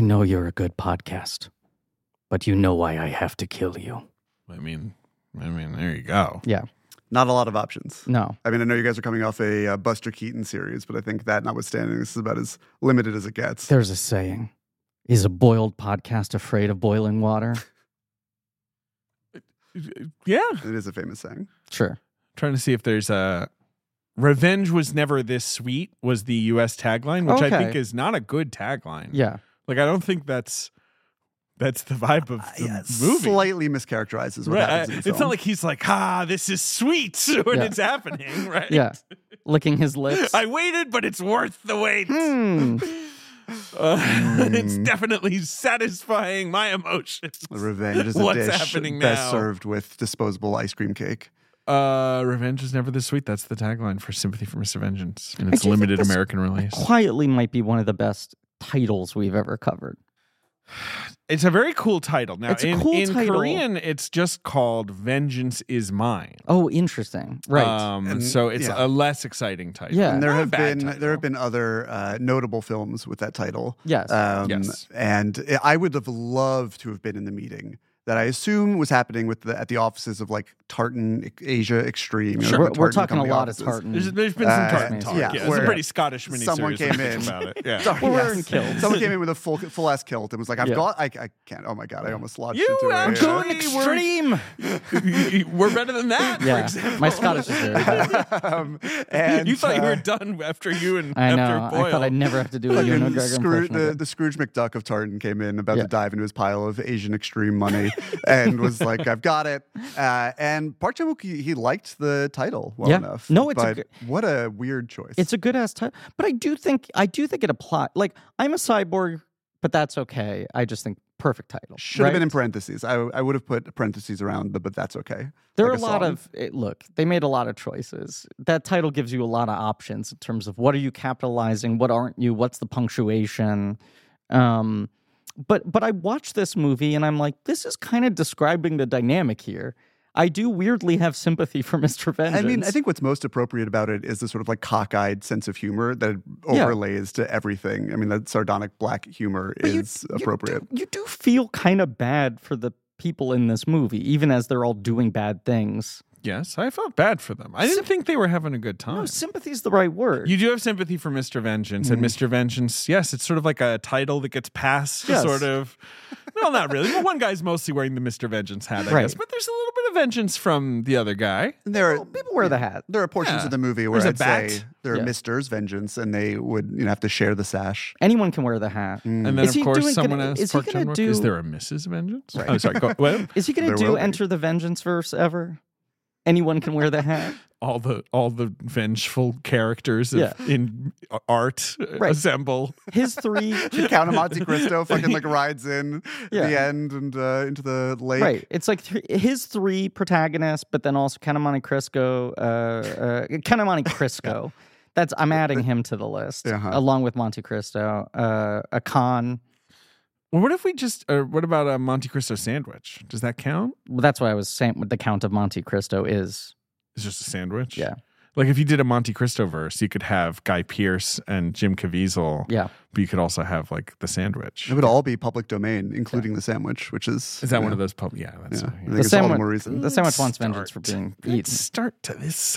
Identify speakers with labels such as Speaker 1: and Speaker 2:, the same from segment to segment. Speaker 1: know you're a good podcast, but you know why I have to kill you.
Speaker 2: I mean, I mean, there you go.
Speaker 3: Yeah.
Speaker 4: Not a lot of options.
Speaker 3: No.
Speaker 4: I mean, I know you guys are coming off a uh, Buster Keaton series, but I think that notwithstanding, this is about as limited as it gets.
Speaker 1: There's a saying Is a boiled podcast afraid of boiling water?
Speaker 2: Yeah.
Speaker 4: It is a famous saying.
Speaker 3: Sure.
Speaker 2: trying to see if there's a revenge was never this sweet was the US tagline, which I think
Speaker 3: Okay.
Speaker 2: is not a good tagline.
Speaker 3: Yeah.
Speaker 2: Like I don't think that's that's the vibe of the
Speaker 4: Yeah,
Speaker 2: movie.
Speaker 4: Slightly mischaracterizes what
Speaker 2: Right,
Speaker 4: happens in
Speaker 2: I- it's
Speaker 4: the film.
Speaker 2: not like he's like, ah, this is sweet when
Speaker 3: Yeah.
Speaker 2: it's happening, right?
Speaker 3: Yeah. Licking his lips.
Speaker 2: I waited, but it's worth the wait.
Speaker 3: Hmm.
Speaker 2: Uh, It's definitely satisfying my emotions.
Speaker 4: Revenge is a
Speaker 2: What's
Speaker 4: dish
Speaker 2: happening now?
Speaker 4: best served with disposable ice cream cake.
Speaker 2: Uh, revenge is never this sweet. That's the tagline for Sympathy for Mr. Vengeance in
Speaker 3: I do
Speaker 2: its
Speaker 3: think
Speaker 2: limited
Speaker 3: this
Speaker 2: American release.
Speaker 3: Quietly might be one of the best titles we've ever covered.
Speaker 2: It's a very cool title. Now,
Speaker 3: It's a
Speaker 2: in,
Speaker 3: cool
Speaker 2: in
Speaker 3: title.
Speaker 2: Korean, it's just called Vengeance is Mine.
Speaker 3: Oh, interesting. Right.
Speaker 2: Um,
Speaker 4: And-
Speaker 2: so it's
Speaker 4: yeah.
Speaker 2: a less exciting title.
Speaker 3: Yeah.
Speaker 4: And there
Speaker 2: Not a
Speaker 4: have
Speaker 2: bad
Speaker 4: been
Speaker 2: title.
Speaker 4: there have been other uh, notable films with that title.
Speaker 3: yes.
Speaker 1: Uh,
Speaker 4: Um,
Speaker 2: Yes.
Speaker 4: And I- I would have loved to have been in the meeting that I assume was happening with the, at the offices of like Tartan Ex- Asia Extreme. you know,
Speaker 3: we're,
Speaker 4: the
Speaker 3: we're
Speaker 4: Tartan
Speaker 3: talking a
Speaker 4: company
Speaker 3: lot
Speaker 4: offices.
Speaker 3: of tartan.
Speaker 2: There's, there's been some
Speaker 4: Uh,
Speaker 2: tartan talk.
Speaker 4: yeah,
Speaker 2: Yeah, it's a
Speaker 4: where
Speaker 2: pretty Scottish miniseries.
Speaker 4: someone
Speaker 2: when I
Speaker 4: came
Speaker 2: think
Speaker 4: in.
Speaker 2: about it. Yeah.
Speaker 4: Sorry,
Speaker 3: We're
Speaker 4: yes.
Speaker 3: wearing kilts.
Speaker 4: Someone came in with a full full ass kilt and was like, "I've
Speaker 3: Yeah.
Speaker 4: got, I, I can't. Oh my god, I almost lodged
Speaker 2: You
Speaker 4: into
Speaker 2: are
Speaker 4: a,
Speaker 2: going
Speaker 3: extreme.
Speaker 2: we're better than that. for
Speaker 3: Yeah.
Speaker 2: example.
Speaker 3: My Scottish is very bad.
Speaker 4: um, and
Speaker 2: you thought you were
Speaker 4: uh,
Speaker 2: done after you and
Speaker 3: I know.
Speaker 2: after Boyle.
Speaker 3: I thought I'd never have to do a Ewan McGregor
Speaker 4: Fucking Scroo-
Speaker 3: impression.
Speaker 4: the,
Speaker 3: again.
Speaker 4: the Scrooge McDuck of Tartan came in about
Speaker 3: Yeah.
Speaker 4: to dive into his pile of Asian extreme money and was like, "I've got it." Uh, and Park Chan Wook he, he liked the title well
Speaker 3: Yeah.
Speaker 4: enough.
Speaker 3: No, it's a
Speaker 4: but
Speaker 3: good-
Speaker 4: what a weird choice.
Speaker 3: It's a good ass title, but I do think I do think it applies. Like I'm a cyborg, but that's okay. I just think perfect title.
Speaker 4: should have been
Speaker 3: right?
Speaker 4: in parentheses. I, I would have put parentheses around, the, but that's okay.
Speaker 3: There
Speaker 4: like
Speaker 3: are a
Speaker 4: a
Speaker 3: lot
Speaker 4: song.
Speaker 3: of it, look. They made a lot of choices. That title gives you a lot of options in terms of what are you capitalizing, what aren't you, what's the punctuation. Um, but but I watched this movie and I'm like, this is kind of describing the dynamic here. I do weirdly have sympathy for Mr. Vengeance.
Speaker 4: I mean, I think what's most appropriate about it is the sort of like cockeyed sense of humor that it
Speaker 3: Yeah.
Speaker 4: overlays to everything. I mean, that sardonic black humor
Speaker 3: But you-
Speaker 4: is appropriate.
Speaker 3: You do, you do feel kind of bad for the people in this movie, even as they're all doing bad things.
Speaker 2: Yes, I felt bad for them. I didn't think they were having a good
Speaker 3: No,
Speaker 2: time.
Speaker 3: sympathy's the right word.
Speaker 2: You do have sympathy for Mr. Vengeance,
Speaker 3: Mm-hmm.
Speaker 2: and Mr. Vengeance, yes, it's sort of like a title that gets passed, to
Speaker 3: Yes.
Speaker 2: sort of. Well, not really. Well, one guy's mostly wearing the Mr. Vengeance hat, I guess,
Speaker 3: Right.
Speaker 2: but there's a little bit of vengeance from the other guy.
Speaker 4: And there
Speaker 3: Well, people wear the hat.
Speaker 4: There are portions
Speaker 2: Yeah.
Speaker 4: of the movie where
Speaker 2: There's a
Speaker 4: I'd say
Speaker 2: bat.
Speaker 4: there are
Speaker 3: Yeah.
Speaker 4: Mister's Vengeance, and they would you know have to share the sash.
Speaker 3: Anyone can wear the hat.
Speaker 2: And then,
Speaker 3: Mm. Is
Speaker 2: of
Speaker 3: he
Speaker 2: course,
Speaker 3: doing-
Speaker 2: someone
Speaker 3: gonna-
Speaker 2: asked
Speaker 3: is he
Speaker 2: Park
Speaker 3: gonna
Speaker 2: Chan-wook,
Speaker 3: do-
Speaker 2: "Is there a Mrs. Vengeance?" Oh, sorry. Go, what?
Speaker 3: Is he going
Speaker 4: There
Speaker 3: to do
Speaker 4: will be.
Speaker 3: Enter the Vengeance verse ever? Anyone can wear the hat.
Speaker 2: all the all the vengeful characters of,
Speaker 3: Yeah.
Speaker 2: in art uh,
Speaker 3: Right.
Speaker 2: assemble.
Speaker 3: His three.
Speaker 4: The Count of Monte Cristo fucking like rides in
Speaker 3: Yeah.
Speaker 4: at the end and uh, into the lake.
Speaker 3: Right, it's like th- his three protagonists, but then also Count of Monte Cristo. Uh, uh, Count of Monte Cristo. That's I'm adding him to the list
Speaker 4: Uh-huh.
Speaker 3: along with Monte Cristo, uh, a con.
Speaker 2: Well, what if we just? Uh, what about a Monte Cristo sandwich? Does that count?
Speaker 3: Well, that's why I was saying what the Count of Monte Cristo is.
Speaker 2: It's just a sandwich.
Speaker 3: Yeah.
Speaker 2: Like if you did a Monte Cristo verse, you could have Guy Pierce and Jim Caviezel.
Speaker 3: Yeah.
Speaker 2: But you could also have like the sandwich.
Speaker 4: It would all be public domain, including the sandwich, which is
Speaker 2: Is that
Speaker 4: you
Speaker 2: one of
Speaker 4: know,
Speaker 2: those? Pub- yeah, that's
Speaker 4: Yeah.
Speaker 2: yeah.
Speaker 4: I think
Speaker 3: The
Speaker 4: it's all the
Speaker 3: sandwich,
Speaker 4: more reason.
Speaker 3: the sandwich wants
Speaker 2: Start.
Speaker 3: vengeance for being
Speaker 2: Good
Speaker 3: eaten.
Speaker 2: start to this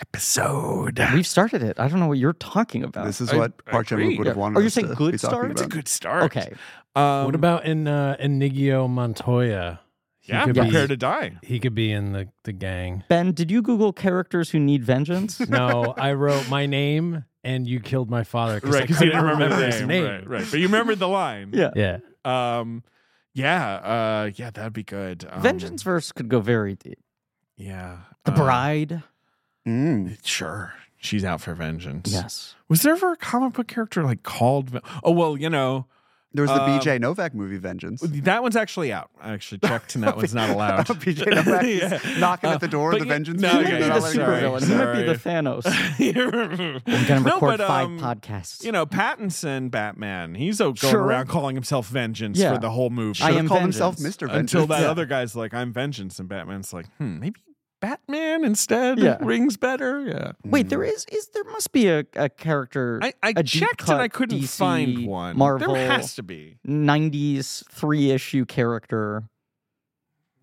Speaker 2: episode.
Speaker 3: We've started it. I don't know what you're talking about.
Speaker 4: This is
Speaker 2: I-
Speaker 4: what
Speaker 2: I
Speaker 4: Park Chan
Speaker 2: agree.
Speaker 4: Wook would have
Speaker 2: Yeah.
Speaker 4: wanted.
Speaker 3: Are you
Speaker 4: us
Speaker 3: saying
Speaker 4: to
Speaker 3: good
Speaker 4: be talking
Speaker 3: start?
Speaker 2: It's
Speaker 4: about.
Speaker 2: a good start.
Speaker 3: okay.
Speaker 2: Um,
Speaker 5: what about in uh, Inigo Montoya? He
Speaker 2: yeah?
Speaker 5: could
Speaker 3: Yes.
Speaker 2: Prepare
Speaker 5: be,
Speaker 2: to die.
Speaker 5: he could be in the the gang.
Speaker 3: Ben, did you Google characters who need vengeance?
Speaker 2: Um,
Speaker 5: No, I wrote my name and you killed my father.
Speaker 2: Right,
Speaker 5: I
Speaker 2: because you
Speaker 5: couldn't
Speaker 2: didn't remember the
Speaker 5: his
Speaker 2: name. Right, right. But you remembered the line.
Speaker 3: yeah.
Speaker 5: Yeah.
Speaker 2: Um, yeah, uh, yeah, that'd be good. Um,
Speaker 3: Vengeance verse could go very deep.
Speaker 2: Yeah,
Speaker 3: The
Speaker 2: uh,
Speaker 3: bride.
Speaker 4: Mm.
Speaker 2: sure, she's out for vengeance.
Speaker 3: Yes.
Speaker 2: Was there ever a comic book character like called? Ven- oh well, you know
Speaker 4: There was the
Speaker 2: Um,
Speaker 4: BJ Novak movie Vengeance.
Speaker 2: that one's actually out. I actually checked, and that one's not allowed.
Speaker 4: BJ Novak is
Speaker 2: Yeah.
Speaker 4: knocking
Speaker 2: Uh,
Speaker 4: at the door
Speaker 2: but
Speaker 4: of the
Speaker 2: yeah-
Speaker 4: Vengeance.
Speaker 2: no,
Speaker 4: people
Speaker 3: he might
Speaker 2: yeah,
Speaker 4: and
Speaker 3: be
Speaker 4: not
Speaker 3: the
Speaker 2: that's sorry,
Speaker 4: letting them
Speaker 3: supervillain.
Speaker 4: in.
Speaker 3: He might be the
Speaker 2: sorry.
Speaker 3: Thanos.
Speaker 2: I'm
Speaker 3: I'm going to record five podcasts.
Speaker 2: um, You know, Pattinson, Batman. He's uh, going
Speaker 3: Sure.
Speaker 2: around calling himself Vengeance
Speaker 3: Yeah.
Speaker 2: for the whole movie.
Speaker 3: I
Speaker 4: Should've
Speaker 3: am
Speaker 4: called himself
Speaker 3: vengeance.
Speaker 4: Mr. Vengeance.
Speaker 2: until that
Speaker 4: Yeah.
Speaker 2: other guy's like, I'm vengeance, and Batman's like, hmm, maybe Batman instead.
Speaker 3: Yeah.
Speaker 2: Rings better. Yeah.
Speaker 4: Mm.
Speaker 3: Wait, there is is there must be a, a character.
Speaker 2: hmm. I, I
Speaker 3: a deep
Speaker 2: checked and I
Speaker 3: cut
Speaker 2: couldn't
Speaker 3: DC,
Speaker 2: find one.
Speaker 3: Marvel
Speaker 2: There has to be.
Speaker 3: 90s three issue character.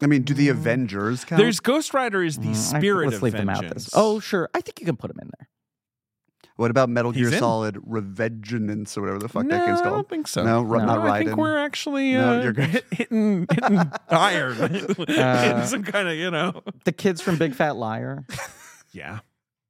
Speaker 4: I mean, do the Avengers count?
Speaker 2: There's Ghost Rider is the
Speaker 3: Mm, I-
Speaker 2: spirit
Speaker 3: let's
Speaker 2: of
Speaker 3: leave
Speaker 2: vengeance.
Speaker 3: them out. This. Oh, sure. I think you can put him in there.
Speaker 4: what about Metal Gear
Speaker 2: He's in.
Speaker 4: Solid Revengeance or whatever the fuck
Speaker 2: no,
Speaker 4: that game's
Speaker 2: I
Speaker 4: called?
Speaker 2: don't think so.
Speaker 4: No, Ro-
Speaker 3: No.
Speaker 4: not
Speaker 2: I
Speaker 4: Raiden.
Speaker 2: think we're actually
Speaker 4: No,
Speaker 2: uh,
Speaker 4: you're good.
Speaker 2: hit- hitting, hitting iron.
Speaker 3: Uh,
Speaker 2: in some kind of, you know.
Speaker 3: The kids from Big Fat Liar.
Speaker 2: Yeah.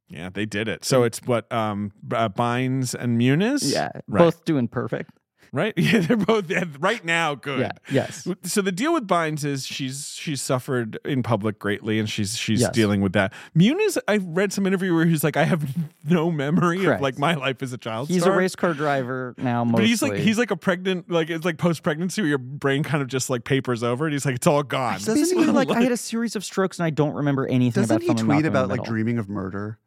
Speaker 2: Yeah, they did it. So it's what um uh, Bynes and Muniz?
Speaker 3: Yeah.
Speaker 2: Right.
Speaker 3: Both doing perfect.
Speaker 2: Right? Yeah, they're both yeah, right now good.
Speaker 3: Yeah. Yes.
Speaker 2: So the deal with Bynes is she's she's suffered in public greatly, and she's she's
Speaker 3: Yes.
Speaker 2: dealing with that. Muniz, I read some interview where he's like, I have no memory of
Speaker 3: Correct.
Speaker 2: like my life as a child.
Speaker 3: He's a
Speaker 2: star."
Speaker 3: race car driver now mostly.
Speaker 2: But he's like he's like a pregnant like it's like post pregnancy where your brain kind of just like papers over and he's like it's all gone.
Speaker 4: Doesn't
Speaker 3: Basically,
Speaker 4: he-
Speaker 3: like I had a series of strokes and I don't remember anything
Speaker 4: Doesn't
Speaker 3: about
Speaker 4: he
Speaker 3: someone
Speaker 4: tweet
Speaker 3: knocking in the
Speaker 4: about like
Speaker 3: middle.
Speaker 4: dreaming of murder?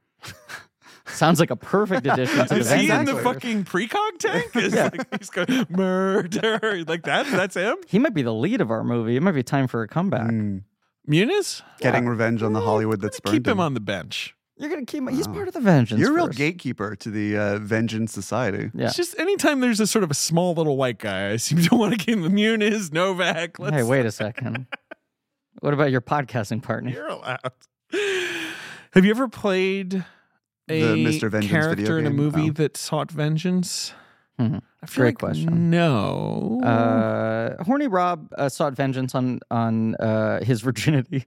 Speaker 3: Sounds like a perfect addition to the
Speaker 2: Is he in the
Speaker 3: Vengeance.
Speaker 2: fucking precog tank? Is
Speaker 3: Yeah.
Speaker 2: like, he's going murder like that. That's him.
Speaker 3: He might be the lead of our movie. It might be time for a comeback.
Speaker 2: Hmm.
Speaker 4: Mm.
Speaker 2: Muniz
Speaker 4: Getting revenge on the Hollywood that's
Speaker 2: Keep
Speaker 4: burned
Speaker 2: him on the bench.
Speaker 3: You're gonna keep. He's
Speaker 4: Wow.
Speaker 3: part of the vengeance.
Speaker 4: You're a real
Speaker 3: first.
Speaker 4: gatekeeper to the uh, Vengeance Society.
Speaker 3: Yeah.
Speaker 2: It's just anytime there's a sort of a small little white guy, I seem to want to give him Muniz, Novak. Let's
Speaker 3: Hey, wait a second. what about your podcasting partner?
Speaker 2: You're allowed. Have you ever played a
Speaker 4: The Mr. Vengeance
Speaker 2: character
Speaker 4: video
Speaker 2: in a
Speaker 4: game?
Speaker 2: movie
Speaker 4: No.
Speaker 2: that sought vengeance?
Speaker 3: Hmm.
Speaker 2: I feel
Speaker 3: Great
Speaker 2: like
Speaker 3: question.
Speaker 2: No.
Speaker 3: Uh, Horny Rob uh, sought vengeance on on uh, his virginity.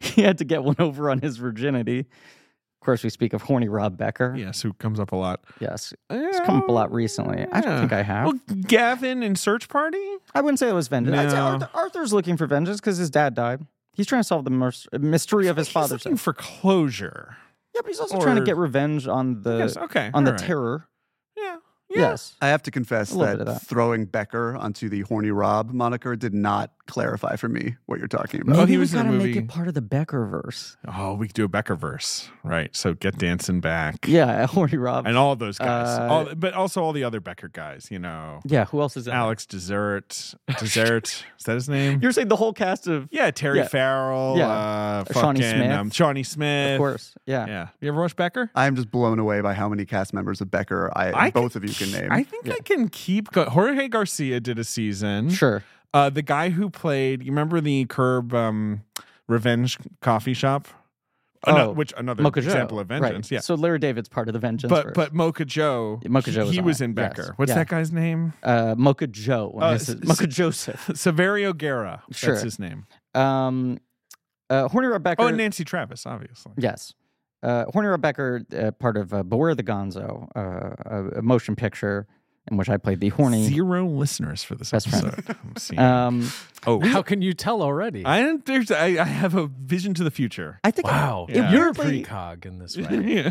Speaker 3: he had to get one over on his virginity. Of course, we speak of Horny Rob Becker.
Speaker 2: yes, who comes up a lot.
Speaker 3: Yes, it's come up a lot recently. I don't
Speaker 2: Yeah.
Speaker 3: think I have. Oh,
Speaker 2: Well, Gavin in Search Party?
Speaker 3: I wouldn't say it was vengeance. I'd say
Speaker 2: No.
Speaker 3: Arthur, Arthur's looking for vengeance because his dad died. He's trying to solve the mer- mystery of his
Speaker 2: He's
Speaker 3: father's
Speaker 2: looking
Speaker 3: death.
Speaker 2: for closure.
Speaker 3: Yeah, but he's also trying to
Speaker 2: or-
Speaker 3: get revenge on the
Speaker 2: yes, okay.
Speaker 3: on the
Speaker 2: all right.
Speaker 3: terror.
Speaker 2: Yeah. Uh,
Speaker 3: Yes.
Speaker 4: I have to confess
Speaker 3: A little
Speaker 4: that,
Speaker 3: bit of that.
Speaker 4: throwing Becker onto the horny Rob moniker did not clarify for me what you're talking about.
Speaker 2: No.
Speaker 3: Maybe
Speaker 2: Oh, he
Speaker 3: we
Speaker 2: was in a
Speaker 3: gotta make
Speaker 2: movie.
Speaker 3: it part of the Becker verse.
Speaker 2: Oh, we could do a Becker verse. Right. So get dancing back.
Speaker 3: Yeah, Horny Rob.
Speaker 2: And all those guys.
Speaker 3: Uh,
Speaker 2: all, but also all the other Becker guys, you know.
Speaker 3: yeah, who else is in
Speaker 2: Alex Dessert. Dessert. is that his name?
Speaker 3: it? You're saying the whole cast of,
Speaker 2: Yeah, Terry
Speaker 3: Yeah.
Speaker 2: Farrell.
Speaker 3: Yeah.
Speaker 2: Uh,
Speaker 3: Shawnee
Speaker 2: fucking,
Speaker 3: Smith.
Speaker 2: Um, Shawnee Smith.
Speaker 3: of course. Yeah.
Speaker 2: Yeah. You ever watch Becker?
Speaker 4: I'm just blown away by how many cast members of Becker I,
Speaker 2: I
Speaker 4: both of you can name.
Speaker 2: I think I can keep go Jorge Garcia did a season.
Speaker 3: Sure.
Speaker 2: Uh, the guy who played, you remember the Curb um, Revenge Coffee Shop? Ano-
Speaker 3: Oh,
Speaker 2: which another
Speaker 3: Mocha Joe.
Speaker 2: example of
Speaker 3: Right.
Speaker 2: vengeance. Yeah.
Speaker 3: So Larry David's part of the Vengeance
Speaker 2: but
Speaker 3: verse.
Speaker 2: but Mocha Joe,
Speaker 3: Yeah, Mocha
Speaker 2: he-
Speaker 3: Joe was
Speaker 2: he
Speaker 3: on
Speaker 2: was
Speaker 3: it.
Speaker 2: in Becker.
Speaker 3: Yes.
Speaker 2: What's
Speaker 3: Yeah.
Speaker 2: that guy's name?
Speaker 3: uh, Mocha Joe.
Speaker 2: Uh,
Speaker 3: Uh,
Speaker 2: s- s-
Speaker 3: Mocha Joseph.
Speaker 2: Severio Guerra.
Speaker 3: Sure.
Speaker 2: That's his name.
Speaker 3: Um, uh, Horny Rob Becker.
Speaker 2: Oh, and Nancy Travis, obviously.
Speaker 3: Yes. Uh, Horner Becker, uh, part of uh, Beware the Gonzo, uh, a, a motion picture in which I played the horny.
Speaker 2: Zero listeners for this
Speaker 3: Best friend.
Speaker 2: episode. I'm seeing.
Speaker 3: Um,
Speaker 2: oh,
Speaker 5: How can you tell already?
Speaker 2: I don't, there's, I, I have a vision to the future.
Speaker 3: I think
Speaker 5: wow.
Speaker 3: it,
Speaker 2: Yeah.
Speaker 5: You're a
Speaker 3: weirdly,
Speaker 5: precog in this way.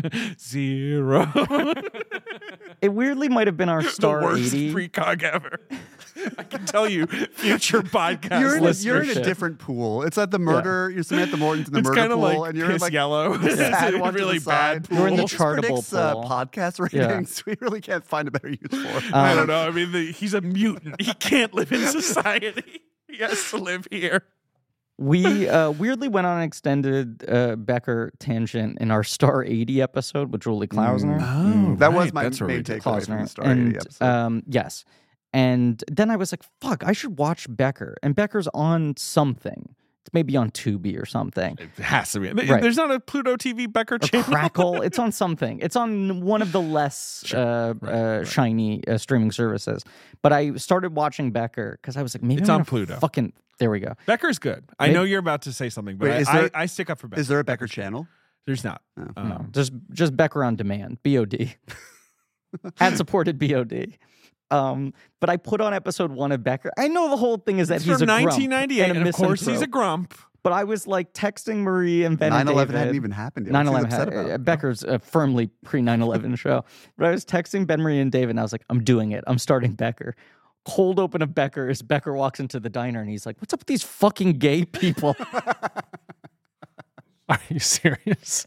Speaker 2: Yeah. Zero.
Speaker 3: it weirdly might have been our
Speaker 2: the
Speaker 3: star
Speaker 2: worst
Speaker 3: 80.
Speaker 2: precog ever. I can tell you, future podcast
Speaker 4: you're in, a,
Speaker 2: listeners.
Speaker 4: you're in a
Speaker 3: listenership. different
Speaker 4: different pool. It's at the murder. You're Samantha Morton's in the
Speaker 2: it's
Speaker 4: murder
Speaker 2: kind of
Speaker 4: pool,
Speaker 2: like
Speaker 4: and you're
Speaker 2: piss
Speaker 4: in like
Speaker 2: yellow.
Speaker 4: sad
Speaker 2: it's a
Speaker 4: one to the
Speaker 2: really
Speaker 4: side.
Speaker 2: bad pool.
Speaker 3: You're in the
Speaker 4: This
Speaker 3: chartable
Speaker 4: predicts, uh,
Speaker 3: pool.
Speaker 4: podcast
Speaker 3: Yeah.
Speaker 4: ratings. We really can't find a better use for it.
Speaker 2: I
Speaker 3: Um,
Speaker 2: don't know. I mean, the, he's a mutant. He can't live in society. He has to live here.
Speaker 3: We uh, weirdly went on an extended uh, Becker tangent in our Star 80 episode with Julie Klausner.
Speaker 2: Oh,
Speaker 4: that was my main takeaway from
Speaker 3: Klausner.
Speaker 4: the Star 80
Speaker 3: and,
Speaker 4: episode.
Speaker 3: um, yes. And then I was like, fuck, I should watch Becker. And Becker's on something. It's maybe on Tubi or something.
Speaker 2: It has to be.
Speaker 3: Right.
Speaker 2: There's not a Pluto TV Becker
Speaker 3: or
Speaker 2: channel.
Speaker 3: Crackle. it's on something. It's on one of the less uh, uh, shiny uh, streaming services. But I started watching Becker because I was like, maybe
Speaker 2: It's
Speaker 3: I'm
Speaker 2: on
Speaker 3: gonna
Speaker 2: Pluto.
Speaker 3: Fucking there we go.
Speaker 2: Becker's good. I
Speaker 3: Maybe-
Speaker 2: know you're about to say something, but
Speaker 4: Wait, is
Speaker 2: I,
Speaker 4: there-
Speaker 2: I, I stick up for Becker.
Speaker 4: Is there a Becker channel?
Speaker 2: There's not.
Speaker 4: No.
Speaker 2: Um,
Speaker 3: Oh. no, just just Becker on demand, BOD, ad supported BOD. Um, but I put on episode one of Becker. I know the whole thing is that
Speaker 2: It's
Speaker 3: he's
Speaker 2: from
Speaker 3: a grump
Speaker 2: 1998,
Speaker 3: and a
Speaker 2: and, of course he's a
Speaker 3: misanthrope.
Speaker 2: grump.
Speaker 3: But I was like texting Marie and Ben.
Speaker 4: 9
Speaker 3: and
Speaker 4: 11
Speaker 3: David.
Speaker 4: hadn't even happened yet.
Speaker 3: 9
Speaker 4: What's he
Speaker 3: 11
Speaker 4: upset
Speaker 3: had,
Speaker 4: about?
Speaker 3: uh, Becker's a firmly pre 9 11 show. But I was texting Ben Marie and Dave, and I was like, I'm doing it. I'm starting Becker. Cold open of Becker is Becker walks into the diner and he's like, What's up with these fucking gay people?
Speaker 5: Are you serious?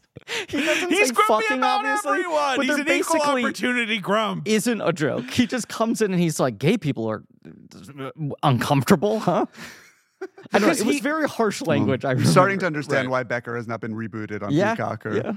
Speaker 3: He doesn't
Speaker 2: He's
Speaker 3: say
Speaker 2: grumpy
Speaker 3: fucking
Speaker 2: about
Speaker 3: obviously,
Speaker 2: everyone.
Speaker 3: But
Speaker 2: he's
Speaker 3: there
Speaker 2: an equal
Speaker 3: basically
Speaker 2: opportunity grump.
Speaker 3: isn't a joke. He just comes in and he's like, Gay people are uh, uncomfortable, huh? I don't know,
Speaker 2: Because
Speaker 3: it was
Speaker 2: he-
Speaker 3: very harsh language. I
Speaker 4: I'm
Speaker 3: remember.
Speaker 4: starting to understand
Speaker 2: Right.
Speaker 4: why Becker has not been rebooted on
Speaker 3: Yeah,
Speaker 4: Peacock or
Speaker 3: Yeah.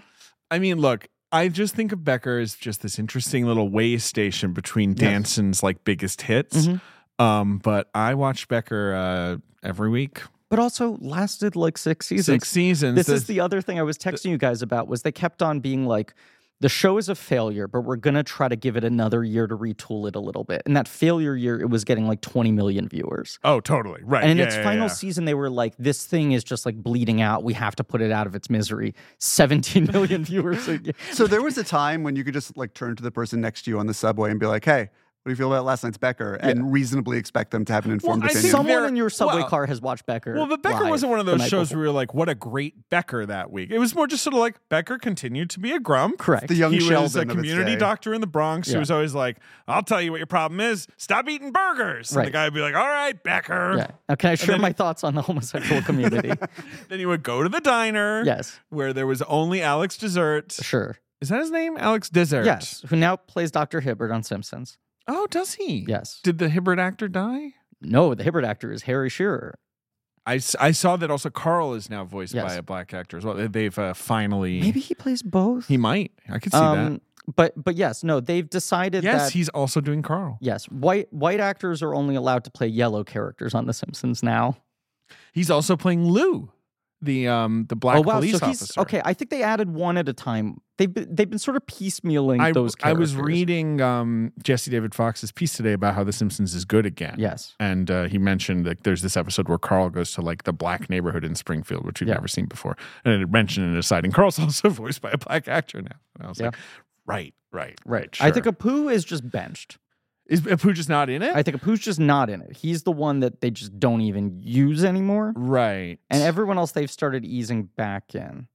Speaker 2: I mean, look, I just think of Becker as just this interesting little way station between Danson's like biggest hits.
Speaker 3: Mhm.
Speaker 2: Um, but I watch Becker uh, every week,
Speaker 3: but also lasted like six seasons.
Speaker 2: six seasons.
Speaker 3: this is the other thing I was texting you guys about was they kept on being like, the show is a failure, but we're gonna try to give it another year to retool it a little bit. And that failure year, it was getting like 20 million viewers.
Speaker 2: oh, totally right.
Speaker 3: And in
Speaker 2: Yeah,
Speaker 3: its
Speaker 2: yeah,
Speaker 3: final
Speaker 2: yeah.
Speaker 3: season, they were like, "This thing is just like bleeding out. We have to put it out of its misery." Seventeen million viewers. a year.
Speaker 4: So there was a time when you could just like turn to the person next to you on the subway and be like, "Hey, what do you feel about last night's Becker?" and reasonably expect them to have an informed
Speaker 2: I
Speaker 4: opinion.
Speaker 2: think
Speaker 3: Someone
Speaker 2: there-
Speaker 3: in your subway
Speaker 2: well-
Speaker 3: car has watched Becker.
Speaker 2: Well, but Becker
Speaker 3: live
Speaker 2: wasn't one of
Speaker 3: the
Speaker 2: those
Speaker 3: night
Speaker 2: shows
Speaker 3: before.
Speaker 2: where you're like, what a great Becker that week. It was more just sort of like Becker continued to be a grump.
Speaker 3: Correct.
Speaker 4: the young
Speaker 2: he
Speaker 4: Sheldon
Speaker 2: was a
Speaker 4: of its
Speaker 2: community
Speaker 4: day.
Speaker 2: doctor in the Bronx
Speaker 3: Yeah.
Speaker 2: who was always like, I'll tell you what your problem is. Stop eating burgers. And the
Speaker 3: Right.
Speaker 2: guy would be like, All right, Becker.
Speaker 3: yeah. Now, can I share
Speaker 2: then-
Speaker 3: my thoughts on the homosexual community?
Speaker 2: Then he would go to the diner
Speaker 3: yes,
Speaker 2: where there was only Alex Dessert.
Speaker 3: sure.
Speaker 2: Is that his name? Alex Dessert.
Speaker 3: Yes, who now plays Dr. Hibbert on Simpsons?
Speaker 2: Oh, does he?
Speaker 3: Yes.
Speaker 2: Did the Hibbert actor die?
Speaker 3: No, the Hibbert actor is Harry Shearer.
Speaker 2: I, s- I saw that also Carl is now voiced
Speaker 3: Yes.
Speaker 2: by a black actor as well. They- They've uh, finally.
Speaker 3: Maybe he plays both.
Speaker 2: He might. I could see
Speaker 3: Um, But but yes, no, they've decided
Speaker 2: that. Yes,
Speaker 3: that
Speaker 2: he's also doing Carl.
Speaker 3: yes, white white actors are only allowed to play yellow characters on The Simpsons now.
Speaker 2: He's also playing Lou, the um the black
Speaker 3: oh wow,
Speaker 2: police
Speaker 3: so he's
Speaker 2: officer.
Speaker 3: okay. I think they added one at a time. They've been, they've been sort of piecemealing
Speaker 2: I,
Speaker 3: those.
Speaker 2: I
Speaker 3: Characters.
Speaker 2: was reading um, Jesse David Fox's piece today about how The Simpsons is good again.
Speaker 3: Yes.
Speaker 2: And uh, he mentioned that there's this episode where Carl goes to like the black neighborhood in Springfield, which we've
Speaker 3: Yeah.
Speaker 2: never seen before. And it mentioned an aside, and Carl's also voiced by a black actor now. And I was
Speaker 3: Yeah.
Speaker 2: like, right, right,
Speaker 3: Right.
Speaker 2: Sure.
Speaker 3: I think Apu is just benched.
Speaker 2: is Apu just not in it?
Speaker 3: I think Apu's just not in it. He's the one that they just don't even use anymore.
Speaker 2: right.
Speaker 3: And everyone else they've started easing back in.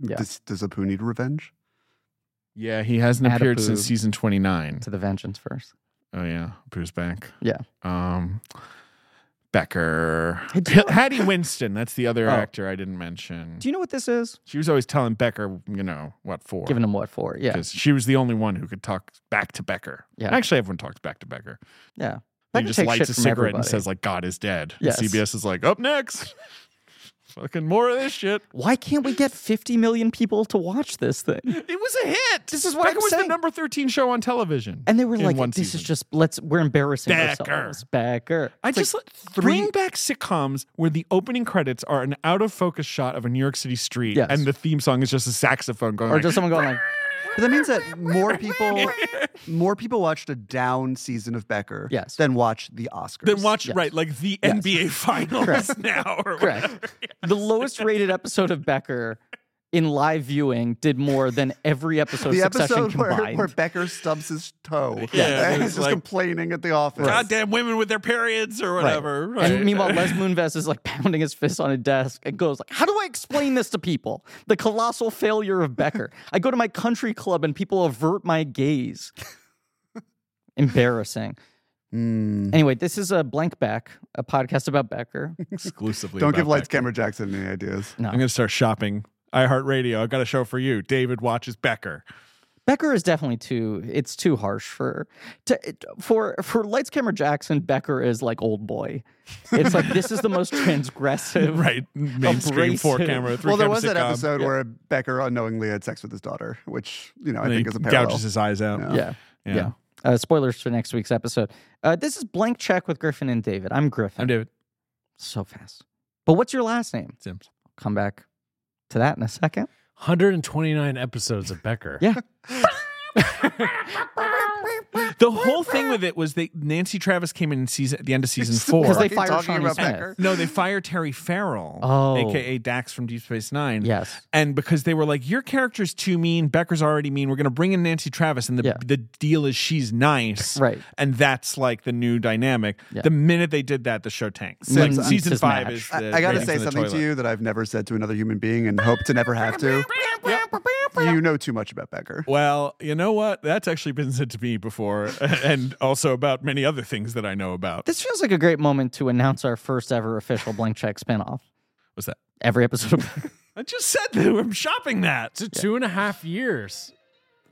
Speaker 3: Yeah.
Speaker 4: Does, does Apu need revenge?
Speaker 2: yeah, he hasn't
Speaker 3: Add
Speaker 2: appeared
Speaker 3: Apu.
Speaker 2: since season 29.
Speaker 3: to the vengeance first.
Speaker 2: Oh yeah, Apu's back.
Speaker 3: Yeah.
Speaker 2: Um Becker.
Speaker 3: Hey, do you know-
Speaker 2: Hattie Winston, that's the other
Speaker 3: Oh.
Speaker 2: actor I didn't mention.
Speaker 3: Do you know what this is?
Speaker 2: she was always telling Becker, you know, what for.
Speaker 3: Giving him what for? Yeah.
Speaker 2: Because she was the only one who could talk back to Becker.
Speaker 3: Yeah.
Speaker 2: Actually, everyone talks back to Becker.
Speaker 3: Yeah.
Speaker 2: he
Speaker 3: Becker
Speaker 2: just
Speaker 3: takes
Speaker 2: lights
Speaker 3: shit
Speaker 2: a
Speaker 3: from
Speaker 2: cigarette and
Speaker 3: everybody.
Speaker 2: says, like, God is dead. And
Speaker 3: Yes.
Speaker 2: CBS is like, up next. Fucking more of this shit.
Speaker 3: Why can't we get 50 million people to watch this thing?
Speaker 2: It was a hit. This
Speaker 3: is what
Speaker 2: Becker
Speaker 3: I'm
Speaker 2: was
Speaker 3: saying.
Speaker 2: the number 13 show on television.
Speaker 3: And they were
Speaker 2: in
Speaker 3: like,
Speaker 2: one
Speaker 3: this
Speaker 2: season.
Speaker 3: is just, let's, we're embarrassing
Speaker 2: Becker.
Speaker 3: ourselves. Becker.
Speaker 2: I just like bring back sitcoms where the opening credits are an out of focus shot of a New York City street,
Speaker 3: Yes.
Speaker 2: and the theme song is just a saxophone going.
Speaker 3: Or
Speaker 2: like,
Speaker 3: just someone going like,
Speaker 4: But that means that more people more people watched a down season of Becker
Speaker 3: Yes.
Speaker 4: than watched the Oscars.
Speaker 2: then watch
Speaker 3: Yes.
Speaker 2: right like the NBA Finals now. Or whatever.
Speaker 3: correct. The lowest rated episode of Becker in live viewing did more than every episode
Speaker 4: the
Speaker 3: of Succession
Speaker 4: episode where,
Speaker 3: combined.
Speaker 4: where Becker stubs his toe.
Speaker 2: Yeah, it's
Speaker 4: and he's just
Speaker 2: like-
Speaker 4: complaining at the office.
Speaker 2: Goddamn women with their periods or whatever. right.
Speaker 3: And meanwhile, Les Moonves is like pounding his fist on a desk and goes like, "How do I explain this to people? The colossal failure of Becker. I go to my country club and people avert my gaze. Embarrassing.
Speaker 2: Hmm.
Speaker 4: Mm.
Speaker 3: Anyway, this is a blank back, a podcast about Becker.
Speaker 2: exclusively.
Speaker 4: Don't
Speaker 2: about
Speaker 4: give Lights
Speaker 2: Becker.
Speaker 4: Camera Jackson any ideas.
Speaker 3: No,
Speaker 2: I'm gonna start shopping. iHeartRadio. I've got a show for you. David watches Becker.
Speaker 3: Becker is definitely too. It's too harsh for to, for for Lights Camera Jackson. Becker is like old boy. It's like this is the most transgressive.
Speaker 2: Right, mainstream
Speaker 3: Abrasive.
Speaker 2: four camera. Three
Speaker 4: Well, there
Speaker 2: camera
Speaker 4: was that
Speaker 2: sitcom.
Speaker 4: episode where Becker unknowingly had sex with his daughter, which you know I
Speaker 2: And
Speaker 4: think
Speaker 2: he
Speaker 4: is a parallel.
Speaker 2: gouges his eyes out.
Speaker 4: Yeah.
Speaker 3: Yeah.
Speaker 2: Yeah.
Speaker 3: Yeah. Uh, spoilers for next week's episode. Uh, this is Blank Check with Griffin and David. I'm Griffin.
Speaker 2: I'm David
Speaker 3: so fast. But what's your last name?
Speaker 2: Sims.
Speaker 3: Come back to that in a second.
Speaker 5: 129 episodes of Becker.
Speaker 3: Yeah.
Speaker 2: The whole thing with it was that Nancy Travis came in season at the end of season four.
Speaker 3: Because they
Speaker 4: Keep
Speaker 3: fired
Speaker 4: talking
Speaker 3: Shawnee
Speaker 4: about
Speaker 3: Smith.
Speaker 4: Becker.
Speaker 2: no, they fired Terry Farrell,
Speaker 3: Oh.
Speaker 2: aka Dax from Deep Space Nine.
Speaker 3: Yes.
Speaker 2: And because they were like, your character's too mean, Becker's already mean. We're going to bring in Nancy Travis, and the
Speaker 3: Yeah.
Speaker 2: the deal is she's nice,
Speaker 3: Right.
Speaker 2: And that's like the new dynamic.
Speaker 3: Yeah.
Speaker 2: The minute they did that, the show tanks.
Speaker 4: Sims,
Speaker 2: like,
Speaker 4: I-
Speaker 2: season
Speaker 3: Sims
Speaker 2: five
Speaker 3: match.
Speaker 2: is. The
Speaker 4: I, I gotta
Speaker 2: ratings
Speaker 4: say
Speaker 2: in the
Speaker 4: something to
Speaker 2: toilet.
Speaker 4: you that I've never said to another human being and hope to never have to. You know too much about Becker.
Speaker 2: Well, you know what? That's actually been said to me before, and also about many other things that I know about.
Speaker 3: This feels like a great moment to announce our first ever official Blank Check spinoff.
Speaker 2: What's that?
Speaker 3: Every episode of
Speaker 2: I just said that I'm shopping that.
Speaker 5: To two and a half years,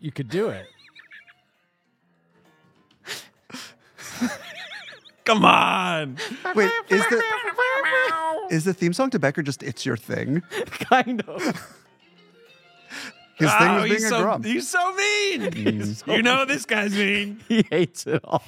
Speaker 5: you could do it.
Speaker 2: Come on.
Speaker 4: Wait, is the is the theme song to Becker just "It's Your Thing"?
Speaker 3: kind of.
Speaker 4: His thing
Speaker 2: Oh,
Speaker 4: was being
Speaker 2: he's
Speaker 4: a
Speaker 2: so,
Speaker 4: grump.
Speaker 2: He's so mean.
Speaker 3: Mm.
Speaker 2: you know this guy's mean.
Speaker 3: He hates it all.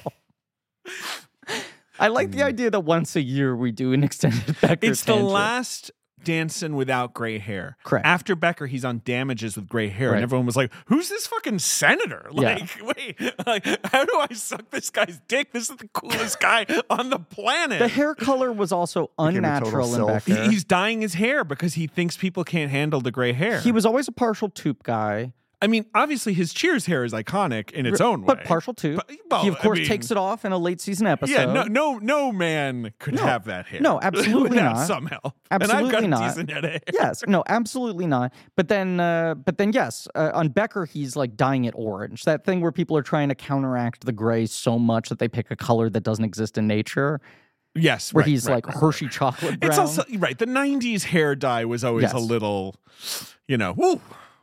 Speaker 3: I like the idea that once a year we do an extended Becker.
Speaker 2: It's the
Speaker 3: tangent.
Speaker 2: last Danson without gray hair.
Speaker 3: Correct.
Speaker 2: After Becker, he's on damages with gray hair,
Speaker 3: Right.
Speaker 2: and everyone was like, "Who's this fucking senator?
Speaker 3: Yeah.
Speaker 2: Like, wait, like, how do I suck this guy's dick? This is the coolest guy on the
Speaker 3: The
Speaker 2: planet."
Speaker 3: hair color was also
Speaker 4: Became a total
Speaker 3: unnatural in
Speaker 4: sylph.
Speaker 2: He-
Speaker 3: Becker.
Speaker 2: he's dyeing his hair because he thinks people can't handle the gray hair.
Speaker 3: He was always a partial toop guy,
Speaker 2: I mean, obviously his Cheers hair is iconic in its own way,
Speaker 3: but partial toop.
Speaker 2: But- well,
Speaker 3: he of
Speaker 2: I
Speaker 3: course
Speaker 2: mean-
Speaker 3: takes it off in a late season episode.
Speaker 2: Yeah, no, no, no man could have that hair.
Speaker 3: No, absolutely
Speaker 2: without
Speaker 3: not.
Speaker 2: Some help, and I've
Speaker 3: Absolutely
Speaker 2: got a
Speaker 3: not.
Speaker 2: decent head of hair.
Speaker 3: yes, no, absolutely not. But then, uh, but then, yes, uh, on Becker, he's like dyeing it orange. That thing where people are trying to counteract the gray so much that they pick a color that doesn't exist in nature.
Speaker 2: Yes,
Speaker 3: Where
Speaker 2: right,
Speaker 3: he's
Speaker 2: right,
Speaker 3: like
Speaker 2: right, right.
Speaker 3: Hershey chocolate brown.
Speaker 2: It's also right. The '90s hair dye was always
Speaker 3: Yes.
Speaker 2: a little, you know, woo,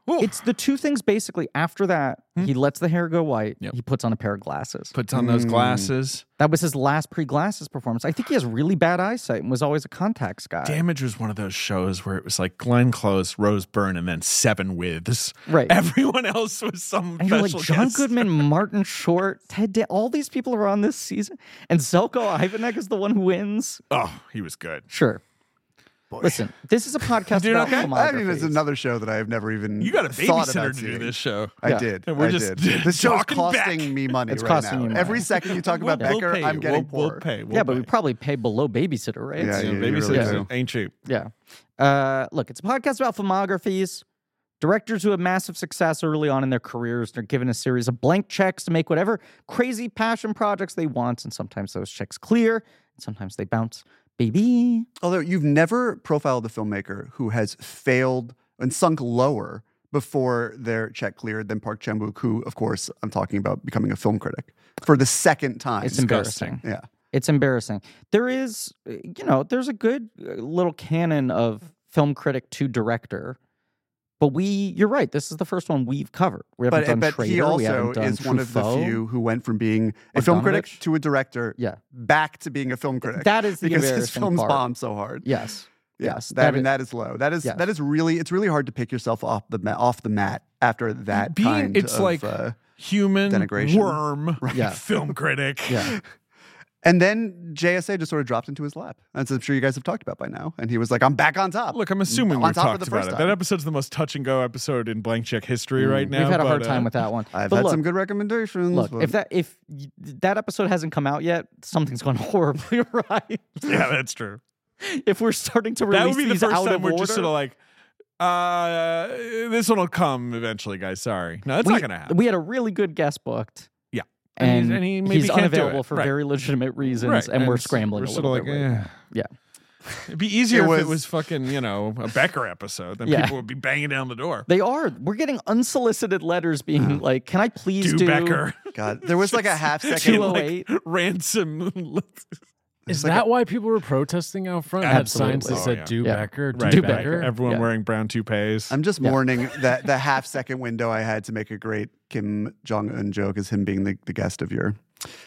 Speaker 2: woo.
Speaker 3: it's the two things basically. After that, he lets the hair go white.
Speaker 2: Hmm? Yep.
Speaker 3: He puts on a pair of glasses.
Speaker 2: puts on
Speaker 3: Mm.
Speaker 2: those glasses.
Speaker 3: That was his last pre-glasses performance. I think he has really bad eyesight and was always a contacts guy.
Speaker 2: Damage was one of those shows where it was like Glenn Close, Rose Byrne, and then seven withs.
Speaker 3: Right.
Speaker 2: Everyone else was some
Speaker 3: And you're like
Speaker 2: special
Speaker 3: John
Speaker 2: guest.
Speaker 3: Goodman, Martin Short, Ted. Da- all these people are on this season, and Zelko Ivanek is the one who wins.
Speaker 2: Oh, he was good.
Speaker 3: Sure. Listen, this is a podcast
Speaker 2: Doing
Speaker 3: about
Speaker 2: okay? I
Speaker 4: I mean, it's
Speaker 3: filmographies.
Speaker 4: another show that I have never even
Speaker 2: You got a
Speaker 4: thought
Speaker 2: babysitter
Speaker 4: about
Speaker 2: to do
Speaker 4: doing.
Speaker 2: this show.
Speaker 4: I
Speaker 3: Yeah.
Speaker 4: did.
Speaker 2: And we're
Speaker 4: I
Speaker 2: just
Speaker 4: did. This show's
Speaker 2: talking back.
Speaker 4: costing me money
Speaker 3: It's
Speaker 4: right
Speaker 3: costing
Speaker 4: now.
Speaker 3: you money.
Speaker 4: Every second you talk about
Speaker 2: We'll
Speaker 4: Becker,
Speaker 2: pay.
Speaker 4: I'm getting
Speaker 2: we'll,
Speaker 4: poor.
Speaker 2: We'll pay. We'll
Speaker 3: yeah, but we
Speaker 2: pay.
Speaker 3: probably pay below babysitter rates.
Speaker 4: Yeah,
Speaker 3: Yeah,
Speaker 2: Yeah,
Speaker 4: you really
Speaker 2: babysitters
Speaker 4: do.
Speaker 2: ain't cheap.
Speaker 3: Uh, look, it's a podcast about filmographies. Directors who have massive success early on in their careers, they're given a series of blank checks to make whatever crazy passion projects they want, and sometimes those checks clear, and sometimes they bounce. Baby,
Speaker 4: Although you've never profiled the filmmaker who has failed and sunk lower before their check cleared than Park Chan Wook, who, of course, I'm talking about becoming a film critic for the second time.
Speaker 3: it's embarrassing.
Speaker 4: yeah.
Speaker 3: It's embarrassing. There is, uh, you know, there's a good uh, little canon of film critic to director, but we, you're right. This is the first one we've covered. We haven't
Speaker 4: But, eh,
Speaker 3: done
Speaker 4: but
Speaker 3: Schrader.
Speaker 4: he
Speaker 3: we
Speaker 4: also
Speaker 3: haven't done
Speaker 4: is one of the
Speaker 3: Truffaut.
Speaker 4: few who went from being a film critic
Speaker 3: Bogdanovich?
Speaker 4: to a director
Speaker 3: Yeah,
Speaker 4: back to being a film critic.
Speaker 3: that is the
Speaker 4: because his
Speaker 3: embarrassing
Speaker 4: films
Speaker 3: part.
Speaker 4: bombed so hard.
Speaker 3: Yes,
Speaker 4: Yeah,
Speaker 3: yes,
Speaker 4: that, I
Speaker 3: that
Speaker 4: mean
Speaker 3: is-
Speaker 4: that is low. That is
Speaker 3: yes.
Speaker 4: that is really it's really hard to pick yourself off the ma- off the mat after that
Speaker 2: Being-
Speaker 4: kind
Speaker 2: it's
Speaker 4: of,
Speaker 2: like-
Speaker 4: uh,
Speaker 2: Human
Speaker 4: Denigration.
Speaker 2: worm,
Speaker 3: Yeah.
Speaker 2: film critic.
Speaker 3: yeah.
Speaker 4: and then JSA just sort of dropped into his lap, as I'm sure you guys have talked about by now. And he was like, "I'm back on top."
Speaker 2: Look, I'm assuming
Speaker 4: On
Speaker 2: we've
Speaker 4: top of
Speaker 2: talked
Speaker 4: the
Speaker 2: about
Speaker 4: first
Speaker 2: it.
Speaker 4: time.
Speaker 2: That episode's the most touch and go episode in blank check history right now.
Speaker 3: Mm. We've had a
Speaker 2: but,
Speaker 3: hard time
Speaker 2: uh,
Speaker 3: with that one.
Speaker 4: I've
Speaker 3: but
Speaker 4: had
Speaker 3: look,
Speaker 4: some good recommendations.
Speaker 3: Look,
Speaker 4: but
Speaker 3: if that if y- that episode hasn't come out yet, something's gone horribly right.
Speaker 2: Yeah, that's true.
Speaker 3: if we're starting to release
Speaker 2: That would be the
Speaker 3: these
Speaker 2: first
Speaker 3: out
Speaker 2: time
Speaker 3: of
Speaker 2: we're
Speaker 3: order,
Speaker 2: just sort of like, uh, this one will come eventually, guys. Sorry. No, it's
Speaker 3: we,
Speaker 2: not going to happen.
Speaker 3: We had a really good guest booked.
Speaker 2: Yeah. And
Speaker 3: and,
Speaker 2: he's- and he maybe
Speaker 3: he's
Speaker 2: can't do
Speaker 3: unavailable
Speaker 2: it.
Speaker 3: for
Speaker 2: Right.
Speaker 3: very legitimate reasons,
Speaker 2: Right,
Speaker 3: and, we're
Speaker 2: it's-
Speaker 3: scrambling
Speaker 2: we're
Speaker 3: a
Speaker 2: sort
Speaker 3: little
Speaker 2: of
Speaker 3: bit.
Speaker 2: like,
Speaker 3: right now.
Speaker 2: eh.
Speaker 3: Yeah.
Speaker 2: It'd be easier
Speaker 4: It
Speaker 2: if
Speaker 4: was-
Speaker 2: it was fucking, you know, a Becker episode. Then
Speaker 3: Yeah.
Speaker 2: people would be banging down the door.
Speaker 3: They are. We're getting unsolicited letters being like, "Can I please
Speaker 2: Uh-huh.
Speaker 3: do
Speaker 2: Do Becker.
Speaker 4: God, there was like a half
Speaker 2: In,
Speaker 4: second.
Speaker 3: Two-
Speaker 2: like,
Speaker 3: 208.
Speaker 2: ransom.
Speaker 5: Is
Speaker 4: like
Speaker 5: that why people were protesting out front? Had signs that
Speaker 2: Absolutely.
Speaker 5: said
Speaker 2: Oh, yeah.
Speaker 5: "Do
Speaker 3: Yeah.
Speaker 5: Becker,
Speaker 2: Right,
Speaker 5: Do
Speaker 3: Becker.
Speaker 5: Becker."
Speaker 2: Everyone
Speaker 3: Yeah.
Speaker 2: wearing brown toupees.
Speaker 4: I'm just
Speaker 3: Yeah.
Speaker 4: mourning that the half second window I had to make a great Kim Jong Un joke is him being the, the guest of your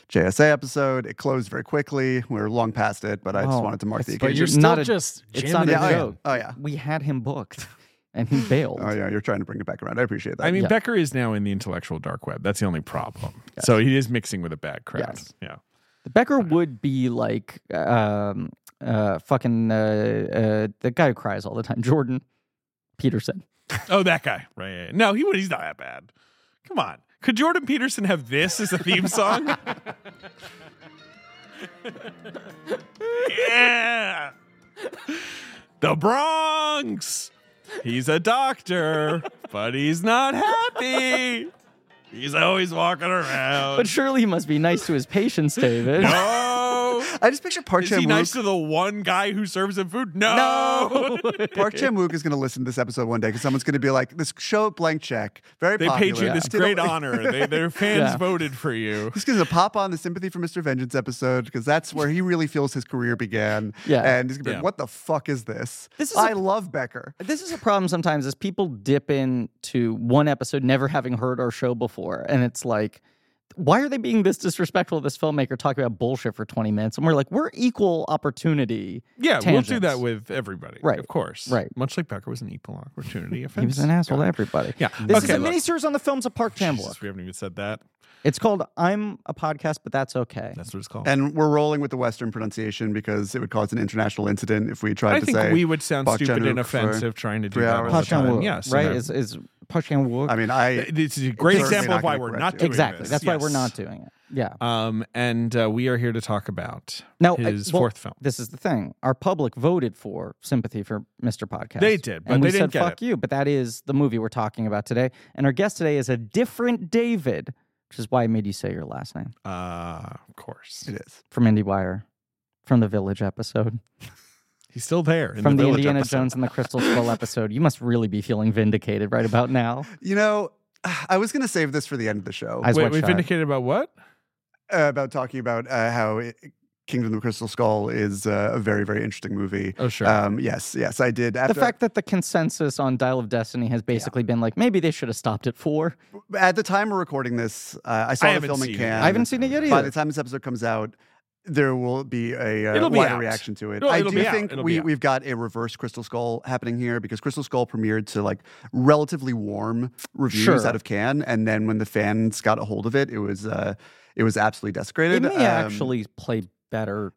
Speaker 4: JSA episode. It closed very quickly. We were long past it, but I just
Speaker 3: Oh,
Speaker 4: wanted to mark the
Speaker 3: it's-
Speaker 5: But
Speaker 4: occasion.
Speaker 5: you're
Speaker 3: It's
Speaker 5: still
Speaker 3: not a-
Speaker 5: just
Speaker 3: It's not
Speaker 5: jamming
Speaker 3: a
Speaker 4: yeah, oh,
Speaker 5: it
Speaker 4: yeah.
Speaker 5: in.
Speaker 3: joke.
Speaker 4: Oh, yeah.
Speaker 3: We had him booked, and he bailed.
Speaker 4: Oh yeah, you're trying to bring it back around. I appreciate that.
Speaker 2: I mean,
Speaker 3: Yeah.
Speaker 2: Becker is now in the intellectual dark web. That's the only problem. So he is mixing with a bad crowd.
Speaker 3: Yes.
Speaker 2: Yeah.
Speaker 3: Becker would be like, um, uh, fucking uh, uh, the guy who cries all the time, Jordan Peterson.
Speaker 2: Oh, that guy. Right. yeah, yeah. No, he would. He's not that bad. Come on. Could Jordan Peterson have this as a theme song? yeah. The Bronx. He's a doctor, but he's not happy. He's always walking around.
Speaker 3: But surely he must be nice to his patients, David.
Speaker 2: no.
Speaker 4: I just picture Park
Speaker 2: Is he
Speaker 4: Chan
Speaker 2: nice
Speaker 4: Wook.
Speaker 2: to the one guy who serves him food? No.
Speaker 4: Park Chan Wook is going to listen to this episode one day because someone's going to be like, "This show blank check, very
Speaker 2: They
Speaker 4: popular."
Speaker 2: paid you this
Speaker 4: Did a-
Speaker 2: great honor. They, their fans
Speaker 3: Yeah.
Speaker 2: voted for you.
Speaker 4: He's going to pop on the Sympathy for Mr. Vengeance episode because that's where he really feels his career began.
Speaker 3: Yeah.
Speaker 4: and he's going to be
Speaker 2: Yeah.
Speaker 4: like, "What the fuck is this?
Speaker 3: This is
Speaker 4: I
Speaker 3: a-
Speaker 4: love Becker."
Speaker 3: This is a problem sometimes is people dip into one episode never having heard our show before and it's like why are they being this disrespectful to this filmmaker talking about bullshit for 20 minutes? And we're like, we're equal opportunity.
Speaker 2: Yeah,
Speaker 3: Tangents.
Speaker 2: we'll do that with everybody.
Speaker 3: Right,
Speaker 2: Of course.
Speaker 3: right.
Speaker 2: Much like Becker was an equal opportunity offense.
Speaker 3: He was an asshole to everybody.
Speaker 2: Yeah.
Speaker 3: This
Speaker 2: okay.
Speaker 3: is a miniseries on the films of Park Chan-wook.
Speaker 2: Jesus, we haven't even said that.
Speaker 3: It's called I'm a Podcast, but that's okay.
Speaker 2: That's what it's called.
Speaker 4: And we're rolling with the Western pronunciation because it would cause an international incident if we tried
Speaker 2: I
Speaker 4: to
Speaker 2: think
Speaker 4: say.
Speaker 2: we would sound
Speaker 4: Park
Speaker 2: stupid and
Speaker 4: Chan-wook for
Speaker 2: offensive trying to do
Speaker 4: three
Speaker 2: that.
Speaker 4: hours
Speaker 2: all
Speaker 3: Park
Speaker 2: the
Speaker 4: at a time.
Speaker 2: time.
Speaker 3: Chan-wook,
Speaker 2: Yeah, so
Speaker 3: right?
Speaker 2: that-
Speaker 3: Is is Park Chan-wook?
Speaker 4: I mean, I.
Speaker 2: It's a great
Speaker 4: It's certainly
Speaker 2: example
Speaker 4: not
Speaker 2: of why
Speaker 4: gonna
Speaker 2: we're
Speaker 4: correct
Speaker 2: not
Speaker 4: you.
Speaker 2: doing
Speaker 3: exactly.
Speaker 2: this.
Speaker 3: That's why we're
Speaker 2: Yes.
Speaker 3: not doing it. Yeah.
Speaker 2: Um, and uh, we are here to talk about
Speaker 3: Now, I-
Speaker 2: his
Speaker 3: well,
Speaker 2: fourth film.
Speaker 3: This is the thing. Our public voted for sympathy for Mr. Podcast.
Speaker 2: They did, but
Speaker 3: and we
Speaker 2: they didn't
Speaker 3: said,
Speaker 2: get
Speaker 3: "Fuck you!" But that is the movie we're talking about today. And our guest today is a different David, which is why I made you say your last name
Speaker 2: Uh, of course,
Speaker 4: It is.
Speaker 3: from IndieWire, from the Village episode,
Speaker 2: he's still there in
Speaker 3: from the,
Speaker 2: the, village
Speaker 3: Indiana
Speaker 2: episode.
Speaker 3: Jones and the Crystal Skull episode. You must really be feeling vindicated right about now.
Speaker 4: You know, I was going to save this for the end of the show
Speaker 3: Eyes
Speaker 2: Wait,
Speaker 3: wide
Speaker 2: we've
Speaker 3: shut.
Speaker 2: indicated about what?
Speaker 4: uh, about talking about uh, how it, Kingdom of the Crystal Skull is uh, a very, very interesting movie.
Speaker 2: Oh, sure.
Speaker 4: Um, yes, yes, I did.
Speaker 3: the
Speaker 4: After,
Speaker 3: fact that the consensus on Dial of Destiny has basically been like, maybe they should have stopped at four.
Speaker 4: at the time we're recording this, uh, I saw
Speaker 2: I
Speaker 4: the
Speaker 2: haven't
Speaker 4: film in
Speaker 2: seen it.
Speaker 4: Cannes.
Speaker 3: I haven't seen it yet
Speaker 4: By
Speaker 3: either.
Speaker 4: the time this episode comes out, there will be a uh,
Speaker 2: It'll be
Speaker 4: wider
Speaker 2: out.
Speaker 4: reaction to it.
Speaker 2: No,
Speaker 4: I
Speaker 2: it'll
Speaker 4: do
Speaker 2: be out.
Speaker 4: think
Speaker 2: It'll be
Speaker 4: we
Speaker 2: out.
Speaker 4: we've got a reverse Crystal Skull happening here because Crystal Skull premiered to like relatively warm reviews
Speaker 3: Sure.
Speaker 4: out of Cannes, and then when the fans got a hold of it, it was uh, it was absolutely
Speaker 3: It
Speaker 4: desecrated.
Speaker 3: may
Speaker 4: Um,
Speaker 3: actually play better.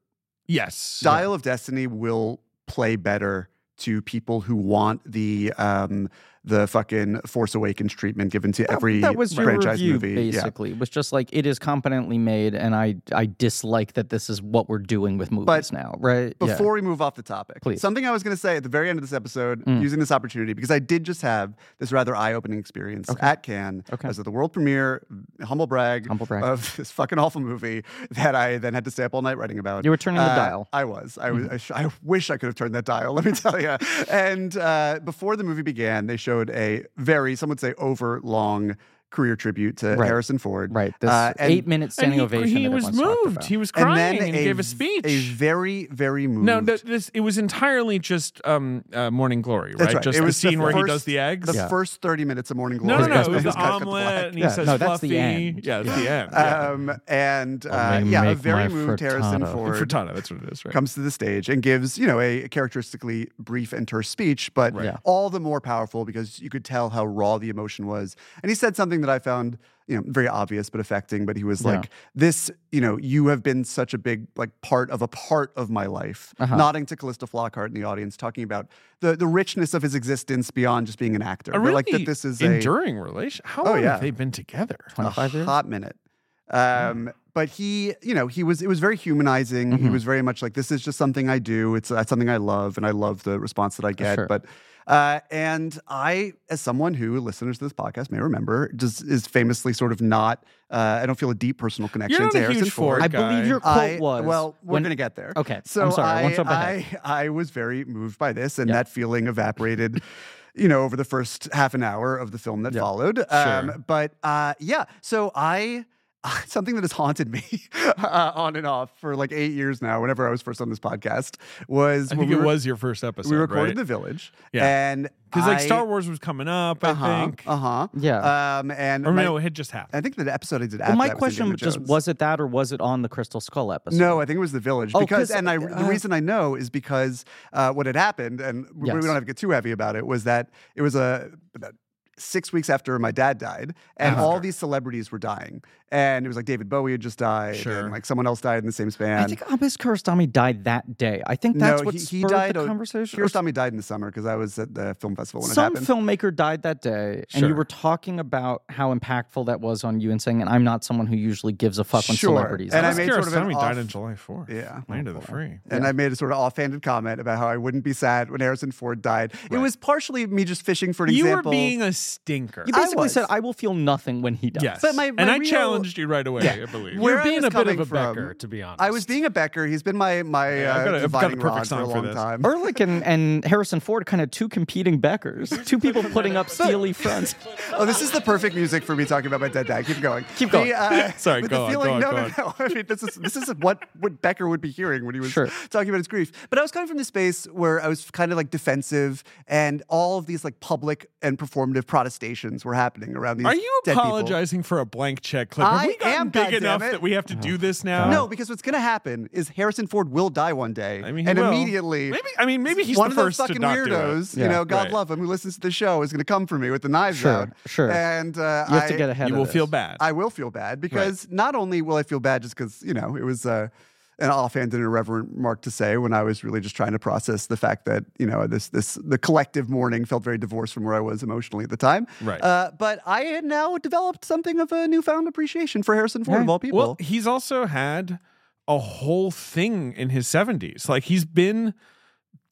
Speaker 2: Yes.
Speaker 4: Dial of Destiny will play better to people who want the um the fucking Force Awakens treatment given to every
Speaker 3: that was your
Speaker 4: franchise
Speaker 3: review,
Speaker 4: movie. Yeah.
Speaker 3: basically. It was just like it is competently made, and I I dislike that this is what we're doing with movies
Speaker 4: But
Speaker 3: now, right? Yeah.
Speaker 4: Before we move off the topic,
Speaker 3: Please.
Speaker 4: something I was going to say at the very end of this episode,
Speaker 3: Mm.
Speaker 4: using this opportunity, because I did just have this rather eye opening experience at Cannes.
Speaker 3: Okay.
Speaker 4: I was at the world premiere, humble brag,
Speaker 3: Humble brag.
Speaker 4: of this fucking awful movie that I then had to stay up all night writing about. Uh,
Speaker 3: You were turning the dial. Mm-hmm.
Speaker 4: I was. I, was I, sh- I wish I could have turned that dial, let me tell you. And uh, before the movie began, they showed a very, some would say, over long career tribute to
Speaker 3: Right.
Speaker 4: Harrison Ford.
Speaker 3: right, this
Speaker 4: Uh, and-
Speaker 3: eight minute
Speaker 2: And
Speaker 3: standing ovation.
Speaker 2: He
Speaker 3: that
Speaker 2: was
Speaker 3: everyone's talked
Speaker 2: moved.
Speaker 3: about.
Speaker 2: He was
Speaker 4: And
Speaker 2: crying and,
Speaker 4: then
Speaker 2: gave a
Speaker 4: v-
Speaker 2: speech.
Speaker 4: A very, very moved.
Speaker 2: no, th- this it was entirely just um, uh, Morning Glory,
Speaker 4: That's right.
Speaker 2: Just
Speaker 4: It
Speaker 2: the
Speaker 4: was the
Speaker 2: scene where he
Speaker 4: first-
Speaker 2: does the eggs.
Speaker 4: the first 30 minutes of Morning
Speaker 2: No,
Speaker 4: Glory.
Speaker 2: no, no.
Speaker 4: is
Speaker 2: It was the
Speaker 4: cut to black.
Speaker 2: omelet, and he
Speaker 3: Yeah,
Speaker 2: says
Speaker 3: no,
Speaker 2: fluffy.
Speaker 3: that's the end.
Speaker 2: Yeah, that's the end. Yeah.
Speaker 4: Um, and uh,
Speaker 1: Let me
Speaker 4: yeah, a
Speaker 1: make
Speaker 4: very
Speaker 1: my
Speaker 4: moved Harrison
Speaker 1: frittata.
Speaker 4: Ford
Speaker 2: Frittata, that's what it is, right?
Speaker 4: comes to the stage and gives, you know, a characteristically brief and terse speech, but
Speaker 3: Right. Yeah.
Speaker 4: all the more powerful because you could tell how raw the emotion was. And he said something that I found, you know, very obvious but affecting, but he was
Speaker 3: Yeah.
Speaker 4: like, this, you know, you have been such a big like part of a part of my life.
Speaker 3: Uh-huh.
Speaker 4: Nodding to Callista Flockhart in the audience, talking about the, the richness of his existence beyond just being an actor.
Speaker 2: a
Speaker 4: But,
Speaker 2: really
Speaker 4: like that this is a
Speaker 2: enduring relation. How
Speaker 4: Oh,
Speaker 2: long
Speaker 4: yeah.
Speaker 2: have they been together?
Speaker 3: 25
Speaker 4: a
Speaker 3: years.
Speaker 4: hot minute. Um, But he, you know, he was it was very humanizing. He
Speaker 3: Mhm.
Speaker 2: Mm-hmm.
Speaker 4: was very much like this is just something I do. It's uh, something I love, and I love the response that I get.
Speaker 3: sure.
Speaker 4: But uh, and I, as someone who listeners to this podcast may remember, just is famously sort of not. Uh, I don't feel a deep personal connection
Speaker 2: not
Speaker 4: to
Speaker 2: a
Speaker 4: Harrison
Speaker 2: huge Ford
Speaker 4: Ford.
Speaker 3: I
Speaker 2: guy.
Speaker 3: believe your quote
Speaker 4: I-
Speaker 3: was
Speaker 4: well, we're
Speaker 3: when-
Speaker 4: gonna get there.
Speaker 3: Okay, I'm
Speaker 4: so
Speaker 3: sorry, I
Speaker 4: I,
Speaker 3: won't jump ahead.
Speaker 4: I, I was very moved by this, and
Speaker 3: Yeah.
Speaker 4: that feeling evaporated, you know, over the first half an hour of the film that followed.
Speaker 2: Sure.
Speaker 4: but uh, yeah, so I. Something that has haunted me uh, on and off for like eight years now, whenever I was first on this podcast, was
Speaker 2: I
Speaker 4: when
Speaker 2: think
Speaker 4: we
Speaker 2: it
Speaker 4: were-
Speaker 2: was your first episode.
Speaker 4: we recorded
Speaker 2: right?
Speaker 4: The Village.
Speaker 2: Yeah.
Speaker 4: And
Speaker 2: because like
Speaker 4: I-
Speaker 2: Star Wars was coming up, I
Speaker 4: uh-huh,
Speaker 2: think.
Speaker 4: Uh huh.
Speaker 3: Yeah.
Speaker 4: Um, and
Speaker 2: or
Speaker 4: my-
Speaker 2: no, it had just happened.
Speaker 4: I think the episode I did after
Speaker 3: Well, my
Speaker 4: that was
Speaker 3: question
Speaker 4: Indiana
Speaker 3: just
Speaker 4: Jones.
Speaker 3: was it that or was it on the Crystal Skull episode?
Speaker 4: No, I think it was the village
Speaker 3: Oh,
Speaker 4: because,
Speaker 3: 'cause,
Speaker 4: and I, the
Speaker 3: uh,
Speaker 4: reason I know is because uh, what had happened, and we- we
Speaker 3: Yes.
Speaker 4: don't have to get too heavy about it, was that it was a about six weeks after my dad died, and
Speaker 3: Uh-huh.
Speaker 4: all these celebrities were dying, and it was like David Bowie had just died,
Speaker 2: Sure.
Speaker 4: and like someone else died in the same span.
Speaker 3: I think Abbas Kiarostami died that day. I think that's
Speaker 4: no,
Speaker 3: what
Speaker 4: he,
Speaker 3: spurred
Speaker 4: he died.
Speaker 3: the
Speaker 4: uh,
Speaker 3: conversation. or
Speaker 4: Kiarostami died in the summer because I was at the film festival when it
Speaker 3: Some
Speaker 4: happened.
Speaker 3: filmmaker died that day, and you
Speaker 2: Sure.
Speaker 3: were talking about how impactful that was on you, and saying, "And I'm not someone who usually gives a fuck when
Speaker 4: Sure.
Speaker 3: celebrities."
Speaker 4: And I
Speaker 3: die."
Speaker 4: made sort of an
Speaker 2: Kiarostami
Speaker 4: off-
Speaker 2: died on July 4th.
Speaker 4: Yeah. Oh,
Speaker 2: Land of the Free.
Speaker 4: And I made a sort of offhanded comment about how I wouldn't be sad when Harrison Ford died. It was partially me just fishing for an
Speaker 2: You were
Speaker 4: example.
Speaker 2: being a stinker.
Speaker 3: you
Speaker 4: I
Speaker 3: basically
Speaker 4: was.
Speaker 3: said, "I will feel nothing when he dies."
Speaker 2: Yes.
Speaker 4: But my- my
Speaker 2: and I
Speaker 4: real-
Speaker 2: challenged you right away, I believe.
Speaker 4: Where
Speaker 5: You're
Speaker 4: I
Speaker 5: being
Speaker 4: was
Speaker 5: a bit
Speaker 4: coming
Speaker 5: of a
Speaker 4: from-
Speaker 5: becker, to be honest.
Speaker 4: I was being a Becker. He's been my my
Speaker 2: Yeah, I've got
Speaker 4: uh,
Speaker 2: a- I've got a
Speaker 4: dividing
Speaker 2: perfect
Speaker 4: rod for a
Speaker 2: song for
Speaker 4: long
Speaker 2: this.
Speaker 4: time.
Speaker 3: Ehrlich and, and Harrison Ford, kind of two competing Beckers, two people putting up steely fronts.
Speaker 4: Oh, this is the perfect music for me talking about my dead dad. Keep going.
Speaker 3: Keep going.
Speaker 4: The, uh,
Speaker 2: Sorry,
Speaker 4: but
Speaker 2: go
Speaker 4: the
Speaker 2: on,
Speaker 4: feeling,
Speaker 2: go on,
Speaker 4: no,
Speaker 2: go
Speaker 4: no,
Speaker 2: on.
Speaker 4: no. I mean, this is this is what what Becker would be hearing when he was
Speaker 3: Sure.
Speaker 4: talking about his grief. But I was coming from the space where I was kind of like defensive, and all of these like public and performative protestations were happening around these.
Speaker 2: Are you
Speaker 4: dead people.
Speaker 2: apologizing for a blank check Clifford Have
Speaker 4: I
Speaker 2: we gotten
Speaker 4: am
Speaker 2: big
Speaker 4: goddamn
Speaker 2: enough
Speaker 4: it.
Speaker 2: that we have to do this now?
Speaker 4: No, because what's going to happen is Harrison Ford will die one day,
Speaker 2: Uh, I mean, he
Speaker 4: and
Speaker 2: will.
Speaker 4: immediately
Speaker 2: Maybe I mean maybe he's
Speaker 4: one
Speaker 2: the
Speaker 4: of those
Speaker 2: first
Speaker 4: fucking
Speaker 2: to not do it.
Speaker 4: weirdos,
Speaker 3: Yeah.
Speaker 4: you know, God
Speaker 2: Right.
Speaker 4: love him, who listens to the show, is going to come for me with the knives
Speaker 3: Sure,
Speaker 4: out.
Speaker 3: sure.
Speaker 4: And uh,
Speaker 3: You have
Speaker 4: I,
Speaker 3: to get ahead
Speaker 2: You
Speaker 3: of
Speaker 2: will
Speaker 3: this.
Speaker 2: feel bad.
Speaker 4: I will feel bad because not only will I feel bad just because you know it was uh, an offhand and irreverent mark to say when I was really just trying to process the fact that you know this this the collective mourning felt very divorced from where I was emotionally at the time.
Speaker 2: Right.
Speaker 4: Uh, but I had now developed something of a newfound appreciation for Harrison Ford of all people.
Speaker 2: Well, he's also had a whole thing in his 70s. Like he's been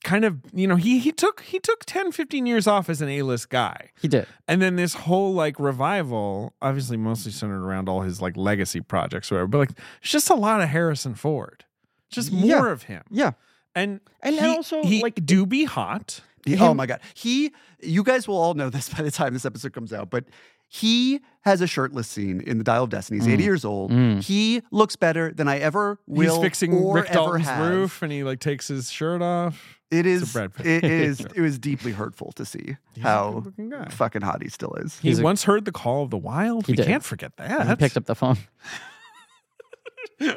Speaker 2: kind of, you know, he he took he took 10 15 years off as an A-list guy.
Speaker 3: He did.
Speaker 2: And then this whole like revival, obviously mostly centered around all his like legacy projects or whatever, but like it's just a lot of Harrison Ford. Just more
Speaker 3: Yeah.
Speaker 2: of him.
Speaker 3: Yeah.
Speaker 2: And
Speaker 3: And
Speaker 2: he-
Speaker 3: also,
Speaker 2: he
Speaker 3: like-
Speaker 2: do be hot.
Speaker 4: He- oh my god, he! You guys will all know this by the time this episode comes out, but he has a shirtless scene in the Dial of Destiny. He's 80 years old. He looks better than I ever will.
Speaker 2: Mm. he's fixing
Speaker 4: or
Speaker 2: Rick
Speaker 4: ever
Speaker 2: Dalton's
Speaker 4: have.
Speaker 2: roof and he like takes his shirt off.
Speaker 4: It
Speaker 2: It's a
Speaker 4: is.
Speaker 2: Brad Pitt.
Speaker 4: It is. it was deeply hurtful to see
Speaker 2: He's a
Speaker 4: how
Speaker 2: good-looking guy.
Speaker 4: fucking hot he still is.
Speaker 2: He
Speaker 3: He's a-
Speaker 2: once heard the call of the wild.
Speaker 3: He
Speaker 2: we
Speaker 3: did.
Speaker 2: can't forget that.
Speaker 3: He picked up the phone.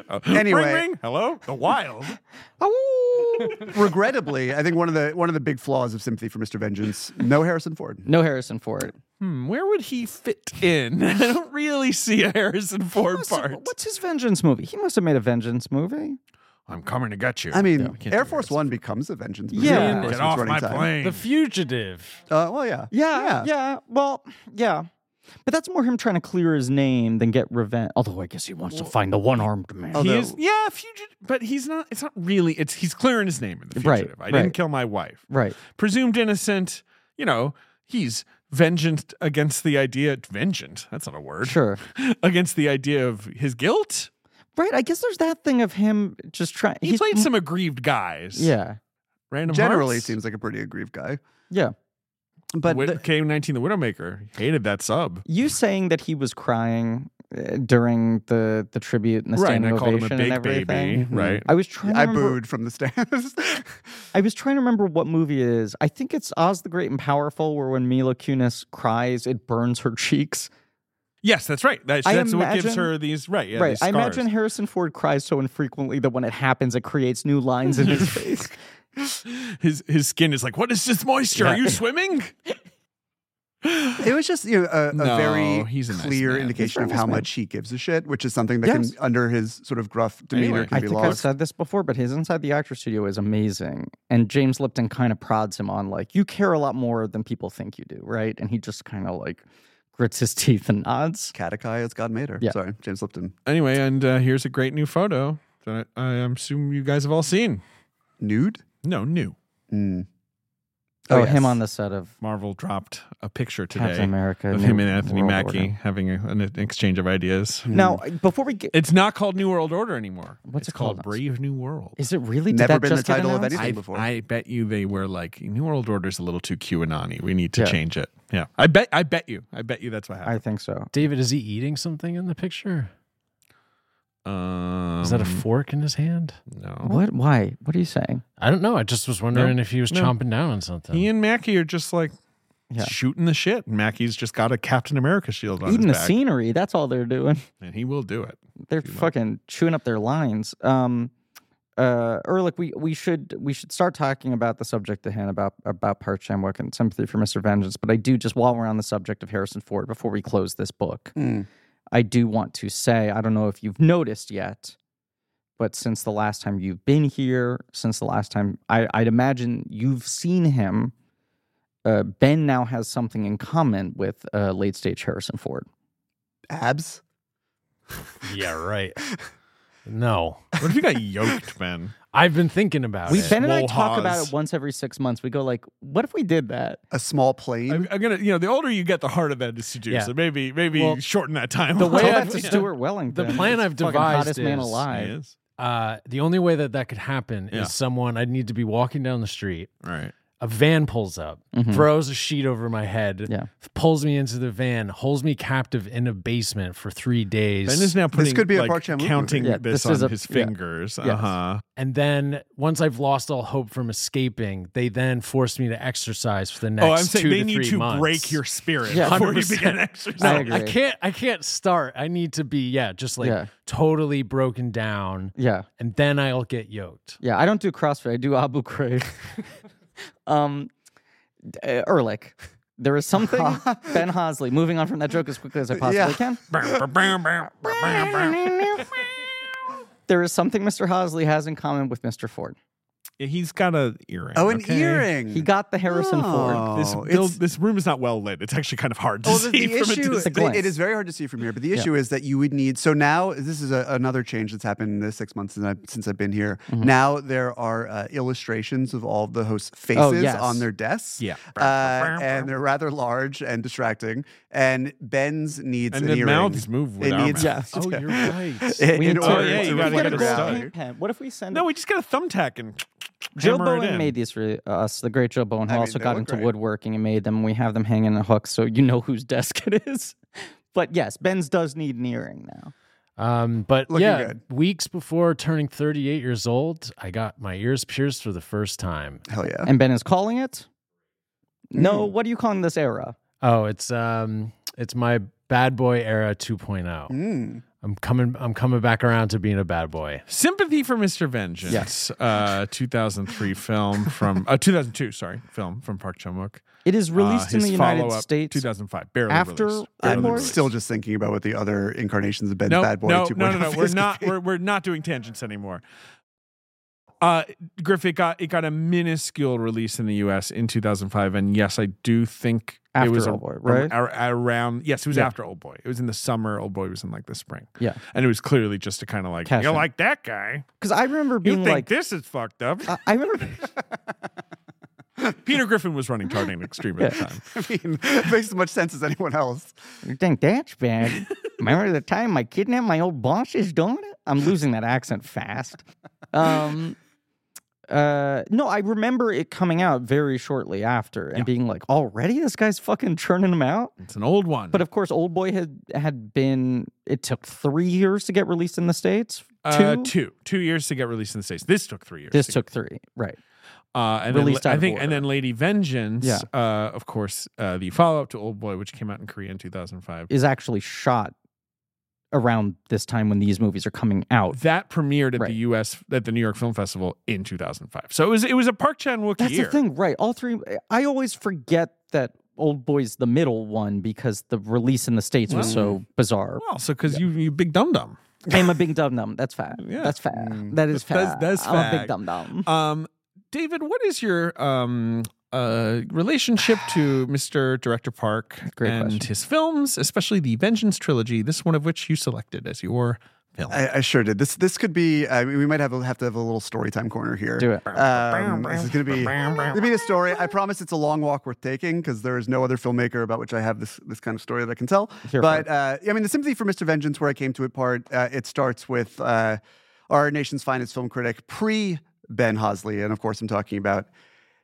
Speaker 2: Uh,
Speaker 4: Anyway.
Speaker 2: ring, ring. hello, the wild.
Speaker 3: Oh!
Speaker 4: Regrettably, I think one of the one of the big flaws of Sympathy for Mr. Vengeance, no Harrison Ford.
Speaker 3: No Harrison Ford.
Speaker 2: hmm, where would he fit in? I don't really see a Harrison Ford
Speaker 3: What's-
Speaker 2: part.
Speaker 3: What's his vengeance movie? He must have made a vengeance movie.
Speaker 2: I'm coming to get you.
Speaker 4: I mean,
Speaker 2: can't do
Speaker 4: Air
Speaker 2: that.
Speaker 4: Force One becomes a vengeance movie.
Speaker 3: Yeah.
Speaker 4: of course,
Speaker 2: get
Speaker 4: with
Speaker 2: off
Speaker 4: running
Speaker 2: my
Speaker 4: time.
Speaker 2: plane.
Speaker 5: The fugitive.
Speaker 4: Uh, well, yeah,
Speaker 3: Yeah, yeah. Well, yeah. But that's more him trying to clear his name than get revenge.
Speaker 1: Although I guess he wants to find the one armed
Speaker 3: Oh,
Speaker 1: man.
Speaker 4: Although-
Speaker 2: he is, yeah, fugitive, but he's not. It's not really. It's he's clearing his name in the
Speaker 3: Right,
Speaker 2: fugitive. I
Speaker 3: right.
Speaker 2: didn't kill my wife.
Speaker 3: Right.
Speaker 2: Presumed innocent. You know, he's vengeance against the idea. Vengeance. That's not a word.
Speaker 3: Sure.
Speaker 2: Against the idea of his guilt.
Speaker 3: Right. I guess there's that thing of him just trying.
Speaker 2: He played some aggrieved guys.
Speaker 3: Yeah.
Speaker 2: Random
Speaker 4: Generally,
Speaker 2: hearts.
Speaker 4: seems like a pretty aggrieved guy,
Speaker 3: Yeah.
Speaker 4: but
Speaker 2: Wit-
Speaker 4: the-
Speaker 2: K19 the Widowmaker hated that sub.
Speaker 3: You saying that he was crying uh, during the the tribute and the
Speaker 2: Right, and
Speaker 3: standing
Speaker 2: I called him a
Speaker 3: ovation
Speaker 2: big
Speaker 3: and everything. Mm-hmm.
Speaker 2: baby, right.
Speaker 3: I was trying. To
Speaker 4: I
Speaker 3: remember,
Speaker 4: booed from the stands.
Speaker 3: I was trying to remember what movie it is. I think it's Oz the Great and Powerful, where when Mila Kunis cries, it burns her cheeks.
Speaker 2: Yes, that's right. That's,
Speaker 3: I
Speaker 2: that's what gives
Speaker 3: imagine-
Speaker 2: her these right. Yeah,
Speaker 3: right.
Speaker 2: These
Speaker 3: I
Speaker 2: scars.
Speaker 3: imagine Harrison Ford cries so infrequently that when it happens, it creates new lines in his face.
Speaker 2: his his skin is like, what is this moisture? Are you swimming?
Speaker 4: it was just you know, a, a
Speaker 2: No,
Speaker 4: very
Speaker 2: he's a nice
Speaker 4: clear
Speaker 2: man.
Speaker 4: indication
Speaker 3: He's a
Speaker 4: of how
Speaker 3: nice man.
Speaker 4: much he gives a shit, which is something that
Speaker 3: Yes.
Speaker 4: can, under his sort of gruff demeanor,
Speaker 2: Anyway.
Speaker 4: can
Speaker 3: I
Speaker 4: be
Speaker 3: think I've
Speaker 4: lost.
Speaker 3: said this before, but his Inside the Actor Studio is amazing. And James Lipton kind of prods him on, like, you care a lot more than people think you do, right? And he just kind of like grits his teeth and nods.
Speaker 4: Katakai as God made her.
Speaker 3: Yeah.
Speaker 4: Sorry, James Lipton.
Speaker 2: anyway, and uh, here's a great new photo that I, I assume you guys have all seen.
Speaker 4: Nude?
Speaker 2: No, new.
Speaker 4: Mm.
Speaker 3: Oh,
Speaker 4: yes.
Speaker 3: him on the set of
Speaker 2: Marvel dropped a picture
Speaker 3: Captain
Speaker 2: today
Speaker 3: America
Speaker 2: of
Speaker 3: New
Speaker 2: him and Anthony
Speaker 3: World
Speaker 2: Mackie Hmm.
Speaker 3: Order.
Speaker 2: having a, an exchange of ideas.
Speaker 3: Now, before we get,
Speaker 2: It's not called New World Order anymore.
Speaker 3: What's
Speaker 2: It's
Speaker 3: it called?
Speaker 2: Brave New World.
Speaker 3: is it really did
Speaker 4: Never
Speaker 3: that
Speaker 4: been the
Speaker 3: just get
Speaker 4: title of
Speaker 3: announced?
Speaker 2: I,
Speaker 4: anything. before.
Speaker 2: I bet you they were like New World Order's a little too QAnon. We need to
Speaker 3: Yeah.
Speaker 2: change it. Yeah, I bet. I bet you. I bet you that's what
Speaker 3: I
Speaker 2: happened.
Speaker 3: think so.
Speaker 5: David, is he eating something in the picture?
Speaker 2: um,
Speaker 5: Is that a fork in his hand?
Speaker 2: no?
Speaker 3: What? Why? What are you saying?
Speaker 5: I don't know. I just was wondering if he was
Speaker 2: no.
Speaker 5: chomping down on something.
Speaker 2: He and Mackie are just like
Speaker 3: Yeah.
Speaker 2: shooting the shit. And Mackie's just got a Captain America shield on
Speaker 3: Eating the
Speaker 2: his back,
Speaker 3: scenery. That's all they're doing.
Speaker 2: and he will do it.
Speaker 3: They're
Speaker 2: Pretty much.
Speaker 3: fucking chewing up their lines. Um, uh, Erlich, we, we should we should start talking about the subject at hand about about Park Chan Wook and sympathy for Mr. Vengeance. But I do just while we're on the subject of Harrison Ford, before we close this book,
Speaker 4: Mm.
Speaker 3: I do want to say I don't know if you've noticed yet, but since the last time you've been here, since the last time I, I'd imagine you've seen him. Uh, ben now has something in common with uh, late stage Harrison Ford.
Speaker 4: Abs?
Speaker 5: yeah, right. No,
Speaker 2: What if you got yoked, man?
Speaker 5: I've been thinking about
Speaker 3: We
Speaker 5: it.
Speaker 3: Ben and I
Speaker 2: Swole
Speaker 3: talk about
Speaker 2: haws.
Speaker 3: it once every six months. We go like, "What if we did that?"
Speaker 4: A small plane?
Speaker 2: I'm, I'm gonna, you know, the older you get, the harder that is to do.
Speaker 5: Yeah.
Speaker 2: So maybe, maybe
Speaker 5: Well,
Speaker 2: shorten that time.
Speaker 3: The way
Speaker 5: Go
Speaker 3: back
Speaker 5: back
Speaker 3: to
Speaker 5: to-
Speaker 3: Stuart Wellington.
Speaker 5: the plan I've
Speaker 3: fucking
Speaker 5: devised
Speaker 3: hottest man
Speaker 5: is-
Speaker 2: He
Speaker 3: alive.
Speaker 2: is.
Speaker 5: Uh, the only way that that could happen
Speaker 2: Yeah.
Speaker 5: is someone I'd need to be walking down the street.
Speaker 2: All right.
Speaker 5: A a van pulls up,
Speaker 2: Mm-hmm.
Speaker 3: Mhm.
Speaker 5: throws a sheet over my head,
Speaker 3: Yeah.
Speaker 5: pulls me into the van, holds me captive in a basement for three days.
Speaker 2: Ben is now putting
Speaker 4: could be a
Speaker 2: like,
Speaker 4: Park Chan-wook movie.
Speaker 2: counting
Speaker 3: Yeah,
Speaker 2: this,
Speaker 3: this is
Speaker 2: on
Speaker 3: a-
Speaker 2: his
Speaker 3: yeah.
Speaker 2: fingers.
Speaker 3: Yes.
Speaker 2: Uh huh.
Speaker 5: And then once I've lost all hope from escaping, they then forced me to exercise for the next.
Speaker 2: Oh, I'm saying
Speaker 5: two
Speaker 2: they
Speaker 5: to
Speaker 2: need
Speaker 5: three
Speaker 2: to
Speaker 5: months.
Speaker 2: break your spirit
Speaker 3: Yeah,
Speaker 2: before you
Speaker 5: 100%.
Speaker 2: begin
Speaker 3: I
Speaker 2: exercise.
Speaker 3: agree.
Speaker 5: I can't. I can't start. I need to be yeah, just like
Speaker 3: Yeah.
Speaker 5: totally broken down,
Speaker 3: Yeah.
Speaker 5: and then I'll get yoked.
Speaker 3: Yeah, I don't do CrossFit. I do Abu Ghraib. um, d- uh, Ehrlich, there is something Ben Hosley. Moving on from that joke as quickly as I possibly
Speaker 4: Yeah.
Speaker 3: can. There is something Mr. Hosley has in common with Mr. Ford.
Speaker 2: He's got an earring.
Speaker 4: Oh, an
Speaker 2: okay?
Speaker 4: earring.
Speaker 3: He got the Harrison Ford.
Speaker 4: Oh,
Speaker 2: This
Speaker 4: it's-
Speaker 2: build, this room is not well lit. It's actually kind of hard to
Speaker 4: Well, Oh, the,
Speaker 2: see from
Speaker 4: the
Speaker 2: a
Speaker 4: issue
Speaker 2: distance.
Speaker 3: a glance.
Speaker 4: it is very hard to see from here, but the issue is that you would need. So now this is a, another change that's happened in the six months since I've, since I've been here. Now there are uh, illustrations of all the hosts' faces
Speaker 3: Oh, yes.
Speaker 4: on their desks.
Speaker 2: Yeah.
Speaker 4: uh, and they're rather large and distracting. And Ben's needs
Speaker 2: And
Speaker 4: an
Speaker 2: the
Speaker 4: earring.
Speaker 2: mouths move with
Speaker 4: It
Speaker 2: our
Speaker 4: needs-
Speaker 2: mouths.
Speaker 5: Oh, you're right.
Speaker 4: in
Speaker 3: We need
Speaker 2: Oh,
Speaker 4: order
Speaker 2: yeah,
Speaker 4: to
Speaker 2: you gotta
Speaker 4: reflect
Speaker 2: get a
Speaker 4: that.
Speaker 2: stud.
Speaker 3: paint pen. What if we send?
Speaker 2: No, we just got a thumbtack and
Speaker 3: Joe
Speaker 2: hammer it
Speaker 3: Bowen
Speaker 2: in.
Speaker 3: made these for us. The great Joe Bowen, who
Speaker 4: I mean,
Speaker 3: also
Speaker 4: they
Speaker 3: got
Speaker 4: look
Speaker 3: into
Speaker 4: great.
Speaker 3: woodworking and made them. We have them hanging in hooks, so you know whose desk it is. But yes, Ben's does need an earring now.
Speaker 5: Um, but
Speaker 4: Looking
Speaker 5: yeah,
Speaker 4: good.
Speaker 5: weeks before turning 38 years old, I got my ears pierced for the first time.
Speaker 4: Hell yeah. Hmm.
Speaker 3: And Ben is calling it? No, what are you calling this era?
Speaker 5: Oh, it's um, it's my bad boy era 2.0.
Speaker 4: Mm.
Speaker 5: I'm coming. I'm coming back around to being a bad boy.
Speaker 2: Sympathy for Mr. Vengeance.
Speaker 3: Yes.
Speaker 2: Uh, 2003 film from, uh, 2002, sorry, film from Park Chan Wook.
Speaker 3: It is released in the United
Speaker 2: Uh, follow-up,
Speaker 3: States.
Speaker 2: 2005. Barely
Speaker 3: after
Speaker 2: released.
Speaker 3: Bad
Speaker 2: Barely
Speaker 4: I'm
Speaker 3: Boy?
Speaker 2: released.
Speaker 4: still just thinking about what the other incarnations of Ben's
Speaker 2: no,
Speaker 4: Bad Boy
Speaker 2: no,
Speaker 4: 2.0
Speaker 2: no,
Speaker 3: oh.
Speaker 2: no, no. We're
Speaker 4: is.
Speaker 2: not. We're, we're not doing tangents anymore. Uh, Griff, it got it got a minuscule release in the U.S. in 2005, and yes, I do think it
Speaker 3: After
Speaker 2: was a-
Speaker 3: Old Boy, right?
Speaker 2: ar- ar- around. Yes, it was
Speaker 3: Yeah.
Speaker 2: after Old Boy. It was in the summer. Old Boy was in like the spring,
Speaker 3: Yeah.
Speaker 2: and it was clearly just to kind of like
Speaker 3: Cash
Speaker 2: you
Speaker 3: in.
Speaker 2: like that guy.
Speaker 3: Because I remember
Speaker 2: You
Speaker 3: being
Speaker 2: think
Speaker 3: like, uh,
Speaker 2: this is fucked up?
Speaker 3: I, I remember,
Speaker 2: Peter Griffin was running Targeting Extreme at the time.
Speaker 4: I mean, it makes as much sense as anyone else.
Speaker 3: you think that's bad. remember the time my kidnapped my old boss's daughter? I'm losing that accent fast. Um, uh, no, I remember it coming out very shortly after and being like, already this guy's fucking churning them out?
Speaker 2: It's an old one,
Speaker 3: But of course, Old Boy had, had been, it took three years to get released in the States.
Speaker 2: uh, two two years to get released in the states. This took three years.
Speaker 3: This
Speaker 2: to
Speaker 3: took three, right?
Speaker 2: Uh, and then,
Speaker 3: Released out
Speaker 2: I
Speaker 3: of
Speaker 2: think, and
Speaker 3: order.
Speaker 2: then Lady Vengeance,
Speaker 3: Yeah.
Speaker 2: uh, of course, uh, the follow up to Old Boy, which came out in Korea in 2005.
Speaker 3: Is actually shot around this time when these movies are coming out.
Speaker 2: That premiered at
Speaker 3: Right.
Speaker 2: the U.S. at the New York Film Festival in 2005. So it was it was a Park Chan Wook
Speaker 3: That's
Speaker 2: year.
Speaker 3: the thing, right? All three. I always forget that Old Boy's the middle one because the release in the states was so bizarre.
Speaker 2: Well, so because you you big dum dum.
Speaker 3: I'm a big dum dum. That's fat.
Speaker 2: Yeah. Mm.
Speaker 3: That's fat. That is
Speaker 2: That's-
Speaker 3: fat.
Speaker 2: that's
Speaker 3: I'm a
Speaker 2: fat.
Speaker 3: big dum dum.
Speaker 2: Um, David, what is your um uh relationship to Mr. Director Park
Speaker 3: Great
Speaker 2: and
Speaker 3: question.
Speaker 2: his films, especially the Vengeance trilogy? This one of which you selected as your film.
Speaker 4: I, I sure did. This this could be. I mean, we might have a, have to have a little story time corner here.
Speaker 3: Do it.
Speaker 4: Um, this is gonna be gonna be a story. I promise it's a long walk worth taking because there is no other filmmaker about which I have this this kind of story that I can tell.
Speaker 3: Here for
Speaker 4: but
Speaker 3: it.
Speaker 4: uh, I mean, the sympathy for Mr. Vengeance, where I came to it part, uh, it starts with uh, our nation's finest film critic pre Ben Hosley, and of course, I'm talking about.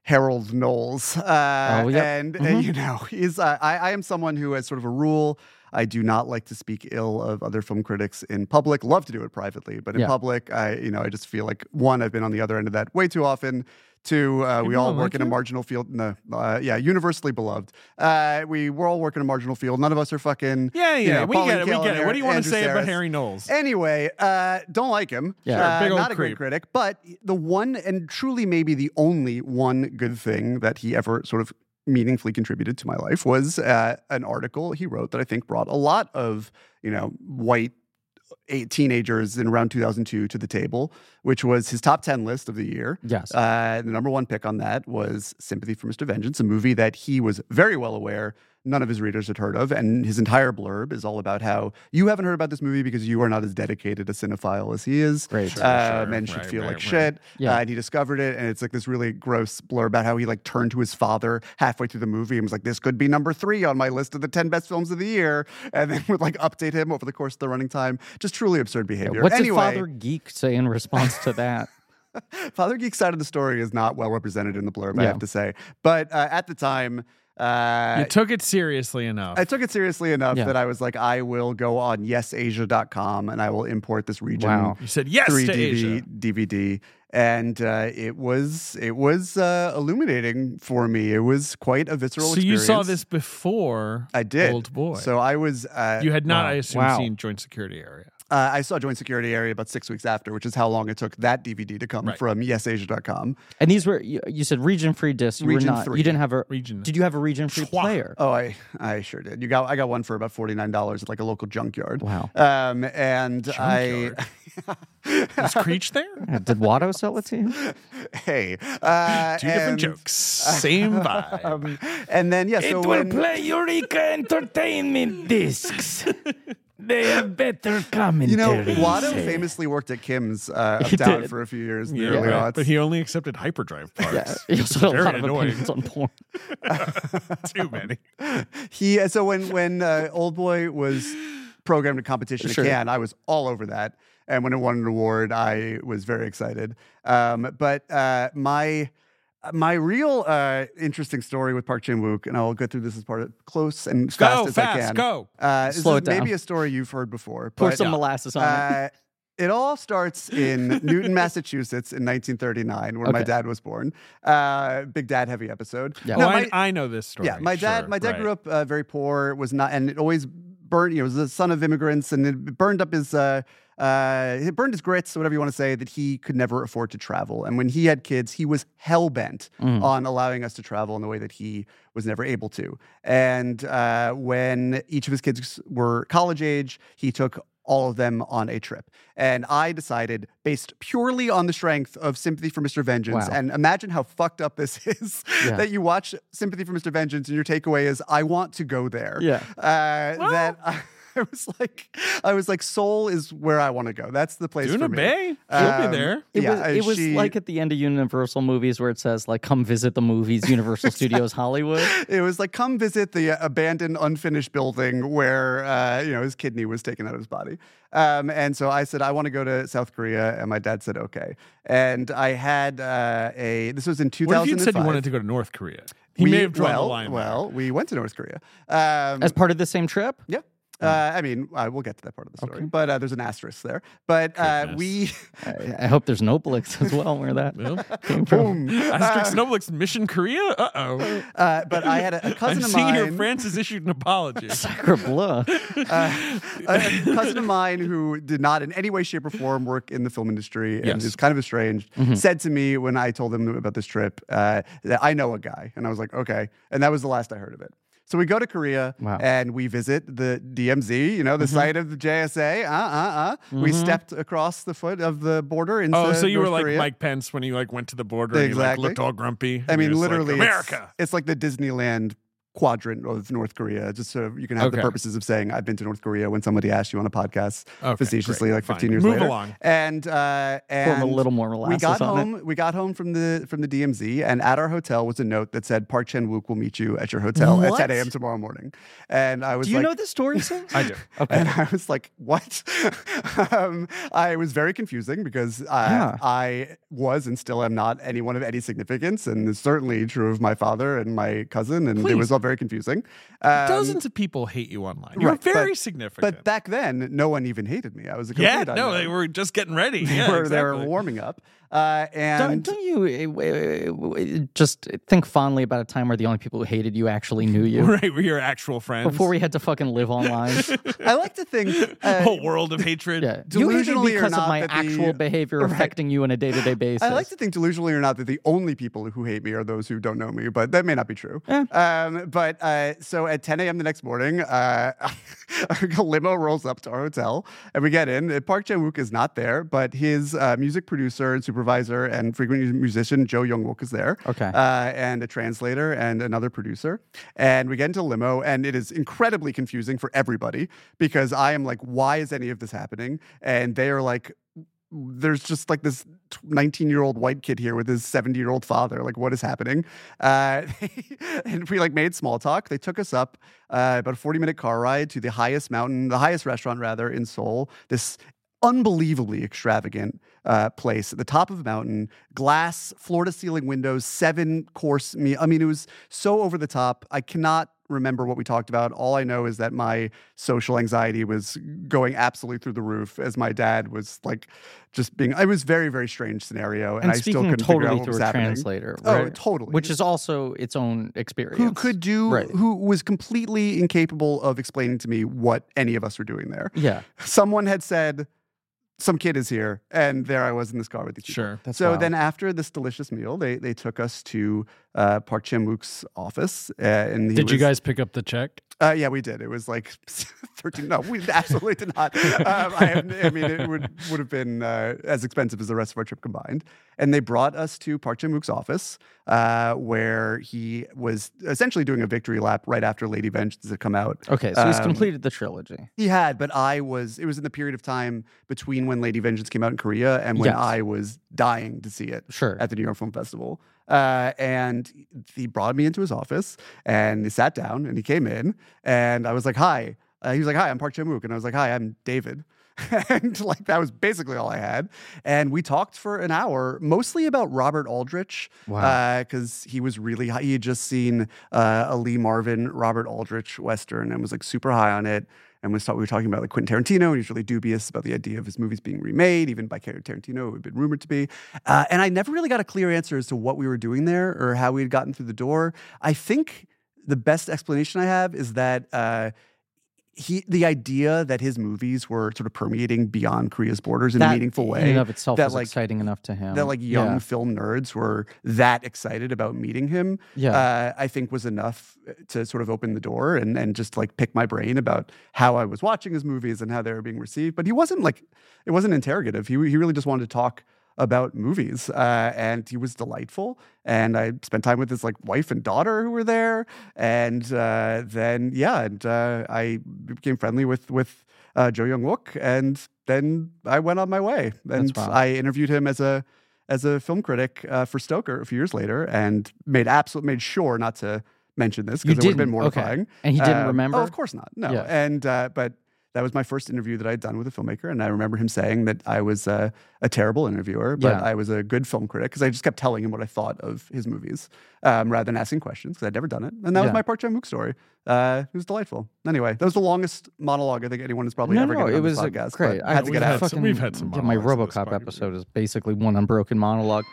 Speaker 4: Harold Knowles. Uh,
Speaker 3: Oh, yep.
Speaker 4: And, uh,
Speaker 2: Mm-hmm.
Speaker 4: you know, he's, uh, I, I am someone who has sort of a rule. I do not like to speak ill of other film critics in public. Love to do it privately, but in
Speaker 3: Yeah.
Speaker 4: public, I, you know, I just feel like one, I've been on the other end of that way too often. Two, uh, we
Speaker 2: People
Speaker 4: all
Speaker 2: don't
Speaker 4: work
Speaker 2: like
Speaker 4: in a
Speaker 2: you?
Speaker 4: marginal field. No, uh, yeah, universally beloved. Uh, we we're all work in a marginal field. None of us are fucking.
Speaker 2: yeah, yeah,
Speaker 4: you know,
Speaker 2: we
Speaker 4: Pauline
Speaker 2: get it, we
Speaker 4: Kael
Speaker 2: get
Speaker 4: and
Speaker 2: it. What do you want
Speaker 4: Andrew Eh,
Speaker 2: to say about
Speaker 4: Sarahs.
Speaker 2: Harry Knowles?
Speaker 4: Anyway, uh, don't like him.
Speaker 3: Sure,
Speaker 4: Uh,
Speaker 2: big old
Speaker 4: not a great
Speaker 2: creep.
Speaker 4: critic, but the one and truly maybe the only one good thing that he ever sort of meaningfully contributed to my life was uh, an article he wrote that I think brought a lot of you know white. Eight teenagers in around 2002 to the table, which was his top 10 list of the year.
Speaker 3: Yes.
Speaker 4: Uh, the number one pick on that was Sympathy for Mr. Vengeance, a movie that he was very well aware none of his readers had heard of. And his entire blurb is all about how you haven't heard about this movie because you are not as dedicated a cinephile as he is.
Speaker 3: Great.
Speaker 2: Sure,
Speaker 4: Uh,
Speaker 2: sure.
Speaker 4: men should
Speaker 2: Right,
Speaker 4: feel
Speaker 2: right,
Speaker 4: like
Speaker 2: right.
Speaker 4: shit.
Speaker 3: Yeah.
Speaker 4: Uh, and he discovered it. And it's like this really gross blurb about how he like turned to his father halfway through the movie and was like, this could be number three on my list of the 10 best films of the year. And then would like update him over the course of the running time. Just truly absurd behavior.
Speaker 3: What's
Speaker 4: anyway,
Speaker 3: his father geek say in response to that?
Speaker 4: Father Geek's side of the story is not well represented in the blurb, I
Speaker 3: Yeah.
Speaker 4: have to say. But uh, at the time, uh,
Speaker 2: you took it seriously enough.
Speaker 4: I took it seriously enough
Speaker 3: Yeah.
Speaker 4: that I was like, I will go on yesasia.com and I will import this region
Speaker 3: Wow.
Speaker 2: you said yes
Speaker 4: three
Speaker 2: to
Speaker 4: DV,
Speaker 2: Asia.
Speaker 4: DVD, and uh, it was it was uh, illuminating for me. It was quite a visceral.
Speaker 2: So you
Speaker 4: experience.
Speaker 2: saw this before
Speaker 4: I did.
Speaker 2: Old Boy.
Speaker 4: So I was uh,
Speaker 2: you had not, I
Speaker 5: Wow.
Speaker 2: assume,
Speaker 3: Wow.
Speaker 2: seen Joint Security Area.
Speaker 4: uh, I saw Joint Security Area about six weeks after, which is how long it took that DVD to come
Speaker 2: Right.
Speaker 4: from YesAsia.com.
Speaker 3: And these were you, you said region free discs. You
Speaker 4: Region
Speaker 3: were not.
Speaker 4: three.
Speaker 3: You didn't have a.
Speaker 2: Region.
Speaker 3: Did you have a region free
Speaker 2: Schwa. Uh,
Speaker 3: player?
Speaker 4: Oh, I I sure did. You got I got one for about forty nine dollars at like a local junkyard.
Speaker 3: Wow.
Speaker 4: Um, and I
Speaker 2: Was Creech there?
Speaker 3: Yeah, Did Watto sell it to you?
Speaker 4: hey uh,
Speaker 2: Two different
Speaker 4: and-
Speaker 2: jokes. Same vibe.
Speaker 4: Um, and then yeah, so when,
Speaker 1: play Eureka Entertainment discs. they have better
Speaker 4: You know,
Speaker 1: commentary.
Speaker 4: Watto famously worked at Kim's uh,
Speaker 3: He
Speaker 4: uptown
Speaker 3: did.
Speaker 4: for a few years in the
Speaker 2: Yeah,
Speaker 4: early
Speaker 2: right.
Speaker 4: aughts.
Speaker 2: but he only accepted hyperdrive parts.
Speaker 3: You also had a
Speaker 2: Very
Speaker 3: lot of
Speaker 2: annoying.
Speaker 3: opinions on porn.
Speaker 2: Too many.
Speaker 4: he uh, so when when uh, Old Boy was programmed to competition
Speaker 3: Sure.
Speaker 4: at Cannes, I was all over that, and when it won an award, I was very excited. Um, but uh, my my real uh, interesting story with Park Chan Wook, and I'll go through this as part of close and fast
Speaker 2: Go
Speaker 4: as
Speaker 2: fast.
Speaker 4: I can.
Speaker 2: Go.
Speaker 4: Uh, this
Speaker 3: Slow
Speaker 4: is
Speaker 3: it down.
Speaker 4: Maybe a story you've heard before.
Speaker 3: Pour
Speaker 4: but-
Speaker 3: some molasses on it.
Speaker 4: Uh, it all starts in Newton, Massachusetts in 1939, where my
Speaker 3: Okay.
Speaker 4: dad was born. Uh, Big Dad heavy episode.
Speaker 3: Yeah.
Speaker 2: oh,
Speaker 4: No,
Speaker 2: I-
Speaker 4: my-
Speaker 2: I, know this story.
Speaker 4: yeah, my dad.
Speaker 2: Sure,
Speaker 4: My dad
Speaker 2: right.
Speaker 4: grew up uh, very poor. Was not, and it always burned. He was the son of immigrants, and it burned up his. Uh, uh, it burned his grits, whatever you want to say, that he could never afford to travel. And when he had kids, he was hell bent
Speaker 2: Mm.
Speaker 4: on allowing us to travel in the way that he was never able to. And uh, when each of his kids were college age, he took all of them on a trip. And I decided, based purely on the strength of Sympathy for Mr. Vengeance,
Speaker 3: Wow.
Speaker 4: and imagine how fucked up this is,
Speaker 3: Yeah.
Speaker 4: that you watch Sympathy for Mr. Vengeance and your takeaway is, I want to go there.
Speaker 3: Yeah.
Speaker 4: Uh, that I, I was like, I was like, Seoul is where I want to go. That's the place for
Speaker 2: Duna
Speaker 4: me.
Speaker 2: Bay. She'll
Speaker 4: Um,
Speaker 2: be there.
Speaker 3: It
Speaker 4: yeah,
Speaker 3: was,
Speaker 4: uh,
Speaker 3: it was
Speaker 4: she-
Speaker 3: like at the end of Universal movies where it says like come visit the movies Universal Studios Hollywood.
Speaker 4: It was like, come visit the abandoned, unfinished building where uh, you know his kidney was taken out of his body. Um, and so I said, I want to go to South Korea, and my dad said, okay. And I had uh, a. This was in two
Speaker 2: What if
Speaker 4: thousand.
Speaker 2: you said you wanted to go to North Korea? He may have drawn
Speaker 4: well,
Speaker 2: the line. there.
Speaker 4: Well, we went to North Korea. Um,
Speaker 3: As part of the same trip?
Speaker 4: yeah. Uh, I mean, uh, we'll get to that part of the story, but uh, there's an asterisk there. But uh, we,
Speaker 3: I, I hope there's no Blix as well where that came from.
Speaker 4: boom.
Speaker 2: Asterix Noblix Mission Korea? Uh oh.
Speaker 4: Uh, but I had a, a cousin
Speaker 2: I'm
Speaker 4: of
Speaker 2: seeing
Speaker 4: mine.
Speaker 2: here France has issued an apology.
Speaker 3: Sacre bleu.
Speaker 4: a cousin of mine who did not in any way, shape, or form work in the film industry and
Speaker 2: Yes. Mm-hmm.
Speaker 4: is kind of estranged said to me when I told him about this trip uh, that I know a guy. And I was like, okay. And that was the last I heard of it. So we go to Korea
Speaker 3: Wow.
Speaker 4: and we visit the DMZ, you know,
Speaker 2: Mm-hmm.
Speaker 4: the site of the JSA. Uh, uh, uh. We stepped across the foot of the border into
Speaker 2: Oh, so you
Speaker 4: North
Speaker 2: were like
Speaker 4: Korea.
Speaker 2: Mike Pence when he like went to the border and he like
Speaker 4: Exactly.
Speaker 2: looked all grumpy. and
Speaker 4: I
Speaker 2: he
Speaker 4: mean,
Speaker 2: was like,
Speaker 4: literally, it's-
Speaker 2: America.
Speaker 4: It's, like the Disneyland quadrant of North Korea. Just so you can have the
Speaker 2: Okay.
Speaker 4: purposes of saying I've been to North Korea when somebody asks you on a podcast
Speaker 2: Okay,
Speaker 4: facetiously
Speaker 2: great,
Speaker 4: like 15
Speaker 2: fine.
Speaker 4: years
Speaker 2: Move
Speaker 4: later.
Speaker 2: along.
Speaker 4: And uh, and
Speaker 3: a little more
Speaker 4: we
Speaker 3: molasses
Speaker 4: got
Speaker 3: on it.
Speaker 4: home. We got home from the from the DMZ, and at our hotel was a note that said Park Chan Wook will meet you at your hotel
Speaker 3: What?
Speaker 4: at 10 a.m. tomorrow morning. And I was
Speaker 3: Do you
Speaker 4: like,
Speaker 3: know this story, Sam?
Speaker 2: I do.
Speaker 4: and I was like, "What?" um, I was very confusing because uh,
Speaker 3: Yeah.
Speaker 4: I was and still am not anyone of any significance, and it's certainly true of my father and my cousin, and it
Speaker 2: Please.
Speaker 4: was all very confusing. Um,
Speaker 2: Dozens of people hate you online. You're
Speaker 4: right, but-
Speaker 2: very significant.
Speaker 4: But back then, no one even hated me. I was a complete
Speaker 2: yeah, no,
Speaker 4: unknown.
Speaker 2: they were just getting ready.
Speaker 4: They
Speaker 2: yeah,
Speaker 4: were-
Speaker 2: exactly.
Speaker 4: they were warming up, uh,
Speaker 3: Don't,
Speaker 4: and
Speaker 3: don't you eh, w- eh, w- just think fondly about a time where the only people who hated you actually knew you
Speaker 2: right, we're your actual friends.
Speaker 3: before we had to fucking live online?
Speaker 4: I like to think.
Speaker 2: a
Speaker 4: uh,
Speaker 2: whole world of hatred.
Speaker 3: Yeah.
Speaker 4: Delusionally
Speaker 3: you hated
Speaker 4: or
Speaker 3: because
Speaker 4: not,
Speaker 3: of my
Speaker 4: that the-
Speaker 3: actual behavior affecting you on a day to day basis.
Speaker 4: I like to think, delusionally or not, that the only people who hate me are those who don't know me, but that may not be true. Um, but uh, so at 10 a.m. the next morning, uh, a limo rolls up to our hotel and we get in. Uh, Park Chan Wook is not there, but his uh, music producer and supervisor and frequent musician, Joe Young Wook, is there.
Speaker 3: Okay.
Speaker 4: Uh, and a translator and another producer. And we get into limo, and it is incredibly confusing for everybody because I am like, why is any of this happening? And they are like, there's just like this 19 year old white kid here with his 70 year old father. Like, what is happening? Uh, and we like made small talk. They took us up uh, about a 40 minute car ride to the highest mountain, the highest restaurant rather in Seoul. This unbelievably extravagant uh, place at the top of a mountain, glass, floor to ceiling windows, seven course meal. I mean, it was so over the top. I cannot remember what we talked about. All I know is that my social anxiety was going absolutely through the roof as my dad was like just being, it was very, very strange scenario. And,
Speaker 3: and
Speaker 4: I still
Speaker 3: speaking
Speaker 4: couldn't
Speaker 3: totally
Speaker 4: figure out what
Speaker 3: through
Speaker 4: was
Speaker 3: a
Speaker 4: happening.
Speaker 3: translator,
Speaker 4: Oh,
Speaker 3: right?
Speaker 4: totally.
Speaker 3: which is also its own experience.
Speaker 4: who could do,
Speaker 3: Right.
Speaker 4: who was completely incapable of explaining to me what any of us were doing there.
Speaker 3: Yeah,
Speaker 4: Someone had said, some kid is here, and there I was in this car with the kid.
Speaker 5: Sure.
Speaker 3: that's
Speaker 4: so
Speaker 3: wild.
Speaker 4: then after this delicious meal, they they took us to uh, Park Chan Wook's office, uh, and he
Speaker 5: Did you
Speaker 4: was-
Speaker 5: guys pick up the check?
Speaker 4: Uh, yeah, we did. It was like thirteen. No, we absolutely did not. Um, I, have- I mean, it would would have been uh, as expensive as the rest of our trip combined. And they brought us to Park Chan Wook's office, uh, where he was essentially doing a victory lap right after Lady Vengeance had come out.
Speaker 3: okay, so he's
Speaker 4: um,
Speaker 3: completed the trilogy.
Speaker 4: He had, but I was. It was in the period of time between when Lady Vengeance came out in Korea and when
Speaker 3: Yes.
Speaker 4: I was dying to see it
Speaker 3: Sure.
Speaker 4: at the New York Film Festival. Uh, and he brought me into his office and he sat down and he came in and I was like, hi. Uh, he was like, hi, I'm Park Chan Wook. And I was like, hi, I'm David. and like that was basically all I had. And we talked for an hour, mostly about Robert Aldrich. Because Uh, he was really high. He had just seen uh, a Lee Marvin, Robert Aldrich Western and was like super high on it. And was talk- we were talking about like Quentin Tarantino, and he's really dubious about the idea of his movies being remade, even by Quentin Tarantino, who had been rumored to be. Uh, and I never really got a clear answer as to what we were doing there or how we had gotten through the door. I think the best explanation I have is that uh, he, the idea that his movies were sort of permeating beyond Korea's borders in
Speaker 3: that
Speaker 4: a meaningful way
Speaker 3: in and of itself
Speaker 4: that,
Speaker 3: was
Speaker 4: like-
Speaker 3: exciting enough to him.
Speaker 4: that like young
Speaker 3: yeah,
Speaker 4: film nerds were that excited about meeting him
Speaker 3: yeah.
Speaker 4: uh, i think was enough uh, to sort of open the door and, and just like pick my brain about how i was watching his movies and how they were being received but he wasn't like it wasn't interrogative he, he really just wanted to talk about movies uh, and he was delightful and i spent time with his like wife and daughter who were there and uh, then yeah and uh, i became friendly with with uh, jo young-wook and then i went on my way and
Speaker 3: wild.
Speaker 4: i interviewed him as a as a film critic uh, for Stoker a few years later, and made absolute made sure not to mention this
Speaker 3: You
Speaker 4: because it would have been
Speaker 3: didn't, okay.
Speaker 4: mortifying.
Speaker 3: and he didn't
Speaker 4: Um,
Speaker 3: remember.
Speaker 4: Oh, of course not. No.
Speaker 3: Yeah.
Speaker 4: And uh, but that was my first interview that I'd done with a filmmaker, and I remember him saying that I was uh, a terrible interviewer, but
Speaker 3: Yeah.
Speaker 4: I was a good film critic because I just kept telling him what I thought of his movies um, rather than asking questions because I'd never done it. And that
Speaker 3: Yeah.
Speaker 4: was my Park Chan Wook story. Uh, it was delightful. Anyway, that was the longest monologue I think anyone has probably
Speaker 3: no,
Speaker 4: ever
Speaker 3: no,
Speaker 4: given
Speaker 3: it
Speaker 4: on
Speaker 3: was
Speaker 4: this
Speaker 3: a-
Speaker 4: podcast. but
Speaker 3: great.
Speaker 4: I had to
Speaker 3: we
Speaker 4: get
Speaker 2: had
Speaker 4: out.
Speaker 2: some- we've had some
Speaker 3: yeah, my
Speaker 2: monologues in this
Speaker 3: RoboCop
Speaker 2: podcast.
Speaker 3: episode is basically one unbroken monologue.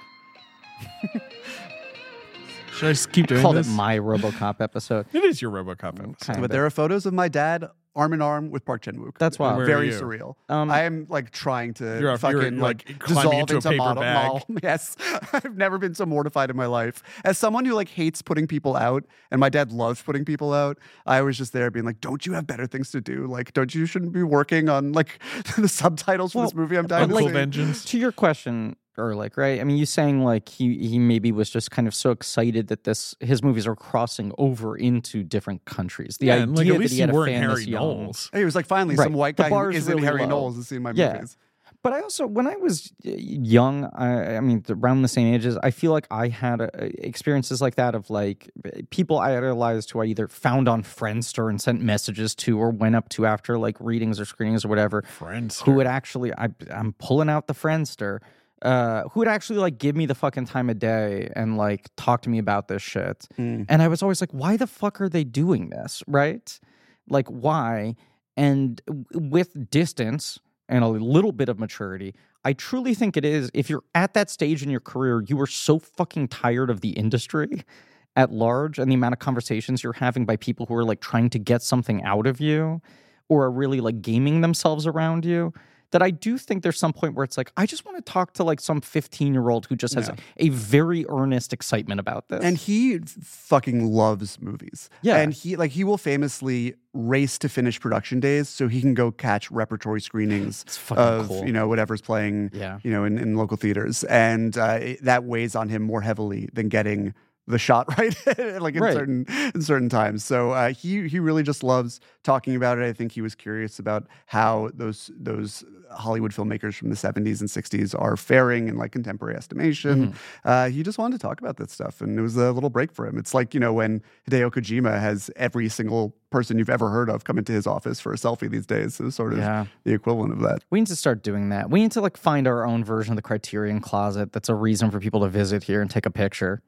Speaker 2: Should I just keep doing
Speaker 3: Called
Speaker 2: this?
Speaker 3: it my RoboCop episode.
Speaker 2: it is your RoboCop episode.
Speaker 3: Kind
Speaker 4: But there are photos of my dad arm in arm with Park Chan Wook.
Speaker 3: That's wild.
Speaker 2: Where are
Speaker 4: Very
Speaker 2: you?
Speaker 4: surreal.
Speaker 3: Um,
Speaker 4: I am like trying to
Speaker 2: You're up-
Speaker 4: fucking
Speaker 2: you're,
Speaker 4: like,
Speaker 2: like, climbing
Speaker 4: dissolve
Speaker 2: into
Speaker 4: into,
Speaker 2: a paper
Speaker 4: model,
Speaker 2: bag.
Speaker 4: model. Yes, I've never been so mortified in my life. As someone who like hates putting people out, and my dad loves putting people out, I was just there being like, "Don't you have better things to do? Like, don't you shouldn't be working on like the subtitles for this
Speaker 3: Well,
Speaker 4: movie?" I'm dying to
Speaker 2: Uncle
Speaker 4: see?
Speaker 2: Vengeance.
Speaker 3: to your question Erlich, right? I mean, you saying like he he maybe was just kind of so excited that this his movies are crossing over into different countries. The idea
Speaker 2: and, like, at
Speaker 3: that
Speaker 2: least
Speaker 3: he had a
Speaker 2: weren't
Speaker 3: fan
Speaker 2: Harry
Speaker 3: this young.
Speaker 2: Knowles.
Speaker 4: Hey, It was like finally
Speaker 3: Right.
Speaker 4: some white
Speaker 3: The
Speaker 4: guy who
Speaker 3: bar is
Speaker 4: isn't
Speaker 3: really
Speaker 4: Harry
Speaker 3: low.
Speaker 4: Knowles is seeing my
Speaker 3: Yeah.
Speaker 4: movies.
Speaker 3: But I also, when I was uh, young, I, I mean, around the same ages, I feel like I had uh, experiences like that of like eh, people I idolized who I either found on Friendster and sent messages to or went up to after like readings or screenings or whatever.
Speaker 2: Friends.
Speaker 3: who would actually I, i'm pulling out the friendster uh, who would actually like give me the fucking time of day and like talk to me about this shit
Speaker 4: Mm.
Speaker 3: and i was always like why the fuck are they doing this right like why and w- with distance and a little bit of maturity i truly think it is if you're at that stage in your career you are so fucking tired of the industry at large and the amount of conversations you're having by people who are like trying to get something out of you or are really like gaming themselves around you that I do think there's some point where it's like I just want to talk to like some 15 year old who just has
Speaker 4: Yeah.
Speaker 3: a very earnest excitement about this.
Speaker 4: And he f- fucking loves movies.
Speaker 3: Yeah.
Speaker 4: And he like he will famously race to finish production days so he can go catch repertory screenings
Speaker 3: it's fucking
Speaker 4: of
Speaker 3: cool.
Speaker 4: you know whatever's playing
Speaker 3: yeah.
Speaker 4: you know in, in local theaters, and uh, it- that weighs on him more heavily than getting the shot right, like in
Speaker 3: Right.
Speaker 4: certain in certain times. So uh, he he really just loves talking about it. I think he was curious about how those those Hollywood filmmakers from the '70s and '60s are faring in like contemporary estimation.
Speaker 3: Mm-hmm.
Speaker 4: Uh, he just wanted to talk about that stuff, and it was a little break for him. It's like you know when Hideo Kojima has every single person you've ever heard of come into his office for a selfie these days. It was sort of
Speaker 3: Yeah.
Speaker 4: the equivalent of that.
Speaker 3: We need to start doing that. We need to like find our own version of the Criterion Closet. That's a reason for people to visit here and take a picture.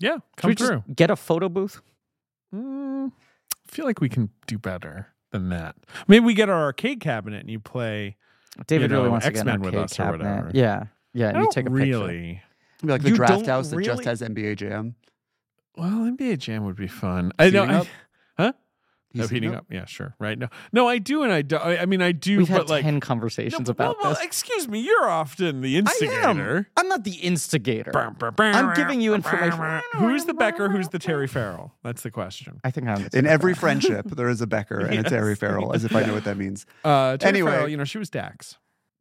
Speaker 2: Yeah,
Speaker 3: Should
Speaker 5: come
Speaker 3: we just
Speaker 5: through.
Speaker 3: get a photo booth?
Speaker 2: Mm, I feel like we can do better than that. Maybe we get our arcade cabinet and you play.
Speaker 3: David
Speaker 2: You know,
Speaker 3: really wants to get an
Speaker 2: X-Men with
Speaker 3: arcade
Speaker 2: us or
Speaker 3: cabinet.
Speaker 2: whatever.
Speaker 3: Yeah, yeah.
Speaker 2: I
Speaker 3: you
Speaker 2: don't
Speaker 3: take a picture.
Speaker 2: really.
Speaker 4: It'd be like the
Speaker 3: You
Speaker 4: draft
Speaker 3: don't
Speaker 4: house that just
Speaker 3: really-
Speaker 4: has NBA Jam.
Speaker 2: Well, NBA Jam would be fun. I
Speaker 4: He's
Speaker 2: know.
Speaker 4: heating
Speaker 2: I-
Speaker 4: up.
Speaker 2: huh?
Speaker 4: He's
Speaker 2: No, heating up. Yeah, sure. Right. No, no, I do, and I do. I I mean, I do,
Speaker 3: We've
Speaker 2: but
Speaker 3: had
Speaker 2: like.
Speaker 3: ten conversations
Speaker 2: No,
Speaker 3: about
Speaker 2: well, well,
Speaker 3: this.
Speaker 2: excuse me. You're often the
Speaker 3: I am.
Speaker 2: instigator.
Speaker 3: I'm not the instigator.
Speaker 2: I'm
Speaker 3: giving you information.
Speaker 2: Who's the Becker? Who's the Terry Farrell? That's the question.
Speaker 3: I think I'm the
Speaker 4: In every
Speaker 3: instigator.
Speaker 4: friendship, there is a Becker and a Terry Farrell, as if I know what that means.
Speaker 2: Uh, Terry
Speaker 4: Anyway.
Speaker 2: Farrell, you know, she was Dax.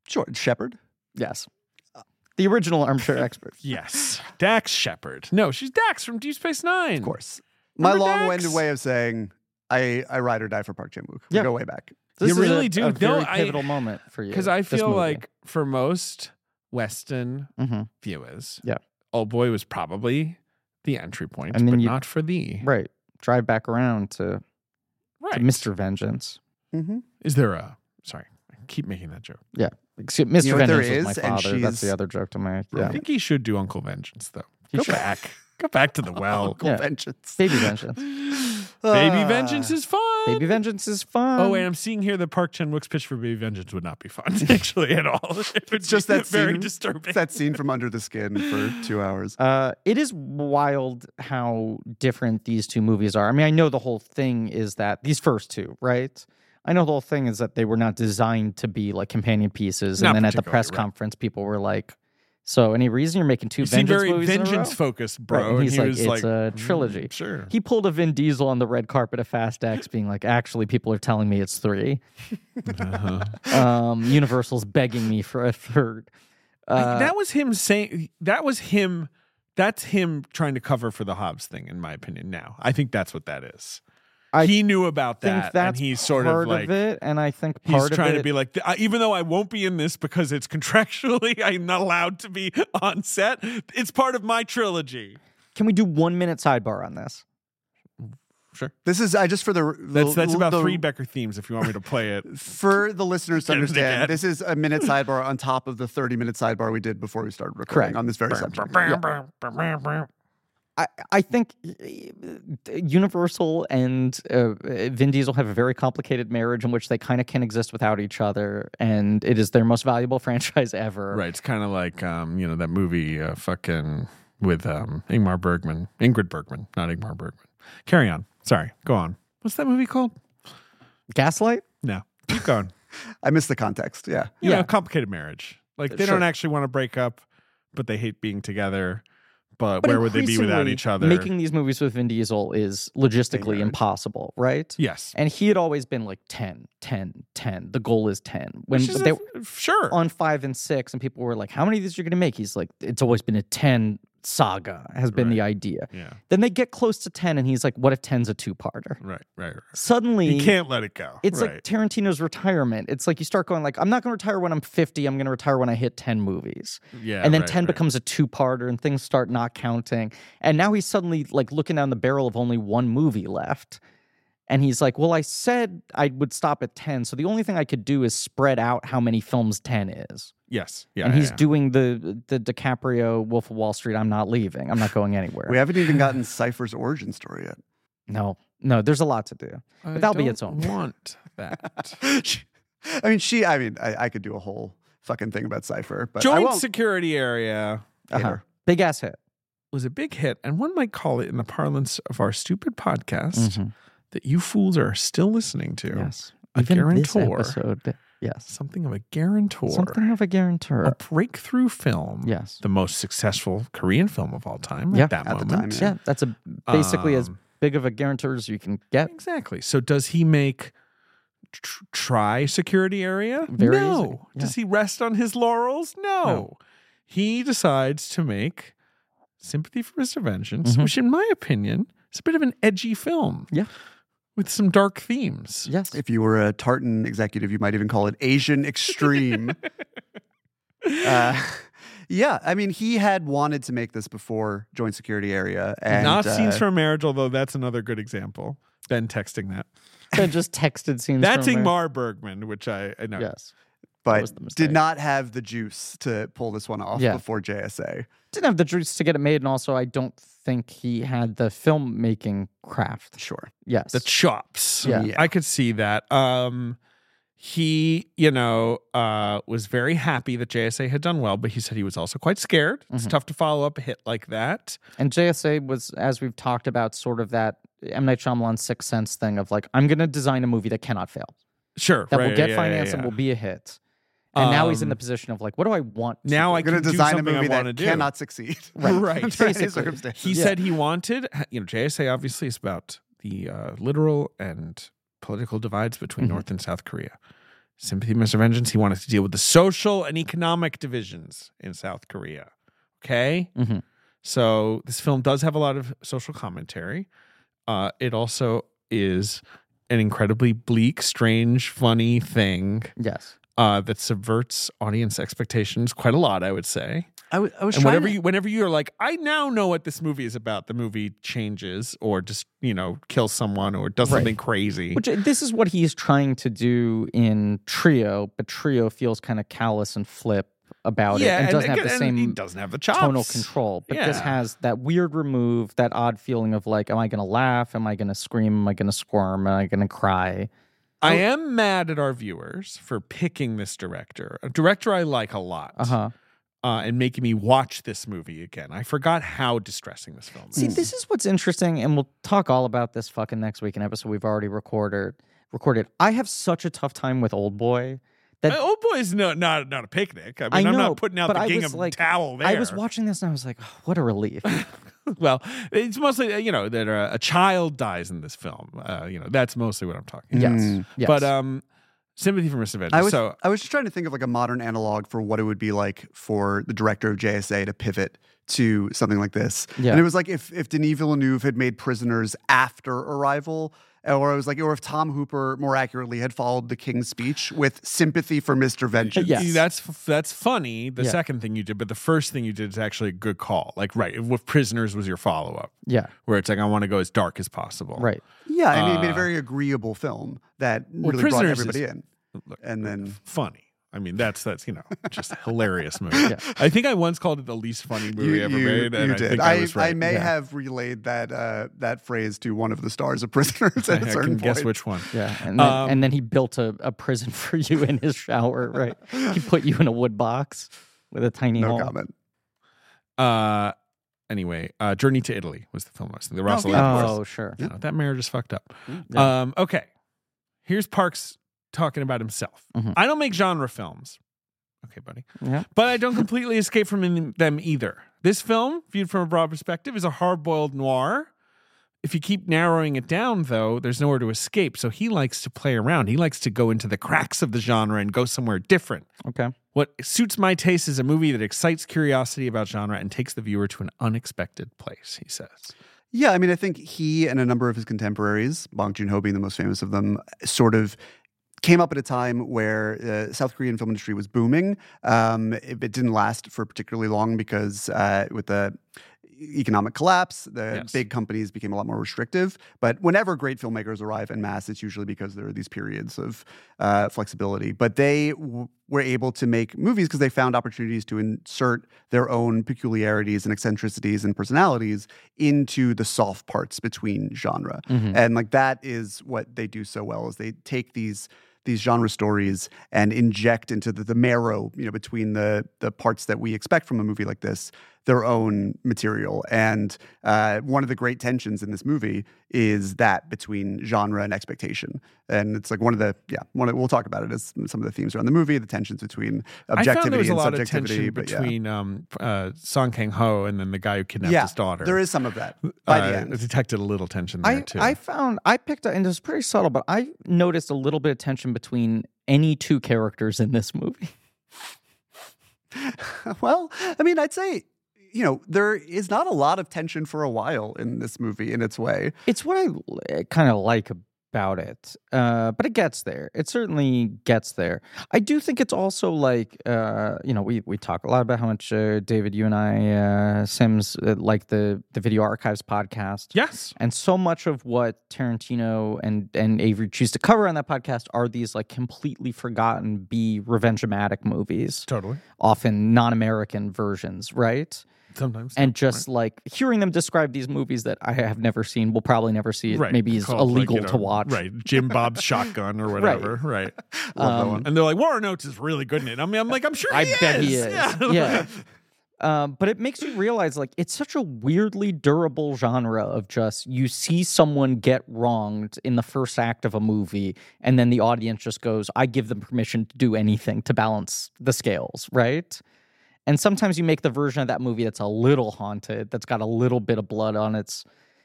Speaker 4: Sure, Shepard.
Speaker 3: yes, Uh, the original armchair expert.
Speaker 2: Yes, Dax Shepard. No, she's Dax from Deep Space Nine.
Speaker 4: Of course. My
Speaker 2: Remember
Speaker 4: long-winded
Speaker 2: Dax?
Speaker 4: way of saying I, I ride or die for Park Chan Wook. We
Speaker 3: Yeah.
Speaker 4: go way back.
Speaker 3: This is a-
Speaker 2: really
Speaker 3: a,
Speaker 2: do. No,
Speaker 3: very
Speaker 2: I-
Speaker 3: pivotal moment for you
Speaker 2: Because I
Speaker 3: this
Speaker 2: feel
Speaker 3: movie.
Speaker 2: like for most Western
Speaker 3: Mhm.
Speaker 2: viewers,
Speaker 3: Yeah.
Speaker 2: Old Boy was probably the entry point,
Speaker 3: And then
Speaker 2: but
Speaker 3: you-
Speaker 2: not for thee.
Speaker 3: right drive back around to, to
Speaker 2: Right.
Speaker 3: Mr. Vengeance.
Speaker 4: Mhm.
Speaker 2: Is there a? Sorry, I keep making that joke.
Speaker 3: Excuse, Mr.
Speaker 4: You know what there
Speaker 3: Vengeance was my
Speaker 4: is? And
Speaker 3: father. That's the
Speaker 4: she's-
Speaker 3: other joke to make.
Speaker 2: I
Speaker 3: Yeah,
Speaker 2: think he should do Uncle Vengeance though.
Speaker 3: He
Speaker 2: Go
Speaker 3: should.
Speaker 2: back. Go back to the well.
Speaker 4: Uncle
Speaker 3: Yeah.
Speaker 4: Vengeance.
Speaker 3: Baby Vengeance.
Speaker 2: Baby
Speaker 4: Ah.
Speaker 2: Vengeance is fun.
Speaker 3: Baby Vengeance is fun.
Speaker 2: Oh, and I'm seeing here that Park Chan Wook's pitch for Baby Vengeance would not be fun actually at all. It would
Speaker 4: Just
Speaker 2: be
Speaker 4: that
Speaker 2: very
Speaker 4: scene.
Speaker 2: disturbing.
Speaker 4: It's that scene from Under the Skin for two hours.
Speaker 3: Uh, it is wild how different these two movies are. I mean, I know the whole thing is that these first two, right? I know the whole thing is that they were not designed to be like companion pieces,
Speaker 2: Not
Speaker 3: and then at the
Speaker 2: particularly,
Speaker 3: press
Speaker 2: right.
Speaker 3: conference, people were like, "So, any reason you're making two
Speaker 2: you seem
Speaker 3: vengeance
Speaker 2: very
Speaker 3: movies
Speaker 2: vengeance
Speaker 3: in a row?"
Speaker 2: focused, bro.
Speaker 3: Right, and
Speaker 2: and
Speaker 3: he's
Speaker 2: he
Speaker 3: like,
Speaker 2: was
Speaker 3: "It's
Speaker 2: Oh, like,
Speaker 3: a
Speaker 2: "Mm,
Speaker 3: trilogy."
Speaker 2: Sure.
Speaker 3: He pulled a Vin Diesel on the red carpet of Fast X, being like, "Actually, people are telling me it's three.
Speaker 2: Uh-huh.
Speaker 3: Um, Universal's begging me for a third. Uh,
Speaker 2: that was him saying that was him that's him trying to cover for the Hobbs thing in my opinion now. I think that's what that is.
Speaker 3: I
Speaker 2: he knew about
Speaker 3: think
Speaker 2: that and
Speaker 3: that's
Speaker 2: he's sort
Speaker 3: part
Speaker 2: of like
Speaker 3: it, and I think part
Speaker 2: he's
Speaker 3: of
Speaker 2: trying
Speaker 3: it,
Speaker 2: to be like "I- even though I won't be in this because it's contractually I'm not allowed to be on set, it's part of my trilogy.
Speaker 3: Can we do one minute sidebar on this?
Speaker 2: Sure.
Speaker 4: This is I just for the
Speaker 2: That's that's about
Speaker 4: the-
Speaker 2: three Becker themes if you want me to play it.
Speaker 4: for the listeners to
Speaker 2: Get it again.
Speaker 4: understand, this is a minute sidebar on top of the 30 minute sidebar we did before we started recording
Speaker 3: Correct.
Speaker 4: on this very subject.
Speaker 3: I, I think uh, Universal and uh, Vin Diesel have a very complicated marriage in which they kind of can exist without each other, and it is their most valuable franchise ever.
Speaker 2: Right. It's kind of like um, you know that movie uh, fucking with um, Ingmar Bergman, Ingrid Bergman, not Ingmar Bergman. Carry on. Sorry. Go on. What's that movie called?
Speaker 3: Gaslight?
Speaker 2: No. Keep going.
Speaker 4: I missed the context. Yeah.
Speaker 2: You
Speaker 3: Yeah.
Speaker 2: know, complicated marriage. Like they don't actually want to break up, but they hate being together. But,
Speaker 3: But
Speaker 2: where would they be without
Speaker 3: increasingly,
Speaker 2: each other?
Speaker 3: Making these movies with Vin Diesel is logistically impossible, right?
Speaker 2: yes.
Speaker 3: And he had always been like 10, 10, 10. The goal is 10. When
Speaker 2: Which is
Speaker 3: they,
Speaker 2: a- sure.
Speaker 3: on five and six, and people were like, How many of these are you going to make? He's like, It's always been a 10 saga, has been
Speaker 2: Right.
Speaker 3: the idea.
Speaker 2: yeah.
Speaker 3: Then they get close to 10, and he's like, What if 10's a two parter?
Speaker 2: Right. Right. right.
Speaker 3: Suddenly,
Speaker 2: You can't let it go.
Speaker 3: it's
Speaker 2: right.
Speaker 3: like Tarantino's retirement. It's like you start going, like, I'm not going to retire when I'm 50. I'm going to retire when I hit 10 movies.
Speaker 2: yeah.
Speaker 3: and then
Speaker 2: right,
Speaker 3: 10
Speaker 2: right.
Speaker 3: becomes a two parter, and things start not counting. And now he's suddenly like looking down the barrel of only one movie left. And he's like, Well, I said I would stop at 10. So the only thing I could do is spread out how many films 10 is
Speaker 2: yes. Yeah.
Speaker 3: and
Speaker 2: yeah,
Speaker 3: he's
Speaker 2: yeah.
Speaker 3: doing the the DiCaprio Wolf of Wall Street. I'm not leaving. I'm not going anywhere.
Speaker 4: We haven't even gotten Cypher's origin story yet.
Speaker 3: no, no. There's a lot to do.
Speaker 2: I
Speaker 3: but that'll be
Speaker 2: don't
Speaker 3: its own.
Speaker 2: Want that?
Speaker 4: She- I mean, she, I mean, I, I could do a whole fucking thing about Cypher, but I
Speaker 2: Joint
Speaker 4: won't.
Speaker 2: security area.
Speaker 4: Hate
Speaker 3: Uh-huh.
Speaker 4: her.
Speaker 3: Big ass hit.
Speaker 2: was a big hit, and one might call it, in the parlance of our stupid podcast,
Speaker 3: Mhm.
Speaker 2: that you fools are still listening to,
Speaker 3: Yes.
Speaker 2: a
Speaker 3: Even this
Speaker 2: guarantor.
Speaker 3: episode. Yes.
Speaker 2: something of a guarantor,
Speaker 3: Something of a
Speaker 2: a
Speaker 3: guarantor.
Speaker 2: breakthrough film,
Speaker 3: Yes.
Speaker 2: the most successful Korean film of all time
Speaker 3: Yeah.
Speaker 2: at that
Speaker 4: At the
Speaker 2: moment.
Speaker 4: time,
Speaker 3: Yeah, that's a basically as
Speaker 2: Um,
Speaker 3: big of a guarantor as you can get.
Speaker 2: Exactly. So does he make tr- try security area?
Speaker 3: Very
Speaker 2: no.
Speaker 3: easy. Yeah.
Speaker 2: Does he rest on his laurels? No. He decides to make Sympathy for Mr. Vengeance,
Speaker 3: Mhm.
Speaker 2: which, in my opinion, is a bit of an edgy film.
Speaker 3: Yeah.
Speaker 2: With some dark themes.
Speaker 3: Yes.
Speaker 4: If you were a tartan executive, you might even call it Asian extreme. uh, yeah, I mean, he had wanted to make this before Joint Security Area, and
Speaker 2: Not
Speaker 4: uh,
Speaker 2: scenes from a marriage, although that's another good example. Ben texting that.
Speaker 3: Ben just texted scenes.
Speaker 2: That's
Speaker 3: from
Speaker 2: Ingmar Bergman, which I, I know.
Speaker 3: there. Yes. was
Speaker 4: but
Speaker 3: the mistake.
Speaker 4: did not have the juice to pull this one off
Speaker 3: Yeah.
Speaker 4: before JSA.
Speaker 3: Didn't have the juice to get it made, and also I don't think he had the filmmaking craft.
Speaker 4: Sure.
Speaker 3: Yes.
Speaker 2: the chops.
Speaker 3: Yeah.
Speaker 4: Yeah.
Speaker 2: I could see that. Um he, you know, uh was very happy that JSA had done well, but he said he was also quite scared. It's
Speaker 3: Mm-hmm.
Speaker 2: tough to follow up a hit like that.
Speaker 3: And JSA was, as we've talked about, sort of that M. Night Shyamalan Sixth Sense thing of like, I'm going to design a movie that cannot fail,
Speaker 2: Sure.
Speaker 3: that
Speaker 2: right,
Speaker 3: will get
Speaker 2: yeah, yeah,
Speaker 3: financed
Speaker 2: yeah.
Speaker 3: and will be a hit. And now he's in the
Speaker 2: Um,
Speaker 3: position of like, what do I want? to
Speaker 2: now
Speaker 3: do?
Speaker 2: I
Speaker 4: I'm going
Speaker 2: can
Speaker 4: to
Speaker 2: do
Speaker 4: design a
Speaker 2: something I
Speaker 4: movie
Speaker 2: wanna
Speaker 4: that
Speaker 2: do.
Speaker 4: cannot succeed.
Speaker 2: Right.
Speaker 4: Under any
Speaker 3: Basically.
Speaker 4: circumstance.
Speaker 2: He
Speaker 3: Yeah.
Speaker 2: said he wanted, you know, JSA obviously is about the uh, literal and political divides between
Speaker 4: Mm-hmm.
Speaker 3: Mhm.
Speaker 2: North and South Korea. Sympathy, Mr. Vengeance, he wanted to deal with the social and economic divisions in South Korea. Okay?
Speaker 4: Mm-hmm.
Speaker 3: Mhm.
Speaker 2: So this film does have a lot of social commentary. Uh, it also is an incredibly bleak, strange, funny thing
Speaker 3: Yes.
Speaker 2: uh, that subverts audience expectations quite a lot, I would say
Speaker 4: I wa- I was
Speaker 2: and
Speaker 4: trying
Speaker 2: whenever
Speaker 4: to-
Speaker 2: you whenever you're like i now know what this movie is about the movie changes or just you know kills someone or does
Speaker 3: Right.
Speaker 2: something crazy
Speaker 3: Which uh, this is what he's trying to do in Trio, but Trio feels kind of callous and flip about it and doesn't have the
Speaker 2: again,
Speaker 3: same
Speaker 2: he doesn't have the chops.
Speaker 3: tonal control. But this
Speaker 2: Yeah.
Speaker 3: has that weird remove, that odd feeling of like, am I going to laugh? Am I going to scream? Am I going to squirm? Am I going to cry?
Speaker 2: i am mad at our viewers for picking this director a director i like a lot
Speaker 3: Uh huh.
Speaker 2: uh, and making me watch this movie again i forgot how distressing this film
Speaker 3: See,
Speaker 2: is
Speaker 3: this is what's interesting, and we'll talk all about this fucking next week in episode we've already recorded. Recorded. I have such a tough time with Old Boy.
Speaker 2: Uh, old boy's no, not not a picnic. I mean,
Speaker 3: I
Speaker 2: am
Speaker 3: know,
Speaker 2: not putting out
Speaker 3: but
Speaker 2: the
Speaker 3: I was
Speaker 2: gingham
Speaker 3: like-
Speaker 2: towel there.
Speaker 3: I was watching this and I was like, "Oh, what a relief.
Speaker 2: well, it's mostly uh, you know that uh, a child dies in this film. Uh, you know that's mostly what I'm talking.
Speaker 3: yes.
Speaker 2: about.
Speaker 4: Mm.
Speaker 3: yes.
Speaker 2: But um, sympathy for Mr. Vengeance.
Speaker 4: I was
Speaker 2: so
Speaker 4: I was just trying to think of like a modern analog for what it would be like for the director of JSA to pivot to something like this.
Speaker 3: Yeah.
Speaker 4: And it was like if if Denis Villeneuve had made Prisoners after Arrival, or I was like, or if Tom Hooper more accurately had followed The King's Speech with sympathy for Mr. Vengeance.
Speaker 3: Yes.
Speaker 2: see, that's that's funny. The
Speaker 3: Yeah.
Speaker 2: second thing you did, but the first thing you did is actually a good call. Like right, if Prisoners was your follow up,
Speaker 3: yeah.
Speaker 2: where it's like I want to go as dark as possible.
Speaker 3: Right.
Speaker 4: Yeah, I mean, he made
Speaker 2: Uh,
Speaker 4: a very agreeable film that
Speaker 2: Well,
Speaker 4: really brought
Speaker 2: Prisoners
Speaker 4: everybody
Speaker 2: is-
Speaker 4: in.
Speaker 2: Look,
Speaker 4: And then
Speaker 2: funny. I mean, that's that's you know just a hilarious movie.
Speaker 3: Yeah.
Speaker 2: I think I once called it the least funny movie
Speaker 4: you,
Speaker 2: ever
Speaker 4: you-
Speaker 2: made, and
Speaker 4: you
Speaker 2: I
Speaker 4: did.
Speaker 2: think I,
Speaker 4: I,
Speaker 2: was right.
Speaker 4: may
Speaker 3: Yeah.
Speaker 4: have relayed that uh, that phrase to one of the stars of Prisoners at a
Speaker 2: I
Speaker 4: certain
Speaker 2: can
Speaker 4: point.
Speaker 2: guess which one.
Speaker 3: Yeah. And then,
Speaker 2: Um,
Speaker 3: and then he built a, a prison for you in his shower, right? he put you in a wood box with a tiny
Speaker 4: no
Speaker 3: hole.
Speaker 4: comment.
Speaker 2: Uh, anyway, uh, Journey to Italy was the film I was thinking. The
Speaker 4: Oh,
Speaker 2: Russell.
Speaker 4: yeah, of
Speaker 2: Anthony-
Speaker 4: course.
Speaker 3: Oh, sure.
Speaker 2: you know, that marriage is fucked up.
Speaker 3: Yeah.
Speaker 2: Um, okay. Here's Parks talking about himself.
Speaker 3: Mhm.
Speaker 2: I don't make genre films. Okay, buddy.
Speaker 3: Yeah.
Speaker 2: But I don't completely escape from in- them either. This film, viewed from a broad perspective, is a hard boiled noir. If you keep narrowing it down, though, there's nowhere to escape. So he likes to play around. He likes to go into the cracks of the genre and go somewhere different.
Speaker 3: Okay.
Speaker 2: What suits my taste is a movie that excites curiosity about genre and takes the viewer to an unexpected place, he says.
Speaker 4: Yeah, I mean, I think he and a number of his contemporaries, Bong Joon Ho being the most famous of them, sort of came up at a time where uh, South Korean film industry was booming. Um, it, it didn't last for particularly long because uh, with the e-, economic collapse, the
Speaker 2: Yes.
Speaker 4: big companies became a lot more restrictive. But whenever great filmmakers arrive en masse, it's usually because there are these periods of uh, flexibility. But they w- were able to make movies because they found opportunities to insert their own peculiarities and eccentricities and personalities into the soft parts between genre.
Speaker 2: Mm-hmm.
Speaker 4: And like that is what they do so well is they take these these genre stories and inject into the, the marrow, you know, between the the parts that we expect from a movie like this, their own material. And uh, one of the great tensions in this movie is that between genre and expectation. And it's like one of the yeah, one of, we'll talk about it as some of the themes around the movie, the tensions between objectivity
Speaker 2: I
Speaker 4: and
Speaker 2: found there was a lot of
Speaker 4: subjectivity.
Speaker 2: tension
Speaker 4: but yeah.
Speaker 2: between um, uh, Song Kang Ho and then the guy who kidnapped
Speaker 4: yeah,
Speaker 2: his daughter.
Speaker 4: there is some of that by
Speaker 2: Uh,
Speaker 4: the end.
Speaker 2: I detected a little tension there
Speaker 3: I,
Speaker 2: too.
Speaker 3: I found I picked up and it was pretty subtle, but I noticed a little bit of tension between any two characters in this movie.
Speaker 4: well, I mean, I'd say you know, there is not a lot of tension for a while in this movie in its way.
Speaker 3: It's what I kind of like about it, uh, but it gets there. It certainly gets there. I do think it's also like uh, you know we we talk a lot about how much uh, David, you and I, uh, Sims, uh, like the the Video Archives podcast.
Speaker 2: Yes.
Speaker 3: And so much of what Tarantino and and Avery choose to cover on that podcast are these like completely forgotten B revenge-o-matic movies,
Speaker 2: Totally.
Speaker 3: often non-American versions, right?
Speaker 2: Sometimes.
Speaker 3: and just like hearing them describe these movies that I have never seen, will probably never see. It
Speaker 2: Right,
Speaker 3: maybe is
Speaker 2: called, like,
Speaker 3: illegal
Speaker 2: you know,
Speaker 3: to watch.
Speaker 2: Right. Jim Bob's Shotgun or whatever. Right.
Speaker 4: Love that
Speaker 3: Um,
Speaker 4: one.
Speaker 2: And they're like, Warren Oates is really good in it. I mean, I'm like, I'm sure
Speaker 3: I
Speaker 2: he
Speaker 3: bet he
Speaker 2: is.
Speaker 3: is. Yeah. Um, but it makes you realize like it's such a weirdly durable genre of just you see someone get wronged in the first act of a movie, and then the audience just goes, I give them permission to do anything to balance the scales, right? And sometimes you make the version of that movie that's a little haunted, that's got a little bit of blood on its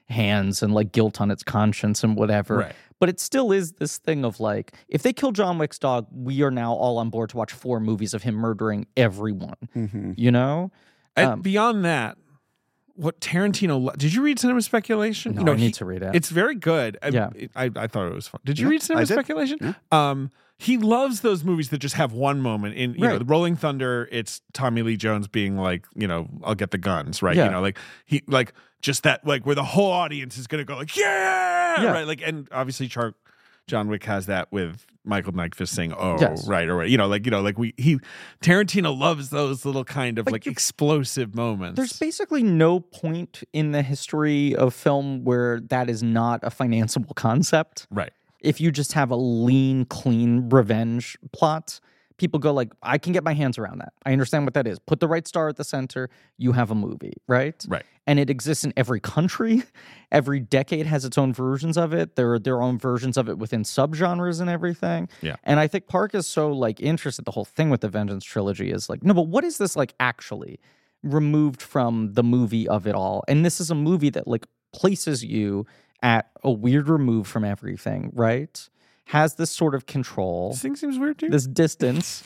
Speaker 3: hands and like guilt on its conscience and whatever.
Speaker 2: Right.
Speaker 3: But it still is this thing of like, if they kill John Wick's dog, we are now all on board to watch four movies of him murdering everyone. You know?
Speaker 2: And
Speaker 3: Um,
Speaker 2: beyond that, what Tarantino lo- did you read Cinema Speculation?
Speaker 3: No,
Speaker 2: you know,
Speaker 3: I need
Speaker 2: he-
Speaker 3: to read it.
Speaker 2: It's very good. I,
Speaker 3: Yeah.
Speaker 2: it- I, I thought it was fun. Did you
Speaker 4: Yeah,
Speaker 2: read Cinema
Speaker 4: I did.
Speaker 2: Speculation? Um, he loves those movies that just have one moment in you know
Speaker 3: Right.
Speaker 2: the Rolling Thunder. It's Tommy Lee Jones being like, you know, I'll get the guns, right?
Speaker 3: Yeah.
Speaker 2: You know, like he like just that like where the whole audience is gonna go like, yeah,
Speaker 3: Yeah.
Speaker 2: right. Like, and obviously Char- John Wick has that with Michael Nyquist saying, oh,
Speaker 3: Yes.
Speaker 2: right, or you know, like you know, like we he Tarantino loves those little kind of
Speaker 3: But
Speaker 2: like
Speaker 3: you-
Speaker 2: explosive moments.
Speaker 3: There's basically no point in the history of film where that is not a financeable concept.
Speaker 2: right.
Speaker 3: If you just have a lean, clean revenge plot, people go like, I can get my hands around that. I understand what that is. Put the right star at the center, you have a movie, right?
Speaker 2: Right.
Speaker 3: And it exists in every country. Every decade has its own versions of it. There are their own versions of it within subgenres and everything.
Speaker 2: Yeah.
Speaker 3: And I think Park is so like interested. The whole thing with the Vengeance trilogy is like, no, but what is this like actually removed from the movie of it all? And this is a movie that like places you at a weird remove from everything, right? Has this sort of control,
Speaker 2: This thing seems weird too.
Speaker 3: this distance,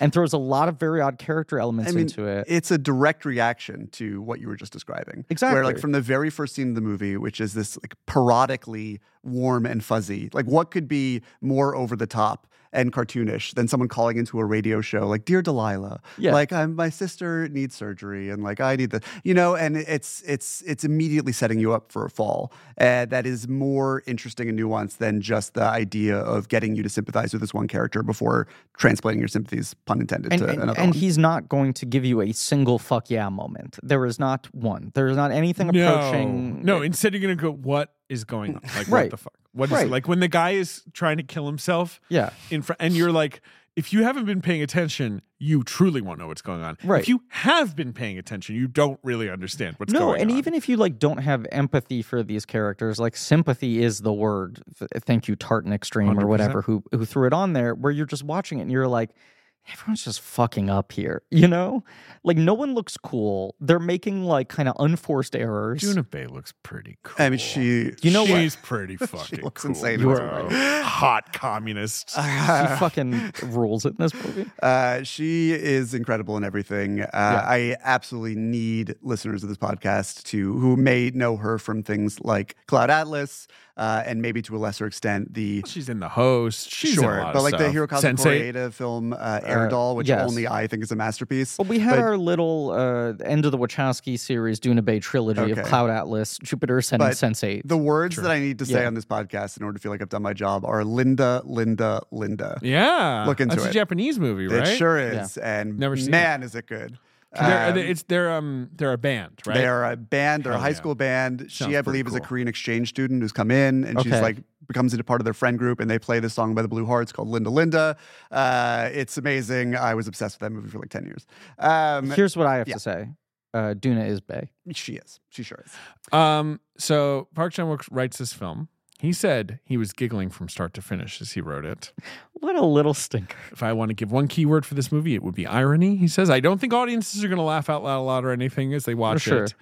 Speaker 3: and throws a lot of very odd character elements
Speaker 4: I mean,
Speaker 3: into it.
Speaker 4: it's a direct reaction to what you were just describing. Where,
Speaker 3: Exactly.
Speaker 4: like, from the very first scene of the movie, which is this, like, parodically warm and fuzzy, like, what could be more over the top and cartoonish than someone calling into a radio show, like, Dear Delilah,
Speaker 3: Yeah.
Speaker 4: like, I'm, my sister needs surgery and, like, I need the, you know, and it's, it's, it's immediately setting you up for a fall. And that is more interesting and nuanced than just the idea of getting you to sympathize with this one character before transplanting your sympathies, pun intended,
Speaker 3: and,
Speaker 4: to
Speaker 3: and-
Speaker 4: another
Speaker 3: and
Speaker 4: one.
Speaker 3: he's not going to give you a single fuck yeah moment. There is not one. There is not anything approaching.
Speaker 2: No, instead you're gonna go, what is going on? Like what
Speaker 3: Right.
Speaker 2: the fuck? What is
Speaker 3: Right.
Speaker 2: like when the guy is trying to kill himself
Speaker 3: Yeah.
Speaker 2: in front and you're like, if you haven't been paying attention, you truly won't know what's going on.
Speaker 3: Right.
Speaker 2: If you have been paying attention, you don't really understand what's
Speaker 3: no,
Speaker 2: going on.
Speaker 3: and even if you like don't have empathy for these characters, like sympathy is the word. Th- Thank you, Tartan Extreme or
Speaker 2: 100%.
Speaker 3: whatever who who threw it on there, where you're just watching it and you're like, everyone's just fucking up here, you know? Like no one looks cool. They're making like kind of unforced errors.
Speaker 2: Junipe looks pretty cool.
Speaker 4: I mean, she.
Speaker 3: You know what?
Speaker 2: she's pretty fucking
Speaker 4: looks
Speaker 2: cool.
Speaker 4: insane.
Speaker 2: bro.
Speaker 4: You're
Speaker 2: hot communist.
Speaker 3: she fucking rules it in this movie.
Speaker 4: Uh, she is incredible in everything. Uh, I absolutely need listeners of this podcast to who may know her from things like Cloud Atlas, uh, and maybe to a lesser extent the
Speaker 2: she's in the host. She's in a
Speaker 4: sure,
Speaker 2: lot
Speaker 4: but
Speaker 2: of
Speaker 4: like the
Speaker 2: stuff.
Speaker 4: Hirokazu
Speaker 2: Sensei.
Speaker 4: Koreeda film uh, Air Doll, which
Speaker 3: yes.
Speaker 4: only I think is a masterpiece.
Speaker 3: Well, we had
Speaker 4: But-
Speaker 3: our little uh, end of the Wachowski series, Duna Bay trilogy of
Speaker 4: Okay.
Speaker 3: Cloud Atlas, Jupiter Ascending,
Speaker 4: But
Speaker 3: Sense Eight.
Speaker 4: The words that I need to say
Speaker 3: Yeah.
Speaker 4: on this podcast in order to feel like I've done my job are Linda, Linda, Linda.
Speaker 2: Yeah.
Speaker 4: Look into
Speaker 2: That's
Speaker 4: it.
Speaker 2: a Japanese movie, right?
Speaker 4: It sure is, and
Speaker 2: Never seen
Speaker 4: man, is it good.
Speaker 2: They're,
Speaker 4: Um,
Speaker 2: it's they're um they're a band, right?
Speaker 4: They are a band. They're a
Speaker 2: Hell
Speaker 4: high
Speaker 2: yeah.
Speaker 4: school band.
Speaker 2: Sounds
Speaker 4: she, I
Speaker 2: pretty
Speaker 4: believe, is a
Speaker 2: cool.
Speaker 4: Korean exchange student who's come in, and
Speaker 3: Okay.
Speaker 4: she's like becomes a part of their friend group, and they play this song by the Blue Hearts called "Linda Linda." Uh, it's amazing. I was obsessed with that movie for like ten years. Um,
Speaker 3: Here's what I have
Speaker 4: yeah.
Speaker 3: to say: uh, Duna is Bay.
Speaker 4: she is. She sure is.
Speaker 2: Um, so Park Chan Wook writes this film. He said he was giggling from start to finish as he wrote it.
Speaker 3: What a little stinker!
Speaker 2: If I want to give one keyword for this movie, it would be irony. He says, I don't think audiences are going to laugh out loud a lot or anything as they watch
Speaker 3: sure.
Speaker 2: it.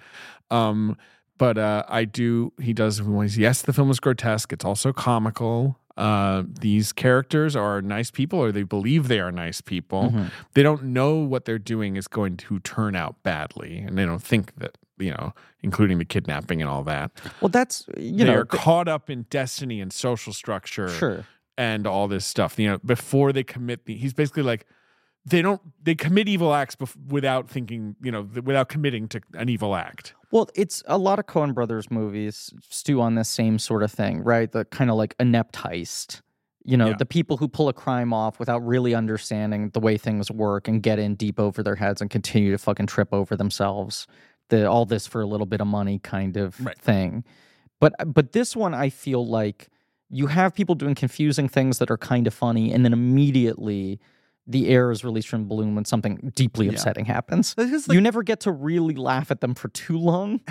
Speaker 2: Um, but uh, I do. He does. Yes, the film is grotesque. It's also comical. Uh, these characters are nice people, or they believe they are nice people.
Speaker 3: Mhm.
Speaker 2: They don't know what they're doing is going to turn out badly, and they don't think that you know, including the kidnapping and all that.
Speaker 3: Well, that's you
Speaker 2: they
Speaker 3: know
Speaker 2: are caught up in destiny and social structure
Speaker 3: sure.
Speaker 2: and all this stuff. You know, before they commit the, he's basically like, they don't they commit evil acts bef- without thinking, you know, th- without committing to an evil act.
Speaker 3: Well, it's a lot of Coen Brothers movies stew on this same sort of thing, right? The kind of like inept heist. You know,
Speaker 2: Yeah.
Speaker 3: the people who pull a crime off without really understanding the way things work and get in deep over their heads and continue to fucking trip over themselves. The all this for a little bit of money kind of
Speaker 2: Right.
Speaker 3: thing. But but this one I feel like you have people doing confusing things that are kind of funny and then immediately the air is released from balloon when something deeply
Speaker 4: Yeah.
Speaker 3: upsetting happens.
Speaker 4: That's just, like,
Speaker 3: You never get to really laugh at them for too long.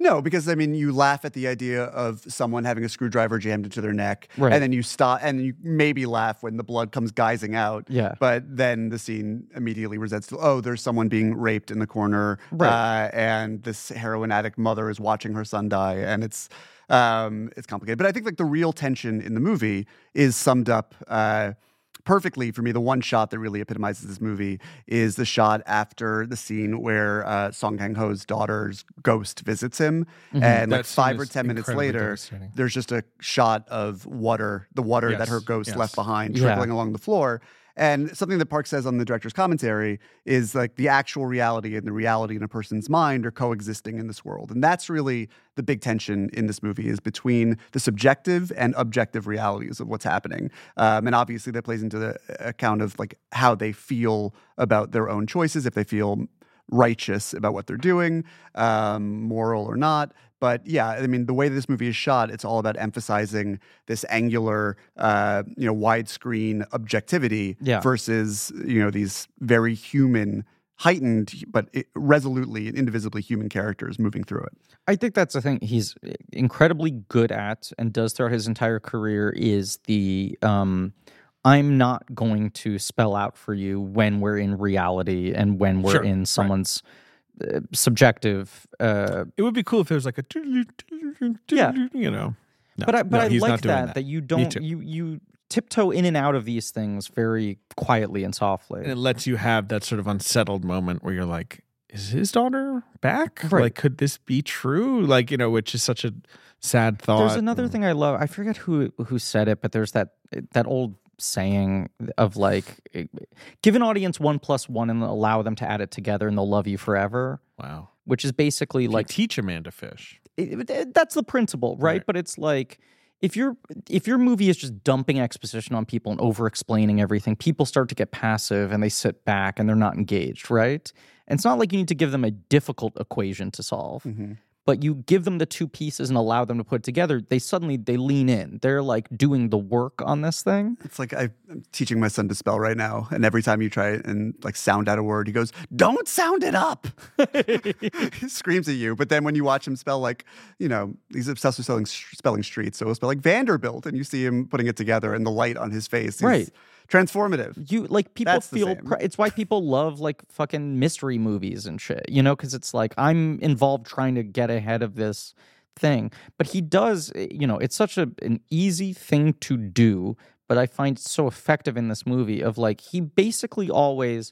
Speaker 4: No, because I mean, you laugh at the idea of someone having a screwdriver jammed into their neck,
Speaker 3: Right.
Speaker 4: and then you stop, and you maybe laugh when the blood comes geising out.
Speaker 3: Yeah.
Speaker 4: But then the scene immediately resents. to, Oh, there's someone being raped in the corner,
Speaker 3: Right.
Speaker 4: uh, and this heroin addict mother is watching her son die, and it's um, it's complicated. But I think like the real tension in the movie is summed up. Uh, Perfectly for me, the one shot that really epitomizes this movie is the shot after the scene where uh, Song Kang Ho's daughter's ghost visits him, and like
Speaker 2: Mm-hmm. That scene
Speaker 4: five or
Speaker 2: is
Speaker 4: ten minutes
Speaker 2: incredibly
Speaker 4: later,
Speaker 2: devastating.
Speaker 4: there's just a shot of water, the water that
Speaker 2: Yes,
Speaker 4: her ghost
Speaker 2: yes.
Speaker 4: left behind,
Speaker 3: Yeah.
Speaker 4: trickling along the floor. And something that Park says on the director's commentary is like the actual reality and the reality in a person's mind are coexisting in this world. And that's really the big tension in this movie is between the subjective and objective realities of what's happening. Um, and obviously that plays into the account of like how they feel about their own choices, if they feel righteous about what they're doing, um, moral or not. But yeah, I mean, the way this movie is shot, it's all about emphasizing this angular, uh, you know, widescreen objectivity
Speaker 3: Yeah.
Speaker 4: versus you know these very human, heightened but i resolutely and indivisibly human characters moving through it.
Speaker 3: I think that's the thing he's incredibly good at and does throughout his entire career is the um I'm not going to spell out for you when we're in reality and when we're
Speaker 2: Sure,
Speaker 3: in
Speaker 2: right.
Speaker 3: someone's uh, subjective uh
Speaker 2: It would be cool if there was like a doodle-doo, doodle-doo,
Speaker 3: Yeah.
Speaker 2: doodle-doo, you know. No,
Speaker 3: but I, but
Speaker 2: no,
Speaker 3: I
Speaker 2: he's
Speaker 3: like
Speaker 2: not doing
Speaker 3: that, that you don't
Speaker 2: too.
Speaker 3: you you tiptoe in and out of these things very quietly and softly.
Speaker 2: and it lets you have that sort of unsettled moment where you're like is his daughter back
Speaker 3: Right.
Speaker 2: like could this be true like you know which is such a sad thought
Speaker 3: There's another thing I love. I forget who who said it, but there's that that old saying of like, give an audience one plus one and allow them to add it together, and they'll love you forever.
Speaker 2: wow
Speaker 3: Which is basically
Speaker 2: like
Speaker 3: like
Speaker 2: teach amanda fish
Speaker 3: it- it- that's the principle, right?
Speaker 2: Right.
Speaker 3: But it's like if your if your movie is just dumping exposition on people and over explaining everything, people start to get passive and they sit back and they're not engaged, right? And it's not like you need to give them a difficult equation to solve, but you give them the two pieces and allow them to put it together. They suddenly they lean in. They're like doing the work on this thing.
Speaker 4: It's like I, I'm teaching my son to spell right now, and every time you try and like sound out a word, he goes, "Don't sound it up!" he screams at you. But then when you watch him spell, like you know, he's obsessed with spelling spelling streets, so he'll spell like Vanderbilt, and you see him putting it together, and the light on his face, is
Speaker 3: Right.
Speaker 2: Oh,
Speaker 4: Transformative.
Speaker 3: You like people
Speaker 4: That's the
Speaker 3: feel
Speaker 4: same.
Speaker 3: pr- it's why people love like fucking mystery movies and shit, you know, because it's like I'm involved trying to get ahead of this thing. But he does, eh, you know, it's such a an easy thing to do, but I find it so effective in this movie of like he basically always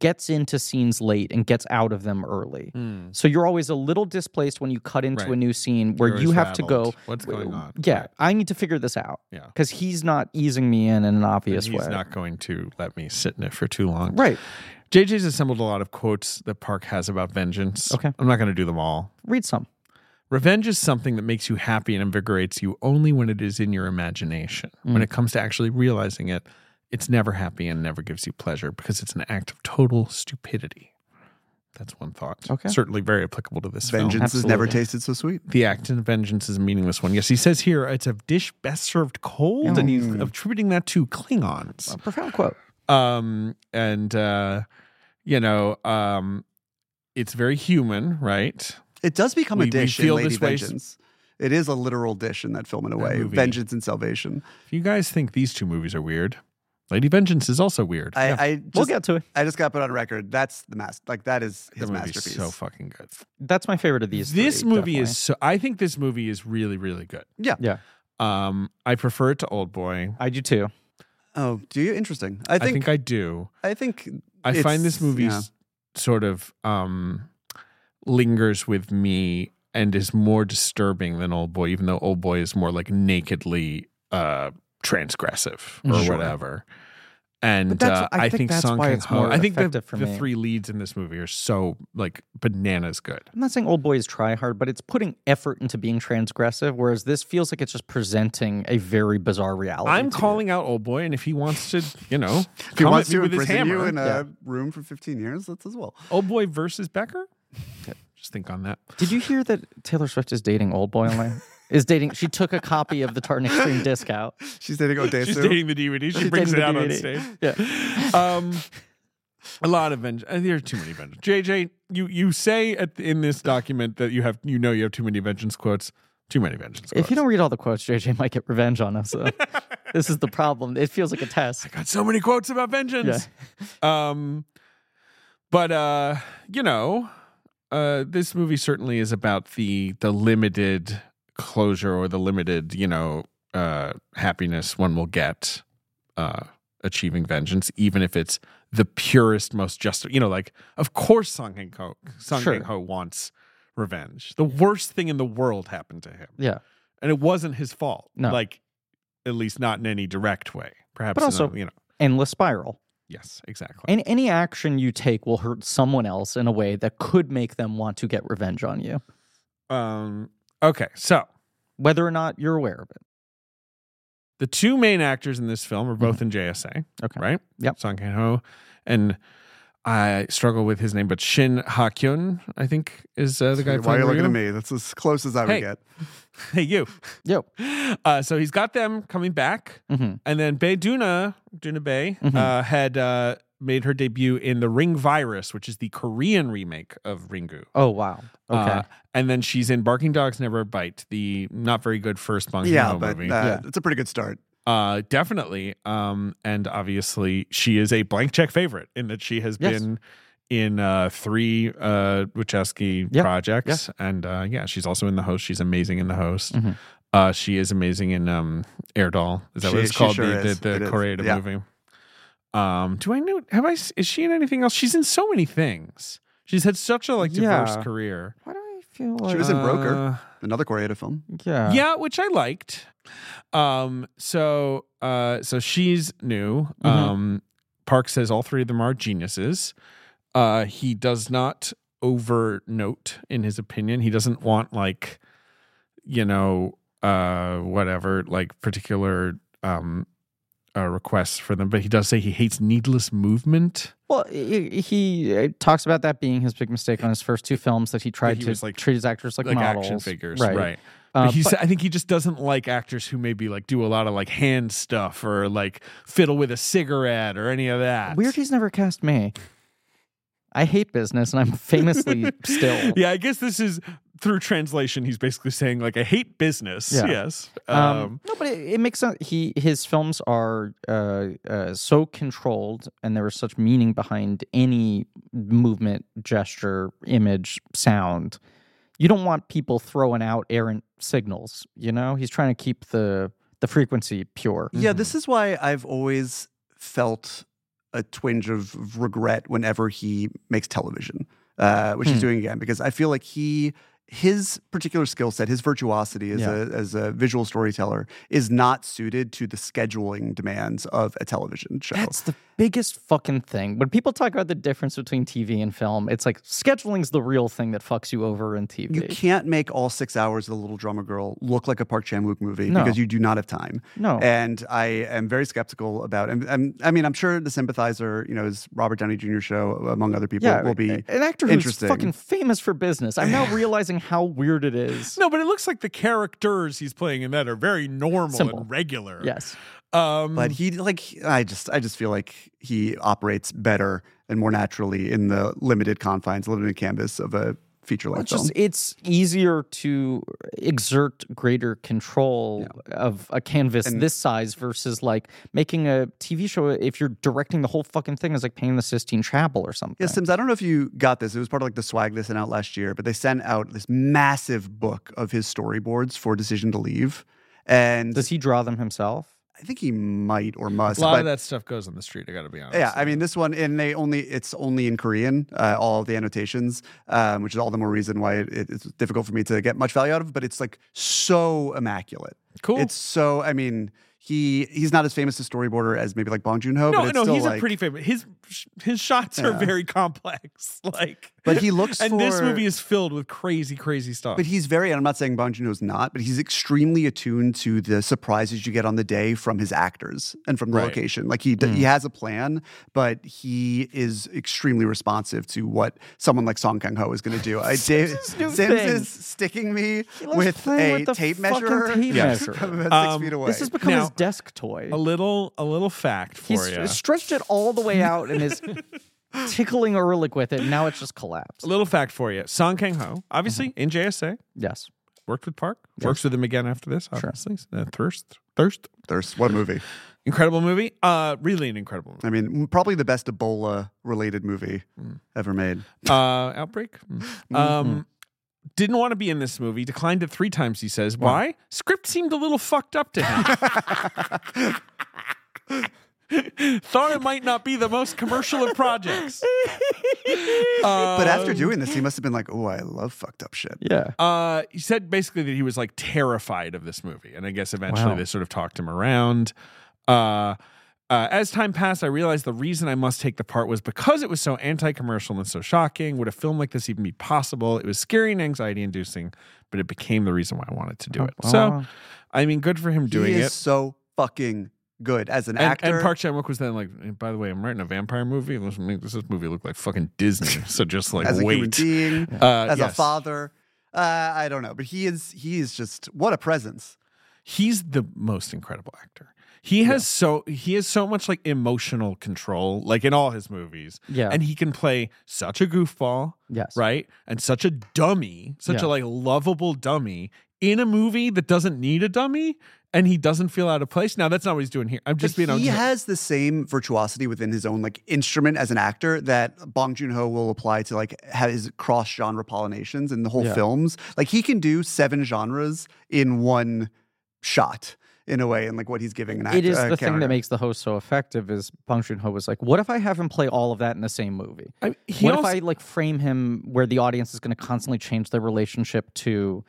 Speaker 3: gets into scenes late and gets out of them early. So you're always a little displaced when you cut into
Speaker 2: Hmm. Right.
Speaker 3: a new scene where
Speaker 2: You're
Speaker 3: you
Speaker 2: always
Speaker 3: have to go.
Speaker 2: rattled. What's going on?
Speaker 3: Yeah,
Speaker 2: Right.
Speaker 3: I need to figure this out.
Speaker 2: Yeah.
Speaker 3: because he's not easing me in in an obvious
Speaker 2: he's
Speaker 3: way.
Speaker 2: not going to let me sit in it for too long
Speaker 3: Right.
Speaker 2: jj's assembled a lot of quotes that park has about vengeance
Speaker 3: Okay.
Speaker 2: i'm not going to do them all
Speaker 3: Read some.
Speaker 2: Revenge is something that makes you happy and invigorates you only when it is in your imagination.
Speaker 3: Mm.
Speaker 2: When it comes to actually realizing it, it's never happy and never gives you pleasure because it's an act of total stupidity. That's one thought.
Speaker 3: Okay.
Speaker 2: Certainly very applicable to this film.
Speaker 4: Vengeance has never
Speaker 3: Absolutely.
Speaker 4: tasted so sweet.
Speaker 2: The act of vengeance is a meaningless one. Yes, he says here it's a dish best served cold, and he's attributing that to Klingons
Speaker 3: A profound quote.
Speaker 2: um and uh you know um it's very human right
Speaker 4: It does become
Speaker 2: We-
Speaker 4: a
Speaker 2: we
Speaker 4: dish in
Speaker 2: feel
Speaker 4: Lady
Speaker 2: this way s-
Speaker 4: Vengeance. It is a literal dish in that film in a
Speaker 2: That
Speaker 4: way.
Speaker 2: movie.
Speaker 4: Vengeance and salvation.
Speaker 2: if you guys think these two movies are weird Lady Vengeance is also weird.
Speaker 4: I,
Speaker 2: Yeah.
Speaker 4: I just
Speaker 3: we'll get to it.
Speaker 4: I just got put on record. That's the master. Like that is
Speaker 2: that
Speaker 4: his
Speaker 2: movie's
Speaker 4: masterpiece.
Speaker 2: so fucking good.
Speaker 3: That's my favorite of these.
Speaker 2: this
Speaker 3: three,
Speaker 2: movie
Speaker 3: definitely.
Speaker 2: is so. I think this movie is really really good.
Speaker 4: Yeah.
Speaker 3: Yeah.
Speaker 2: Um, I prefer it to Old Boy.
Speaker 3: I do too.
Speaker 4: oh, do you? Interesting. I
Speaker 2: I think I,
Speaker 4: think. I think.
Speaker 2: do.
Speaker 4: I,
Speaker 2: I find this
Speaker 4: It's-
Speaker 2: movie
Speaker 4: yeah.
Speaker 2: s- sort of um lingers with me and is more disturbing than Old Boy, even though Old Boy is more like nakedly uh transgressive or
Speaker 3: Sure.
Speaker 2: whatever. And
Speaker 4: But that's-
Speaker 2: uh,
Speaker 4: I
Speaker 2: I,
Speaker 4: think
Speaker 2: think,
Speaker 3: that's
Speaker 2: Song
Speaker 3: why
Speaker 2: Kang
Speaker 3: it's
Speaker 2: Ho-
Speaker 3: more
Speaker 2: I think the,
Speaker 3: effective for
Speaker 2: the
Speaker 3: me.
Speaker 2: three leads in this movie are so like bananas good.
Speaker 3: I'm not saying old boy is try hard, but it's putting effort into being transgressive, whereas this feels like it's just presenting a very bizarre reality.
Speaker 2: I'm
Speaker 3: to you.
Speaker 2: calling out Old Boy, and if he wants to, you know,
Speaker 4: if he
Speaker 2: come
Speaker 4: wants
Speaker 2: at me
Speaker 4: to
Speaker 2: with his
Speaker 4: imprison
Speaker 2: hammer,
Speaker 4: you in a
Speaker 3: yeah.
Speaker 4: room for 15 years, that's as well.
Speaker 2: Old Boy versus Becker. Just think on that.
Speaker 3: Did you hear that Taylor Swift is dating old boy? Online? is dating? She took a copy of the Tartan Extreme disc out.
Speaker 4: She's dating Odesu.
Speaker 2: She's dating the DVD. She
Speaker 3: She's
Speaker 2: brings it
Speaker 3: dating
Speaker 2: out
Speaker 3: the
Speaker 2: on
Speaker 3: DVD.
Speaker 2: stage.
Speaker 3: Yeah.
Speaker 2: Um, a lot of vengeance. There are too many vengeance. JJ, you you say at in this document that you have you know you have too many vengeance quotes. Too many vengeance quotes.
Speaker 3: If you don't read all the quotes, JJ might get revenge on us. though. this is the problem. It feels like a test.
Speaker 2: got so many quotes about vengeance. Um, but uh, you know, uh, this movie certainly is about the the limited closure or the limited you know uh, happiness one will get uh, achieving vengeance, even if it's the purest, most just. You know, like of course Song Hang Ho Song
Speaker 3: Sure.
Speaker 2: Hang Ho wants revenge. The worst thing in the world happened to him,
Speaker 3: Yeah.
Speaker 2: and it wasn't his fault.
Speaker 3: No.
Speaker 2: like at least not in any direct way. Perhaps, in
Speaker 3: also-
Speaker 2: a, you know.
Speaker 3: Endless spiral.
Speaker 2: Yes, exactly.
Speaker 3: And any action you take will hurt someone else in a way that could make them want to get revenge on you,
Speaker 2: um, okay, so
Speaker 3: whether or not you're aware of it.
Speaker 2: the two main actors in this film are
Speaker 4: Mm-hmm.
Speaker 2: both in JSA.
Speaker 3: Okay.
Speaker 2: right?
Speaker 3: Yep.
Speaker 2: Song Kang Ho, and I struggle with his name, but Shin Hakyun, I think, is uh, the guy.
Speaker 4: Why are you
Speaker 2: playing
Speaker 4: looking at
Speaker 2: Ryu.
Speaker 4: me? That's as close as I
Speaker 2: Hey.
Speaker 4: would get.
Speaker 2: Hey, you.
Speaker 3: Yep.
Speaker 2: Uh, so he's got them coming back,
Speaker 3: hmm
Speaker 2: and then Bay Duna, Duna Bay,
Speaker 4: Mm-hmm.
Speaker 3: Mhm.
Speaker 2: uh, had uh, made her debut in the Ring Virus, which is the Korean remake of Ringu.
Speaker 3: Oh wow. Okay.
Speaker 2: Uh, and then she's in Barking Dogs Never Bite, the not very good first Bong
Speaker 4: Yeah,
Speaker 2: Joon-ho
Speaker 4: but uh,
Speaker 2: movie.
Speaker 4: it's a pretty good start.
Speaker 2: Uh, definitely. Um, and obviously, she is a blank check favorite in that she has
Speaker 3: Yes.
Speaker 2: been in uh, three uh, Wachowski
Speaker 3: Yeah.
Speaker 2: projects, and uh, yeah, she's also in the host. She's amazing in the host.
Speaker 4: Mm-hmm.
Speaker 3: Mhm.
Speaker 2: Uh, she is amazing in um, Air Doll. Is that
Speaker 4: She-
Speaker 2: what it's
Speaker 4: she
Speaker 2: called?
Speaker 4: sure
Speaker 2: the
Speaker 4: is.
Speaker 2: the,
Speaker 4: It
Speaker 2: the
Speaker 4: is.
Speaker 2: Koreeda
Speaker 4: Yeah.
Speaker 2: movie. Um, do I know? Have I? s- Is she in anything else? She's in so many things. She's had such a like diverse
Speaker 3: Yeah.
Speaker 2: career.
Speaker 3: Why do I feel
Speaker 4: She
Speaker 3: like
Speaker 4: was in Broker,
Speaker 2: Uh,
Speaker 4: another Koreeda film.
Speaker 3: yeah.
Speaker 2: yeah which i liked um so uh so she's new
Speaker 3: Mhm.
Speaker 2: um park says all three of them are geniuses uh he does not overnote in his opinion he doesn't want like you know uh whatever like particular um uh, requests for them but he does say he hates needless movement
Speaker 3: Well, he, he uh, talks about that being his big mistake on his first two films that he tried
Speaker 2: he
Speaker 3: to
Speaker 2: was, like-
Speaker 3: treat his actors like,
Speaker 2: like
Speaker 3: models,
Speaker 2: action figures
Speaker 3: right?
Speaker 2: But
Speaker 4: Um,
Speaker 3: Uh,
Speaker 2: he's,
Speaker 3: but-
Speaker 2: I think he just doesn't like actors who maybe like do a lot of like hand stuff or like fiddle with a cigarette or any of that.
Speaker 3: Weird, he's never cast me. I hate business, and I'm famously still.
Speaker 2: Yeah, I guess this is through translation. He's basically saying like I hate business.
Speaker 3: Yeah.
Speaker 2: Yes. Um,
Speaker 3: Um, no, but it, it makes sense. He his films are uh, uh, so controlled, and there is such meaning behind any movement, gesture, image, sound. You don't want people throwing out errant signals. You know, he's trying to keep the the frequency pure.
Speaker 4: Yeah, this is why I've always felt a twinge of regret whenever he makes television, uh, which he's
Speaker 3: Hmm.
Speaker 4: doing again, because I feel like he his particular skill set, his virtuosity as
Speaker 3: Yeah.
Speaker 4: a as a visual storyteller, is not suited to the scheduling demands of a television show.
Speaker 3: That's the biggest fucking thing. When people talk about the difference between TV and film, it's like scheduling's the real thing that fucks you over in TV.
Speaker 4: you can't make all six hours of the Little Drummer Girl look like a Park Chan Wook movie
Speaker 3: No.
Speaker 4: because you do not have time.
Speaker 3: no.
Speaker 4: And I am very skeptical about. And, and I mean, I'm sure the Sympathizer, you know, is Robert Downey Jr. show among other people will be.
Speaker 3: an actor who's
Speaker 4: interesting.
Speaker 3: fucking famous for business. I'm now realizing how weird it is.
Speaker 2: no, but it looks like the characters he's playing in that are very normal
Speaker 3: Simple.
Speaker 2: and regular.
Speaker 3: Yes.
Speaker 2: Um,
Speaker 4: But he like he- I just I just feel like he operates better and more naturally in the limited confines, limited canvas of a feature
Speaker 3: Well,
Speaker 4: length
Speaker 3: it's
Speaker 4: film.
Speaker 3: just it's easier to exert greater control of a canvas
Speaker 4: And-
Speaker 3: this size versus like making a TV show. If you're directing the whole fucking thing, is like painting the Sistine Chapel or something.
Speaker 4: Yeah, Sims, I don't know if you got this. It was part of like the swag they sent out last year, but they sent out this massive book of his storyboards for Decision to Leave. And
Speaker 3: Does he draw them himself?
Speaker 4: I think he might or must.
Speaker 2: A lot
Speaker 4: but
Speaker 2: of that stuff goes on the street. I got to be honest.
Speaker 4: Yeah, I mean this one, and they only it's only in Korean. Uh, all of the annotations, um, which is all the more reason why it, it- it's difficult for me to get much value out of. But it's like so immaculate.
Speaker 2: cool.
Speaker 4: It's so. I mean, he he's not as famous a storyboarder as maybe like Bong Joon Ho. but
Speaker 2: no,
Speaker 4: it's
Speaker 2: no,
Speaker 4: still
Speaker 2: he's
Speaker 4: like,
Speaker 2: a pretty favorite. His his shots are
Speaker 4: Yeah.
Speaker 2: very complex. Like,
Speaker 4: But he looks
Speaker 2: and this
Speaker 4: for-
Speaker 2: movie is filled with crazy, crazy stuff.
Speaker 4: But he's very, and I'm not saying Bong Joon Ho's not, but he's extremely attuned to the surprises you get on the day from his actors and from the
Speaker 2: Right.
Speaker 4: location. Like he d
Speaker 3: Mm.
Speaker 4: he has a plan, but he is extremely responsive to what someone like Song Kang Ho is going to do. I, Dave,
Speaker 3: his new
Speaker 4: Sims
Speaker 3: thing.
Speaker 4: is sticking me
Speaker 3: loves
Speaker 4: with
Speaker 3: playing
Speaker 4: a
Speaker 3: with the
Speaker 4: tape
Speaker 3: fucking
Speaker 4: measure
Speaker 3: tape Yes. measure.
Speaker 4: from about six
Speaker 2: Um,
Speaker 4: feet away.
Speaker 3: This has become his
Speaker 2: Now-
Speaker 3: desk toy.
Speaker 2: a little, a little fact for
Speaker 3: He's
Speaker 2: you.
Speaker 3: stretched it all the way out and is tickling Ehrlich with it. And now it's just collapsed.
Speaker 2: A little fact for you. Song Kang Ho, obviously in JSA,
Speaker 3: Yes.
Speaker 2: worked with Park, works with him again after this. Obviously, Uh, Thirst, Thirst,
Speaker 4: There's one movie.
Speaker 2: incredible movie. Uh, really an incredible movie.
Speaker 4: I mean, probably the best Ebola-related movie
Speaker 3: Mm.
Speaker 4: ever made.
Speaker 2: uh, outbreak. Um, didn't want to be in this movie. Declined it three times. He says, "Why?" Script seemed a little fucked up to him. Thought it might not be the most commercial of projects.
Speaker 4: But after
Speaker 3: Um,
Speaker 4: doing this, he must have been like, "Oh, I love fucked up shit."
Speaker 3: Yeah.
Speaker 2: Uh, he said basically that he was like terrified of this movie, and I guess eventually
Speaker 3: Wow.
Speaker 2: they sort of talked him around. Uh, uh, as time passed, I realized the reason I must take the part was because it was so anti-commercial and so shocking. Would a film like this even be possible? It was scary and anxiety-inducing, but it became the reason why I wanted to do it. So, I mean, good for him doing
Speaker 4: he is
Speaker 2: it.
Speaker 4: so fucking good as an
Speaker 2: And,
Speaker 4: actor.
Speaker 2: and Park Chan Wook was then like, "Eh, by the way, I'm writing a vampire movie. Let's make this movie look like fucking Disney. So just like
Speaker 4: as a human
Speaker 2: wait,
Speaker 4: being,
Speaker 2: Uh,
Speaker 4: as a
Speaker 2: yes.
Speaker 4: father. Uh, I don't know, but he is he is just what a presence.
Speaker 2: he's the most incredible actor. He has so he has so much like emotional control, like in all his movies.
Speaker 3: Yeah.
Speaker 2: And he can play such a goofball,
Speaker 3: Yes.
Speaker 2: right? And such a dummy, such
Speaker 3: Yeah.
Speaker 2: a like lovable dummy in a movie that doesn't need a dummy and he doesn't feel out of place. Now that's not what he's doing here. I'm just
Speaker 4: But
Speaker 2: being
Speaker 4: he
Speaker 2: honest.
Speaker 4: has the same virtuosity within his own like instrument as an actor that Bong Joon Ho will apply to like ha- his cross genre pollinations in the whole
Speaker 3: Yeah.
Speaker 4: films. Like he can do seven genres in one shot in a way, and like what he's giving an actor.
Speaker 3: It is
Speaker 4: uh,
Speaker 3: the thing
Speaker 4: character.
Speaker 3: that makes the host so effective is Bong Joon-ho was like, what if I have him play all of that in the same movie?
Speaker 2: I mean, he
Speaker 3: What
Speaker 2: also-
Speaker 3: if I like frame him where the audience is going to constantly change their relationship to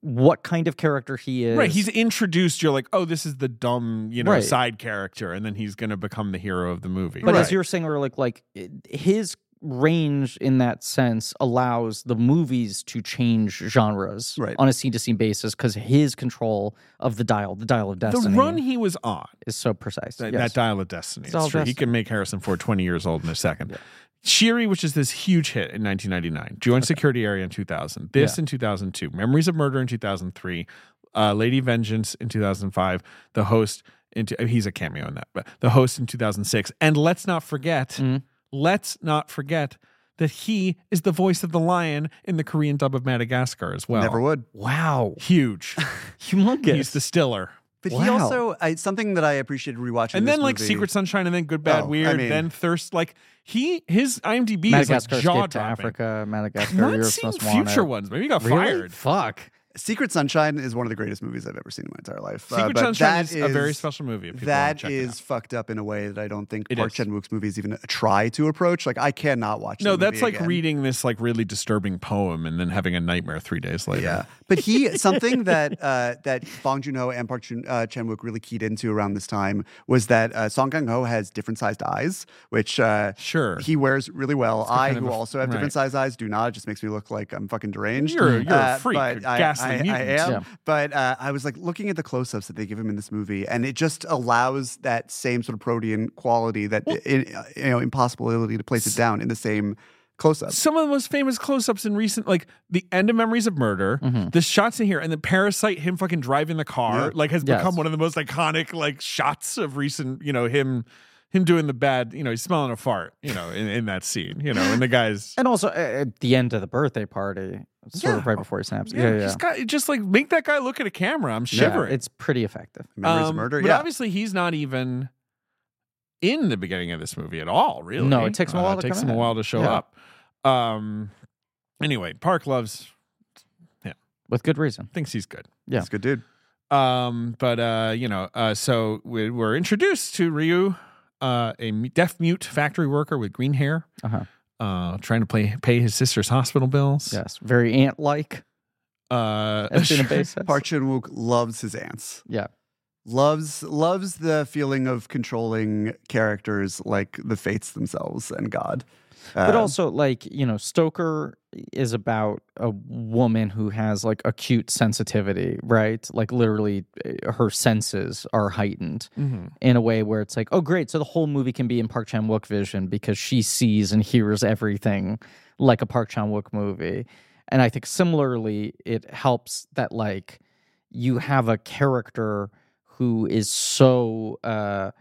Speaker 3: what kind of character he is?
Speaker 2: Right, he's introduced. You're like, oh, this is the dumb, you know,
Speaker 3: Right.
Speaker 2: side character, and then he's going to become the hero of the movie.
Speaker 3: But
Speaker 2: Right.
Speaker 3: as you were saying, or like, like it- his range in that sense allows the movies to change genres
Speaker 4: Right.
Speaker 3: on a scene to scene basis because his control of the dial, the dial of
Speaker 2: the
Speaker 3: destiny,
Speaker 2: run he was on,
Speaker 3: is so precise.
Speaker 2: That,
Speaker 3: Yes.
Speaker 2: that dial of destiny. It's
Speaker 3: Dial of
Speaker 2: true. He
Speaker 3: Destiny.
Speaker 2: can make Harrison Ford 20 years old in a second. Cheery, which is this huge hit in 1999, Joint Security Area in 2000, this in 2002, Memories of Murder in 2003, uh, Lady Vengeance in 2005, The Host in two- he's a cameo in that, but The Host in 2006, and let's not forget,
Speaker 3: Mm-hmm.
Speaker 2: let's not forget that he is the voice of the lion in the Korean dub of Madagascar as well.
Speaker 4: never would.
Speaker 3: wow,
Speaker 2: Huge.
Speaker 3: humongous.
Speaker 2: He's the stiller.
Speaker 4: But he
Speaker 3: Wow.
Speaker 4: also I, something that I appreciated rewatching.
Speaker 2: and
Speaker 4: this
Speaker 2: then like
Speaker 4: movie-
Speaker 2: Secret Sunshine, and then Good, Bad,
Speaker 4: Oh, I
Speaker 2: Weird,
Speaker 4: mean-
Speaker 2: then Thirst. Like he, his IMDb
Speaker 3: Madagascar
Speaker 2: is like jaw
Speaker 3: escaped to Africa, Madagascar,
Speaker 2: Not
Speaker 3: Europe's
Speaker 2: seen
Speaker 3: most wanted.
Speaker 2: future ones. Maybe he got
Speaker 3: Really?
Speaker 2: fired.
Speaker 3: Fuck.
Speaker 4: Secret Sunshine is one of the greatest movies I've ever seen in my entire life. Uh,
Speaker 2: Secret
Speaker 4: but
Speaker 2: Sunshine
Speaker 4: that
Speaker 2: is, a very
Speaker 4: is-
Speaker 2: special movie. If people wanna
Speaker 4: That
Speaker 2: check it
Speaker 4: is
Speaker 2: out.
Speaker 4: fucked up in a way that I don't think
Speaker 2: It
Speaker 4: Park
Speaker 2: is.
Speaker 4: Chan Wook's movies even try to approach. Like I cannot watch.
Speaker 2: no.
Speaker 4: that
Speaker 2: That's
Speaker 4: movie
Speaker 2: like
Speaker 4: again.
Speaker 2: reading this like really disturbing poem and then having a nightmare three days later.
Speaker 4: Yeah, but he something that uh, that Bong Joon Ho and Park Chun, uh, Chan Wook really keyed into around this time was that uh, Song Kang Ho has different sized eyes, which uh,
Speaker 2: Sure.
Speaker 4: he wears really well. I,
Speaker 2: kind of
Speaker 4: who
Speaker 2: a-
Speaker 4: also have different
Speaker 2: right.
Speaker 4: sized eyes, do not. It just makes me look like I'm fucking deranged. Uh,
Speaker 2: You're- you're a freak,
Speaker 4: but
Speaker 2: a
Speaker 4: I-
Speaker 2: ghastly
Speaker 4: I, I
Speaker 2: mutant.
Speaker 4: am.
Speaker 3: Yeah.
Speaker 4: But uh, I was like looking at the close ups that they give him in this movie, and it just allows that same sort of protean quality that i- i- you know impossibility to place it down in the same close up.
Speaker 2: Some of the most famous close-ups in recent, like the end of Memories of Murder,
Speaker 3: Mm-hmm.
Speaker 2: the shots in here, and the Parasite, him fucking driving the car,
Speaker 4: Yeah.
Speaker 2: like has
Speaker 3: Yes.
Speaker 2: become one of the most iconic like shots of recent. You know him him doing the bad, you know, he's smelling a fart, you know, in, in that scene, you know, and the guy's
Speaker 3: And also uh, at the end of the birthday party, sort of
Speaker 4: Yeah.
Speaker 3: right before he snaps.
Speaker 2: yeah, Just, got, just like make that guy look at a camera. I'm
Speaker 3: Yeah,
Speaker 2: shivering.
Speaker 3: it's pretty effective.
Speaker 4: Memories
Speaker 2: Um,
Speaker 4: of murder.
Speaker 2: But
Speaker 4: Yeah.
Speaker 2: obviously, he's not even in the beginning of this movie at all. Really,
Speaker 3: No, it takes him a
Speaker 2: Uh,
Speaker 3: while
Speaker 2: It
Speaker 3: to
Speaker 2: takes
Speaker 3: come
Speaker 2: him a
Speaker 3: in.
Speaker 2: while to show
Speaker 3: Yeah.
Speaker 2: up. Um. Anyway, Park loves
Speaker 3: With good reason.
Speaker 2: thinks he's good.
Speaker 3: yeah.
Speaker 4: He's a good dude.
Speaker 2: Um. But uh, you know, uh, so we were introduced to Ryu, uh, a m- deaf mute factory worker with green hair,
Speaker 3: Uh-huh.
Speaker 2: uh, trying to play pay his sister's hospital bills.
Speaker 3: Yes. Very ant like
Speaker 2: Uh,
Speaker 3: as in a basis.
Speaker 4: Park Chan Wook loves his ants.
Speaker 3: Yeah.
Speaker 4: Loves loves the feeling of controlling characters like the fates themselves and God.
Speaker 3: But
Speaker 4: Uh,
Speaker 3: also, like, you know, Stoker is about a woman who has like acute sensitivity, right? Like, literally, uh, her senses are heightened
Speaker 2: Mhm.
Speaker 3: in a way where it's like, oh, great. So the whole movie can be in Park Chan Wook vision because she sees and hears everything like a Park Chan Wook movie. And I think similarly, it helps that, like, you have a character who is so uh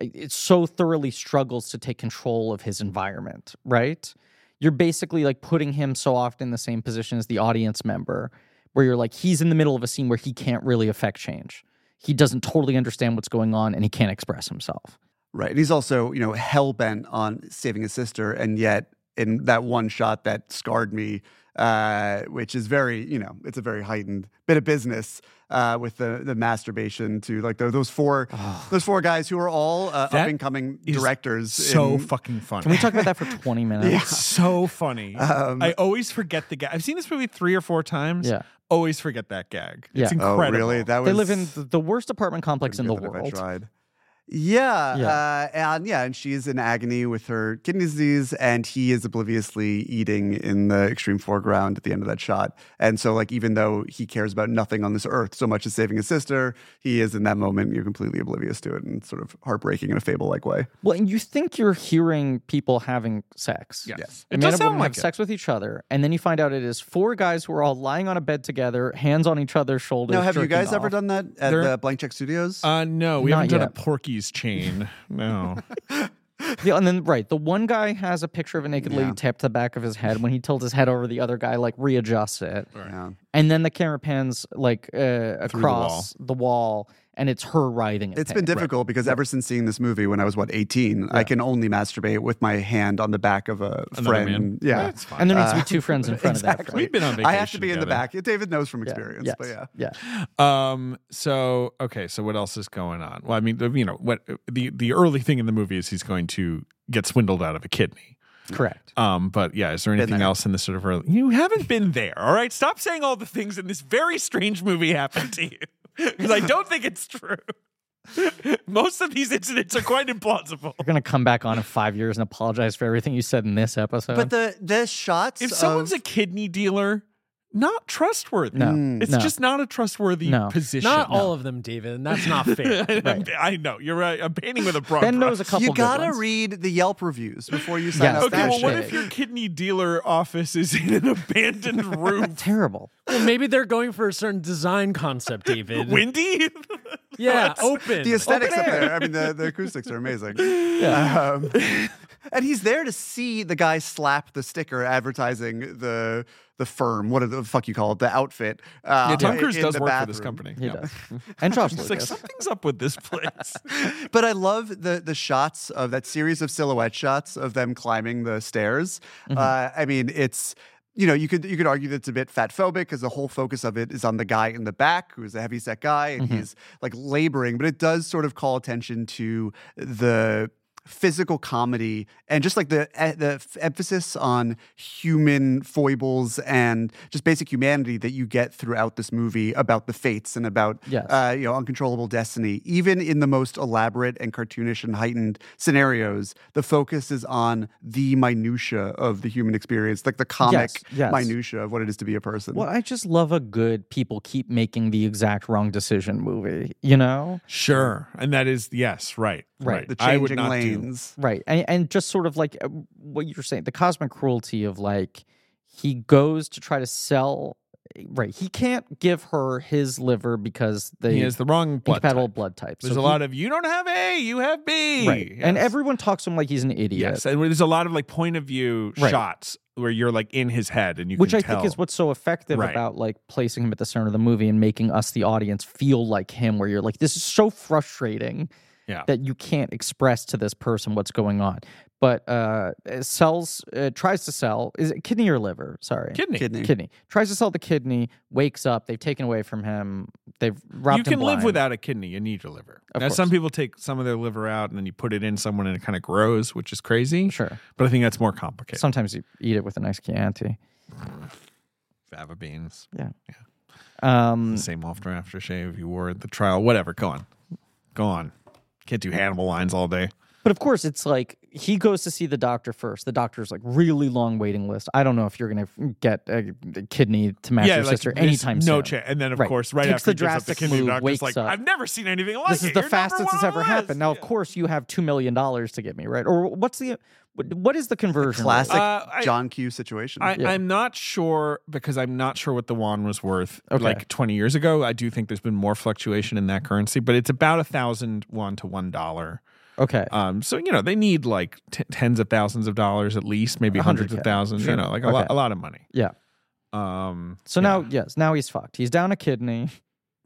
Speaker 3: it it so thoroughly struggles to take control of his environment right you're basically like putting him so often in the same position as the audience member where you're like he's in the middle of a scene where he can't really affect change he doesn't totally understand what's going on and he can't express himself
Speaker 4: Right. And he's also, you know, hell bent on saving his sister. And yet, in that one shot that scarred me, uh, which is very, you know, it's a very heightened bit of business uh, with the, the masturbation to like tho- those four those four guys who are all uh, up
Speaker 2: That
Speaker 4: and coming
Speaker 2: is
Speaker 4: directors.
Speaker 2: so
Speaker 4: in-
Speaker 2: fucking funny.
Speaker 3: can we talk about that for 20 minutes
Speaker 2: It's so funny.
Speaker 4: Um,
Speaker 2: I always forget the gag. I've seen this movie three or four times.
Speaker 3: Yeah.
Speaker 2: Always forget that gag. It's
Speaker 3: Yeah.
Speaker 4: oh,
Speaker 2: incredible.
Speaker 4: really? That was
Speaker 3: they live in th- the worst apartment complex in the
Speaker 4: couldn't get that
Speaker 3: world
Speaker 4: if I tried. Yeah,
Speaker 3: Yeah.
Speaker 4: Uh, and yeah, and she's in agony with her kidney disease, and he is obliviously eating in the extreme foreground at the end of that shot. And so, like, even though he cares about nothing on this earth so much as saving his sister, he is in that moment you're completely oblivious to it, and sort of heartbreaking in a fable-like way.
Speaker 3: well and you think you're hearing people having sex
Speaker 2: Yes.
Speaker 3: A
Speaker 2: It
Speaker 3: man and
Speaker 2: does
Speaker 3: a woman
Speaker 2: sound like
Speaker 3: have
Speaker 2: it.
Speaker 3: sex with each other, and then you find out it is four guys who are all lying on a bed together, hands on each other's shoulders.
Speaker 4: now, have you
Speaker 3: jerking
Speaker 4: guys ever
Speaker 3: off.
Speaker 4: done that at
Speaker 2: There-
Speaker 4: the Blank Check Studios?
Speaker 2: Uh, no, we
Speaker 3: Not
Speaker 2: haven't done
Speaker 3: yet.
Speaker 2: a Porky's chain. No.
Speaker 3: Yeah, and then right, the one guy has a picture of a naked lady tapped to the back of his head. When he tilts his head over, the other guy like readjusts it,
Speaker 4: Yeah.
Speaker 3: and then the camera pans like uh, across the wall. and it's her writhing.
Speaker 4: It's been difficult because ever since seeing this movie when I was what 18, I can only masturbate with my hand on the back of a
Speaker 2: Another
Speaker 4: friend.
Speaker 2: man.
Speaker 4: Yeah.
Speaker 2: That's fine.
Speaker 3: and there needs to be two friends in front of that.
Speaker 4: Exactly.
Speaker 2: We've been on vacation.
Speaker 4: I have to be in the
Speaker 2: together.
Speaker 4: back. David knows from
Speaker 3: friend.
Speaker 4: experience,
Speaker 3: Yeah,
Speaker 4: but yeah.
Speaker 3: yeah, yeah.
Speaker 2: Um. So okay. So what else is going on? Well, I mean, you know, what the the early thing in the movie is he's going to get swindled out of a kidney.
Speaker 3: correct.
Speaker 2: Um. But yeah, is there
Speaker 4: Been
Speaker 2: anything
Speaker 4: there.
Speaker 2: else in this sort of early? You haven't been there. All right. Stop saying all the things in this very strange movie happened to you because I don't think it's true. Most of these incidents are quite implausible.
Speaker 3: You're gonna come back on in five years and apologize for everything you said in this episode.
Speaker 4: But the the shots.
Speaker 2: If someone's
Speaker 4: of,
Speaker 2: a kidney dealer, not trustworthy.
Speaker 3: no,
Speaker 2: It's
Speaker 3: no.
Speaker 2: just not a trustworthy
Speaker 3: No.
Speaker 2: position.
Speaker 5: Not all of them, David. And that's not fair.
Speaker 2: I- I know you're right. I'm painting with a broad
Speaker 3: Ben
Speaker 2: brush.
Speaker 3: knows a couple.
Speaker 4: you
Speaker 3: good
Speaker 4: gotta
Speaker 3: ones.
Speaker 4: read the Yelp reviews before you sign
Speaker 3: Yes,
Speaker 4: up.
Speaker 2: Okay,
Speaker 4: for
Speaker 3: that
Speaker 2: well, what
Speaker 3: shit.
Speaker 2: if your kidney dealer office is in an abandoned room?
Speaker 3: Terrible.
Speaker 5: well, maybe they're going for a certain design concept, David.
Speaker 2: Windy?
Speaker 5: yeah, open.
Speaker 4: the aesthetics
Speaker 3: Open
Speaker 4: up
Speaker 3: air.
Speaker 4: there. I mean, the, the acoustics are amazing. Um, and he's there to see the guy slap the sticker advertising the the firm. What the fuck you call it? The outfit. Uh,
Speaker 2: yeah, Tom
Speaker 4: in-
Speaker 2: Cruise
Speaker 4: in
Speaker 2: does
Speaker 4: the
Speaker 2: work for this
Speaker 4: bathroom.
Speaker 2: company.
Speaker 3: He
Speaker 2: Yeah.
Speaker 3: does. And Josh
Speaker 2: It's like
Speaker 3: Lucas.
Speaker 2: something's up with this place.
Speaker 4: But I love the the shots of that series of silhouette shots of them climbing the stairs. Uh, I mean, it's you know you could you could argue that it's a bit fat phobic because the whole focus of it is on the guy in the back who's a heavy set guy and he's like laboring, but it does sort of call attention to the physical comedy and just like the eh, the f- emphasis on human foibles and just basic humanity that you get throughout this movie about the fates and about
Speaker 3: Yes.
Speaker 4: uh, you know uncontrollable destiny even in the most elaborate and cartoonish and heightened scenarios the focus is on the minutia of the human experience like the comic
Speaker 3: yes.
Speaker 4: minutia of what it is to be a person
Speaker 3: Well, I just love a good people keep making the exact wrong decision movie, you know?
Speaker 2: sure. And that is, yes, right.
Speaker 3: Right.
Speaker 4: the
Speaker 2: I would
Speaker 4: changing
Speaker 2: not do-
Speaker 4: lanes
Speaker 3: Right. And, and just sort of like uh, what you're saying, the cosmic cruelty of like, he goes to try to sell eh, right. He can't give her his liver because they
Speaker 2: he has the wrong blood
Speaker 3: incompatible
Speaker 2: type.
Speaker 3: blood type.
Speaker 2: There's a lot of you don't have A, you have B.
Speaker 3: right, and
Speaker 2: Yes.
Speaker 3: everyone talks to him like he's an idiot.
Speaker 2: Yes, and where there's a lot of like point of view
Speaker 3: Right.
Speaker 2: shots where you're like in his head, and you
Speaker 3: which
Speaker 2: can
Speaker 3: I think
Speaker 2: tell.
Speaker 3: is what's so effective
Speaker 2: Right.
Speaker 3: about like placing him at the center of the movie and making us the audience feel like him where you're like this is so frustrating
Speaker 2: Yeah.
Speaker 3: that you can't express to this person what's going on but uh sells uh, tries to sell is it kidney or liver sorry
Speaker 2: kidney.
Speaker 4: Kidney.
Speaker 3: kidney tries to sell the kidney wakes up they've taken away from him they've robbed
Speaker 2: you
Speaker 3: him
Speaker 2: can live
Speaker 3: blind.
Speaker 2: without a kidney. You need your liver.
Speaker 3: Of
Speaker 2: now, some
Speaker 3: course.
Speaker 2: people take some of their liver out and then you put it in someone and it kind of grows, which is crazy.
Speaker 3: sure
Speaker 2: But I think that's more complicated.
Speaker 3: sometimes you eat it with a nice chianti
Speaker 2: Fava beans,
Speaker 3: um
Speaker 2: same after aftershave you wore at the trial, whatever. Go on, go on. Can't do Hannibal lines all day.
Speaker 3: But of course, it's like he goes to see the doctor first. The doctor's like really long waiting list. I don't know if you're going to get a a kidney to match your sister
Speaker 2: there's
Speaker 3: anytime
Speaker 2: no
Speaker 3: soon.
Speaker 2: chance. And then of
Speaker 3: Right.
Speaker 2: course, right
Speaker 3: Takes
Speaker 2: after
Speaker 3: the
Speaker 2: he gives up the
Speaker 3: drastic
Speaker 2: kidney,
Speaker 3: move,
Speaker 2: the doctor's
Speaker 3: wakes
Speaker 2: like,
Speaker 3: up.
Speaker 2: "I've never seen anything like
Speaker 3: This
Speaker 2: it.
Speaker 3: is the
Speaker 2: You're number
Speaker 3: fastest
Speaker 2: one
Speaker 3: it's
Speaker 2: on
Speaker 3: ever
Speaker 2: the
Speaker 3: happened. Now, of
Speaker 2: list."
Speaker 3: course, you have two million dollars to get me right, or what's the what what is the conversion? rate?
Speaker 4: Classic
Speaker 2: Uh, I-
Speaker 4: John Q situation.
Speaker 2: I,
Speaker 3: Yeah.
Speaker 2: I'm not sure because I'm not sure what the won was worth
Speaker 3: Okay.
Speaker 2: like 20 years ago. I do think there's been more fluctuation in that currency, but it's about a thousand won to one dollar.
Speaker 3: Okay,
Speaker 2: Um, so you know they need like t- tens of thousands of dollars at least, maybe
Speaker 3: A hundred
Speaker 2: hundreds of
Speaker 3: K.
Speaker 2: thousands.
Speaker 3: Sure.
Speaker 2: You know, like a lot,
Speaker 3: Okay.
Speaker 2: a lot of money.
Speaker 3: Yeah.
Speaker 2: Um.
Speaker 3: so
Speaker 2: yeah.
Speaker 3: now yes, now he's fucked. He's down a kidney.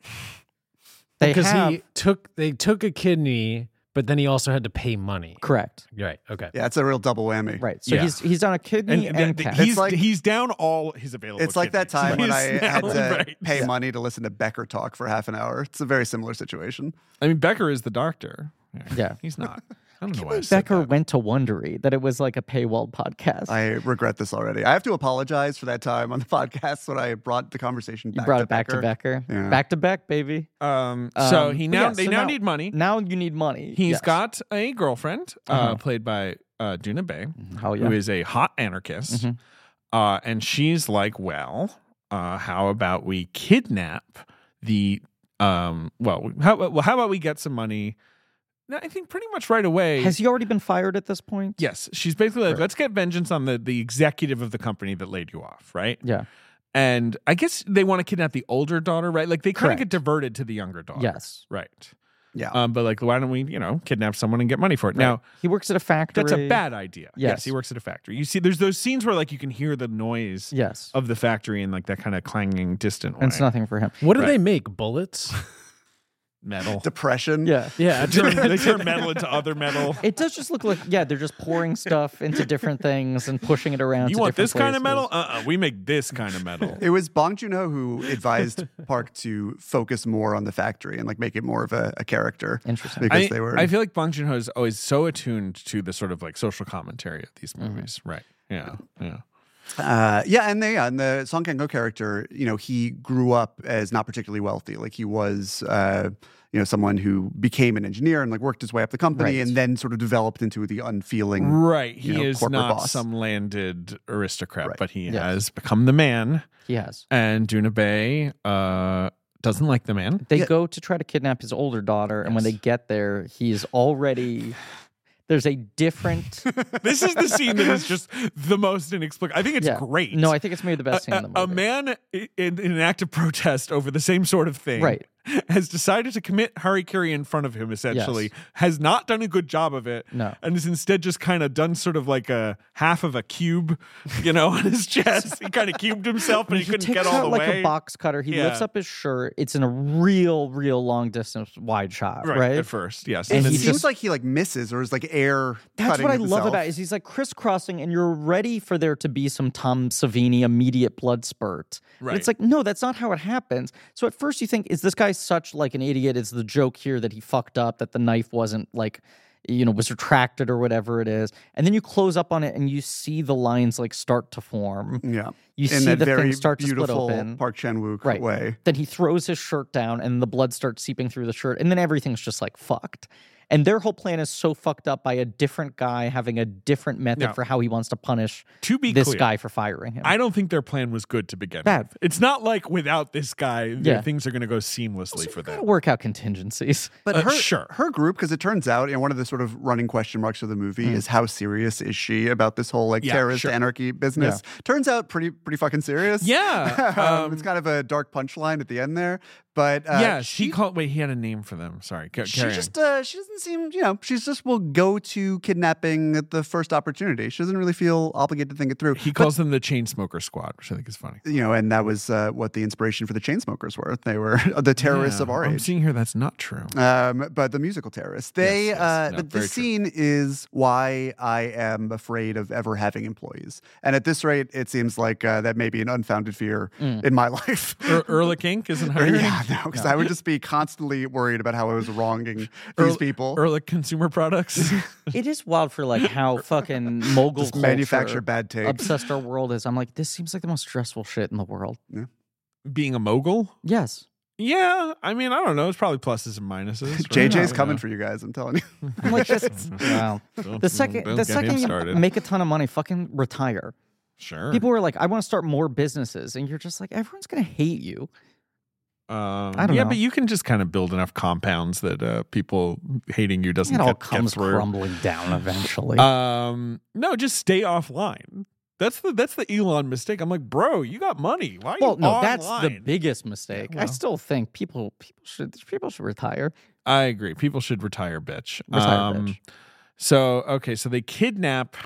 Speaker 3: They
Speaker 5: because
Speaker 3: have
Speaker 5: he took they took a kidney, but then he also had to pay money.
Speaker 3: correct,
Speaker 5: Right. Okay.
Speaker 4: yeah, it's a real double whammy.
Speaker 3: right? So
Speaker 2: Yeah.
Speaker 3: he's he's down a
Speaker 2: and,
Speaker 3: kidney and,
Speaker 2: th- th-
Speaker 3: cash.
Speaker 2: he's
Speaker 4: It's like-
Speaker 2: he's down all his available.
Speaker 4: It's like that
Speaker 2: kidneys.
Speaker 4: time when I
Speaker 2: He's
Speaker 4: had
Speaker 2: now-
Speaker 4: to
Speaker 2: right.
Speaker 4: pay money to listen to Becker talk for half an hour. It's a very similar situation.
Speaker 2: I mean, Becker is the doctor.
Speaker 3: Yeah.
Speaker 2: he's not. I don't know why I
Speaker 3: When
Speaker 2: said
Speaker 3: Becker
Speaker 2: that.
Speaker 3: went to Wondery that it was like a paywall podcast.
Speaker 4: I regret this already. I have to apologize for that time on the podcast when I brought the conversation
Speaker 3: you
Speaker 4: back
Speaker 3: brought
Speaker 4: to
Speaker 3: it back
Speaker 4: Becker.
Speaker 3: to Becker,
Speaker 4: Yeah.
Speaker 3: back to back, baby.
Speaker 2: Um, so
Speaker 3: Um,
Speaker 2: he
Speaker 3: but
Speaker 2: now
Speaker 3: yeah,
Speaker 2: they
Speaker 3: so
Speaker 2: now,
Speaker 3: now-
Speaker 2: need money.
Speaker 3: Now you need money.
Speaker 2: He's
Speaker 3: He's
Speaker 2: got a girlfriend uh,
Speaker 3: Uh-huh.
Speaker 2: played by uh, Duna Bay,
Speaker 3: Oh yeah.
Speaker 2: who is a hot anarchist,
Speaker 3: Mhm.
Speaker 2: uh, and she's like, "Well, uh, how about we kidnap the um? Well, how well, how about we get some money? No, I think pretty much right away.
Speaker 3: Has he already been fired at this point?
Speaker 2: yes, she's basically like,
Speaker 3: Right.
Speaker 2: let's get vengeance on the the executive of the company that laid you off, right?
Speaker 3: Yeah.
Speaker 2: And I guess they want to kidnap the older daughter, right? Like they kind of
Speaker 3: Correct.
Speaker 2: get diverted to the younger daughter.
Speaker 3: Yes.
Speaker 2: Right.
Speaker 4: Yeah.
Speaker 2: Um, but like, why don't we, you know, kidnap someone and get money for it? Now,
Speaker 3: He works at a factory.
Speaker 2: that's a bad idea. Yes.
Speaker 3: Yes.
Speaker 2: he works at a factory. You see, there's those scenes where like you can hear the noise
Speaker 3: Yes.
Speaker 2: of the factory and like that kind of clanging distant.
Speaker 3: And it's
Speaker 2: way.
Speaker 3: nothing for him.
Speaker 5: What do
Speaker 2: Right.
Speaker 5: they make? Bullets?
Speaker 2: metal.
Speaker 4: Depression.
Speaker 3: Yeah.
Speaker 5: yeah.
Speaker 2: They turn, they turn metal into other metal.
Speaker 3: It does just look like yeah, they're just pouring stuff into different things and pushing it around.
Speaker 2: You
Speaker 3: to
Speaker 2: want
Speaker 3: different
Speaker 2: this kind of metal?
Speaker 3: places.
Speaker 2: Uh, uh we make this kind of metal.
Speaker 4: It was Bong Joon Ho who advised Park to focus more on the factory and like make it more of a, a character.
Speaker 3: Interesting.
Speaker 4: Because
Speaker 2: I,
Speaker 4: they were
Speaker 2: I feel like Bong Joon Ho is always so attuned to the sort of like social commentary of these movies, right? Yeah, yeah.
Speaker 4: Uh, yeah, and they and the Song Kang Ho character, you know, he grew up as not particularly wealthy. Like he was, uh, you know, someone who became an engineer and like worked his way up the company,
Speaker 3: Right. Mm.
Speaker 4: and then sort of developed into the unfeeling.
Speaker 2: Right. He
Speaker 4: you know,
Speaker 2: is
Speaker 4: corporate
Speaker 2: not
Speaker 4: boss.
Speaker 2: some landed aristocrat,
Speaker 4: Right.
Speaker 2: but he
Speaker 3: Yes.
Speaker 2: has become the man.
Speaker 3: He has.
Speaker 2: And Dunabe uh, doesn't like the man.
Speaker 3: They
Speaker 4: Yeah.
Speaker 3: go to try to kidnap his older daughter, and when they
Speaker 2: Yes.
Speaker 3: get there, he's already there's a different
Speaker 2: This is the scene that is just the most inexplicable. I think it's
Speaker 3: yeah.
Speaker 2: great.
Speaker 3: No, I think it's maybe the
Speaker 2: a,
Speaker 3: best scene in the
Speaker 2: a-
Speaker 3: movie.
Speaker 2: a man in, in an act of protest over the same sort of thing
Speaker 3: Right.
Speaker 2: has decided to commit harikiri in front of him, essentially,
Speaker 3: Yes.
Speaker 2: has not done a good job of it,
Speaker 3: No.
Speaker 2: and is instead just kind of done sort of like a half of a cube, you know, on his chest. he kind of cubed himself, but he couldn't
Speaker 3: takes
Speaker 2: get
Speaker 3: out
Speaker 2: all the
Speaker 3: like
Speaker 2: way.
Speaker 3: a box cutter. He lifts
Speaker 2: Yeah.
Speaker 3: up his shirt. It's in a real, real long distance wide shot, right?
Speaker 2: at first, yes.
Speaker 4: And
Speaker 2: then
Speaker 4: he
Speaker 2: he
Speaker 4: seems
Speaker 2: just-
Speaker 4: like he like misses or is like air.
Speaker 3: That's
Speaker 4: cutting
Speaker 3: what I
Speaker 4: himself.
Speaker 3: love about it, is he's like crisscrossing and you're ready for there to be some Tom Savini immediate blood spurt. But
Speaker 2: Right.
Speaker 3: it's like, no, that's not how it happens. So at first you think, is this guy such like an idiot? Is the joke here that he fucked up, that the knife wasn't like you know, was retracted or whatever it is. And then you close up on it and you see the lines like start to form.
Speaker 4: Yeah,
Speaker 3: You
Speaker 4: in
Speaker 3: see
Speaker 4: that
Speaker 3: the
Speaker 4: very
Speaker 3: thing start to split
Speaker 4: beautiful
Speaker 3: open.
Speaker 4: Park Chan Wook
Speaker 3: Right.
Speaker 4: way.
Speaker 3: Then he throws his shirt down and the blood starts seeping through the shirt. And then everything's just like fucked. And their whole plan is so fucked up by a different guy having a different method
Speaker 2: Yeah.
Speaker 3: for how he wants to punish
Speaker 2: To be
Speaker 3: this
Speaker 2: clear,
Speaker 3: guy for firing him.
Speaker 2: I don't think their plan was good to begin
Speaker 3: Bad.
Speaker 2: with. It's not like without this guy,
Speaker 3: Yeah.
Speaker 2: yeah. things are going to go
Speaker 3: So
Speaker 2: seamlessly for
Speaker 3: you
Speaker 2: them.
Speaker 3: gotta work out contingencies.
Speaker 4: But
Speaker 2: Uh,
Speaker 4: her,
Speaker 2: sure.
Speaker 4: her group, because it turns out, you know, one of the sort of running question marks of the movie is how serious is she about this whole like
Speaker 2: Hmm. Yeah,
Speaker 4: terrorist
Speaker 2: sure.
Speaker 4: anarchy business? Turns out pretty pretty fucking serious.
Speaker 2: Yeah.
Speaker 4: um,
Speaker 2: um,
Speaker 4: it's kind of a dark punchline at the end there, but uh,
Speaker 2: yeah, she, called. Wait, he had a name for them. Sorry. Ca-
Speaker 4: she
Speaker 2: carry on.
Speaker 4: just uh, she doesn't seem you know she's just will go to kidnapping at the first opportunity. She doesn't really feel obligated to think it through.
Speaker 2: He calls them the Chainsmoker Squad, which I think is funny.
Speaker 4: you know, and that was uh, what the inspiration for the Chainsmokers were. They were the terrorists
Speaker 2: Yeah, Um,
Speaker 4: of our
Speaker 2: I'm
Speaker 4: age.
Speaker 2: seeing here that's not true.
Speaker 4: um, but the musical terrorists. They,
Speaker 2: Yes, yes.
Speaker 4: uh,
Speaker 2: No,
Speaker 4: but the
Speaker 2: very true.
Speaker 4: scene is why I am afraid of ever having employees. And at this rate, it seems like uh, that may be an unfounded fear
Speaker 2: Mm.
Speaker 4: in my life.
Speaker 2: Er- Ehrlich Inc. isn't hiring.
Speaker 4: yeah, no, because I would just be constantly worried about how I was wronging these
Speaker 2: Ehrl-
Speaker 4: people.
Speaker 2: Ehrlich Consumer Products.
Speaker 3: it is wild for like how fucking mogul
Speaker 4: Just
Speaker 3: culture
Speaker 4: manufacture bad tape.
Speaker 3: obsessed our world is. I'm like, this seems like the most stressful shit in the world.
Speaker 2: Being a mogul?
Speaker 3: Yes.
Speaker 2: Yeah. I mean, I don't know. It's probably pluses and minuses. right?
Speaker 4: JJ's
Speaker 2: Yeah.
Speaker 4: coming for you guys. I'm telling you.
Speaker 3: I'm like, that's wow.
Speaker 2: Don't-
Speaker 3: The second
Speaker 2: don't
Speaker 3: the
Speaker 2: get him
Speaker 3: second you
Speaker 2: started.
Speaker 3: make a ton of money, fucking retire.
Speaker 2: sure.
Speaker 3: People were like, I want to start more businesses. And you're just like, everyone's gonna hate you.
Speaker 2: Um,
Speaker 3: I don't
Speaker 2: yeah,
Speaker 3: know.
Speaker 2: but you can just kind of build enough compounds that uh, people hating you doesn't
Speaker 3: It all
Speaker 2: get, get
Speaker 3: comes
Speaker 2: through.
Speaker 3: crumbling down eventually.
Speaker 2: Um, no, just stay offline. That's the that's the Elon mistake. I'm like, bro, you got money. Why are
Speaker 3: well,
Speaker 2: you
Speaker 3: no,
Speaker 2: online?
Speaker 3: that's the biggest mistake. I
Speaker 2: well.
Speaker 3: still think people people should people should retire.
Speaker 2: I agree. People should retire, bitch. Um,
Speaker 3: Retire, bitch.
Speaker 2: So okay, so they kidnap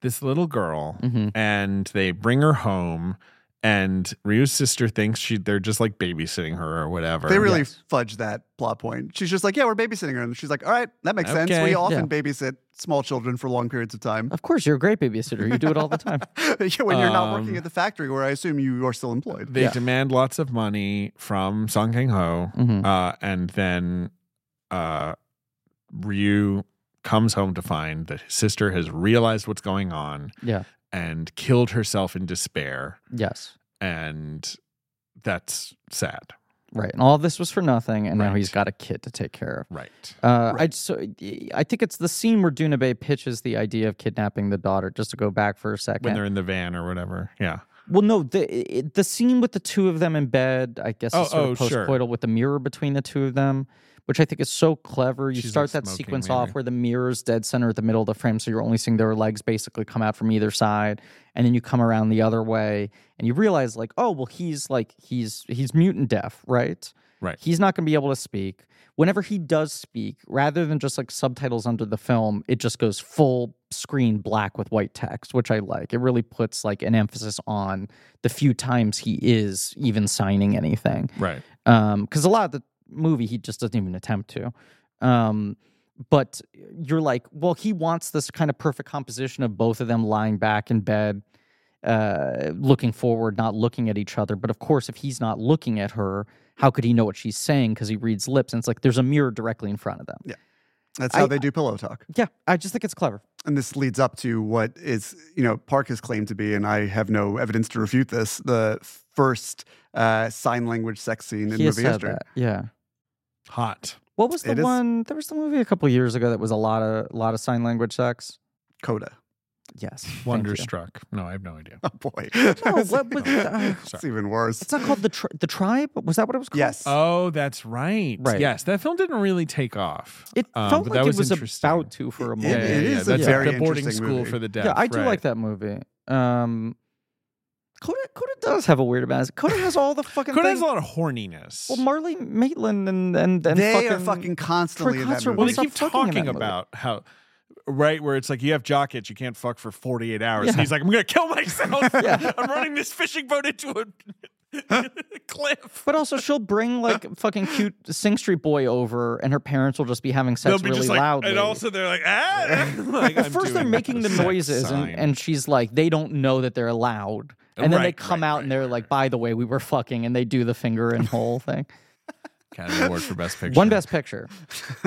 Speaker 2: this little girl
Speaker 3: Mm-hmm.
Speaker 2: and they bring her home. And Ryu's sister thinks she they're just like babysitting her or whatever.
Speaker 4: They really fudge that plot point. She's just like, yeah, we're babysitting her. And she's like, all right, that makes sense.
Speaker 2: Okay.
Speaker 4: We often babysit small children for long periods of time.
Speaker 3: Of course, you're a great babysitter. You do it all the time.
Speaker 4: yeah, when you're not working
Speaker 2: Um,
Speaker 4: at the factory where I assume you are still employed.
Speaker 2: they demand lots of money from Song Kang Ho,
Speaker 3: Mhm.
Speaker 2: uh, and then uh, Ryu comes home to find that his sister has realized what's going on
Speaker 3: Yeah.
Speaker 2: and killed herself in despair,
Speaker 3: Yes.
Speaker 2: and that's sad,
Speaker 3: Right. And all this was for nothing. And now
Speaker 2: Right.
Speaker 3: he's got a kid to take care of.
Speaker 2: right?
Speaker 3: Uh, I so I think it's the scene where Dunabay pitches the idea of kidnapping the daughter. Just to go back for a second,
Speaker 2: When they're in the van or whatever, yeah.
Speaker 3: Well, no, the it- the scene with the two of them in bed, I guess,
Speaker 2: Oh,
Speaker 3: is sort of
Speaker 2: oh, sure.
Speaker 3: postcoital with the mirror between the two of them, which I think is so clever. You
Speaker 2: She's,
Speaker 3: start
Speaker 2: like,
Speaker 3: that
Speaker 2: smoking,
Speaker 3: sequence
Speaker 2: maybe.
Speaker 3: off where the mirror's dead center at the middle of the frame, so you're only seeing their legs basically come out from either side, and then you come around the other way, and you realize like, oh, well, he's like he's he's mutant deaf, right?
Speaker 2: Right.
Speaker 3: He's not going to be able to speak. Whenever he does speak, rather than just like subtitles under the film, it just goes full screen black with white text, which I like. It really puts like an emphasis on the few times he is even signing anything.
Speaker 2: Right.
Speaker 3: Because Um, a lot of the movie, he just doesn't even attempt to. Um, but you're like, well, he wants this kind of perfect composition of both of them lying back in bed, uh, looking forward, not looking at each other. But of course, if he's not looking at her, how could he know what she's saying? Because he reads lips, and it's like there's a mirror directly in front of them.
Speaker 4: That's how
Speaker 3: I-
Speaker 4: they do pillow talk.
Speaker 3: Yeah, I just think it's clever.
Speaker 4: And this leads up to what is, you know, Park has claimed to be, and I have no evidence to refute this, the first uh, sign language sex scene in
Speaker 3: he has
Speaker 4: movie
Speaker 3: said
Speaker 4: history.
Speaker 3: that. Yeah.
Speaker 2: Hot.
Speaker 3: What was the
Speaker 4: It is-
Speaker 3: one? There was the movie a couple years ago that was a lot of a lot of sign language sex.
Speaker 4: Coda.
Speaker 3: Yes. thank you.
Speaker 2: Wonderstruck. No, I have no idea.
Speaker 4: Oh, boy. No,
Speaker 3: what was- uh,
Speaker 4: it's even worse.
Speaker 3: It's not called the tri- the tribe. Was that what it was called?
Speaker 4: yes.
Speaker 2: Oh, that's right.
Speaker 3: Right.
Speaker 2: Yes, that film didn't really take off.
Speaker 3: It
Speaker 2: Um,
Speaker 3: felt
Speaker 2: but
Speaker 3: like
Speaker 2: that
Speaker 3: it was
Speaker 2: interesting.
Speaker 3: about to for a
Speaker 4: Yeah,
Speaker 3: moment.
Speaker 2: Yeah, yeah,
Speaker 4: it
Speaker 2: yeah.
Speaker 4: is a
Speaker 2: That's
Speaker 4: very
Speaker 2: the boarding
Speaker 4: interesting
Speaker 2: school
Speaker 4: movie.
Speaker 2: for the deaf.
Speaker 3: Yeah, I do
Speaker 2: right.
Speaker 3: like that movie. Um, Coda, Coda does have a weird about it. Coda has all the fucking.
Speaker 2: Coda
Speaker 3: things.
Speaker 2: has a lot of horniness.
Speaker 3: well, Marley Maitland and and and
Speaker 4: they
Speaker 3: fucking,
Speaker 4: are fucking constantly in that
Speaker 3: Hudson
Speaker 4: movie.
Speaker 2: Well, they
Speaker 3: Stop
Speaker 2: keep
Speaker 3: fucking in that
Speaker 2: talking
Speaker 3: movie.
Speaker 2: about how right where it's like you have jock itch, you can't fuck for 48 hours. And
Speaker 3: Yeah.
Speaker 2: he's like, I'm gonna kill myself.
Speaker 3: Yeah.
Speaker 2: I'm running this fishing boat into a cliff.
Speaker 3: But also, she'll bring like fucking cute Sing Street boy over, and her parents will just be having
Speaker 2: They'll
Speaker 3: sex
Speaker 2: be
Speaker 3: really
Speaker 2: just like,
Speaker 3: loudly.
Speaker 2: and also they're like, ah. like,
Speaker 3: At
Speaker 2: I'm
Speaker 3: first, they're
Speaker 2: doing
Speaker 3: making the
Speaker 2: sex
Speaker 3: noises, and,
Speaker 2: sign.
Speaker 3: and she's like, they don't know that they're allowed. And then they
Speaker 2: Right,
Speaker 3: come
Speaker 2: right,
Speaker 3: out
Speaker 2: right,
Speaker 3: and they're
Speaker 2: right,
Speaker 3: like,
Speaker 2: right.
Speaker 3: by the way, we were fucking, and they do the finger and whole thing.
Speaker 2: Academy Award for Best Picture.
Speaker 3: One best picture.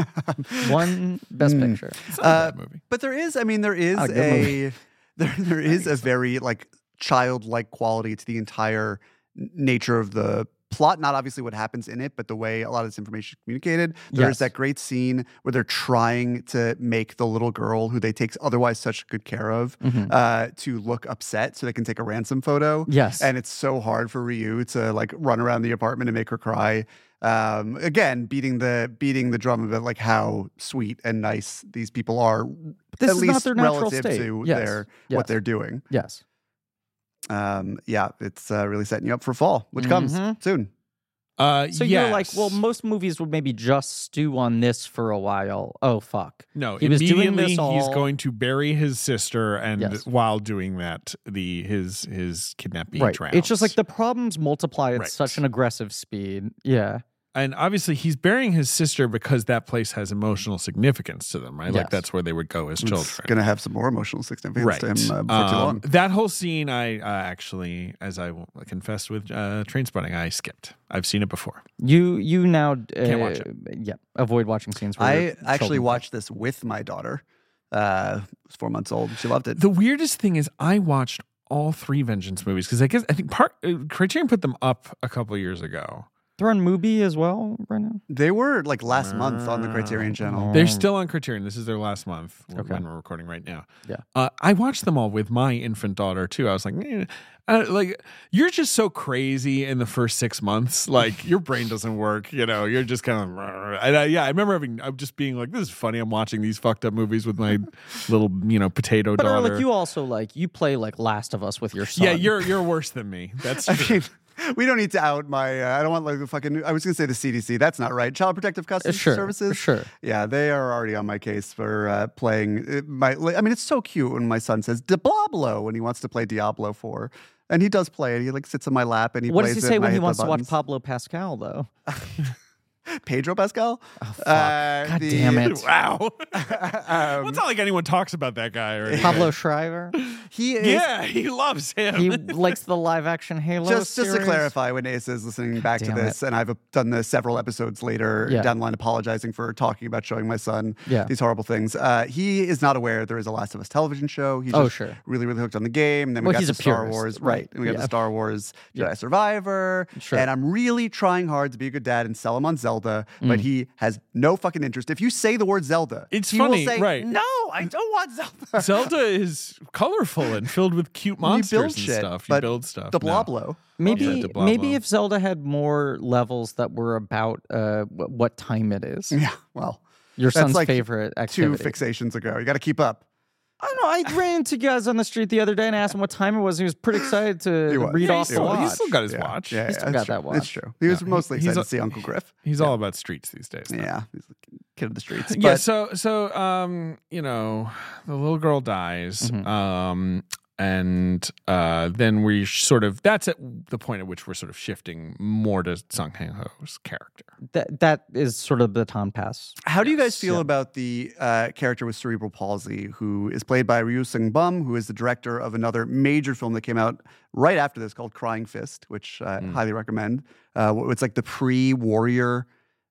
Speaker 3: One best picture.
Speaker 2: It's not a
Speaker 3: Uh,
Speaker 2: bad movie.
Speaker 4: But there is, I mean, there is
Speaker 3: Ah, good
Speaker 4: a there, there is a very like childlike quality to the entire n- nature of the plot, not obviously what happens in it, but the way a lot of this information is communicated. There's
Speaker 3: Yes.
Speaker 4: that great scene where they're trying to make the little girl who they take otherwise such good care of
Speaker 3: Mhm.
Speaker 4: uh, to look upset so they can take a ransom photo.
Speaker 3: Yes.
Speaker 4: And it's so hard for Ryu to like run around the apartment and make her cry. Um, again, beating the beating the drum about like how sweet and nice these people are,
Speaker 3: this
Speaker 4: at
Speaker 3: is
Speaker 4: least
Speaker 3: not their natural
Speaker 4: relative
Speaker 3: state.
Speaker 4: to
Speaker 3: yes.
Speaker 4: their
Speaker 3: yes.
Speaker 4: what they're doing.
Speaker 3: yes.
Speaker 4: Um, yeah, it's uh, really setting you up for fall, which comes
Speaker 3: Mhm.
Speaker 4: soon.
Speaker 2: Uh,
Speaker 3: So you're like, well,
Speaker 2: yes.
Speaker 3: most movies would maybe just stew on this for a while. Oh fuck.
Speaker 2: No,
Speaker 3: He was doing
Speaker 2: immediately
Speaker 3: this
Speaker 2: he's
Speaker 3: all-
Speaker 2: going to bury his sister, and
Speaker 3: Yes.
Speaker 2: while doing that, the his his kidnapping
Speaker 3: right.
Speaker 2: drowns.
Speaker 3: It's just like the problems multiply at
Speaker 2: Right.
Speaker 3: such an aggressive speed. Yeah.
Speaker 2: and obviously he's burying his sister because that place has emotional significance to them, right? Like
Speaker 3: Yes.
Speaker 2: that's where they would go as
Speaker 4: It's
Speaker 2: children.
Speaker 4: going to have some more emotional significance
Speaker 2: Right.
Speaker 4: to him uh, before too
Speaker 2: Um,
Speaker 4: long.
Speaker 2: that whole scene, I uh, actually, as I will- I confessed with uh, Trainspotting, I skipped. I've seen it before.
Speaker 3: You you now uh,
Speaker 2: Can't watch it.
Speaker 3: Yeah. Avoid watching scenes. Where
Speaker 4: I actually
Speaker 3: children-
Speaker 4: watched this with my daughter. Uh, was four months old. She loved it.
Speaker 2: The weirdest thing is, I watched all three Vengeance movies because I guess I think part uh, Criterion put them up a couple years ago.
Speaker 3: They're on Mubi as well right now.
Speaker 4: They were like last month on the
Speaker 2: Ah,
Speaker 4: Criterion Channel.
Speaker 2: They're
Speaker 3: Mm.
Speaker 2: still on Criterion. This is their last month w-
Speaker 3: Okay.
Speaker 2: when we're recording right now.
Speaker 3: Yeah.
Speaker 2: Uh, I watched them all with my infant daughter too. I was like, "Eh." Uh, like you're just so crazy in the first six months. Like your brain doesn't work. You know, you're just kind of. And I, yeah, I remember having. I'm just being like, this is funny. I'm watching these fucked up movies with my little, you know, potato
Speaker 3: But
Speaker 2: daughter.
Speaker 3: Alec, you also like you play like Last of Us with your son.
Speaker 2: yeah, you're you're worse than me. That's true.
Speaker 4: I mean, we don't need to out my. Uh, I don't want like the fucking. I was going to say the CDC. That's not right. Child Protective
Speaker 3: Uh,
Speaker 4: Custody
Speaker 3: sure,
Speaker 4: Services.
Speaker 3: Sure.
Speaker 4: Yeah, they are already on my case for uh, playing uh, my. I mean, it's so cute when my son says Diablo when he wants to play Diablo Four, and he does play it. He like sits in my lap and he.
Speaker 3: what does
Speaker 4: plays
Speaker 3: he
Speaker 4: it
Speaker 3: say
Speaker 4: and I
Speaker 3: when he
Speaker 4: hit the
Speaker 3: wants to watch
Speaker 4: buttons.
Speaker 3: Pablo Pascal though?
Speaker 4: Pedro Pascal?
Speaker 3: Oh, fuck.
Speaker 4: Uh,
Speaker 3: God
Speaker 4: the-
Speaker 3: damn it.
Speaker 2: Wow.
Speaker 4: Um,
Speaker 2: well, it's not like anyone talks about that guy or anything.
Speaker 3: Pablo Shriver.
Speaker 4: he is.
Speaker 2: Yeah, he loves him.
Speaker 3: He likes the live action Halo.
Speaker 4: Just, just to
Speaker 3: series.
Speaker 4: clarify, when Ace is listening back to
Speaker 3: damn
Speaker 4: this, and I've done this several episodes later
Speaker 3: Yeah.
Speaker 4: down the line, apologizing for talking about showing my son
Speaker 3: Yeah.
Speaker 4: these horrible things. Uh, he is not aware there is a Last of Us television show. He's
Speaker 3: Oh,
Speaker 4: just
Speaker 3: sure.
Speaker 4: really, really hooked on the game. And then we
Speaker 3: Well,
Speaker 4: got
Speaker 3: he's
Speaker 4: to
Speaker 3: a
Speaker 4: Star
Speaker 3: purist,
Speaker 4: Wars,
Speaker 3: right,
Speaker 4: right? And we got
Speaker 3: yeah.
Speaker 4: the Star Wars Jedi
Speaker 3: Yeah.
Speaker 4: Survivor,
Speaker 3: Sure.
Speaker 4: and I'm really trying hard to be a good dad and sell him on Zelda, but
Speaker 3: Mm.
Speaker 4: he has no fucking interest. If you say the word Zelda,
Speaker 2: It's
Speaker 4: he
Speaker 2: funny,
Speaker 4: will say,
Speaker 2: right.
Speaker 4: No, I don't want Zelda.
Speaker 2: Zelda is colorful and filled with cute monsters
Speaker 4: you build
Speaker 2: and
Speaker 4: shit,
Speaker 2: stuff. You
Speaker 4: but
Speaker 2: build stuff.
Speaker 4: The
Speaker 2: No.
Speaker 4: Bloblo.
Speaker 2: Yeah,
Speaker 3: Maybe
Speaker 2: to Pablo.
Speaker 3: maybe if Zelda had more levels that were about uh, wh- what time it is.
Speaker 4: Yeah, well,
Speaker 3: Your
Speaker 4: That's
Speaker 3: son's
Speaker 4: like
Speaker 3: favorite
Speaker 4: two
Speaker 3: activity.
Speaker 4: fixations ago. You got to keep up.
Speaker 3: I don't know. I ran into guys on the street the other day and asked him what time it was. And he was pretty excited to
Speaker 4: He was.
Speaker 3: read
Speaker 2: Yeah,
Speaker 3: off
Speaker 2: he's
Speaker 3: the
Speaker 2: still,
Speaker 3: watch.
Speaker 2: he's still got his watch.
Speaker 4: Yeah,
Speaker 3: He's
Speaker 4: yeah,
Speaker 3: still
Speaker 4: that's
Speaker 3: got
Speaker 4: true.
Speaker 3: that
Speaker 4: It's
Speaker 3: watch.
Speaker 4: true. He was
Speaker 2: Yeah,
Speaker 4: mostly
Speaker 2: he's
Speaker 4: excited
Speaker 2: a-
Speaker 4: to see Uncle Griff.
Speaker 2: He's all about streets these days. though.
Speaker 4: Yeah, he's a kid of the streets. But
Speaker 2: yeah. So so um you know the little girl dies
Speaker 4: Mm-hmm.
Speaker 3: Mhm.
Speaker 2: um and uh then we sh- sort of that's at the point at which we're sort of shifting more to Sung Hang Ho's character.
Speaker 3: That that is sort of the Tom Pass.
Speaker 4: how do you guys feel
Speaker 3: yeah.
Speaker 4: about the uh, character with cerebral palsy, who is played by Ryu Sung Bum, who is the director of another major film that came out right after this called Crying Fist, which I
Speaker 2: Hmm.
Speaker 4: highly recommend. Uh, it's like the pre-warrior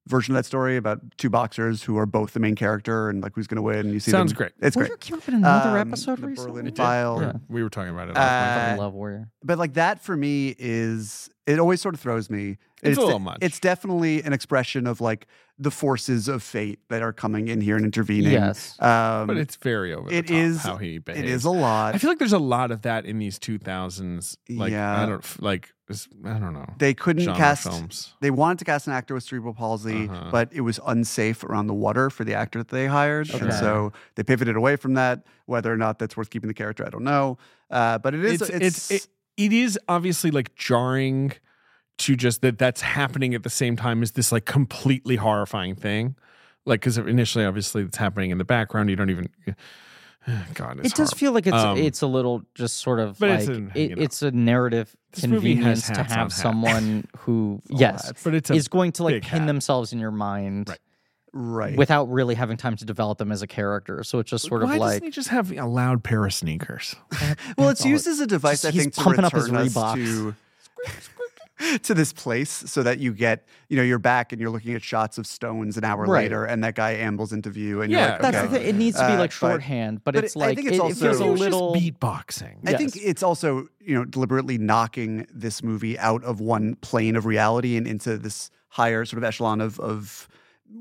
Speaker 4: version of that story about two boxers who are both the main character and like who's going to win. You see,
Speaker 2: Sounds
Speaker 4: them-
Speaker 2: great.
Speaker 4: It's
Speaker 3: Warrior
Speaker 4: great.
Speaker 3: came up in another
Speaker 4: Um,
Speaker 3: episode
Speaker 4: the
Speaker 3: recently.
Speaker 4: Berlin File.
Speaker 3: Yeah.
Speaker 2: We were talking about it.
Speaker 4: Uh,
Speaker 2: Last
Speaker 3: I love Warrior.
Speaker 4: but like that for me is it always sort of throws me.
Speaker 2: It's a little much.
Speaker 4: It's definitely an expression of like the forces of fate that are coming in here and intervening.
Speaker 3: Yes.
Speaker 4: um,
Speaker 2: night, but it's very over.
Speaker 4: it
Speaker 2: the top
Speaker 4: is-
Speaker 2: how he
Speaker 4: it
Speaker 2: behaves.
Speaker 4: is a lot.
Speaker 2: I feel like there's a lot of that in these 2000s. Like I
Speaker 4: Yeah.
Speaker 2: don't like it's- I don't know.
Speaker 4: they couldn't
Speaker 2: genre
Speaker 4: cast.
Speaker 2: films.
Speaker 4: They wanted to cast an actor with cerebral palsy,
Speaker 2: Uh-huh.
Speaker 4: but it was unsafe around the water for the actor that they hired,
Speaker 3: Sure.
Speaker 4: and so they pivoted away from that. Whether or not that's worth keeping the character, I don't know. Uh, but it is.
Speaker 2: It's,
Speaker 4: It's,
Speaker 2: it's, it, it is obviously like jarring to just that that's happening at the same time as this like completely horrifying thing. Like because initially, obviously, it's happening in the background. You don't even. God, it's
Speaker 3: It does
Speaker 2: horrible.
Speaker 3: feel like it's
Speaker 2: Um,
Speaker 3: it's a little just sort of
Speaker 2: but
Speaker 3: like
Speaker 2: it's an- you
Speaker 3: it,
Speaker 2: know.
Speaker 3: it's a narrative
Speaker 2: This movie has
Speaker 3: convenience to
Speaker 2: hats on
Speaker 3: have
Speaker 2: hats.
Speaker 3: someone who
Speaker 4: all
Speaker 3: yes
Speaker 4: hats.
Speaker 2: but it's a,
Speaker 3: is going to like
Speaker 2: big
Speaker 3: pin
Speaker 2: hat.
Speaker 3: themselves in your mind
Speaker 2: Right.
Speaker 4: right.
Speaker 3: without really having time to develop them as a character. So it's just sort
Speaker 2: why
Speaker 3: of
Speaker 2: doesn't
Speaker 3: like
Speaker 2: he just have a loud pair of sneakers?
Speaker 4: well, it's
Speaker 3: all it-
Speaker 4: used as a device,
Speaker 3: Just-
Speaker 4: I
Speaker 3: he's
Speaker 4: think, to
Speaker 3: pumping up his
Speaker 4: return us
Speaker 3: Reeboks.
Speaker 4: to. to this place so that you get, you know, you're back and you're looking at shots of stones an hour
Speaker 3: Right.
Speaker 4: later and that guy ambles into view and
Speaker 2: Yeah,
Speaker 4: you're like,
Speaker 3: That's
Speaker 4: okay.
Speaker 3: the thing. It needs to be
Speaker 4: Uh,
Speaker 3: like
Speaker 4: but-
Speaker 3: shorthand, but,
Speaker 4: but
Speaker 3: it's
Speaker 4: I
Speaker 3: like
Speaker 4: think
Speaker 3: it,
Speaker 4: it's
Speaker 3: it
Speaker 4: also-
Speaker 3: feels
Speaker 4: It
Speaker 3: a
Speaker 4: was
Speaker 3: little.
Speaker 2: just beatboxing.
Speaker 4: I think
Speaker 3: Yes.
Speaker 4: it's also, you know, deliberately knocking this movie out of one plane of reality and into this higher sort of echelon of of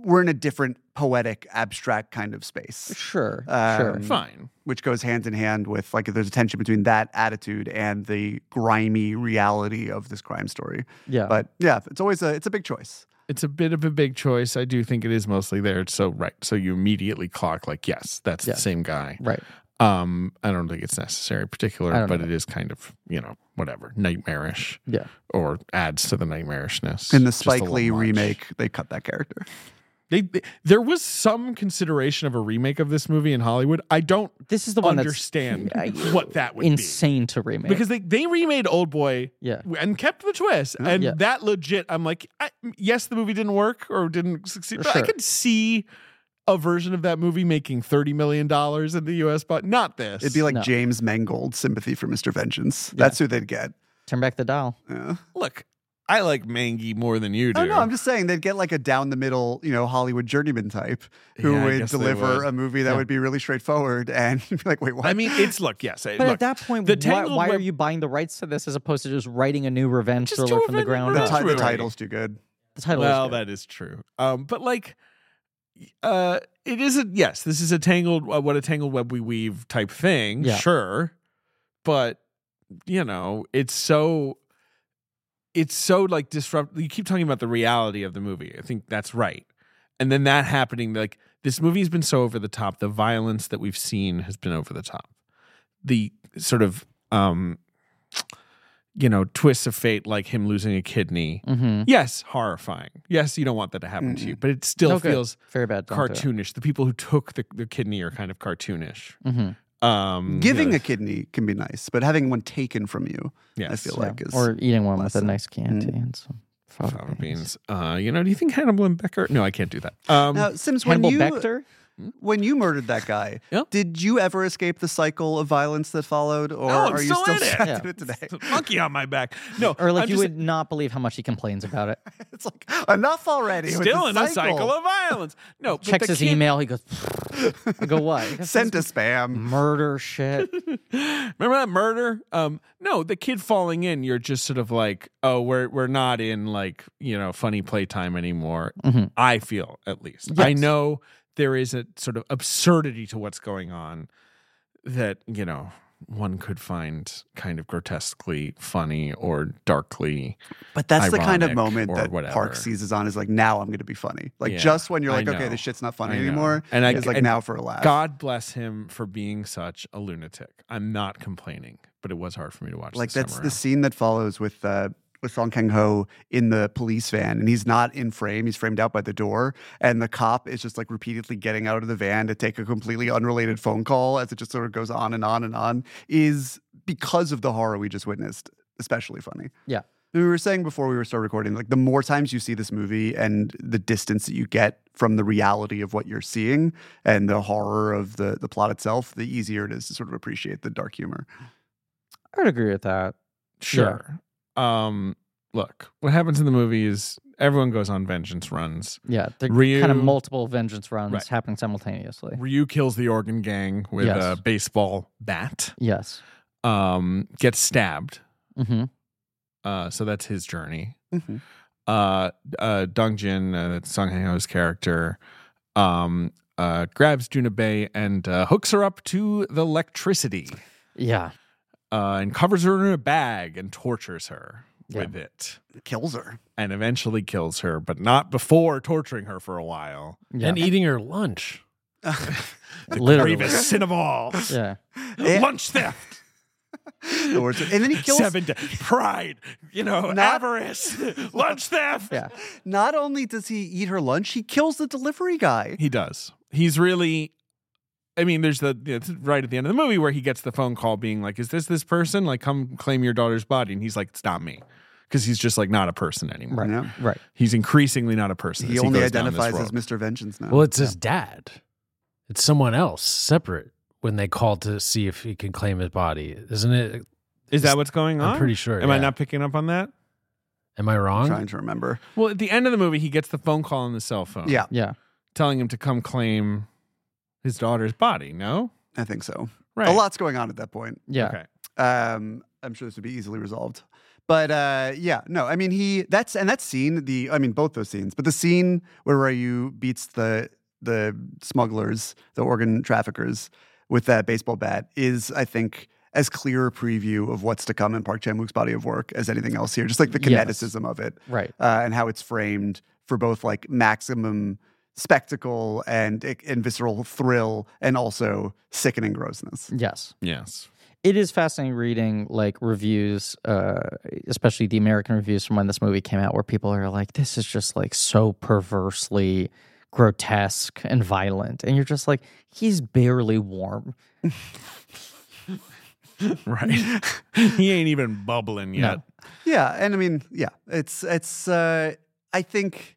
Speaker 4: we're in a different poetic, abstract kind of space,
Speaker 3: Sure,
Speaker 4: Um,
Speaker 3: sure.
Speaker 2: Fine.
Speaker 4: which goes hand in hand with like there's a tension between that attitude and the grimy reality of this crime story.
Speaker 3: Yeah.
Speaker 4: But yeah, it's always a it's a big choice.
Speaker 2: It's a bit of a big choice. I do think it is mostly there. So right. So you immediately clock like, yes, that's
Speaker 3: Yeah.
Speaker 2: the same guy.
Speaker 3: right.
Speaker 2: Um, I don't think it's necessary particular,
Speaker 3: I don't
Speaker 2: but
Speaker 3: know.
Speaker 2: it is kind of, you know, whatever, nightmarish
Speaker 3: Yeah.
Speaker 2: or adds to the nightmarishness.
Speaker 4: In the
Speaker 2: just a
Speaker 4: Spike
Speaker 2: little
Speaker 4: Lee
Speaker 2: much.
Speaker 4: remake, they cut that character.
Speaker 2: They, they- there was some consideration of a remake of this movie in Hollywood. I don't
Speaker 3: This is the one
Speaker 2: understand
Speaker 3: that's yeah,
Speaker 2: what that would
Speaker 3: insane to remake
Speaker 2: be. Because they, they remade Old Boy
Speaker 3: yeah,
Speaker 2: and kept the twist. And
Speaker 3: Yeah.
Speaker 2: that legit, I'm like, I, yes, the movie didn't work or didn't succeed, but I
Speaker 3: Sure.
Speaker 2: could see a version of that movie making $30 million in the US, but not this.
Speaker 4: It'd be like
Speaker 3: No.
Speaker 4: James Mangold, sympathy for Mr. Vengeance.
Speaker 3: Yeah.
Speaker 4: That's who they'd get.
Speaker 3: turn back the dial.
Speaker 4: Yeah.
Speaker 2: look, I like Mangy more than you do.
Speaker 4: Oh no, I'm just saying they'd get like a down the middle, you know, Hollywood journeyman type who
Speaker 2: Yeah, I
Speaker 4: would
Speaker 2: guess they
Speaker 4: deliver
Speaker 2: would.
Speaker 4: a movie that
Speaker 3: Yeah.
Speaker 4: would be really straightforward and be like, wait, what?
Speaker 2: I mean, it's look, yes. I-
Speaker 3: But
Speaker 2: look,
Speaker 3: at that point,
Speaker 2: the
Speaker 3: why,
Speaker 2: Tangled
Speaker 3: why are
Speaker 2: Web-
Speaker 3: you buying the rights to this as opposed to just writing a new revenge
Speaker 2: Just
Speaker 3: thriller
Speaker 2: do a
Speaker 3: from the
Speaker 2: revenge-
Speaker 3: ground
Speaker 4: the,
Speaker 2: that's
Speaker 3: up?
Speaker 4: ti- the
Speaker 2: really-
Speaker 4: title's too good.
Speaker 3: The title
Speaker 2: well,
Speaker 3: is good.
Speaker 2: that is true. Um, but like, uh, it isn't. Yes, this is a tangled. Uh, what a tangled web we weave type thing.
Speaker 3: Yeah.
Speaker 2: Sure, but you know, it's so. It's so like disrupt. You keep talking about the reality of the movie. I think that's right. And then that happening, like this movie has been so over the top. The violence that we've seen has been over the top. The sort of, um, you know, twists of fate, like him losing a kidney.
Speaker 3: Mhm.
Speaker 2: Yes, horrifying. Yes, you don't want that to happen to you, but it still
Speaker 3: No good.
Speaker 2: feels
Speaker 3: very bad. don't do it.
Speaker 2: cartoonish. The people who took the, the kidney are kind of cartoonish.
Speaker 3: Mhm.
Speaker 2: Um,
Speaker 4: Giving
Speaker 2: you know,
Speaker 4: a kidney can be nice, but having one taken from you,
Speaker 2: yes,
Speaker 4: I feel
Speaker 3: Yeah.
Speaker 4: like is
Speaker 3: or eating one with a
Speaker 4: lesson.
Speaker 3: nice candy and some fava,
Speaker 2: Mm-hmm. fava
Speaker 3: beans.
Speaker 2: beans. Uh, you know, do you think Hannibal and Becker? No, I can't do that. Um,
Speaker 4: now, Sims, when
Speaker 3: Hannibal
Speaker 4: you
Speaker 3: Bector.
Speaker 4: when you murdered that guy,
Speaker 2: Yeah.
Speaker 4: did you ever escape the cycle of violence that followed, or
Speaker 2: No, oh, I'm
Speaker 4: are you
Speaker 2: still
Speaker 4: still
Speaker 2: in it.
Speaker 4: trapped
Speaker 3: Yeah.
Speaker 4: in it today?
Speaker 2: it's a monkey on my back. No,
Speaker 3: Or like
Speaker 2: I'm
Speaker 3: you
Speaker 2: just
Speaker 3: would not believe how much he complains about it.
Speaker 4: It's like enough already. with
Speaker 2: still
Speaker 4: the
Speaker 2: in a cycle of violence. No, but
Speaker 3: Checks
Speaker 2: the
Speaker 3: his
Speaker 2: kid-
Speaker 3: email. He goes, I go what? He goes,
Speaker 4: Sent to spam.
Speaker 3: murder shit.
Speaker 2: Remember that murder? Um, no, the kid falling in. You're just sort of like, oh, we're we're not in like you know funny playtime anymore.
Speaker 4: Mm-hmm.
Speaker 3: Mhm.
Speaker 2: I feel at least. I know there is a sort of absurdity to what's going on that you know one could find kind of grotesquely funny or darkly.
Speaker 4: But that's the kind of
Speaker 2: ironic
Speaker 4: moment
Speaker 2: or
Speaker 4: that
Speaker 2: whatever.
Speaker 4: Park seizes on is like, now I'm going to be funny. Like
Speaker 2: Yeah,
Speaker 4: just when you're
Speaker 2: I
Speaker 4: like, okay,
Speaker 2: know.
Speaker 4: this shit's not
Speaker 2: I
Speaker 4: funny
Speaker 2: know.
Speaker 4: anymore,
Speaker 2: And
Speaker 4: and
Speaker 2: I-
Speaker 4: I, it's like
Speaker 2: and
Speaker 4: now for a laugh.
Speaker 2: God bless him for being such a lunatic. I'm not complaining, but it was hard for me to watch.
Speaker 4: like
Speaker 2: this
Speaker 4: that's
Speaker 2: time
Speaker 4: the
Speaker 2: around.
Speaker 4: scene that follows with uh, with Song Kang Ho in the police van, and he's not in frame; he's framed out by the door, and the cop is just like repeatedly getting out of the van to take a completely unrelated phone call as it just sort of goes on and on and on. Is because of the horror we just witnessed, especially funny.
Speaker 3: Yeah.
Speaker 4: We were saying before we were start recording, like the more times you see this movie and the distance that you get from the reality of what you're seeing and the horror of the the plot itself, the easier it is to sort of appreciate the dark humor.
Speaker 3: I would agree with that.
Speaker 2: Sure. Um, look, what happens in the movie is everyone goes on vengeance runs.
Speaker 3: Yeah, they're
Speaker 2: Ryu-
Speaker 3: kind of multiple vengeance runs
Speaker 2: Right.
Speaker 3: happening simultaneously.
Speaker 2: Ryu kills the Oregon gang with
Speaker 3: Yes.
Speaker 2: a baseball bat.
Speaker 3: Yes.
Speaker 2: Um, gets stabbed.
Speaker 3: hmm
Speaker 2: Uh, so that's his journey.
Speaker 4: Mhm.
Speaker 2: Uh, uh, Dong Jin, uh, that's Song Hang Ho's character, um, uh, grabs Junebei and uh, hooks her up to the electricity
Speaker 3: Yeah.
Speaker 2: uh, and covers her in a bag and tortures her
Speaker 3: Yeah.
Speaker 2: with it.
Speaker 4: Kills her.
Speaker 2: and eventually kills her, but not before torturing her for a while.
Speaker 3: Yeah.
Speaker 5: and eating her lunch.
Speaker 3: Literally.
Speaker 2: Grievous sin of all.
Speaker 3: Yeah.
Speaker 4: Yeah.
Speaker 2: Lunch theft.
Speaker 4: The words- and then he kills.
Speaker 2: Seven de- pride. You know,
Speaker 4: Not-
Speaker 2: avarice. lunch theft.
Speaker 3: Yeah.
Speaker 4: Not only does he eat her lunch, he kills the delivery guy.
Speaker 2: He does. He's really. I mean, there's the it's right at the end of the movie where he gets the phone call being like, "Is this this person? Like, come claim your daughter's body." And he's like, "It's not me," because he's just like not a person anymore.
Speaker 3: Right.
Speaker 4: Yeah.
Speaker 3: Right.
Speaker 2: He's increasingly not a person.
Speaker 4: He
Speaker 2: as
Speaker 4: only
Speaker 2: goes down this
Speaker 4: identifies
Speaker 2: road.
Speaker 4: as Mr. Vengeance now.
Speaker 5: Well, it's his dad. It's someone else, separate. When they called to see if he can claim his body, isn't it?
Speaker 2: Is that what's going on?
Speaker 5: I'm pretty sure.
Speaker 2: Am I
Speaker 5: yeah.
Speaker 2: not picking up on that?
Speaker 5: Am I
Speaker 4: I'm
Speaker 5: wrong?
Speaker 4: trying to remember.
Speaker 2: Well, at the end of the movie, he gets the phone call on the cell phone.
Speaker 4: Yeah,
Speaker 3: Yeah.
Speaker 2: Telling him to come claim his daughter's body. No?
Speaker 4: I think so.
Speaker 2: Right.
Speaker 4: A lot's going on at that point.
Speaker 3: Yeah.
Speaker 2: Okay.
Speaker 4: Um, I'm sure this would be easily resolved. But uh, yeah, no, I mean he that's and that scene, the I mean both those scenes, but the scene where Ryu beats the the smugglers, the organ traffickers with that baseball bat is, I think, as clear a preview of what's to come in Park Chan Wook's body of work as anything else here. Just like the
Speaker 3: Yes.
Speaker 4: kineticism of it
Speaker 3: Right.
Speaker 4: uh, and how it's framed for both like maximum spectacle and eh, and visceral thrill, and also sickening grossness.
Speaker 3: Yes.
Speaker 2: Yes.
Speaker 3: It is fascinating reading like reviews, uh, especially the American reviews from when this movie came out, where people are like, "This is just like so perversely grotesque and violent," and you're just like, "He's barely warm."
Speaker 2: Right. he ain't even bubbling yet.
Speaker 4: Yeah, and I mean, yeah, it's it's. Uh, I think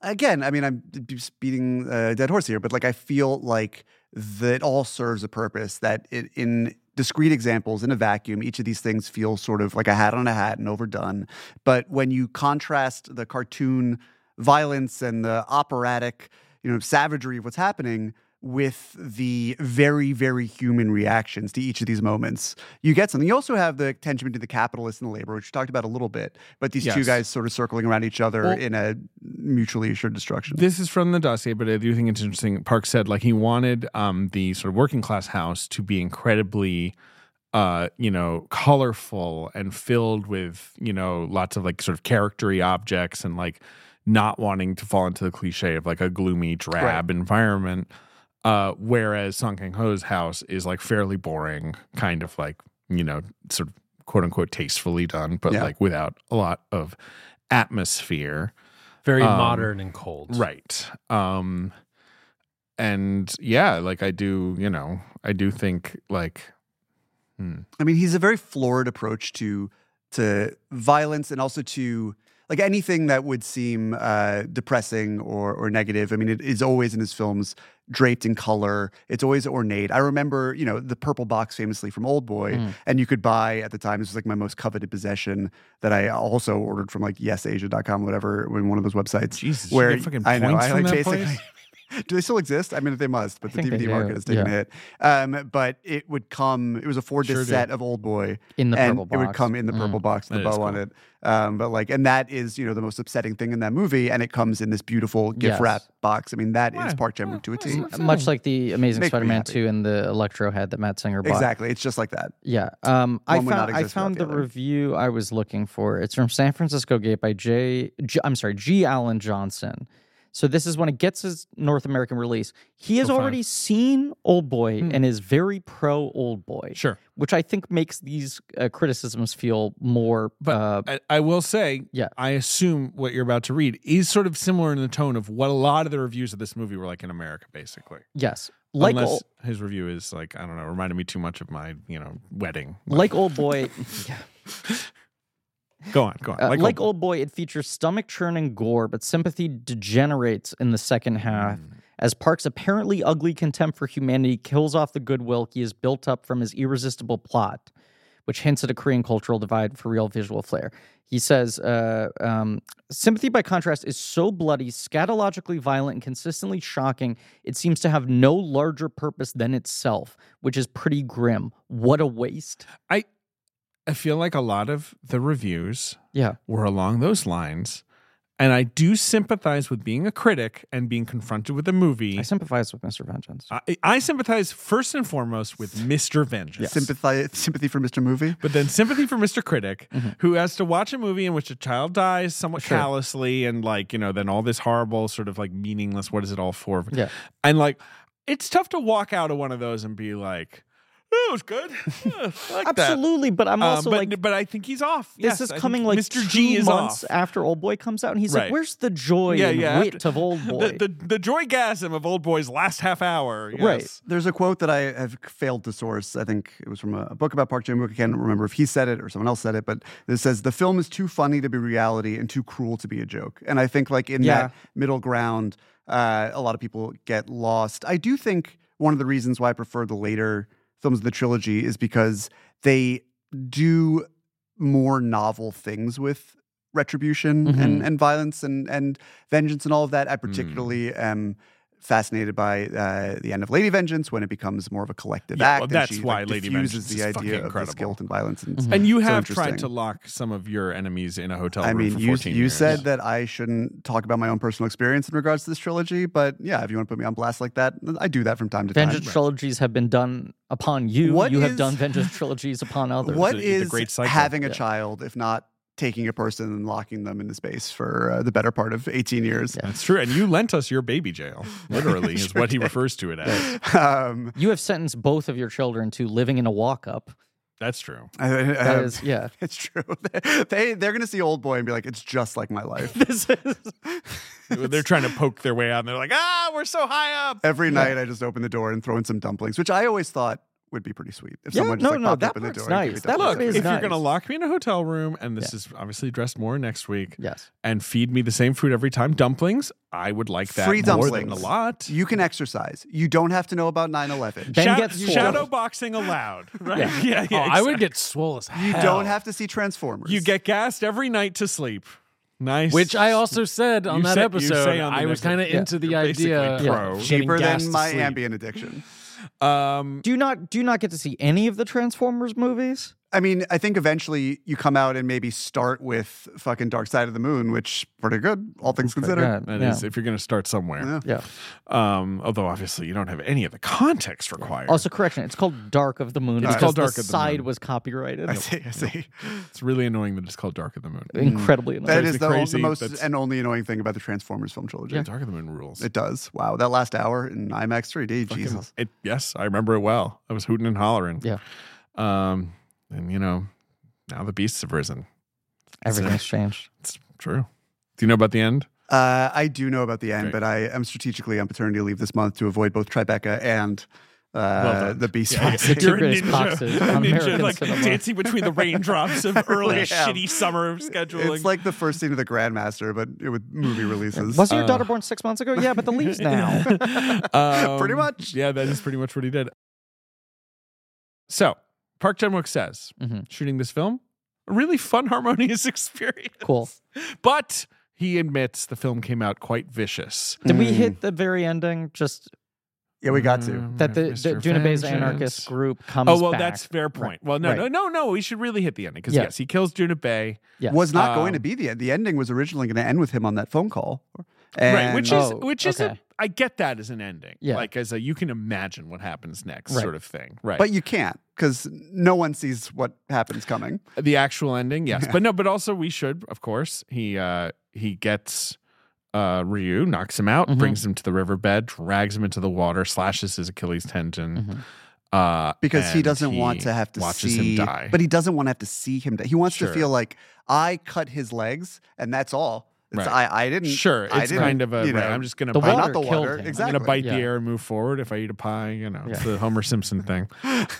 Speaker 4: again, I mean, I'm just beating a dead horse here, but like I feel like that all serves a purpose. That it, in discrete examples in a vacuum, each of these things feels sort of like a hat on a hat and overdone. But when you contrast the cartoon violence and the operatic, you know, savagery of what's happening with the very, very human reactions to each of these moments, you get something. You also have the tension between the capitalist and the labor, which we talked about a little bit, but these two
Speaker 2: Yes.
Speaker 4: guys sort of circling around each other
Speaker 2: Well-
Speaker 4: in a mutually assured destruction.
Speaker 2: This is from the dossier, but I do think it's interesting. Park said like he wanted um, the sort of working class house to be incredibly, uh, you know, colorful and filled with you know lots of like sort of charactery objects and like not wanting to fall into the cliche of like a gloomy, drab environment. Uh, whereas Song Kang Ho's house is like fairly boring, kind of like you know, sort of quote unquote tastefully done, but
Speaker 4: Yeah.
Speaker 2: like without a lot of atmosphere.
Speaker 5: Very
Speaker 2: Um,
Speaker 5: modern and cold.
Speaker 2: Right. Um and yeah, like I do, you know, I do think like hmm,
Speaker 4: I mean, he's a very florid approach to to violence and also to like anything that would seem uh, depressing or or negative. I mean, it is always in his films draped in color. It's always ornate. I remember, you know, the purple box famously from Old Boy,
Speaker 2: Hmm.
Speaker 3: Mm.
Speaker 4: and you could buy at the time. This was like my most coveted possession that I also ordered from like YesAsia.com, whatever, when one of those websites.
Speaker 2: Jesus, you
Speaker 4: where
Speaker 2: get fucking
Speaker 4: I know
Speaker 2: points
Speaker 4: I
Speaker 2: from
Speaker 4: like
Speaker 2: that
Speaker 4: basically.
Speaker 2: place?
Speaker 4: Do they still exist? I mean, they must, but
Speaker 3: I
Speaker 4: the
Speaker 3: think they
Speaker 4: DVD market
Speaker 3: do,
Speaker 4: has taken
Speaker 3: yeah.
Speaker 4: a hit. Um, but it would come. It was a four-disc
Speaker 2: Sure do.
Speaker 4: set of Old Boy,
Speaker 3: In the
Speaker 4: and
Speaker 3: purple
Speaker 4: it
Speaker 3: box,
Speaker 4: would come in the
Speaker 3: Mm.
Speaker 4: purple box, the
Speaker 2: That
Speaker 4: bow
Speaker 2: is
Speaker 4: on
Speaker 2: cool.
Speaker 4: it. Um, but like, and that is you know the most upsetting thing in that movie, and it comes in this beautiful gift
Speaker 3: Yes.
Speaker 4: wrap box. I mean, that is
Speaker 2: Yeah.
Speaker 4: Park Chan Wook to a T.
Speaker 2: That's
Speaker 3: Much
Speaker 2: it.
Speaker 3: like the Amazing
Speaker 4: Make me
Speaker 3: Spider-Man
Speaker 4: happy.
Speaker 3: two and the Electro head that Matt Singer bought.
Speaker 4: Exactly, it's just like that.
Speaker 3: Yeah. Um, I
Speaker 4: One would not
Speaker 3: found, I
Speaker 4: exist without
Speaker 3: found
Speaker 4: the
Speaker 3: the,
Speaker 4: other.
Speaker 3: review I was looking for. It's from San Francisco Gate by J. J I'm sorry, G. Allen Johnson. So this is when it gets his North American release. He has
Speaker 2: Oh, fine.
Speaker 3: already seen Old Boy
Speaker 2: Hmm.
Speaker 3: and is very pro Old Boy,
Speaker 2: Sure.
Speaker 3: which I think makes these uh, criticisms feel more.
Speaker 2: But
Speaker 3: uh,
Speaker 2: I, I will say,
Speaker 3: Yeah.
Speaker 2: I assume what you're about to read is sort of similar in the tone of what a lot of the reviews of this movie were like in America, basically.
Speaker 3: yes, like
Speaker 2: Unless
Speaker 3: Old-
Speaker 2: his review is like, I don't know, reminded me too much of my, you know, wedding.
Speaker 3: like Old Boy. Yeah.
Speaker 2: Go on, go on.
Speaker 3: Uh, like, old, boy. it features stomach churning gore, but sympathy degenerates in the second half as Park's apparently ugly contempt for humanity kills off the goodwill he has built up from his irresistible plot, which hints at a Korean cultural divide for real visual flair. He says, uh, um, sympathy by contrast is so bloody, scatologically violent, and consistently shocking, it seems to have no larger purpose than itself, which is pretty grim. What a waste.
Speaker 2: I feel like a lot of the reviews
Speaker 3: Yeah.
Speaker 2: were along those lines. And I do sympathize with being a critic and being confronted with a movie.
Speaker 3: I sympathize with Mr. Vengeance.
Speaker 2: I, I sympathize first and foremost with Mr. Vengeance.
Speaker 4: Sympathy, sympathy for Mr. Movie.
Speaker 2: But then sympathy for Mr. Critic,
Speaker 3: Mm-hmm.
Speaker 2: who has to watch a movie in which a child dies somewhat callously and, like, you know, then all this horrible, sort of like meaningless, what is it all for?
Speaker 3: Yeah.
Speaker 2: And, like, it's tough to walk out of one of those and be like, "Oh, it was good. Yeah, I like that."
Speaker 3: Absolutely, uh, but I'm
Speaker 2: Um,
Speaker 3: also
Speaker 2: but,
Speaker 3: like
Speaker 2: but I think he's off.
Speaker 3: this
Speaker 2: Yes, I
Speaker 3: is
Speaker 2: think
Speaker 3: coming like
Speaker 2: Mr.
Speaker 3: two
Speaker 2: G is off.
Speaker 3: months after Old Boy comes out, and he's
Speaker 2: Right.
Speaker 3: like, "Where's the joy
Speaker 2: Yeah,
Speaker 3: and
Speaker 2: yeah.
Speaker 3: wit of Old Boy?"
Speaker 2: The, the the joy gasm of Old Boy's last half hour.
Speaker 3: Right.
Speaker 2: yes.
Speaker 4: There's a quote that I have failed to source. I think it was from a a book about Park Chan Wook. I can't remember if he said it or someone else said it, but this says the film is too funny to be reality and too cruel to be a joke. And I think like in
Speaker 3: Yeah.
Speaker 4: that middle ground, uh, a lot of people get lost. I do think one of the reasons why I prefer the later films of the trilogy is because they do more novel things with retribution and,
Speaker 3: Mhm.
Speaker 4: and violence and, and vengeance and all of that. I particularly um, am fascinated by uh, the end of Lady Vengeance when it becomes more of a collective
Speaker 2: Yeah,
Speaker 4: act.
Speaker 2: well,
Speaker 4: and
Speaker 2: that's
Speaker 4: she,
Speaker 2: why
Speaker 4: like,
Speaker 2: Lady
Speaker 4: diffuses
Speaker 2: Vengeance
Speaker 4: the
Speaker 2: is fucking
Speaker 4: idea of
Speaker 2: incredible.
Speaker 4: this guilt and violence. And
Speaker 3: Mhm.
Speaker 2: And you
Speaker 4: So
Speaker 2: have tried to
Speaker 4: interesting.
Speaker 2: lock some of your enemies in a hotel room.
Speaker 4: I mean,
Speaker 2: for
Speaker 4: you
Speaker 2: 14
Speaker 4: you
Speaker 2: years.
Speaker 4: said that I shouldn't talk about my own personal experience in regards to this trilogy, but yeah, if you want to put me on blast like that, I do that from time to
Speaker 3: Vengeance
Speaker 4: time.
Speaker 3: trilogies have been done upon you.
Speaker 4: What
Speaker 3: you have
Speaker 4: is-
Speaker 3: done vengeance trilogies upon others.
Speaker 4: What
Speaker 2: the- the
Speaker 4: is
Speaker 2: great cycle.
Speaker 4: having a
Speaker 3: Yeah.
Speaker 4: child if not taking a person and locking them into space for uh, the better part of 18 years?
Speaker 3: Yeah.
Speaker 2: That's true. And you lent us your baby jail, literally, is what he refers to it as.
Speaker 4: Um,
Speaker 3: You have sentenced both of your children to living in a walk-up.
Speaker 2: That's true.
Speaker 3: That
Speaker 4: um,
Speaker 3: is, yeah.
Speaker 4: it's true. they they're gonna see Old Boy and be like, it's just like my life.
Speaker 3: This is
Speaker 2: They're trying to poke their way out and they're like, ah, we're so high up.
Speaker 4: Every night I just open the door and throw in some dumplings, which I always thought would be pretty sweet. If
Speaker 3: Yeah,
Speaker 4: someone just
Speaker 3: no,
Speaker 4: like
Speaker 3: no,
Speaker 4: popped
Speaker 3: that
Speaker 4: open the
Speaker 3: part's
Speaker 4: door, and gave
Speaker 3: nice.
Speaker 4: me
Speaker 3: That
Speaker 4: dumplings.
Speaker 2: Look,
Speaker 3: part is
Speaker 2: if you're
Speaker 3: nice.
Speaker 2: going to lock me in a hotel room, and this is obviously dressed more next week,
Speaker 3: yes.
Speaker 2: and feed me the same food every time, dumplings, I would like that
Speaker 4: Free
Speaker 2: more than a
Speaker 4: dumplings.
Speaker 2: lot.
Speaker 4: you can exercise. You don't have to know about 9-11.
Speaker 3: Ben
Speaker 2: Shad-
Speaker 3: gets four.
Speaker 2: shadow boxing allowed, right? Yeah, yeah.
Speaker 5: Oh, I would
Speaker 2: exactly.
Speaker 5: get swole as hell.
Speaker 4: You don't have to see Transformers.
Speaker 2: You get gassed every night to sleep. Nice.
Speaker 5: Which I also said on
Speaker 2: You
Speaker 5: that
Speaker 2: say- you
Speaker 5: episode,
Speaker 2: say on the
Speaker 5: I
Speaker 2: next
Speaker 5: was kind of
Speaker 2: one.
Speaker 3: Yeah.
Speaker 5: into the
Speaker 2: You're basically
Speaker 5: idea.
Speaker 2: pro.
Speaker 5: of getting
Speaker 4: cheaper
Speaker 5: gassed
Speaker 4: than
Speaker 5: to
Speaker 4: my
Speaker 5: sleep.
Speaker 4: ambient addiction.
Speaker 2: um,
Speaker 3: Do you not do you not get to see any of the Transformers movies?
Speaker 4: I mean, I think eventually you come out and maybe start with fucking Dark Side of the Moon, which pretty good, all things considered.
Speaker 3: God,
Speaker 2: that is
Speaker 3: yeah.
Speaker 2: if you're going to start somewhere.
Speaker 3: Yeah.
Speaker 2: Um, although obviously you don't have any of the context required.
Speaker 3: Also, correction. It's called Dark of the Moon.
Speaker 2: It's
Speaker 3: because
Speaker 2: called
Speaker 3: the
Speaker 2: Dark of the
Speaker 3: side
Speaker 2: Moon.
Speaker 3: was copyrighted.
Speaker 4: I see. I see.
Speaker 2: it's really annoying that it's called Dark of the
Speaker 3: Mm.
Speaker 2: Moon.
Speaker 3: Incredibly annoying.
Speaker 4: That
Speaker 2: Drives
Speaker 4: is
Speaker 2: me
Speaker 4: the,
Speaker 2: crazy.
Speaker 4: the most
Speaker 2: That's-
Speaker 4: and only annoying thing about the Transformers film trilogy.
Speaker 2: Dark of the Moon rules.
Speaker 4: It does. Wow, that last hour in IMAX 3D.
Speaker 2: Fucking-
Speaker 4: Jesus.
Speaker 2: It, yes, I remember it well. I was hooting and hollering.
Speaker 3: Yeah.
Speaker 2: Um, and you know, now the beasts have risen.
Speaker 3: Everything's changed.
Speaker 2: It's true. Do you know about the end?
Speaker 4: Uh, I do know about the end,
Speaker 2: Great.
Speaker 4: but I am strategically on paternity leave this month to avoid both Tribeca and uh,
Speaker 2: done.
Speaker 4: the Beast.
Speaker 2: Yeah, yeah.
Speaker 4: Rising.
Speaker 3: You're- greatest boxes on American cinema.
Speaker 2: between the raindrops of
Speaker 4: really am.
Speaker 2: summer
Speaker 4: It's like the first scene of the Grandmaster, but it- with movie releases.
Speaker 3: Wasn't
Speaker 2: uh,
Speaker 3: your daughter born six months ago? Yeah, but the leaves now.
Speaker 2: Um,
Speaker 4: Pretty much.
Speaker 2: Yeah, that is pretty much what he did. So, Park Chan Wook says
Speaker 3: Mhm.
Speaker 2: shooting this film, a really fun, harmonious experience.
Speaker 3: Cool.
Speaker 2: But he admits the film came out quite vicious.
Speaker 3: Did we hit the very ending? Just
Speaker 4: yeah, we got to.
Speaker 2: Um,
Speaker 3: that the, the
Speaker 2: Mr.
Speaker 3: Junabe's
Speaker 2: Vengeance.
Speaker 3: anarchist group comes.
Speaker 2: Oh well,
Speaker 3: back.
Speaker 2: that's fair point.
Speaker 3: Right.
Speaker 2: Well, no,
Speaker 3: Right.
Speaker 2: no, no, no. We should really hit the ending because
Speaker 3: Yeah.
Speaker 2: yes, he kills Junipei,
Speaker 3: Yeah.
Speaker 4: was not going to
Speaker 2: Um,
Speaker 4: be the end. The ending was originally going to end with him on that phone call.
Speaker 2: right? Which
Speaker 3: Oh,
Speaker 2: is which is a,
Speaker 3: okay.
Speaker 2: I get that as an ending,
Speaker 3: Yeah.
Speaker 2: Like as a you can imagine what happens next
Speaker 3: Right.
Speaker 2: sort of thing, right?
Speaker 4: but you can't because no one sees what happens coming.
Speaker 2: the actual ending yes but no but also we should of course he uh he gets uh ryu knocks him out
Speaker 4: Mm-hmm.
Speaker 3: Mhm.
Speaker 2: brings him to the riverbed drags him into the water slashes his achilles tendon
Speaker 3: Mhm.
Speaker 2: uh
Speaker 4: Mm-hmm. because he
Speaker 2: and
Speaker 4: doesn't want
Speaker 2: he
Speaker 4: to have to
Speaker 2: watches
Speaker 4: see,
Speaker 2: him die
Speaker 4: But he doesn't want to have to see him die. He wants
Speaker 2: Sure.
Speaker 4: to feel like I cut his legs and that's all. It's,
Speaker 2: Right.
Speaker 4: I I didn't.
Speaker 2: sure
Speaker 4: I
Speaker 2: it's
Speaker 4: didn't,
Speaker 2: kind of a
Speaker 4: you know,
Speaker 2: right, i'm just gonna
Speaker 3: The
Speaker 2: bite,
Speaker 4: Why
Speaker 3: water
Speaker 4: not the
Speaker 3: killed
Speaker 4: water?
Speaker 3: him.
Speaker 2: i'm
Speaker 4: Exactly.
Speaker 2: gonna bite
Speaker 3: Yeah.
Speaker 2: the air and move forward if i eat a pie you know it's
Speaker 3: Yeah.
Speaker 2: the homer simpson thing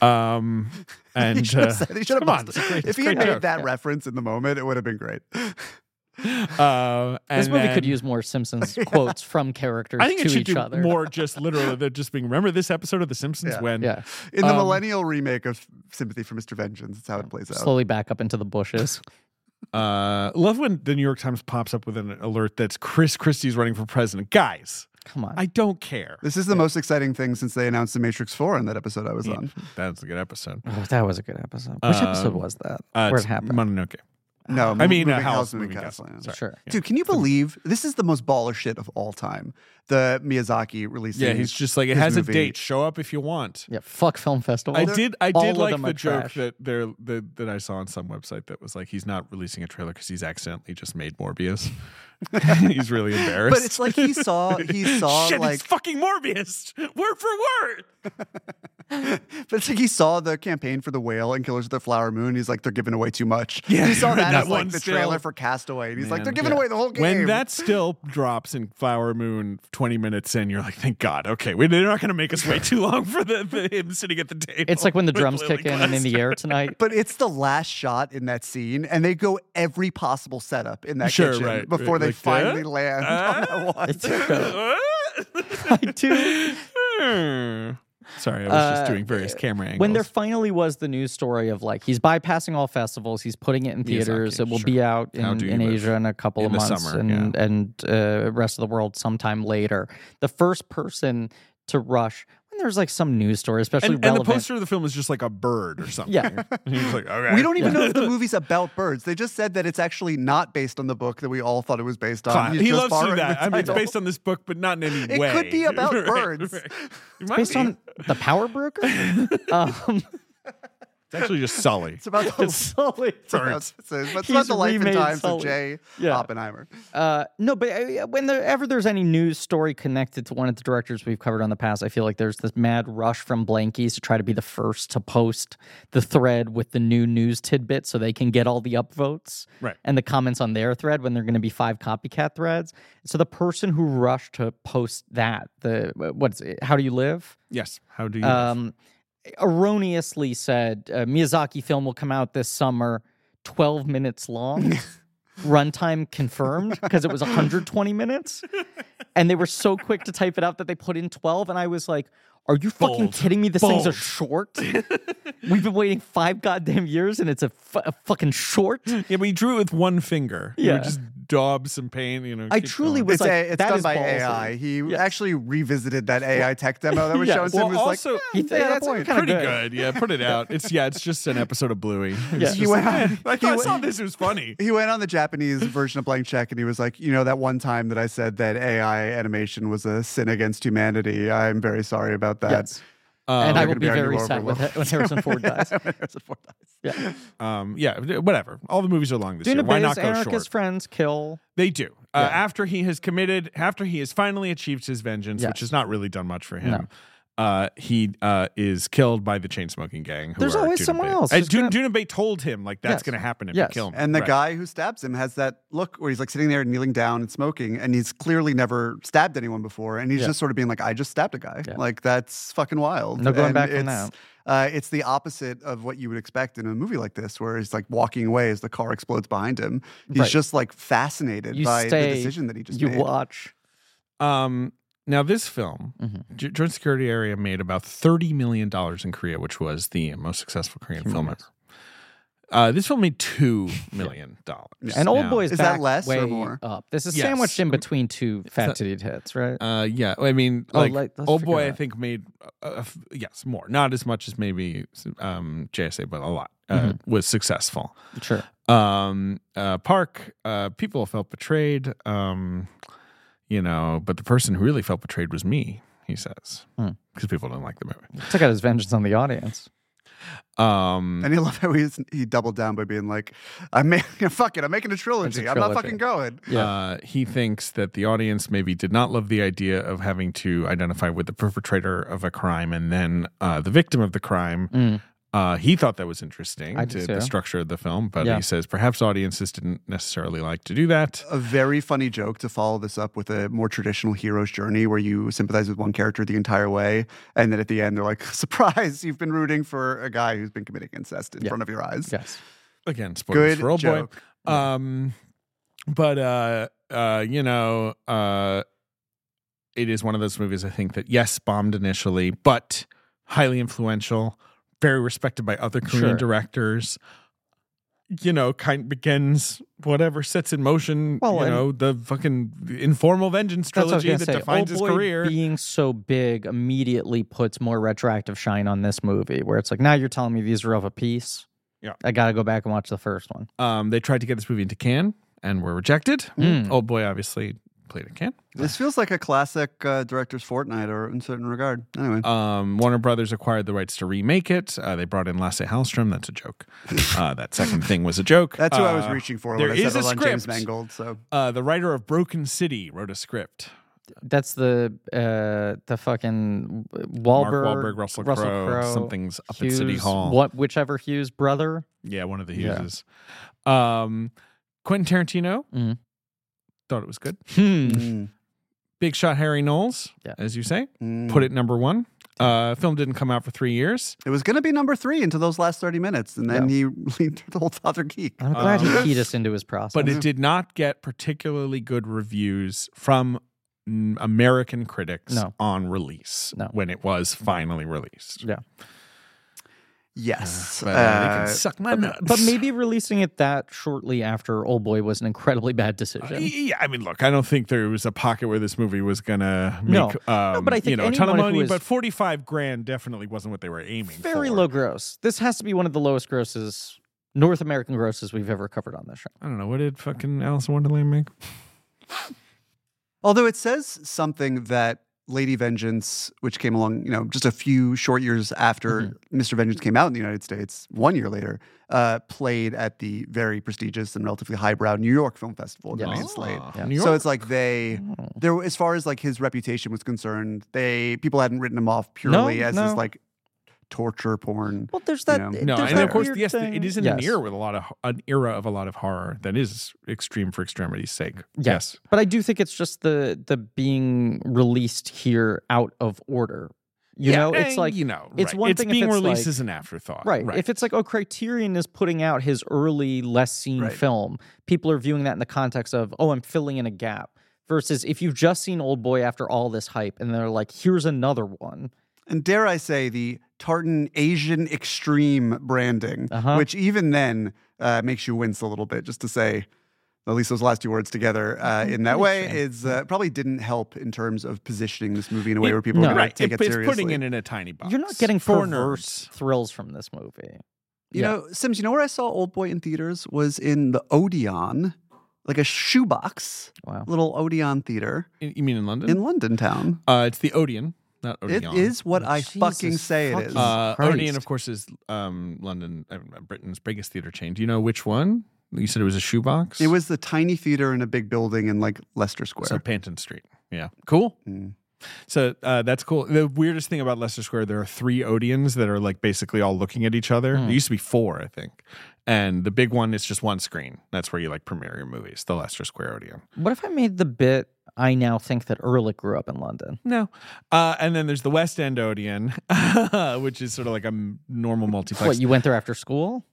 Speaker 2: um and
Speaker 4: he should have
Speaker 2: uh,
Speaker 4: said, he should have
Speaker 2: come on,
Speaker 4: busted-
Speaker 2: it's a great- it's
Speaker 4: If
Speaker 2: a
Speaker 4: he had
Speaker 2: great
Speaker 4: made
Speaker 2: joke.
Speaker 4: that
Speaker 3: Yeah.
Speaker 4: reference in the moment, it would have been great.
Speaker 2: uh, and
Speaker 3: This movie could
Speaker 2: then-
Speaker 3: use more Simpsons quotes from characters
Speaker 2: I think
Speaker 3: to
Speaker 2: it should
Speaker 3: each
Speaker 2: do
Speaker 3: other.
Speaker 2: more just literally they're just being remember this episode of The Simpsons
Speaker 4: Yeah.
Speaker 2: when
Speaker 3: Yeah,
Speaker 4: In the
Speaker 2: Um,
Speaker 4: millennial remake of Sympathy for Mr. Vengeance, that's how it plays out.
Speaker 3: slowly back up into the bushes.
Speaker 2: uh love when the New York Times pops up with an alert that's Chris Christie's running for president. Guys,
Speaker 3: Come on.
Speaker 2: I don't care.
Speaker 4: This is the most exciting thing since they announced The Matrix 4 in that episode I was on.
Speaker 2: That's a good episode.
Speaker 3: Oh, that was a good episode. Which episode
Speaker 2: Um,
Speaker 3: was that?
Speaker 2: Uh,
Speaker 3: Where
Speaker 2: it's
Speaker 3: it happened?
Speaker 2: Mononoke.
Speaker 4: No,
Speaker 2: I mean, uh,
Speaker 4: Moving
Speaker 2: House
Speaker 4: Moving
Speaker 2: Moving Castle.
Speaker 4: yeah.
Speaker 2: Sorry.
Speaker 3: Sure.
Speaker 4: Dude, can you believe this is the most baller shit of all time? The Miyazaki releasing.
Speaker 2: Yeah, he's just like it
Speaker 4: his
Speaker 2: has
Speaker 4: movie.
Speaker 2: a date. Show up if you want.
Speaker 3: Yeah, fuck film festival.
Speaker 2: I did. I
Speaker 3: all
Speaker 2: did
Speaker 3: of
Speaker 2: like
Speaker 3: them are
Speaker 2: the joke
Speaker 3: trash.
Speaker 2: that there that, that I saw on some website that was like he's not releasing a trailer because he's accidentally just made Morbius. he's really embarrassed.
Speaker 4: But it's like he saw he saw
Speaker 2: Shit,
Speaker 4: like
Speaker 2: it's fucking Morbius, word for word.
Speaker 4: but it's like he saw the campaign for the whale and Killers of the Flower Moon. He's like they're giving away too much.
Speaker 2: Yeah,
Speaker 4: he saw
Speaker 2: that
Speaker 4: that, as
Speaker 2: one
Speaker 4: like the trailer
Speaker 2: still.
Speaker 4: for Castaway, and he's like
Speaker 2: Man.
Speaker 4: they're giving away the whole game.
Speaker 2: When that still drops in Flower Moon 20 minutes in, you're like, thank God. Okay, we, they're not going to make us wait too long for the, the him sitting at the table.
Speaker 3: It's like when the
Speaker 2: with
Speaker 3: drums
Speaker 2: Lily
Speaker 3: kick in and in the
Speaker 2: Gladstone.
Speaker 3: air tonight.
Speaker 4: but it's the last shot in that scene, and they go every possible setup in that
Speaker 2: Sure,
Speaker 4: kitchen
Speaker 2: right,
Speaker 4: before
Speaker 2: right,
Speaker 4: they
Speaker 2: like,
Speaker 4: finally
Speaker 2: uh,
Speaker 4: land on that one.
Speaker 3: I do.
Speaker 2: Hmm. Sorry, I was just
Speaker 3: Uh,
Speaker 2: doing various camera angles.
Speaker 3: when there finally was the news story of like he's bypassing all festivals, he's putting it in theaters. it will
Speaker 2: sure.
Speaker 3: be out
Speaker 2: How
Speaker 3: in,
Speaker 2: do you
Speaker 3: in
Speaker 2: live?
Speaker 3: Asia in a couple
Speaker 2: In
Speaker 3: of
Speaker 2: the
Speaker 3: months
Speaker 2: summer,
Speaker 3: and and uh, rest of the world sometime later. The first person to rush when there's like some news story, especially
Speaker 2: and, and the
Speaker 3: relevant.
Speaker 2: poster of the film is just like a bird or something.
Speaker 3: Yeah.
Speaker 2: And he's like, okay.
Speaker 4: We don't even know if the movie's about birds. They just said that it's actually not based on the book that we all thought it was based on.
Speaker 2: Fine.
Speaker 4: He's
Speaker 2: He
Speaker 4: just
Speaker 2: loves to do
Speaker 4: borrowing
Speaker 2: that.
Speaker 4: the
Speaker 2: I mean, it's
Speaker 4: title.
Speaker 2: based on this book, but not in any
Speaker 4: It
Speaker 2: way.
Speaker 4: could be about birds.
Speaker 2: It might
Speaker 3: based
Speaker 2: be.
Speaker 3: on the Power Broker. um,
Speaker 2: It's actually just Sully.
Speaker 4: It's about the, it's
Speaker 3: Sully.
Speaker 4: about, it's about
Speaker 3: He's
Speaker 4: the life and
Speaker 3: remade
Speaker 4: times
Speaker 3: Sully.
Speaker 4: of Jay
Speaker 3: Yeah.
Speaker 4: Oppenheimer.
Speaker 3: Uh, no, but uh, whenever there's any news story connected to one of the directors we've covered on the past, I feel like there's this mad rush from Blankies to try to be the first to post the thread with the new news tidbit so they can get all the upvotes
Speaker 2: Right.
Speaker 3: and the comments on their thread when there are going to be five copycat threads. So the person who rushed to post that, the what's it, how do you live?
Speaker 2: Yes. How do you?
Speaker 3: um, erroneously said uh, Miyazaki film will come out this summer, 12 minutes long. Runtime confirmed because it was 120 minutes. And they were so quick to type it out that they put in 12. And I was like, are you fucking
Speaker 2: Bold.
Speaker 3: kidding me? This thing's a
Speaker 2: Bold.
Speaker 3: short. We've been waiting five goddamn years and it's a, fu- a fucking short.
Speaker 2: yeah, but he drew it with one finger. He
Speaker 3: Yeah.
Speaker 2: would just daub some paint. You know.
Speaker 3: I
Speaker 2: keep
Speaker 3: truly
Speaker 2: going.
Speaker 3: was
Speaker 4: It's,
Speaker 3: like,
Speaker 4: a, it's
Speaker 3: that
Speaker 4: done
Speaker 3: is
Speaker 4: by
Speaker 3: ballsy.
Speaker 4: AI. He actually revisited that AI tech demo that was
Speaker 3: Yeah.
Speaker 4: shown to him.
Speaker 2: Well,
Speaker 4: He was
Speaker 2: also,
Speaker 4: like, "Hmm,
Speaker 3: He-
Speaker 4: they had a
Speaker 3: that's
Speaker 4: point.
Speaker 3: kinda
Speaker 2: pretty good. Yeah, put it out. It's yeah, it's just an episode of Bluey. It was just
Speaker 4: He went
Speaker 2: like,
Speaker 4: on-
Speaker 2: "Man, I
Speaker 4: he
Speaker 2: thought I
Speaker 4: went-
Speaker 2: saw this. It was funny.
Speaker 4: He went on the Japanese version of Blank Check and he was like, You know, that one time that I said that AI animation was a sin against humanity. I'm very sorry about that.
Speaker 3: Yes.
Speaker 2: Um,
Speaker 3: and I
Speaker 4: they're
Speaker 3: will
Speaker 4: gonna
Speaker 3: be
Speaker 4: be
Speaker 3: very
Speaker 4: arguing
Speaker 3: sad
Speaker 4: over
Speaker 3: when,
Speaker 4: what-
Speaker 3: when Harrison Ford dies.
Speaker 4: It's a four dice.
Speaker 3: Yeah.
Speaker 2: um, yeah, whatever. All the movies are long this
Speaker 3: Duna
Speaker 2: year. Why not
Speaker 3: Bay's
Speaker 2: go
Speaker 3: anarchist
Speaker 2: short?
Speaker 3: friends kill.
Speaker 2: They do. Uh, after he has committed, after he has finally achieved his vengeance,
Speaker 3: Yeah.
Speaker 2: which has not really done much for him, uh, he uh, is killed by the chain smoking gang. Who
Speaker 3: There's
Speaker 2: are
Speaker 3: always
Speaker 2: Duna
Speaker 3: someone
Speaker 2: Bay.
Speaker 3: else
Speaker 2: And
Speaker 3: who's
Speaker 2: Dun- Bay told him like that's
Speaker 3: Yes.
Speaker 2: going to happen if
Speaker 3: Yes.
Speaker 2: you kill him.
Speaker 4: And the
Speaker 2: Right.
Speaker 4: guy who stabs him has that look where he's like sitting there kneeling down and smoking, and he's clearly never stabbed anyone before, and he's
Speaker 3: Yeah.
Speaker 4: just sort of being like, "I just stabbed a guy.
Speaker 3: Yeah.
Speaker 4: Like that's fucking wild."
Speaker 3: No going
Speaker 4: And
Speaker 3: back from
Speaker 4: it's, Uh, it's the opposite of what you would expect in a movie like this, where he's like walking away as the car explodes behind him. He's
Speaker 3: Right.
Speaker 4: just like fascinated
Speaker 3: You
Speaker 4: by
Speaker 3: stay,
Speaker 4: the decision that he just
Speaker 3: You
Speaker 4: made.
Speaker 3: watch.
Speaker 2: Um, now this film,
Speaker 3: Mhm.
Speaker 2: J- Joint Security Area made about thirty million dollars in Korea, which was the most successful Korean film ever. Uh, this film made two million dollars.
Speaker 3: And Old
Speaker 2: Now-
Speaker 3: Boy's
Speaker 4: Is that
Speaker 3: back
Speaker 4: less or
Speaker 3: way
Speaker 4: more?
Speaker 3: up. This is
Speaker 2: Yes.
Speaker 3: sandwiched in between two fat titted hits, right?
Speaker 2: Uh, yeah. I mean,
Speaker 3: Oh,
Speaker 2: like
Speaker 3: like, let's
Speaker 2: Old
Speaker 3: figure
Speaker 2: Boy, I
Speaker 3: that.
Speaker 2: think made uh, uh, f- yes more, not as much as maybe um, JSA, but a lot uh,
Speaker 3: Mm-hmm.
Speaker 2: was successful.
Speaker 3: sure.
Speaker 2: Um, uh, Park, uh, people felt betrayed. Um, you know, but the person who really felt betrayed was me. He says
Speaker 3: Hmm.
Speaker 2: because people don't like the movie.
Speaker 3: Took out his vengeance on the audience.
Speaker 2: Um,
Speaker 4: And I love how he's, he doubled down by being like, "I'm making fuck it. I'm making a trilogy. I'm not
Speaker 3: trilogy.
Speaker 4: fucking going."
Speaker 3: Yeah.
Speaker 2: Uh, he thinks that the audience maybe did not love the idea of having to identify with the perpetrator of a crime and then uh, the victim of the crime.
Speaker 3: Mm.
Speaker 2: Uh, he thought that was interesting,
Speaker 3: I
Speaker 2: to,
Speaker 3: did
Speaker 2: the
Speaker 3: too.
Speaker 2: structure of the film, but
Speaker 3: Yeah.
Speaker 2: he says perhaps audiences didn't necessarily like to do that.
Speaker 4: a very funny joke to follow this up with a more traditional hero's journey where you sympathize with one character the entire way and then at the end they're like surprise you've been rooting for a guy who's been committing incest in
Speaker 3: Yeah.
Speaker 4: front of your eyes
Speaker 3: Yes.
Speaker 2: Again, spoilers
Speaker 4: Good
Speaker 2: for old
Speaker 4: joke.
Speaker 2: boy. Um, but uh, uh, you know, uh, it is one of those movies I think that yes, bombed initially, but highly influential, very respected by other Korean
Speaker 3: Sure.
Speaker 2: directors. You know, kind begins whatever sets in motion.
Speaker 3: Well,
Speaker 2: you
Speaker 3: and-
Speaker 2: know the fucking informal vengeance trilogy that defines
Speaker 3: Old
Speaker 2: his
Speaker 3: Oh Boy
Speaker 2: career.
Speaker 3: being so big immediately puts more retroactive shine on this movie, where it's like, now you're telling me these are of a piece.
Speaker 2: Yeah.
Speaker 3: I got to go back and watch the first one.
Speaker 2: Um, they tried to get this movie into Cannes and were rejected.
Speaker 3: Hmm.
Speaker 2: Old boy obviously played at Cannes.
Speaker 4: this feels like a classic uh, director's fortnight or in certain regard anyway
Speaker 2: Um, Warner Brothers acquired the rights to remake it. Uh, they brought in Lasse Hallström. That's a joke. Uh, that second thing was a joke.
Speaker 4: that's who i was
Speaker 2: Uh,
Speaker 4: reaching for
Speaker 2: there
Speaker 4: when i
Speaker 2: is
Speaker 4: said
Speaker 2: a
Speaker 4: Roland james
Speaker 2: script.
Speaker 4: mangold so
Speaker 2: Uh, the writer of Broken City wrote a script.
Speaker 3: That's the uh, the fucking
Speaker 2: Mark
Speaker 3: Wahlberg,
Speaker 2: Wahlberg, Russell, Crowe, something's up at City
Speaker 3: Hughes-
Speaker 2: Hall.
Speaker 3: What, whichever Hughes brother.
Speaker 2: Yeah, one of the
Speaker 3: Yeah.
Speaker 2: Hugheses. Um, Quentin Tarantino
Speaker 3: Mm.
Speaker 2: thought it was good.
Speaker 3: Hmm.
Speaker 4: Mm,
Speaker 2: Big shot Harry Knowles,
Speaker 3: Yeah.
Speaker 2: as you say,
Speaker 4: mm.
Speaker 2: put it number one. Uh, film didn't come out for three years.
Speaker 4: it was going to be number three into those last 30 minutes and then he leaned to the whole other geek
Speaker 3: I'm glad
Speaker 2: Um,
Speaker 3: Mm-hmm. he keyed us into his process.
Speaker 2: but it did not get particularly good reviews from mm, American critics
Speaker 3: No.
Speaker 2: on release
Speaker 3: No.
Speaker 2: when it was finally released.
Speaker 3: Yeah.
Speaker 4: Yes.
Speaker 2: But, uh, they
Speaker 4: Uh,
Speaker 2: can suck my nuts.
Speaker 3: Um, But maybe releasing it that shortly after Old Boy was an incredibly bad decision.
Speaker 2: Yeah, I mean, look, I don't think there was a pocket where this movie was gonna make
Speaker 3: No.
Speaker 2: um,
Speaker 3: No, but I
Speaker 2: you
Speaker 3: think
Speaker 2: know a ton of
Speaker 3: anyone who
Speaker 2: money,
Speaker 3: is-
Speaker 2: but forty five grand definitely wasn't what they were aiming for.
Speaker 3: Very low gross. This has to be one of the lowest grosses, North American grosses we've ever covered on this show.
Speaker 2: I don't know. What did fucking Alice in Wonderland make?
Speaker 4: Although it says something that Lady Vengeance, which came along, you know, just a few short years after
Speaker 3: Mm-hmm.
Speaker 4: Mr. Vengeance came out in the United States, one year later, uh, played at the very prestigious and relatively highbrow New York Film Festival that
Speaker 3: Yes. Mm.
Speaker 4: they had slayed.
Speaker 3: Yeah.
Speaker 2: New York.
Speaker 4: So it's like they, there as far as like his reputation was concerned, they people hadn't written him off purely as
Speaker 3: no.
Speaker 4: this like torture porn.
Speaker 3: Well, there's that.
Speaker 4: Yeah.
Speaker 2: no,
Speaker 3: there's
Speaker 2: and
Speaker 3: that
Speaker 2: of course,
Speaker 3: weird
Speaker 2: yes,
Speaker 3: thing.
Speaker 2: it is in an
Speaker 3: Yes.
Speaker 2: era with a lot of an era of a lot of horror that is extreme for extremity's sake.
Speaker 3: Yes. But I do think it's just the the being released here out of order. eh, You
Speaker 2: Yeah,
Speaker 3: know, it's
Speaker 2: and,
Speaker 3: like
Speaker 2: you know,
Speaker 3: it's
Speaker 2: right.
Speaker 3: one
Speaker 2: it's
Speaker 3: thing if
Speaker 2: being
Speaker 3: it's
Speaker 2: released
Speaker 3: like-
Speaker 2: as an afterthought,
Speaker 3: Right. If it's like, oh, Criterion is putting out his early, less seen
Speaker 4: Right.
Speaker 3: film, people are viewing that in the context of, oh, I'm filling in a gap. Versus if you've just seen Old Boy after all this hype and they're like, here's another one.
Speaker 4: and dare I say, the tartan Asian extreme branding,
Speaker 3: Uh-huh.
Speaker 4: which even then uh, makes you wince a little bit, just to say at least those last two words together uh, in that way is uh, probably didn't help in terms of positioning this movie in a way
Speaker 2: It-
Speaker 4: where people
Speaker 3: no.
Speaker 4: are going
Speaker 2: right,
Speaker 4: to take
Speaker 2: it-
Speaker 4: it,
Speaker 2: it's
Speaker 4: seriously.
Speaker 2: putting it in a tiny box.
Speaker 3: You're not getting
Speaker 2: For
Speaker 3: perverse thrills from this movie.
Speaker 4: you
Speaker 3: yeah.
Speaker 4: know, Sims, you know where I saw Old Boy in theaters was in the Odeon, like a shoebox,
Speaker 2: Oh.
Speaker 3: Wow.
Speaker 4: little Odeon theater
Speaker 2: nerds. You mean in London?
Speaker 4: in London town.
Speaker 2: uh, it's the Odeon, not
Speaker 4: It
Speaker 2: Odeon.
Speaker 4: is what I
Speaker 3: Jesus
Speaker 4: fucking say it is.
Speaker 3: fucking
Speaker 2: Uh,
Speaker 3: Christ.
Speaker 2: Odeon, of course, is um, London, uh, Britain's biggest theater chain. Do you know which one? You said it was a shoebox.
Speaker 4: it was the tiny theater in a big building in like Leicester Square.
Speaker 2: so Panton Street. Yeah, cool.
Speaker 4: Mm.
Speaker 2: So uh, that's cool. The weirdest thing about Leicester Square, there are three Odeons that are like basically all looking at each other.
Speaker 4: Mm.
Speaker 2: There used to be four, I think, and the big one is just one screen. That's where you like premiere your movies. The Leicester Square Odeon.
Speaker 3: What if I made the bit I now think that Ehrlich grew up in London?
Speaker 2: No, uh, and then there's the West End Odeon, which is sort of like a m- normal multiplex.
Speaker 3: What, you went there after school?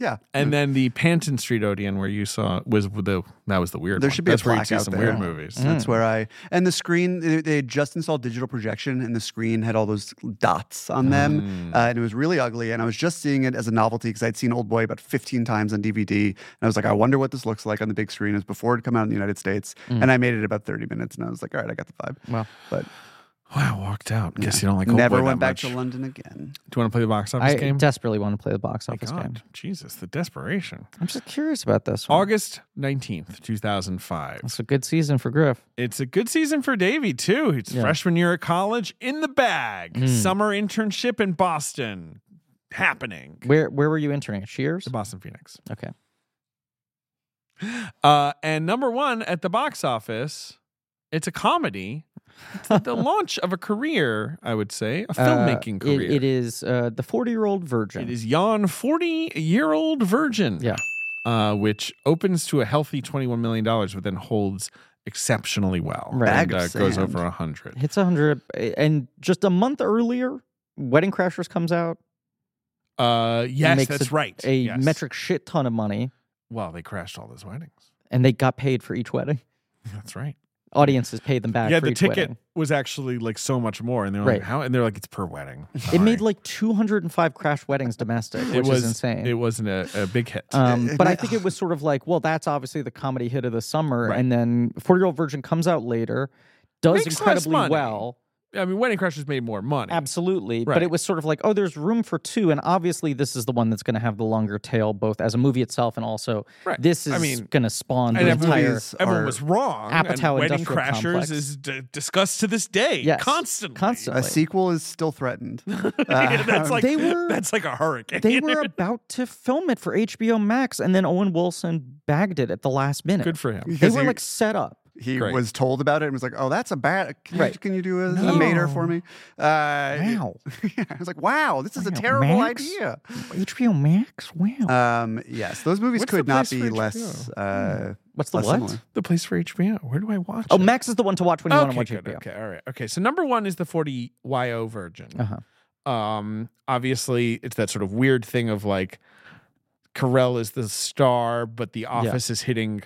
Speaker 4: Yeah.
Speaker 2: And then the Panton Street Odeon, where you saw was the that was the weird.
Speaker 4: There
Speaker 2: one.
Speaker 4: should be a
Speaker 2: That's where you
Speaker 4: plaque
Speaker 2: see
Speaker 4: out
Speaker 2: some
Speaker 4: there.
Speaker 2: weird
Speaker 4: Mm.
Speaker 2: movies. Hmm.
Speaker 4: That's where I and the screen they, they had just installed digital projection and the screen had all those dots on
Speaker 2: Hmm.
Speaker 4: them uh, and it was really ugly and I was just seeing it as a novelty because I'd seen Old Boy about 15 times on DVD and I was like I wonder what this looks like on the big screen it was before it come out in the United States
Speaker 2: Hmm.
Speaker 4: and I made it about 30 minutes and I was like all right I got the vibe
Speaker 3: Wow.
Speaker 4: but
Speaker 2: Wow, walked out. Guess you don't like. Old
Speaker 4: never
Speaker 2: Boy
Speaker 4: went
Speaker 2: that
Speaker 4: back
Speaker 2: much.
Speaker 4: to London again
Speaker 2: Do you want to play the box office
Speaker 3: I
Speaker 2: game?
Speaker 3: desperately want to play the box
Speaker 2: My
Speaker 3: office
Speaker 2: God,
Speaker 3: game.
Speaker 2: Jesus, the desperation.
Speaker 3: I'm just curious about this one.
Speaker 2: August nineteenth, two thousand five.
Speaker 3: It's a good season for Griff.
Speaker 2: It's a good season for Davey too. It's
Speaker 3: Yeah.
Speaker 2: freshman year at college in the bag.
Speaker 3: Mm.
Speaker 2: Summer internship in Boston happening.
Speaker 3: Where where were you interning? At Shears?
Speaker 2: The Boston Phoenix.
Speaker 3: Okay.
Speaker 2: Uh, and number one at the box office, it's a comedy. It's the launch of a career, I would say, a filmmaking
Speaker 3: Uh, it-
Speaker 2: career.
Speaker 3: it is uh, the 40 year old virgin.
Speaker 2: It is Yon, 40 year old virgin.
Speaker 3: Yeah.
Speaker 2: Uh, which opens to a healthy $21 million, but then holds exceptionally well.
Speaker 3: Right.
Speaker 2: And
Speaker 4: Bag of
Speaker 2: uh, goes
Speaker 4: sand.
Speaker 2: over 100.
Speaker 3: Hits 100. And just a month earlier, Wedding Crashers comes out.
Speaker 2: Uh, yes,
Speaker 3: Makes
Speaker 2: that's
Speaker 3: a-
Speaker 2: right.
Speaker 3: A
Speaker 2: Yes.
Speaker 3: metric shit ton of money.
Speaker 2: Well, they crashed all those weddings.
Speaker 3: And they got paid for each wedding.
Speaker 2: That's right.
Speaker 3: Audiences paid them back
Speaker 2: yeah,
Speaker 3: for
Speaker 2: the
Speaker 3: each
Speaker 2: ticket
Speaker 3: wedding.
Speaker 2: was actually like so much more, and they're like,
Speaker 3: Right.
Speaker 2: "How?" And they're like, "It's per wedding."
Speaker 3: It made
Speaker 2: Sorry.
Speaker 3: like 205 crash weddings domestic, which
Speaker 2: it was
Speaker 3: is insane.
Speaker 2: It wasn't a, a big hit.
Speaker 3: Um,
Speaker 4: Uh,
Speaker 3: but
Speaker 4: uh,
Speaker 3: I think it was sort of like, well, that's obviously the comedy hit of the summer,
Speaker 2: Right.
Speaker 3: and then Forty Year Old Virgin comes out later, does
Speaker 2: Makes less
Speaker 3: incredibly
Speaker 2: money.
Speaker 3: well,
Speaker 2: I mean, Wedding Crashers made more money.
Speaker 3: absolutely.
Speaker 2: Right.
Speaker 3: But it was sort of like, oh, there's room for two, and obviously this is the one that's going to have the longer tail, both as a movie itself and also
Speaker 2: Right.
Speaker 3: this is
Speaker 2: I mean,
Speaker 3: going to spawn
Speaker 2: and
Speaker 3: the
Speaker 2: every-
Speaker 3: entire
Speaker 4: Movies
Speaker 2: Everyone
Speaker 4: are-
Speaker 2: was wrong. and
Speaker 3: Apatow
Speaker 2: Wedding
Speaker 3: Industrial
Speaker 2: Crashers
Speaker 3: Complex.
Speaker 2: is d- discussed to this day
Speaker 3: Yes.
Speaker 2: constantly.
Speaker 3: Constantly.
Speaker 4: a sequel is still threatened
Speaker 2: Yeah, that's like
Speaker 3: They were-
Speaker 2: that's like a hurricane.
Speaker 3: They were about to film it for HBO Max, and then Owen Wilson bagged it at the last minute.
Speaker 2: good for him.
Speaker 3: they
Speaker 4: because
Speaker 3: were
Speaker 4: he-
Speaker 3: like set up.
Speaker 4: he
Speaker 2: Great.
Speaker 4: was told about it and was like oh that's a bad can, you
Speaker 3: Right.
Speaker 4: can you do a, a mater for me uh,
Speaker 3: Wow,
Speaker 4: yeah, I was like, wow, this is a
Speaker 3: Wow,
Speaker 4: terrible
Speaker 3: Max?
Speaker 4: idea.
Speaker 3: HBO Max. Wow,
Speaker 4: Um, yes, those movies
Speaker 2: What's
Speaker 4: could
Speaker 2: the
Speaker 4: not
Speaker 2: place for
Speaker 4: be
Speaker 2: HBO?
Speaker 4: less. Uh,
Speaker 3: Hmm. what's the
Speaker 4: less
Speaker 3: what?
Speaker 4: similar.
Speaker 2: The place for HBO. Where do I watch?
Speaker 3: Oh,
Speaker 2: it?
Speaker 3: Max is the one to watch when you
Speaker 2: okay,
Speaker 3: want to watch
Speaker 2: good,
Speaker 3: HBO.
Speaker 2: okay, all right, okay. So number one is the forty YO Virgin.
Speaker 3: Uh-huh.
Speaker 2: Um, obviously, it's that sort of weird thing of like Carell is the star, but The Office is hitting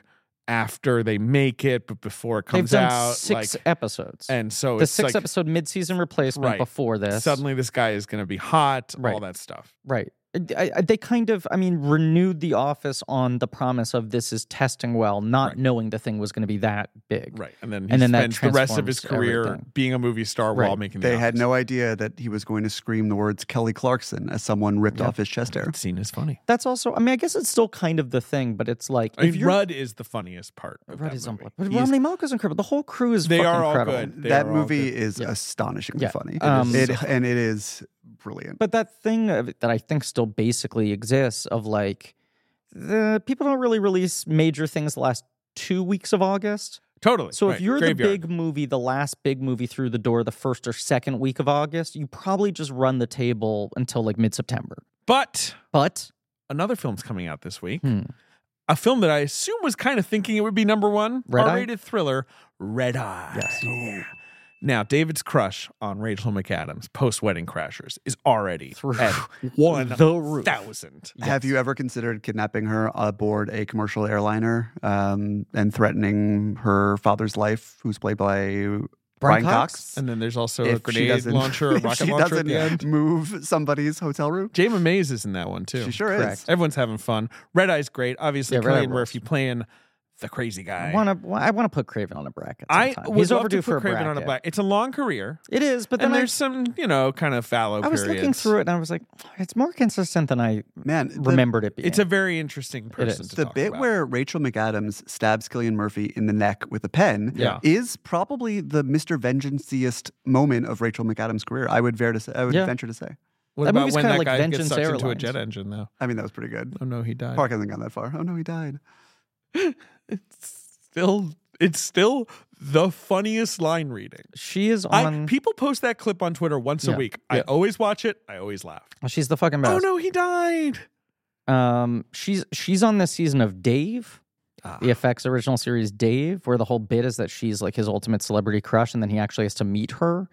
Speaker 2: after they make it, but before it
Speaker 3: They've
Speaker 2: comes
Speaker 3: done
Speaker 2: out.
Speaker 3: six
Speaker 2: like,
Speaker 3: episodes.
Speaker 2: and so
Speaker 3: the
Speaker 2: it's
Speaker 3: six
Speaker 2: like
Speaker 3: episode mid-season replacement
Speaker 2: Right.
Speaker 3: before this.
Speaker 2: suddenly this guy is going to be hot, all
Speaker 3: Right.
Speaker 2: that stuff.
Speaker 3: Right. Uh, I, I- they kind of, I mean, renewed The Office on the promise of this is testing well, not
Speaker 2: Right.
Speaker 3: knowing the thing was going to be that big.
Speaker 2: Right. And then he
Speaker 3: And then that
Speaker 2: spends the rest of
Speaker 3: transforms
Speaker 2: his career
Speaker 3: everything.
Speaker 2: being a movie star while
Speaker 3: Right.
Speaker 2: making the
Speaker 4: They had
Speaker 2: Office.
Speaker 4: no idea that he was going to scream the words Kelly Clarkson as someone ripped
Speaker 3: Yep.
Speaker 4: off his chest hair.
Speaker 2: That scene is funny.
Speaker 3: That's also, I mean, I guess it's still kind of the thing, but it's like,
Speaker 2: I
Speaker 3: if
Speaker 2: mean,
Speaker 3: you're-
Speaker 2: Rudd is the funniest part. Of
Speaker 3: Rudd
Speaker 2: that
Speaker 3: is
Speaker 2: movie.
Speaker 3: unbelievable. But
Speaker 2: He's-
Speaker 3: Romney Malka's incredible. The whole crew is
Speaker 2: They
Speaker 3: fucking
Speaker 2: are all
Speaker 3: incredible.
Speaker 2: good. They
Speaker 4: that
Speaker 2: are all
Speaker 4: movie
Speaker 2: good.
Speaker 4: is
Speaker 3: Yeah.
Speaker 4: astoningly
Speaker 3: Yeah.
Speaker 4: funny.
Speaker 3: Um,
Speaker 4: it, and it is brilliant.
Speaker 3: But that thing of, that I think still basically exists of like, the people don't really release major things the last two weeks of August.
Speaker 2: totally.
Speaker 3: So
Speaker 2: right,
Speaker 3: if you're
Speaker 2: Graveyard.
Speaker 3: the big movie, the last big movie through the door, the first or second week of August, you probably just run the table until like mid September.
Speaker 2: But
Speaker 3: But
Speaker 2: another film's coming out this week.
Speaker 3: Hmm.
Speaker 2: A film that I assume was kind of thinking it would be number one,
Speaker 3: Red Eye?
Speaker 2: R-rated thriller, Red Eye.
Speaker 3: Yes.
Speaker 2: Yeah. Now, David's crush on Rachel McAdams post Wedding Crashers is already
Speaker 3: Through
Speaker 2: at one
Speaker 3: the roof.
Speaker 2: thousand.
Speaker 4: Have you ever considered kidnapping her aboard a commercial airliner um, and threatening her father's life, who's played by Brian,
Speaker 3: Cox?
Speaker 4: Cox?
Speaker 2: And then there's also a
Speaker 4: If she
Speaker 2: grenade
Speaker 4: doesn't-
Speaker 2: launcher, a
Speaker 4: if
Speaker 2: rocket
Speaker 4: she
Speaker 2: launcher at
Speaker 4: doesn't
Speaker 2: the end.
Speaker 4: move somebody's hotel room.
Speaker 2: Jama Mays is in that one too.
Speaker 4: She sure
Speaker 3: Correct.
Speaker 4: is.
Speaker 2: Everyone's having fun. Red Eye's great. Obviously,
Speaker 3: Yeah,
Speaker 2: yeah,
Speaker 3: Red Eye
Speaker 2: Cillian
Speaker 3: rules.
Speaker 2: Murphy playing the crazy guy.
Speaker 3: I want to I want to put Craven on a bracket.
Speaker 2: I
Speaker 3: sometime.
Speaker 2: would
Speaker 3: he's
Speaker 2: love
Speaker 3: overdue
Speaker 2: to put
Speaker 3: for a
Speaker 2: Craven
Speaker 3: bracket.
Speaker 2: on a black. It's a long career,
Speaker 3: It is, but then
Speaker 2: and
Speaker 3: I,
Speaker 2: there's some you know kind of fallow.
Speaker 3: I was looking
Speaker 2: periods.
Speaker 3: through it and I was like, it's more consistent than I
Speaker 4: Man, the-
Speaker 3: remembered it being.
Speaker 2: It's a very interesting person.
Speaker 3: is.
Speaker 2: To
Speaker 4: the
Speaker 2: talk
Speaker 4: bit
Speaker 2: about.
Speaker 4: where Rachel McAdams stabs Killian Murphy in the neck with a pen
Speaker 2: Yeah.
Speaker 4: is probably the Mr. Vengeanceiest moment of Rachel McAdams' career. I would, dare to say, I would
Speaker 3: Yeah.
Speaker 4: venture to say.
Speaker 2: what
Speaker 3: that
Speaker 2: about
Speaker 3: movie's
Speaker 2: when
Speaker 3: kinda
Speaker 2: that
Speaker 3: like
Speaker 2: guy
Speaker 3: Vengeance
Speaker 2: gets sucked into a
Speaker 3: Airlines.
Speaker 2: jet engine though?
Speaker 4: I mean, that was pretty good.
Speaker 2: Oh no, he died.
Speaker 4: Park hasn't gone that far. Oh no, he died.
Speaker 2: It's still, it's still the funniest line reading.
Speaker 3: she is
Speaker 2: I
Speaker 3: on.
Speaker 2: people post that clip on Twitter once a
Speaker 3: Yeah.
Speaker 2: week. I
Speaker 3: Yeah.
Speaker 2: always watch it. I always laugh.
Speaker 3: she's the fucking
Speaker 2: Oh
Speaker 3: best.
Speaker 2: no, he died.
Speaker 3: Um, she's she's on this season of Dave.
Speaker 2: Ah.
Speaker 3: The FX original series Dave, where the whole bit is that she's like his ultimate celebrity crush, and then he actually has to meet her,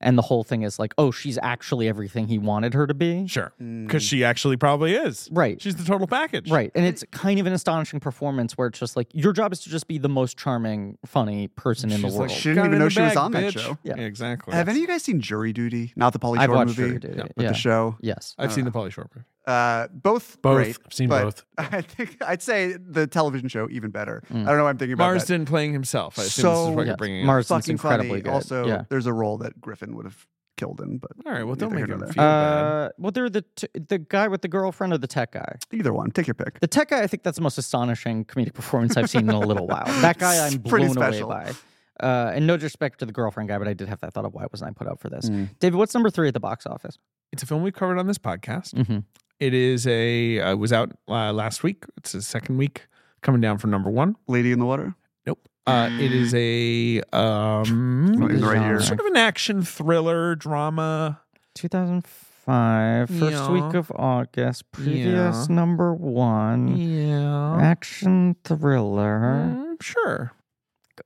Speaker 3: and the whole thing is like, oh, she's actually everything he wanted her to be.
Speaker 2: Sure,
Speaker 4: Mm.
Speaker 2: because she actually probably is.
Speaker 3: Right.
Speaker 2: She's the total package.
Speaker 3: Right. And it's kind of an astonishing performance where it's just like your job is to just be the most charming, funny person in the
Speaker 2: She's
Speaker 3: world.
Speaker 2: like,
Speaker 4: She didn't
Speaker 2: "Got
Speaker 4: even
Speaker 2: it in
Speaker 4: know
Speaker 2: the
Speaker 4: she was
Speaker 2: bag,
Speaker 4: on that
Speaker 2: bitch."
Speaker 4: show.
Speaker 2: Yeah,
Speaker 3: Yeah.
Speaker 2: exactly.
Speaker 4: Have any of you guys seen Jury Duty? Not the Polly
Speaker 3: I've
Speaker 4: Shore
Speaker 3: watched
Speaker 4: movie,
Speaker 3: her do it.
Speaker 2: Yeah,
Speaker 4: but
Speaker 3: yeah.
Speaker 4: the show.
Speaker 3: Yes.
Speaker 2: I've seen the Polly Shore movie.
Speaker 4: Uh, both
Speaker 5: Both.
Speaker 4: great.
Speaker 5: I've seen
Speaker 4: but
Speaker 5: both.
Speaker 4: I think I'd say the television show even better.
Speaker 2: Mm.
Speaker 4: I don't know. why I'm thinking about that.
Speaker 2: Marsden playing himself. I assume this is
Speaker 4: So-
Speaker 2: what you're
Speaker 3: Yes.
Speaker 2: bringing. up.
Speaker 3: Marsden's
Speaker 4: Fucking
Speaker 3: incredibly
Speaker 4: funny.
Speaker 3: good.
Speaker 4: Also,
Speaker 3: yeah.
Speaker 4: there's a role that Griffin would have killed in, but
Speaker 2: All right, well, don't
Speaker 4: neither
Speaker 2: make
Speaker 4: here
Speaker 2: him
Speaker 4: nor there.
Speaker 2: feel bad.
Speaker 3: Uh, well, they're the t- the guy with the girlfriend or the tech guy.
Speaker 4: either one. Take your pick.
Speaker 3: The tech guy, I think that's the most astonishing comedic performance I've seen in a little while. That guy, I'm
Speaker 4: It's pretty
Speaker 3: blown away
Speaker 4: special.
Speaker 3: by. Uh, and no disrespect to the girlfriend guy, but I did have that thought of why wasn't I put up for this?
Speaker 2: Hmm.
Speaker 3: David, what's number three at the box office?
Speaker 2: It's a film we've covered on this podcast.
Speaker 4: Mm-hmm.
Speaker 3: Mhm.
Speaker 2: It is a uh, was out uh, last week. It's his second week coming down from number one.
Speaker 4: Lady in the Water.
Speaker 2: Nope. Uh, it is a um,
Speaker 4: Not even the right year.
Speaker 2: sort of an action thriller drama.
Speaker 3: 2005, first
Speaker 2: Yeah.
Speaker 3: week of August, previous number
Speaker 4: Hmm.
Speaker 3: one,
Speaker 2: Yeah.
Speaker 3: action thriller.
Speaker 2: Mm, sure.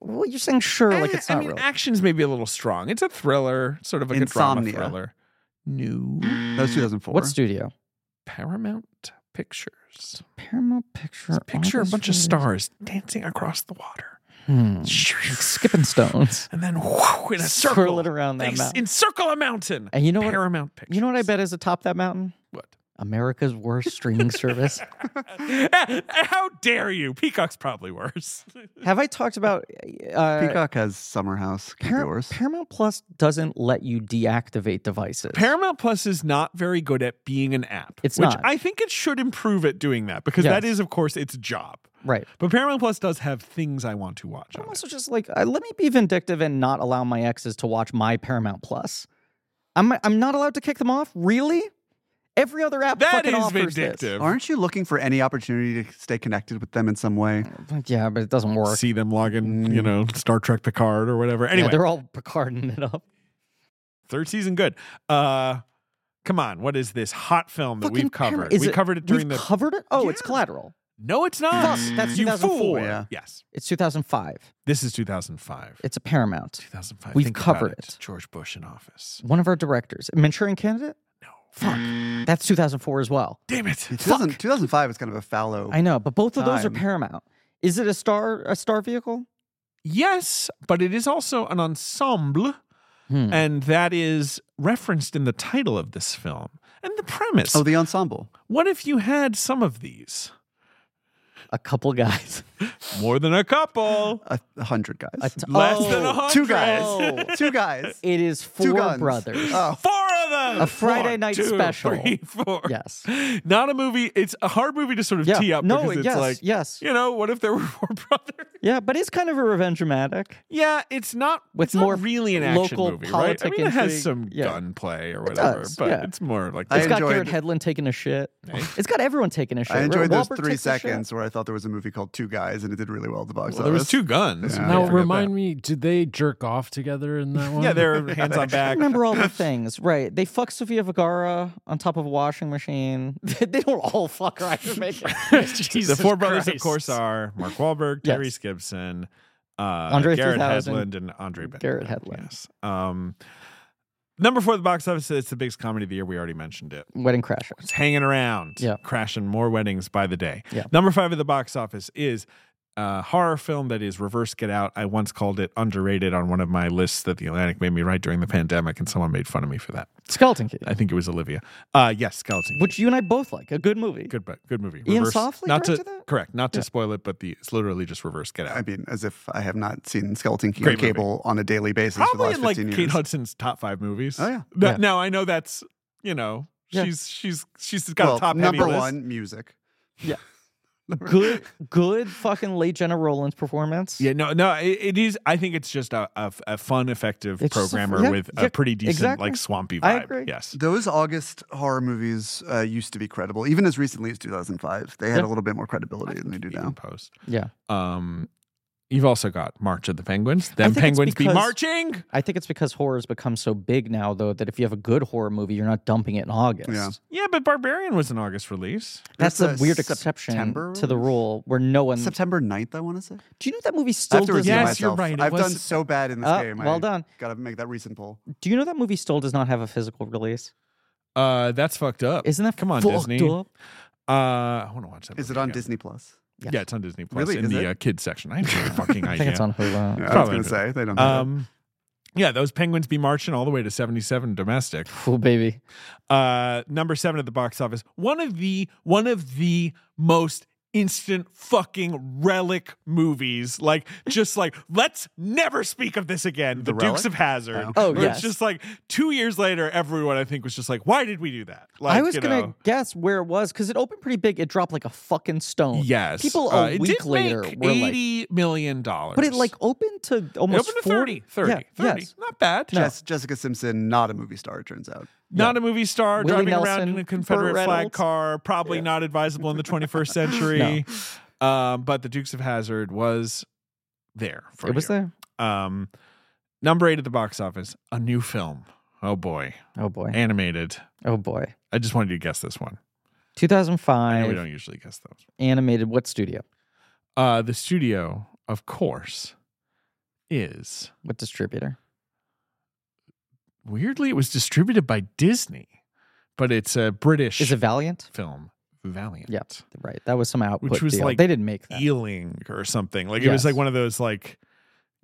Speaker 3: Well, you're saying sure, like
Speaker 2: Eh,
Speaker 3: it's
Speaker 2: I
Speaker 3: not
Speaker 2: mean,
Speaker 3: really.
Speaker 2: actions maybe a little strong. It's a thriller, sort of like a
Speaker 4: Insomnia.
Speaker 2: drama thriller. New
Speaker 4: That was 2004.
Speaker 3: What studio?
Speaker 2: Paramount Pictures.
Speaker 3: Paramount Picture.
Speaker 2: Just picture a
Speaker 3: August
Speaker 2: bunch of
Speaker 3: release.
Speaker 2: stars dancing across the water.
Speaker 3: Hmm. Skipping stones.
Speaker 2: And then whew, in a circle.
Speaker 3: Swirl it around
Speaker 2: they
Speaker 3: that
Speaker 2: s-
Speaker 3: mountain.
Speaker 2: encircle a mountain.
Speaker 3: And you know what?
Speaker 2: Paramount Pictures.
Speaker 3: You know what I bet is atop that mountain?
Speaker 2: What?
Speaker 3: America's worst streaming service.
Speaker 2: How dare you? Peacock's probably worse.
Speaker 3: Have I talked about uh,
Speaker 4: Peacock has Summer House. Can't
Speaker 3: Par-
Speaker 4: be worse.
Speaker 3: Paramount Plus doesn't let you deactivate devices.
Speaker 2: Paramount Plus is not very good at being an app.
Speaker 3: It's
Speaker 2: which
Speaker 3: not.
Speaker 2: I think it should improve at doing that because that
Speaker 3: Yes.
Speaker 2: is, of course, its job.
Speaker 3: right.
Speaker 2: But Paramount Plus does have things I want to watch.
Speaker 3: I'm
Speaker 2: on it.
Speaker 3: also just like, uh, let me be vindictive and not allow my exes to watch my Paramount Plus. I'm I'm not allowed to kick them off. Really? Every other app
Speaker 2: That
Speaker 3: fucking
Speaker 2: is
Speaker 3: offers
Speaker 2: vindictive.
Speaker 4: Aren't you looking for any opportunity to stay connected with them in some way?
Speaker 3: This. Yeah, but it doesn't work.
Speaker 2: See them log in, you know, Star Trek Picard or whatever.
Speaker 3: Mm. Yeah,
Speaker 2: Anyway,
Speaker 3: they're all Picarding it up.
Speaker 2: third season, good. Uh, come on, what is this hot film that
Speaker 3: Fucking
Speaker 2: we've
Speaker 3: Paramount-
Speaker 2: covered?
Speaker 3: is
Speaker 2: we covered it during
Speaker 3: we've
Speaker 2: the.
Speaker 3: covered it. Oh, it's
Speaker 2: Yeah.
Speaker 3: Collateral.
Speaker 2: no, it's not.
Speaker 3: Fuck, that's
Speaker 2: you
Speaker 3: 2004.
Speaker 2: fool.
Speaker 4: Yeah.
Speaker 2: Yes,
Speaker 3: It's 2005.
Speaker 2: this is 2005.
Speaker 3: It's a Paramount.
Speaker 2: 2005.
Speaker 3: We've
Speaker 2: Think about
Speaker 3: covered it.
Speaker 2: George Bush in office.
Speaker 3: One of our directors, Manchurian Candidate.
Speaker 2: No.
Speaker 3: Fuck. That's 2004 2004 as well.
Speaker 2: Damn it.
Speaker 4: 2000, 2005 is kind of a fallow.
Speaker 3: I know, but both of those are
Speaker 4: Time.
Speaker 3: Paramount. Is it a star a star vehicle?
Speaker 2: Yes, but it is also an ensemble,
Speaker 3: Hmm.
Speaker 2: and that is referenced in the title of this film. And the premise
Speaker 4: Oh, the ensemble.
Speaker 2: what if you had some of these?
Speaker 3: A couple guys.
Speaker 2: More than a couple,
Speaker 4: A a hundred guys.
Speaker 3: A t-
Speaker 2: less
Speaker 3: oh,
Speaker 2: than a hundred.
Speaker 4: Two guys.
Speaker 3: Oh.
Speaker 4: Two guys.
Speaker 3: It is
Speaker 4: Two
Speaker 3: four
Speaker 4: guns.
Speaker 3: brothers.
Speaker 4: Oh.
Speaker 2: Four of them.
Speaker 3: A Friday night
Speaker 2: two,
Speaker 3: special.
Speaker 2: three, four.
Speaker 3: Yes.
Speaker 2: Not a movie. It's a hard movie to sort of
Speaker 3: Yeah.
Speaker 2: tee up
Speaker 3: no.
Speaker 2: because
Speaker 3: it-
Speaker 2: it's
Speaker 3: yes.
Speaker 2: like,
Speaker 3: yes.
Speaker 2: you know, what if there were four brothers?
Speaker 3: Yeah, but it's kind of a revenge dramatic.
Speaker 2: Yeah, it's not.
Speaker 3: With
Speaker 2: it's not
Speaker 3: more
Speaker 2: really an action
Speaker 3: local
Speaker 2: movie, right? I
Speaker 3: politic
Speaker 2: mean, it has
Speaker 3: intrigue.
Speaker 2: some
Speaker 3: Yeah.
Speaker 2: gunplay or whatever,
Speaker 3: does,
Speaker 2: but
Speaker 3: yeah.
Speaker 2: it's more like
Speaker 4: I
Speaker 3: It's got
Speaker 4: enjoyed-
Speaker 3: Garrett Hedlund taking a shit. It's got everyone taking a shit.
Speaker 4: I enjoyed
Speaker 3: Right?
Speaker 4: those
Speaker 3: Wahlberg
Speaker 4: three
Speaker 3: takes a shit.
Speaker 4: seconds where I thought there was a movie called Two Guys and it did really well at the box
Speaker 2: Well, there was
Speaker 4: office.
Speaker 2: two guns.
Speaker 4: Yeah.
Speaker 2: We
Speaker 5: Now
Speaker 2: forget
Speaker 5: remind me, did they jerk off together in that
Speaker 2: that.
Speaker 5: one?
Speaker 2: Yeah, they're hands on
Speaker 3: I
Speaker 2: back.
Speaker 3: remember all the things. Right. They fuck Sofia Vergara on top of a washing machine. they don't all fuck her. I should make it.
Speaker 2: the
Speaker 5: Jesus
Speaker 2: four brothers, of
Speaker 5: Christ.
Speaker 2: course, are Mark Wahlberg,
Speaker 3: Yes.
Speaker 2: Terry Gibson, uh,
Speaker 3: Andre
Speaker 2: Garrett
Speaker 3: 3000,
Speaker 2: Hedlund, and Andre Benton.
Speaker 3: Garrett Hedlund.
Speaker 2: Yes. Um, number four, at the box office. It's the biggest comedy of the year. We already mentioned it.
Speaker 3: Wedding Crashers.
Speaker 2: It's hanging around,
Speaker 3: Yeah.
Speaker 2: crashing more weddings by the day.
Speaker 3: Yeah.
Speaker 2: Number five at the box office is a horror film that is reverse Get Out. I once called it underrated on one of my lists that The Atlantic made me write during the pandemic, and someone made fun of me for that.
Speaker 3: Skeleton Key.
Speaker 2: I think it was Olivia. Uh, yes, Skeleton. Key.
Speaker 3: Which you and I both like. A good movie.
Speaker 2: Good, bu- good movie.
Speaker 3: Ian Softly
Speaker 2: not to
Speaker 3: directed that?
Speaker 2: correct, not to spoil it, but the it's literally just reverse Get Out.
Speaker 4: I mean, as if I have not seen Skeleton Key on
Speaker 2: Great movie.
Speaker 4: cable on a daily basis for the
Speaker 2: Probably
Speaker 4: last
Speaker 2: in like
Speaker 4: 15
Speaker 2: Kate
Speaker 4: years.
Speaker 2: Hudson's top five movies.
Speaker 4: Oh, yeah.
Speaker 2: Now,
Speaker 3: Yeah.
Speaker 2: now I know that's you know
Speaker 3: Yeah.
Speaker 2: she's she's she's got
Speaker 4: well,
Speaker 2: a top heavy
Speaker 4: number
Speaker 2: list.
Speaker 4: one, music.
Speaker 3: Yeah.
Speaker 4: Number-
Speaker 3: Good good fucking late Jenna Rollins performance.
Speaker 2: Yeah, no, no, it, it is. I think it's just a, a f- a fun, effective
Speaker 3: It's just a f-
Speaker 2: programmer
Speaker 3: yeah,
Speaker 2: with
Speaker 3: yeah,
Speaker 2: a pretty decent,
Speaker 3: exactly.
Speaker 2: like swampy vibe.
Speaker 3: I agree.
Speaker 2: Yes,
Speaker 4: Those August horror movies uh, used to be credible, even as recently as 2005. They had
Speaker 3: Yeah.
Speaker 4: a little bit more credibility than they do
Speaker 2: You can
Speaker 4: now.
Speaker 2: Post.
Speaker 3: Yeah.
Speaker 2: Um, you've also got March of the Penguins. Them
Speaker 3: think it's
Speaker 2: penguins be
Speaker 3: because-
Speaker 2: marching.
Speaker 3: I think it's because horror has become so big now, though, that if you have a good horror movie, you're not dumping it in August.
Speaker 4: Yeah.
Speaker 2: Yeah, but Barbarian was an August release.
Speaker 3: That's a
Speaker 4: It's a
Speaker 3: weird exception
Speaker 4: September
Speaker 3: to the
Speaker 4: release?
Speaker 3: rule where no one.
Speaker 4: September 9th, I want to say.
Speaker 3: Do you know that movie
Speaker 4: I
Speaker 3: still
Speaker 4: have to
Speaker 3: does
Speaker 4: redeem
Speaker 2: Yes,
Speaker 3: not?
Speaker 2: you're
Speaker 4: myself.
Speaker 2: right, it
Speaker 4: I've
Speaker 2: was
Speaker 4: done so bad in this
Speaker 3: Uh,
Speaker 4: game.
Speaker 3: well done.
Speaker 4: Got to make that recent poll.
Speaker 3: Do you know that movie still does not have a physical release?
Speaker 2: Uh, that's fucked up.
Speaker 3: Isn't that
Speaker 2: Come on,
Speaker 3: fucked
Speaker 2: Disney.
Speaker 3: Up?
Speaker 2: Uh, I want to watch that.
Speaker 4: Is it
Speaker 2: movie
Speaker 4: on
Speaker 2: again.
Speaker 4: Disney Plus?
Speaker 3: Yeah.
Speaker 2: Yeah. it's on Disney Plus
Speaker 4: Really?
Speaker 2: in
Speaker 4: Is
Speaker 2: the
Speaker 4: it?
Speaker 2: uh, kids section. I have no fucking
Speaker 3: I
Speaker 2: idea.
Speaker 3: think it's on Hulu.
Speaker 4: Yeah, I was
Speaker 2: Probably
Speaker 4: going
Speaker 2: not.
Speaker 4: to say they don't. have it.
Speaker 2: Um, yeah, those penguins be marching all the way to 77 domestic.
Speaker 3: Oh, baby.
Speaker 2: Uh, number seven at the box office. One of the one of the most instant fucking relic movies. Like just like let's never speak of this again. The,
Speaker 4: The
Speaker 2: Dukes
Speaker 4: Relic?
Speaker 2: of Hazard.
Speaker 4: Oh.
Speaker 3: Oh, yes.
Speaker 2: It's just like two years later, everyone I think was just like, why did we do that? Like
Speaker 3: I was
Speaker 2: you
Speaker 3: gonna
Speaker 2: know.
Speaker 3: guess where it was because it opened pretty big. It dropped like a fucking stone.
Speaker 2: Yes.
Speaker 3: People
Speaker 2: Uh,
Speaker 3: a
Speaker 2: it
Speaker 3: week
Speaker 2: did
Speaker 3: later
Speaker 2: make
Speaker 3: were like,
Speaker 2: eighty million dollars.
Speaker 3: but it like opened to
Speaker 2: It
Speaker 3: almost
Speaker 2: opened to
Speaker 3: 40.
Speaker 2: 30, 30,
Speaker 3: Yeah,
Speaker 2: 30.
Speaker 3: Yes.
Speaker 2: Not bad.
Speaker 4: Jess- Jessica Simpson, not a movie star, it turns out.
Speaker 2: Not a movie star,
Speaker 3: Willie
Speaker 2: driving around
Speaker 3: Nelson,
Speaker 2: in a
Speaker 3: Burt
Speaker 2: Confederate flag
Speaker 3: Reynolds.
Speaker 2: car, probably not advisable in the 21st century. um, but the Dukes of Hazard was there for
Speaker 3: It was
Speaker 2: you.
Speaker 3: there.
Speaker 2: Um, number eight at the box office, a new film. Oh boy,
Speaker 3: Oh boy.
Speaker 2: animated.
Speaker 3: Oh boy.
Speaker 2: I just wanted you to guess this one. I know we
Speaker 3: 2005
Speaker 2: don't usually guess those.
Speaker 3: animated. What studio?
Speaker 2: Uh, the studio, of course, is
Speaker 3: What distributor?
Speaker 2: weirdly it was distributed by Disney, but it's a British
Speaker 3: Is it Valiant?
Speaker 2: film, Valiant.
Speaker 3: Yeah. Right. That was some output.
Speaker 2: was
Speaker 3: deal.
Speaker 2: like
Speaker 3: they didn't make that.
Speaker 2: Ealing or something. Like it was
Speaker 3: Yes.
Speaker 2: like one of those like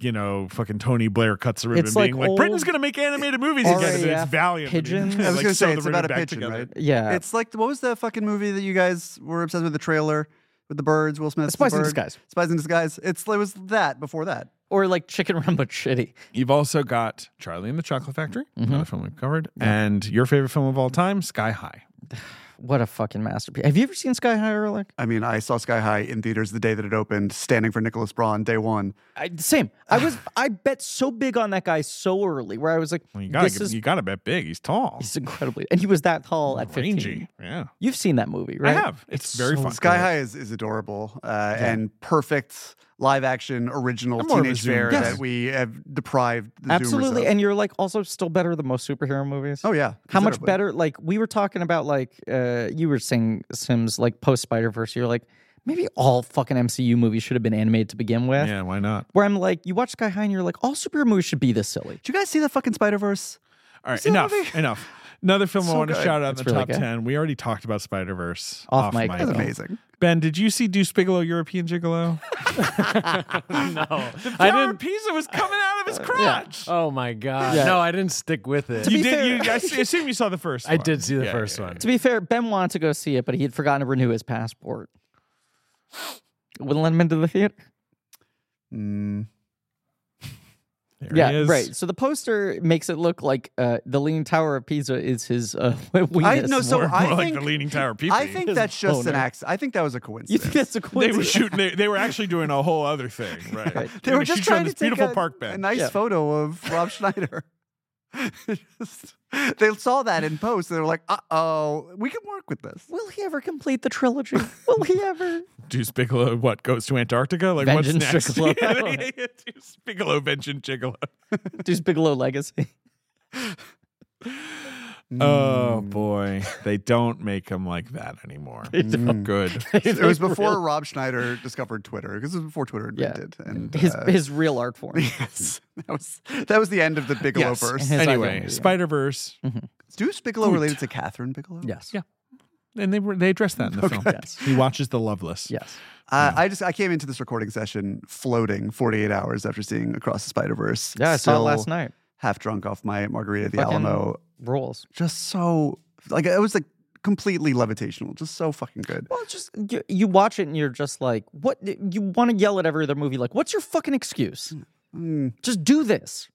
Speaker 2: you know fucking Tony Blair cuts a ribbon,
Speaker 3: It's like
Speaker 2: being like, Britain's
Speaker 3: old
Speaker 2: gonna make animated movies again. And it's
Speaker 3: RAF
Speaker 2: valiant. to be-
Speaker 3: pigeons. I
Speaker 4: I was
Speaker 2: like,
Speaker 4: going to
Speaker 2: sew
Speaker 4: say
Speaker 2: the
Speaker 4: it's about a
Speaker 2: ribbon back
Speaker 4: pigeon,
Speaker 2: together.
Speaker 4: right?
Speaker 3: Yeah.
Speaker 4: It's like what was the fucking movie that you guys were obsessed with? The trailer with the birds, Will Smith,
Speaker 3: Spies
Speaker 4: the
Speaker 3: in
Speaker 4: bird.
Speaker 3: Disguise.
Speaker 4: Spies in Disguise. It's it was that before that.
Speaker 3: Or like Chicken Run but shitty.
Speaker 2: You've also got Charlie and the Chocolate Factory,
Speaker 3: Mm-hmm.
Speaker 2: another film we've covered, and your favorite film of all time, Sky High.
Speaker 3: What a fucking masterpiece. Have you ever seen Sky High Ehrlich?
Speaker 4: I mean, I saw Sky High in theaters the day that it opened, standing for Nicholas Braun day one.
Speaker 3: I, same. I was I bet so big on that guy so early where I was like,
Speaker 2: Well, you gotta
Speaker 3: this
Speaker 2: give,
Speaker 3: is
Speaker 2: you gotta bet big. He's tall,
Speaker 3: he's incredibly and he was that tall at 15.
Speaker 2: rangy. Yeah,
Speaker 3: You've seen that movie, right?
Speaker 2: I have. It's, very fun.
Speaker 4: Sky High is, is adorable uh, and perfect live action original
Speaker 2: I'm more of a
Speaker 4: teenage
Speaker 2: Zoom
Speaker 4: fare
Speaker 2: guy.
Speaker 4: that we have deprived the
Speaker 3: Absolutely.
Speaker 4: Zoomers of.
Speaker 3: And you're like also still better than most superhero movies.
Speaker 4: oh yeah,
Speaker 3: How much
Speaker 4: considerably.
Speaker 3: better? Like we were talking about, like uh, you were saying Sims, like post Spider Verse. You're like, maybe all fucking MCU movies should have been animated to begin with.
Speaker 2: Yeah, why not?
Speaker 3: Where I'm like, you watch Sky High and you're like, all superhero movies should be this silly.
Speaker 4: Did you guys see the fucking Spider Verse?
Speaker 2: All right,
Speaker 4: that
Speaker 2: enough,
Speaker 4: movie?
Speaker 2: enough. Another film I
Speaker 4: So
Speaker 2: want to
Speaker 4: good.
Speaker 2: shout out in
Speaker 3: It's
Speaker 2: the
Speaker 3: really
Speaker 2: top
Speaker 3: good.
Speaker 2: 10. We already talked about Spider Verse.
Speaker 3: Off mic.
Speaker 4: That's
Speaker 3: Okay.
Speaker 4: amazing.
Speaker 2: Ben, did you see Deuce Bigelow, European Gigolo?
Speaker 5: no,
Speaker 2: I
Speaker 5: I didn't.
Speaker 2: Pizza was coming out of his crotch.
Speaker 5: Oh my god!
Speaker 3: Yeah.
Speaker 5: No, I didn't stick with it.
Speaker 2: you
Speaker 3: be fair-
Speaker 2: did. You, I s- assume you saw the first.
Speaker 5: I
Speaker 2: one.
Speaker 5: did see the
Speaker 2: Yeah,
Speaker 5: first
Speaker 2: yeah, yeah.
Speaker 5: one.
Speaker 3: To be fair, Ben wanted to go see it, but he had forgotten to renew his passport. Wouldn't let him into the theater.
Speaker 4: Mm,
Speaker 2: There he
Speaker 3: yeah,
Speaker 2: is.
Speaker 3: right. So the poster makes it look like uh, the Leaning Tower of Pisa is his. Uh,
Speaker 4: I
Speaker 3: weenus
Speaker 4: no. So
Speaker 3: more.
Speaker 2: More
Speaker 4: I
Speaker 2: like
Speaker 4: think
Speaker 2: the Leaning Tower of
Speaker 4: I
Speaker 2: Pizza.
Speaker 4: think
Speaker 3: His
Speaker 4: that's just an
Speaker 3: boner.
Speaker 4: accident. I think that was a
Speaker 3: you
Speaker 4: coincidence.
Speaker 3: think that's a
Speaker 2: they
Speaker 3: coincidence?
Speaker 2: were shooting. They, they were actually doing a whole other thing, right?
Speaker 3: Right.
Speaker 4: they
Speaker 2: We're gonna
Speaker 4: were just
Speaker 2: shoot you on
Speaker 4: trying to
Speaker 2: this
Speaker 4: take
Speaker 2: beautiful
Speaker 4: a,
Speaker 2: park bench.
Speaker 4: a nice
Speaker 3: Yeah.
Speaker 4: photo of Rob Schneider. Just- they saw that in post. and They were like, "Uh oh, we can work with this."
Speaker 3: Will he ever complete the trilogy? Will he ever?
Speaker 2: Deuce Bigelow, what goes to Antarctica? Like
Speaker 3: Vengeance
Speaker 2: what's next?
Speaker 3: Gigolo.
Speaker 2: Yeah, yeah, yeah. Deuce Bigelow, Vengeance Gigolo.
Speaker 3: Deuce Bigelow legacy.
Speaker 4: Mm.
Speaker 2: Oh boy, they don't make them like that anymore. Good.
Speaker 4: It was before Rob Schneider discovered Twitter because it was before Twitter
Speaker 3: Yeah.
Speaker 4: invented. And
Speaker 3: His
Speaker 4: uh,
Speaker 3: his real art form.
Speaker 4: yes, that was that was the end of the Bigelow
Speaker 2: Yes.
Speaker 4: verse.
Speaker 3: His
Speaker 2: anyway,
Speaker 3: identity.
Speaker 2: Spider Verse,
Speaker 4: Is Deuce Bigelow related to Catherine Bigelow?
Speaker 3: Yes.
Speaker 2: Yeah. and they were they addressed that in the film.
Speaker 3: Yes.
Speaker 2: He watches the Loveless.
Speaker 3: Yes.
Speaker 4: Uh, I just I came into this recording session floating 48 hours after seeing Across the Spider Verse.
Speaker 3: Yeah, I saw it last night.
Speaker 4: Half drunk off my margarita at the
Speaker 3: Fucking-
Speaker 4: Alamo.
Speaker 3: Rules.
Speaker 4: Just so like it was like completely levitational. Just so fucking good.
Speaker 3: Well, it's just you, you watch it and you're just like, what? You want to yell at every other movie, like, what's your fucking excuse?
Speaker 4: Mm.
Speaker 3: Just do this.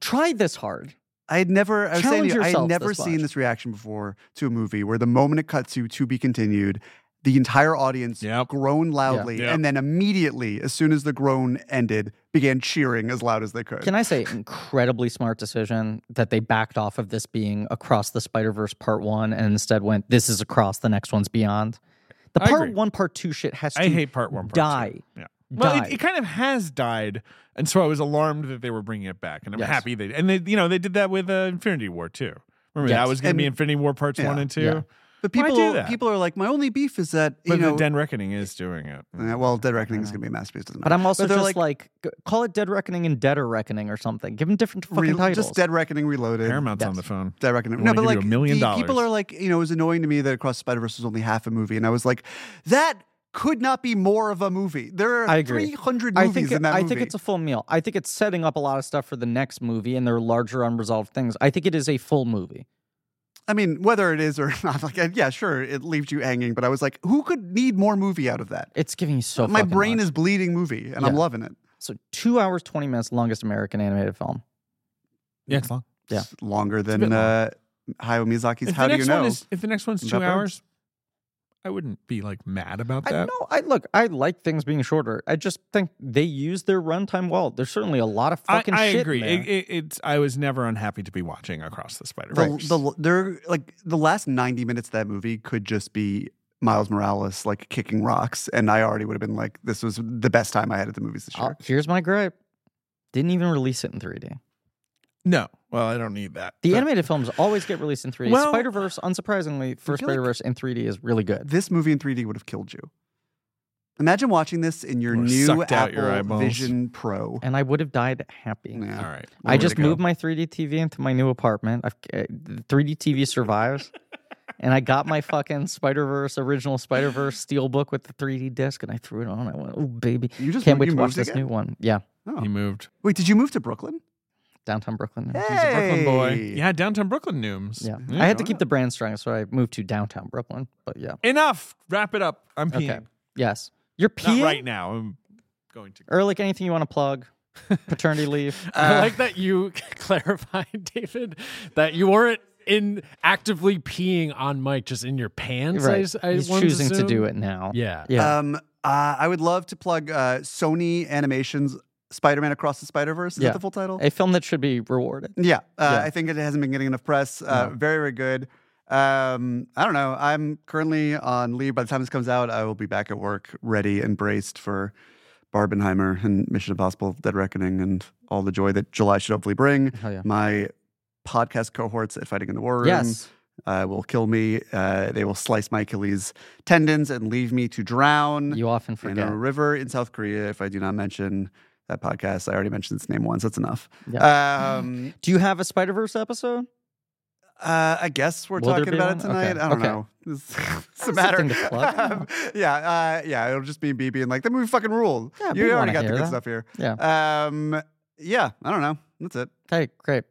Speaker 3: Try this hard.
Speaker 4: I had never I was saying
Speaker 3: Challenge
Speaker 4: to you, I had
Speaker 3: yourself
Speaker 4: never
Speaker 3: this
Speaker 4: seen
Speaker 3: much.
Speaker 4: this reaction before to a movie where the moment it cuts to to be continued, the entire audience
Speaker 2: Yep.
Speaker 4: groaned loudly
Speaker 2: Yeah.
Speaker 4: and then immediately, as soon as the groan ended, began cheering as loud as they could.
Speaker 3: Can I say, incredibly smart decision that they backed off of this being across the Spider Verse Part One and instead went, this is across, the next one's beyond. The
Speaker 2: I
Speaker 3: Part
Speaker 2: agree.
Speaker 3: One, Part Two shit has to
Speaker 2: I hate part one. Part
Speaker 3: die.
Speaker 2: Two. Yeah. Well,
Speaker 3: Die.
Speaker 2: it, it kind of has died, and so I was alarmed that they were bringing it back, and I'm
Speaker 3: Yes.
Speaker 2: happy they and they you know they did that with uh, Infinity War too. Remember
Speaker 3: Yes.
Speaker 2: that was going to
Speaker 4: And-
Speaker 2: be Infinity War parts
Speaker 4: Yeah.
Speaker 2: one and two,
Speaker 3: Yeah.
Speaker 4: But
Speaker 2: Why do
Speaker 4: people,
Speaker 2: that?
Speaker 4: people are like, my only beef is that you
Speaker 2: but
Speaker 4: know. uh,
Speaker 2: the Den Reckoning is doing it.
Speaker 4: Yeah, well, Dead Reckoning is going to be a masterpiece. Doesn't
Speaker 3: But
Speaker 4: matter.
Speaker 3: I'm also
Speaker 4: they're
Speaker 3: just like, g- call it Dead Reckoning and Deader Reckoning or something. Give them different fucking
Speaker 4: Re-
Speaker 3: titles.
Speaker 4: just Dead Reckoning Reloaded.
Speaker 2: Paramount's on
Speaker 3: Yes.
Speaker 2: the phone.
Speaker 4: Dead Reckoning.
Speaker 2: We
Speaker 4: No,
Speaker 2: wanna
Speaker 4: but
Speaker 2: give you
Speaker 4: like
Speaker 2: a million
Speaker 4: the- people
Speaker 2: dollars.
Speaker 4: are like, you know, it was annoying to me that Across the Spider Verse was only half a movie, and I was like, that could not be more of a movie. There are
Speaker 3: I agree.
Speaker 4: 300
Speaker 3: I
Speaker 4: movies
Speaker 3: think
Speaker 4: in that
Speaker 3: I
Speaker 4: movie.
Speaker 3: think it's a full meal. I think it's setting up a lot of stuff for the next movie, and there are larger unresolved things. I think it is a full movie.
Speaker 4: I mean, whether it is or not, like, yeah, sure, it leaves you hanging, but I was like, who could need more movie out of that?
Speaker 3: It's giving you so.
Speaker 4: My brain is bleeding movie, and I'm
Speaker 3: Yeah.
Speaker 4: loving it.
Speaker 3: so two hours twenty minutes, longest American animated film.
Speaker 2: Yeah, it's long.
Speaker 3: Yeah.
Speaker 4: It's longer
Speaker 2: a
Speaker 4: than
Speaker 2: bit long.
Speaker 4: uh, Hayao Miyazaki's
Speaker 2: If
Speaker 4: How
Speaker 2: the
Speaker 4: Do
Speaker 2: next
Speaker 4: You Know?
Speaker 2: one is if the next one's
Speaker 4: About
Speaker 2: two
Speaker 4: birds.
Speaker 2: hours, I wouldn't be like mad about
Speaker 3: I
Speaker 2: that.
Speaker 3: know. I look. I like things being shorter. I just think they use their runtime well. There's certainly a lot of
Speaker 2: I,
Speaker 3: fucking
Speaker 2: I
Speaker 3: shit. in
Speaker 2: agree.
Speaker 3: there.
Speaker 2: It, it, it's I was never unhappy to be watching Across the Spider
Speaker 4: the,
Speaker 2: Verse.
Speaker 4: the they're like the last 90 minutes of that movie could just be Miles Morales like kicking rocks and I already would have been like this was the best time I had at the movies this
Speaker 3: Uh,
Speaker 4: year.
Speaker 3: here's my gripe. Didn't even release it in 3D.
Speaker 2: no, well, I don't need that.
Speaker 3: The
Speaker 2: But
Speaker 3: animated films always get released in 3D.
Speaker 2: Well-
Speaker 3: Spider Verse, unsurprisingly, first
Speaker 4: feel like-
Speaker 3: Spider Verse in 3D is really good.
Speaker 4: This movie in 3D would have killed you. Imagine watching this in your
Speaker 2: Would've
Speaker 4: new
Speaker 2: sucked out
Speaker 4: Apple
Speaker 2: your eyeballs.
Speaker 4: Vision Pro.
Speaker 3: And I would have died happy.
Speaker 4: Yeah.
Speaker 2: All right,
Speaker 3: I
Speaker 4: Way to
Speaker 3: just
Speaker 4: go.
Speaker 3: moved my 3D TV into my new apartment. I've, uh, the 3D TV survives. and I got my fucking Spider Verse, original Spider Verse steel book with the 3D disc and I threw it on. I went, oh, baby.
Speaker 4: You just
Speaker 3: Can't
Speaker 4: moved-
Speaker 3: wait
Speaker 4: you
Speaker 3: to watch
Speaker 4: moved
Speaker 3: this
Speaker 4: again?
Speaker 3: new one. Yeah,
Speaker 2: he moved.
Speaker 4: Wait, did you move to Brooklyn?
Speaker 3: downtown Brooklyn. now.
Speaker 4: Hey.
Speaker 2: He's a Brooklyn boy. Yeah, downtown Brooklyn nooms.
Speaker 3: Yeah. I had to
Speaker 4: why
Speaker 3: keep
Speaker 4: not?
Speaker 3: the brand strong, so I moved to downtown Brooklyn. But yeah.
Speaker 2: Enough. Wrap it up. I'm peeing.
Speaker 3: Okay. Yes. You're
Speaker 2: Not
Speaker 3: peeing?
Speaker 2: right now. I'm going to.
Speaker 3: Or like anything you want to plug? Paternity leave?
Speaker 2: Uh,
Speaker 5: I like that you clarified, David, that you weren't in actively peeing on Mike, just in your pants. I
Speaker 3: right.
Speaker 5: s- I,
Speaker 3: He's
Speaker 5: once
Speaker 3: choosing to
Speaker 5: assumed.
Speaker 3: do it now.
Speaker 5: Yeah.
Speaker 3: Yeah.
Speaker 4: Um uh, I would love to plug uh, Sony Animations Spider-Man Across the Spider-Verse. Is
Speaker 3: Yeah.
Speaker 4: that the full title?
Speaker 3: a film that should be rewarded.
Speaker 4: Yeah,
Speaker 3: Yeah.
Speaker 4: uh, I think it hasn't been getting enough press. Uh,
Speaker 3: No.
Speaker 4: Very, very good. Um, I don't know. I'm currently on leave. By the time this comes out, I will be back at work, ready and braced for Barbenheimer and Mission Impossible: Dead Reckoning, and all the joy that July should hopefully bring.
Speaker 3: Hell yeah.
Speaker 4: My podcast cohorts at Fighting in the War Room
Speaker 3: Yes.
Speaker 4: uh, will kill me. Uh, they will slice my Achilles tendons and leave me to drown
Speaker 3: You often
Speaker 4: in
Speaker 3: forget.
Speaker 4: a river in South Korea. If I do not mention that podcast, I already mentioned its name once. That's enough. Um,
Speaker 3: Do you have a Spider Verse episode?
Speaker 4: Uh, I guess we're
Speaker 3: Will there
Speaker 4: talking
Speaker 3: be
Speaker 4: about it
Speaker 3: one?
Speaker 4: tonight.
Speaker 3: Okay.
Speaker 4: I don't
Speaker 3: Okay.
Speaker 4: know. It's, it's a
Speaker 3: That's
Speaker 4: matter.
Speaker 3: something to plug.
Speaker 4: Um, yeah, uh, yeah. It'll just be me being like, "The movie fucking ruled."
Speaker 3: Yeah,
Speaker 4: you
Speaker 3: people wanna
Speaker 4: already got the
Speaker 3: hear
Speaker 4: good
Speaker 3: that.
Speaker 4: stuff here.
Speaker 3: Yeah.
Speaker 4: Um, yeah. I don't know. That's it.
Speaker 3: Okay, great.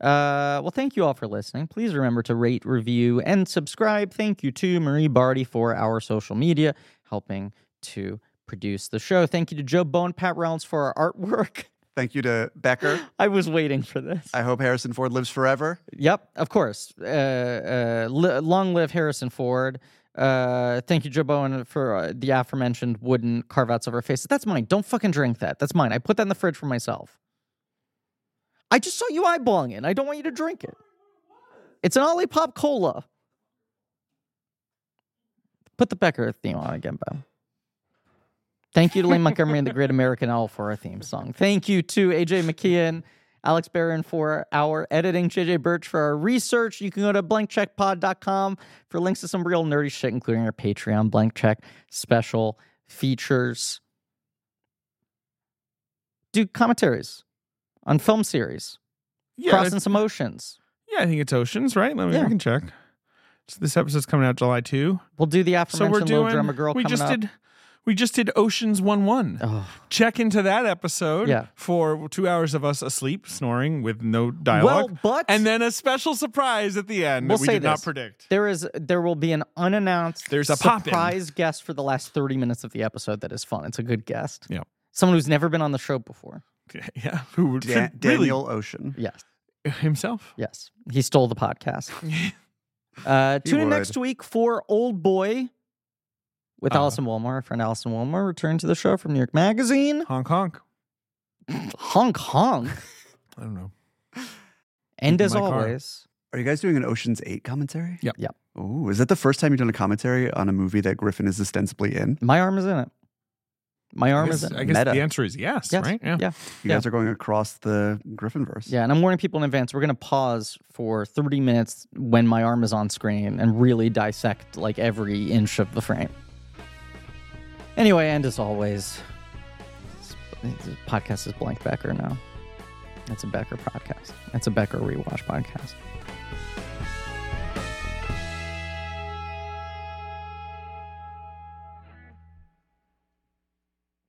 Speaker 3: Uh, well, thank you all for listening. Please remember to rate, review, and subscribe. Thank you to Marie Barty for our social media, helping to produce the show. Thank you to Joe Bone, Pat Rounds for our artwork.
Speaker 4: Thank you to Becker.
Speaker 3: I was waiting for this.
Speaker 4: I hope Harrison Ford lives forever.
Speaker 3: Yep, of course. Uh, uh, li- long live Harrison Ford. Uh, thank you, Joe Bowen, for uh, the aforementioned wooden carve outs of our faces. That's mine. Don't fucking drink that. That's mine. I put that in the fridge for myself. I just saw you eyeballing it. and I don't want you to drink it. It's an Olipop cola. Put the Becker theme on again, Bo. Thank you to Lee Montgomery and the Great American Owl for our theme song. Thank you to AJ McKeon, Alex Barron for our editing, JJ Birch for our research. You can go to blankcheckpod.com for links to some real nerdy shit, including our Patreon blank check special features. Do commentaries on film series,
Speaker 2: Yeah,
Speaker 3: crossing some oceans.
Speaker 2: yeah, I think it's Oceans, right? Let me
Speaker 3: Yeah.
Speaker 2: I can check. So this episode's coming out July two.
Speaker 3: We'll do the
Speaker 2: So
Speaker 3: aforementioned
Speaker 2: we're
Speaker 3: Little
Speaker 2: doing.
Speaker 3: Drummer Girl
Speaker 2: we
Speaker 3: coming
Speaker 2: just
Speaker 3: up.
Speaker 2: did. We just did Oceans one one.
Speaker 3: Oh.
Speaker 2: Check into that episode
Speaker 3: Yeah.
Speaker 2: for two hours of us asleep, snoring with no dialogue,
Speaker 3: Well, but-
Speaker 2: and then a special surprise at the end
Speaker 3: We'll
Speaker 2: that we
Speaker 3: say
Speaker 2: did not
Speaker 3: this.
Speaker 2: predict.
Speaker 3: There is there will be an unannounced
Speaker 2: There's a pop-in.
Speaker 3: surprise guest for the last 30 minutes of the episode that is fun. It's a good guest.
Speaker 2: Yeah.
Speaker 3: Someone who's never been on the show before.
Speaker 2: Yeah, who would
Speaker 4: Da- Daniel Ocean.
Speaker 3: Yes.
Speaker 2: really himself?
Speaker 3: Yes. He stole the podcast. uh,
Speaker 4: He
Speaker 3: tune in
Speaker 4: would.
Speaker 3: next week for Old Boy with
Speaker 2: Uh-huh.
Speaker 3: Allison Wilmer. Our friend Allison Wilmer returned to the show from New York Magazine.
Speaker 2: Honk honk.
Speaker 3: Honk honk.
Speaker 2: I don't know.
Speaker 3: and
Speaker 2: Keep
Speaker 3: as
Speaker 2: my car.
Speaker 3: always,
Speaker 4: Are you guys doing an Ocean's Eight commentary?
Speaker 2: Yep.
Speaker 3: Yep.
Speaker 4: Ooh, is that the first time you've done a commentary on a movie that Griffin is ostensibly in?
Speaker 3: my arm is in it. My arm
Speaker 2: I guess,
Speaker 3: is in it.
Speaker 2: I guess
Speaker 4: Meta.
Speaker 2: the answer is yes,
Speaker 3: Yes.
Speaker 2: right?
Speaker 3: Yeah.
Speaker 4: You
Speaker 3: Yeah.
Speaker 4: guys are going across the Griffinverse.
Speaker 3: Yeah, and I'm warning people in advance. We're going to pause for 30 minutes when my arm is on screen and really dissect like every inch of the frame. Anyway, and as always, this this podcast is blank Becker now. It's a Becker podcast. It's a Becker rewatch podcast.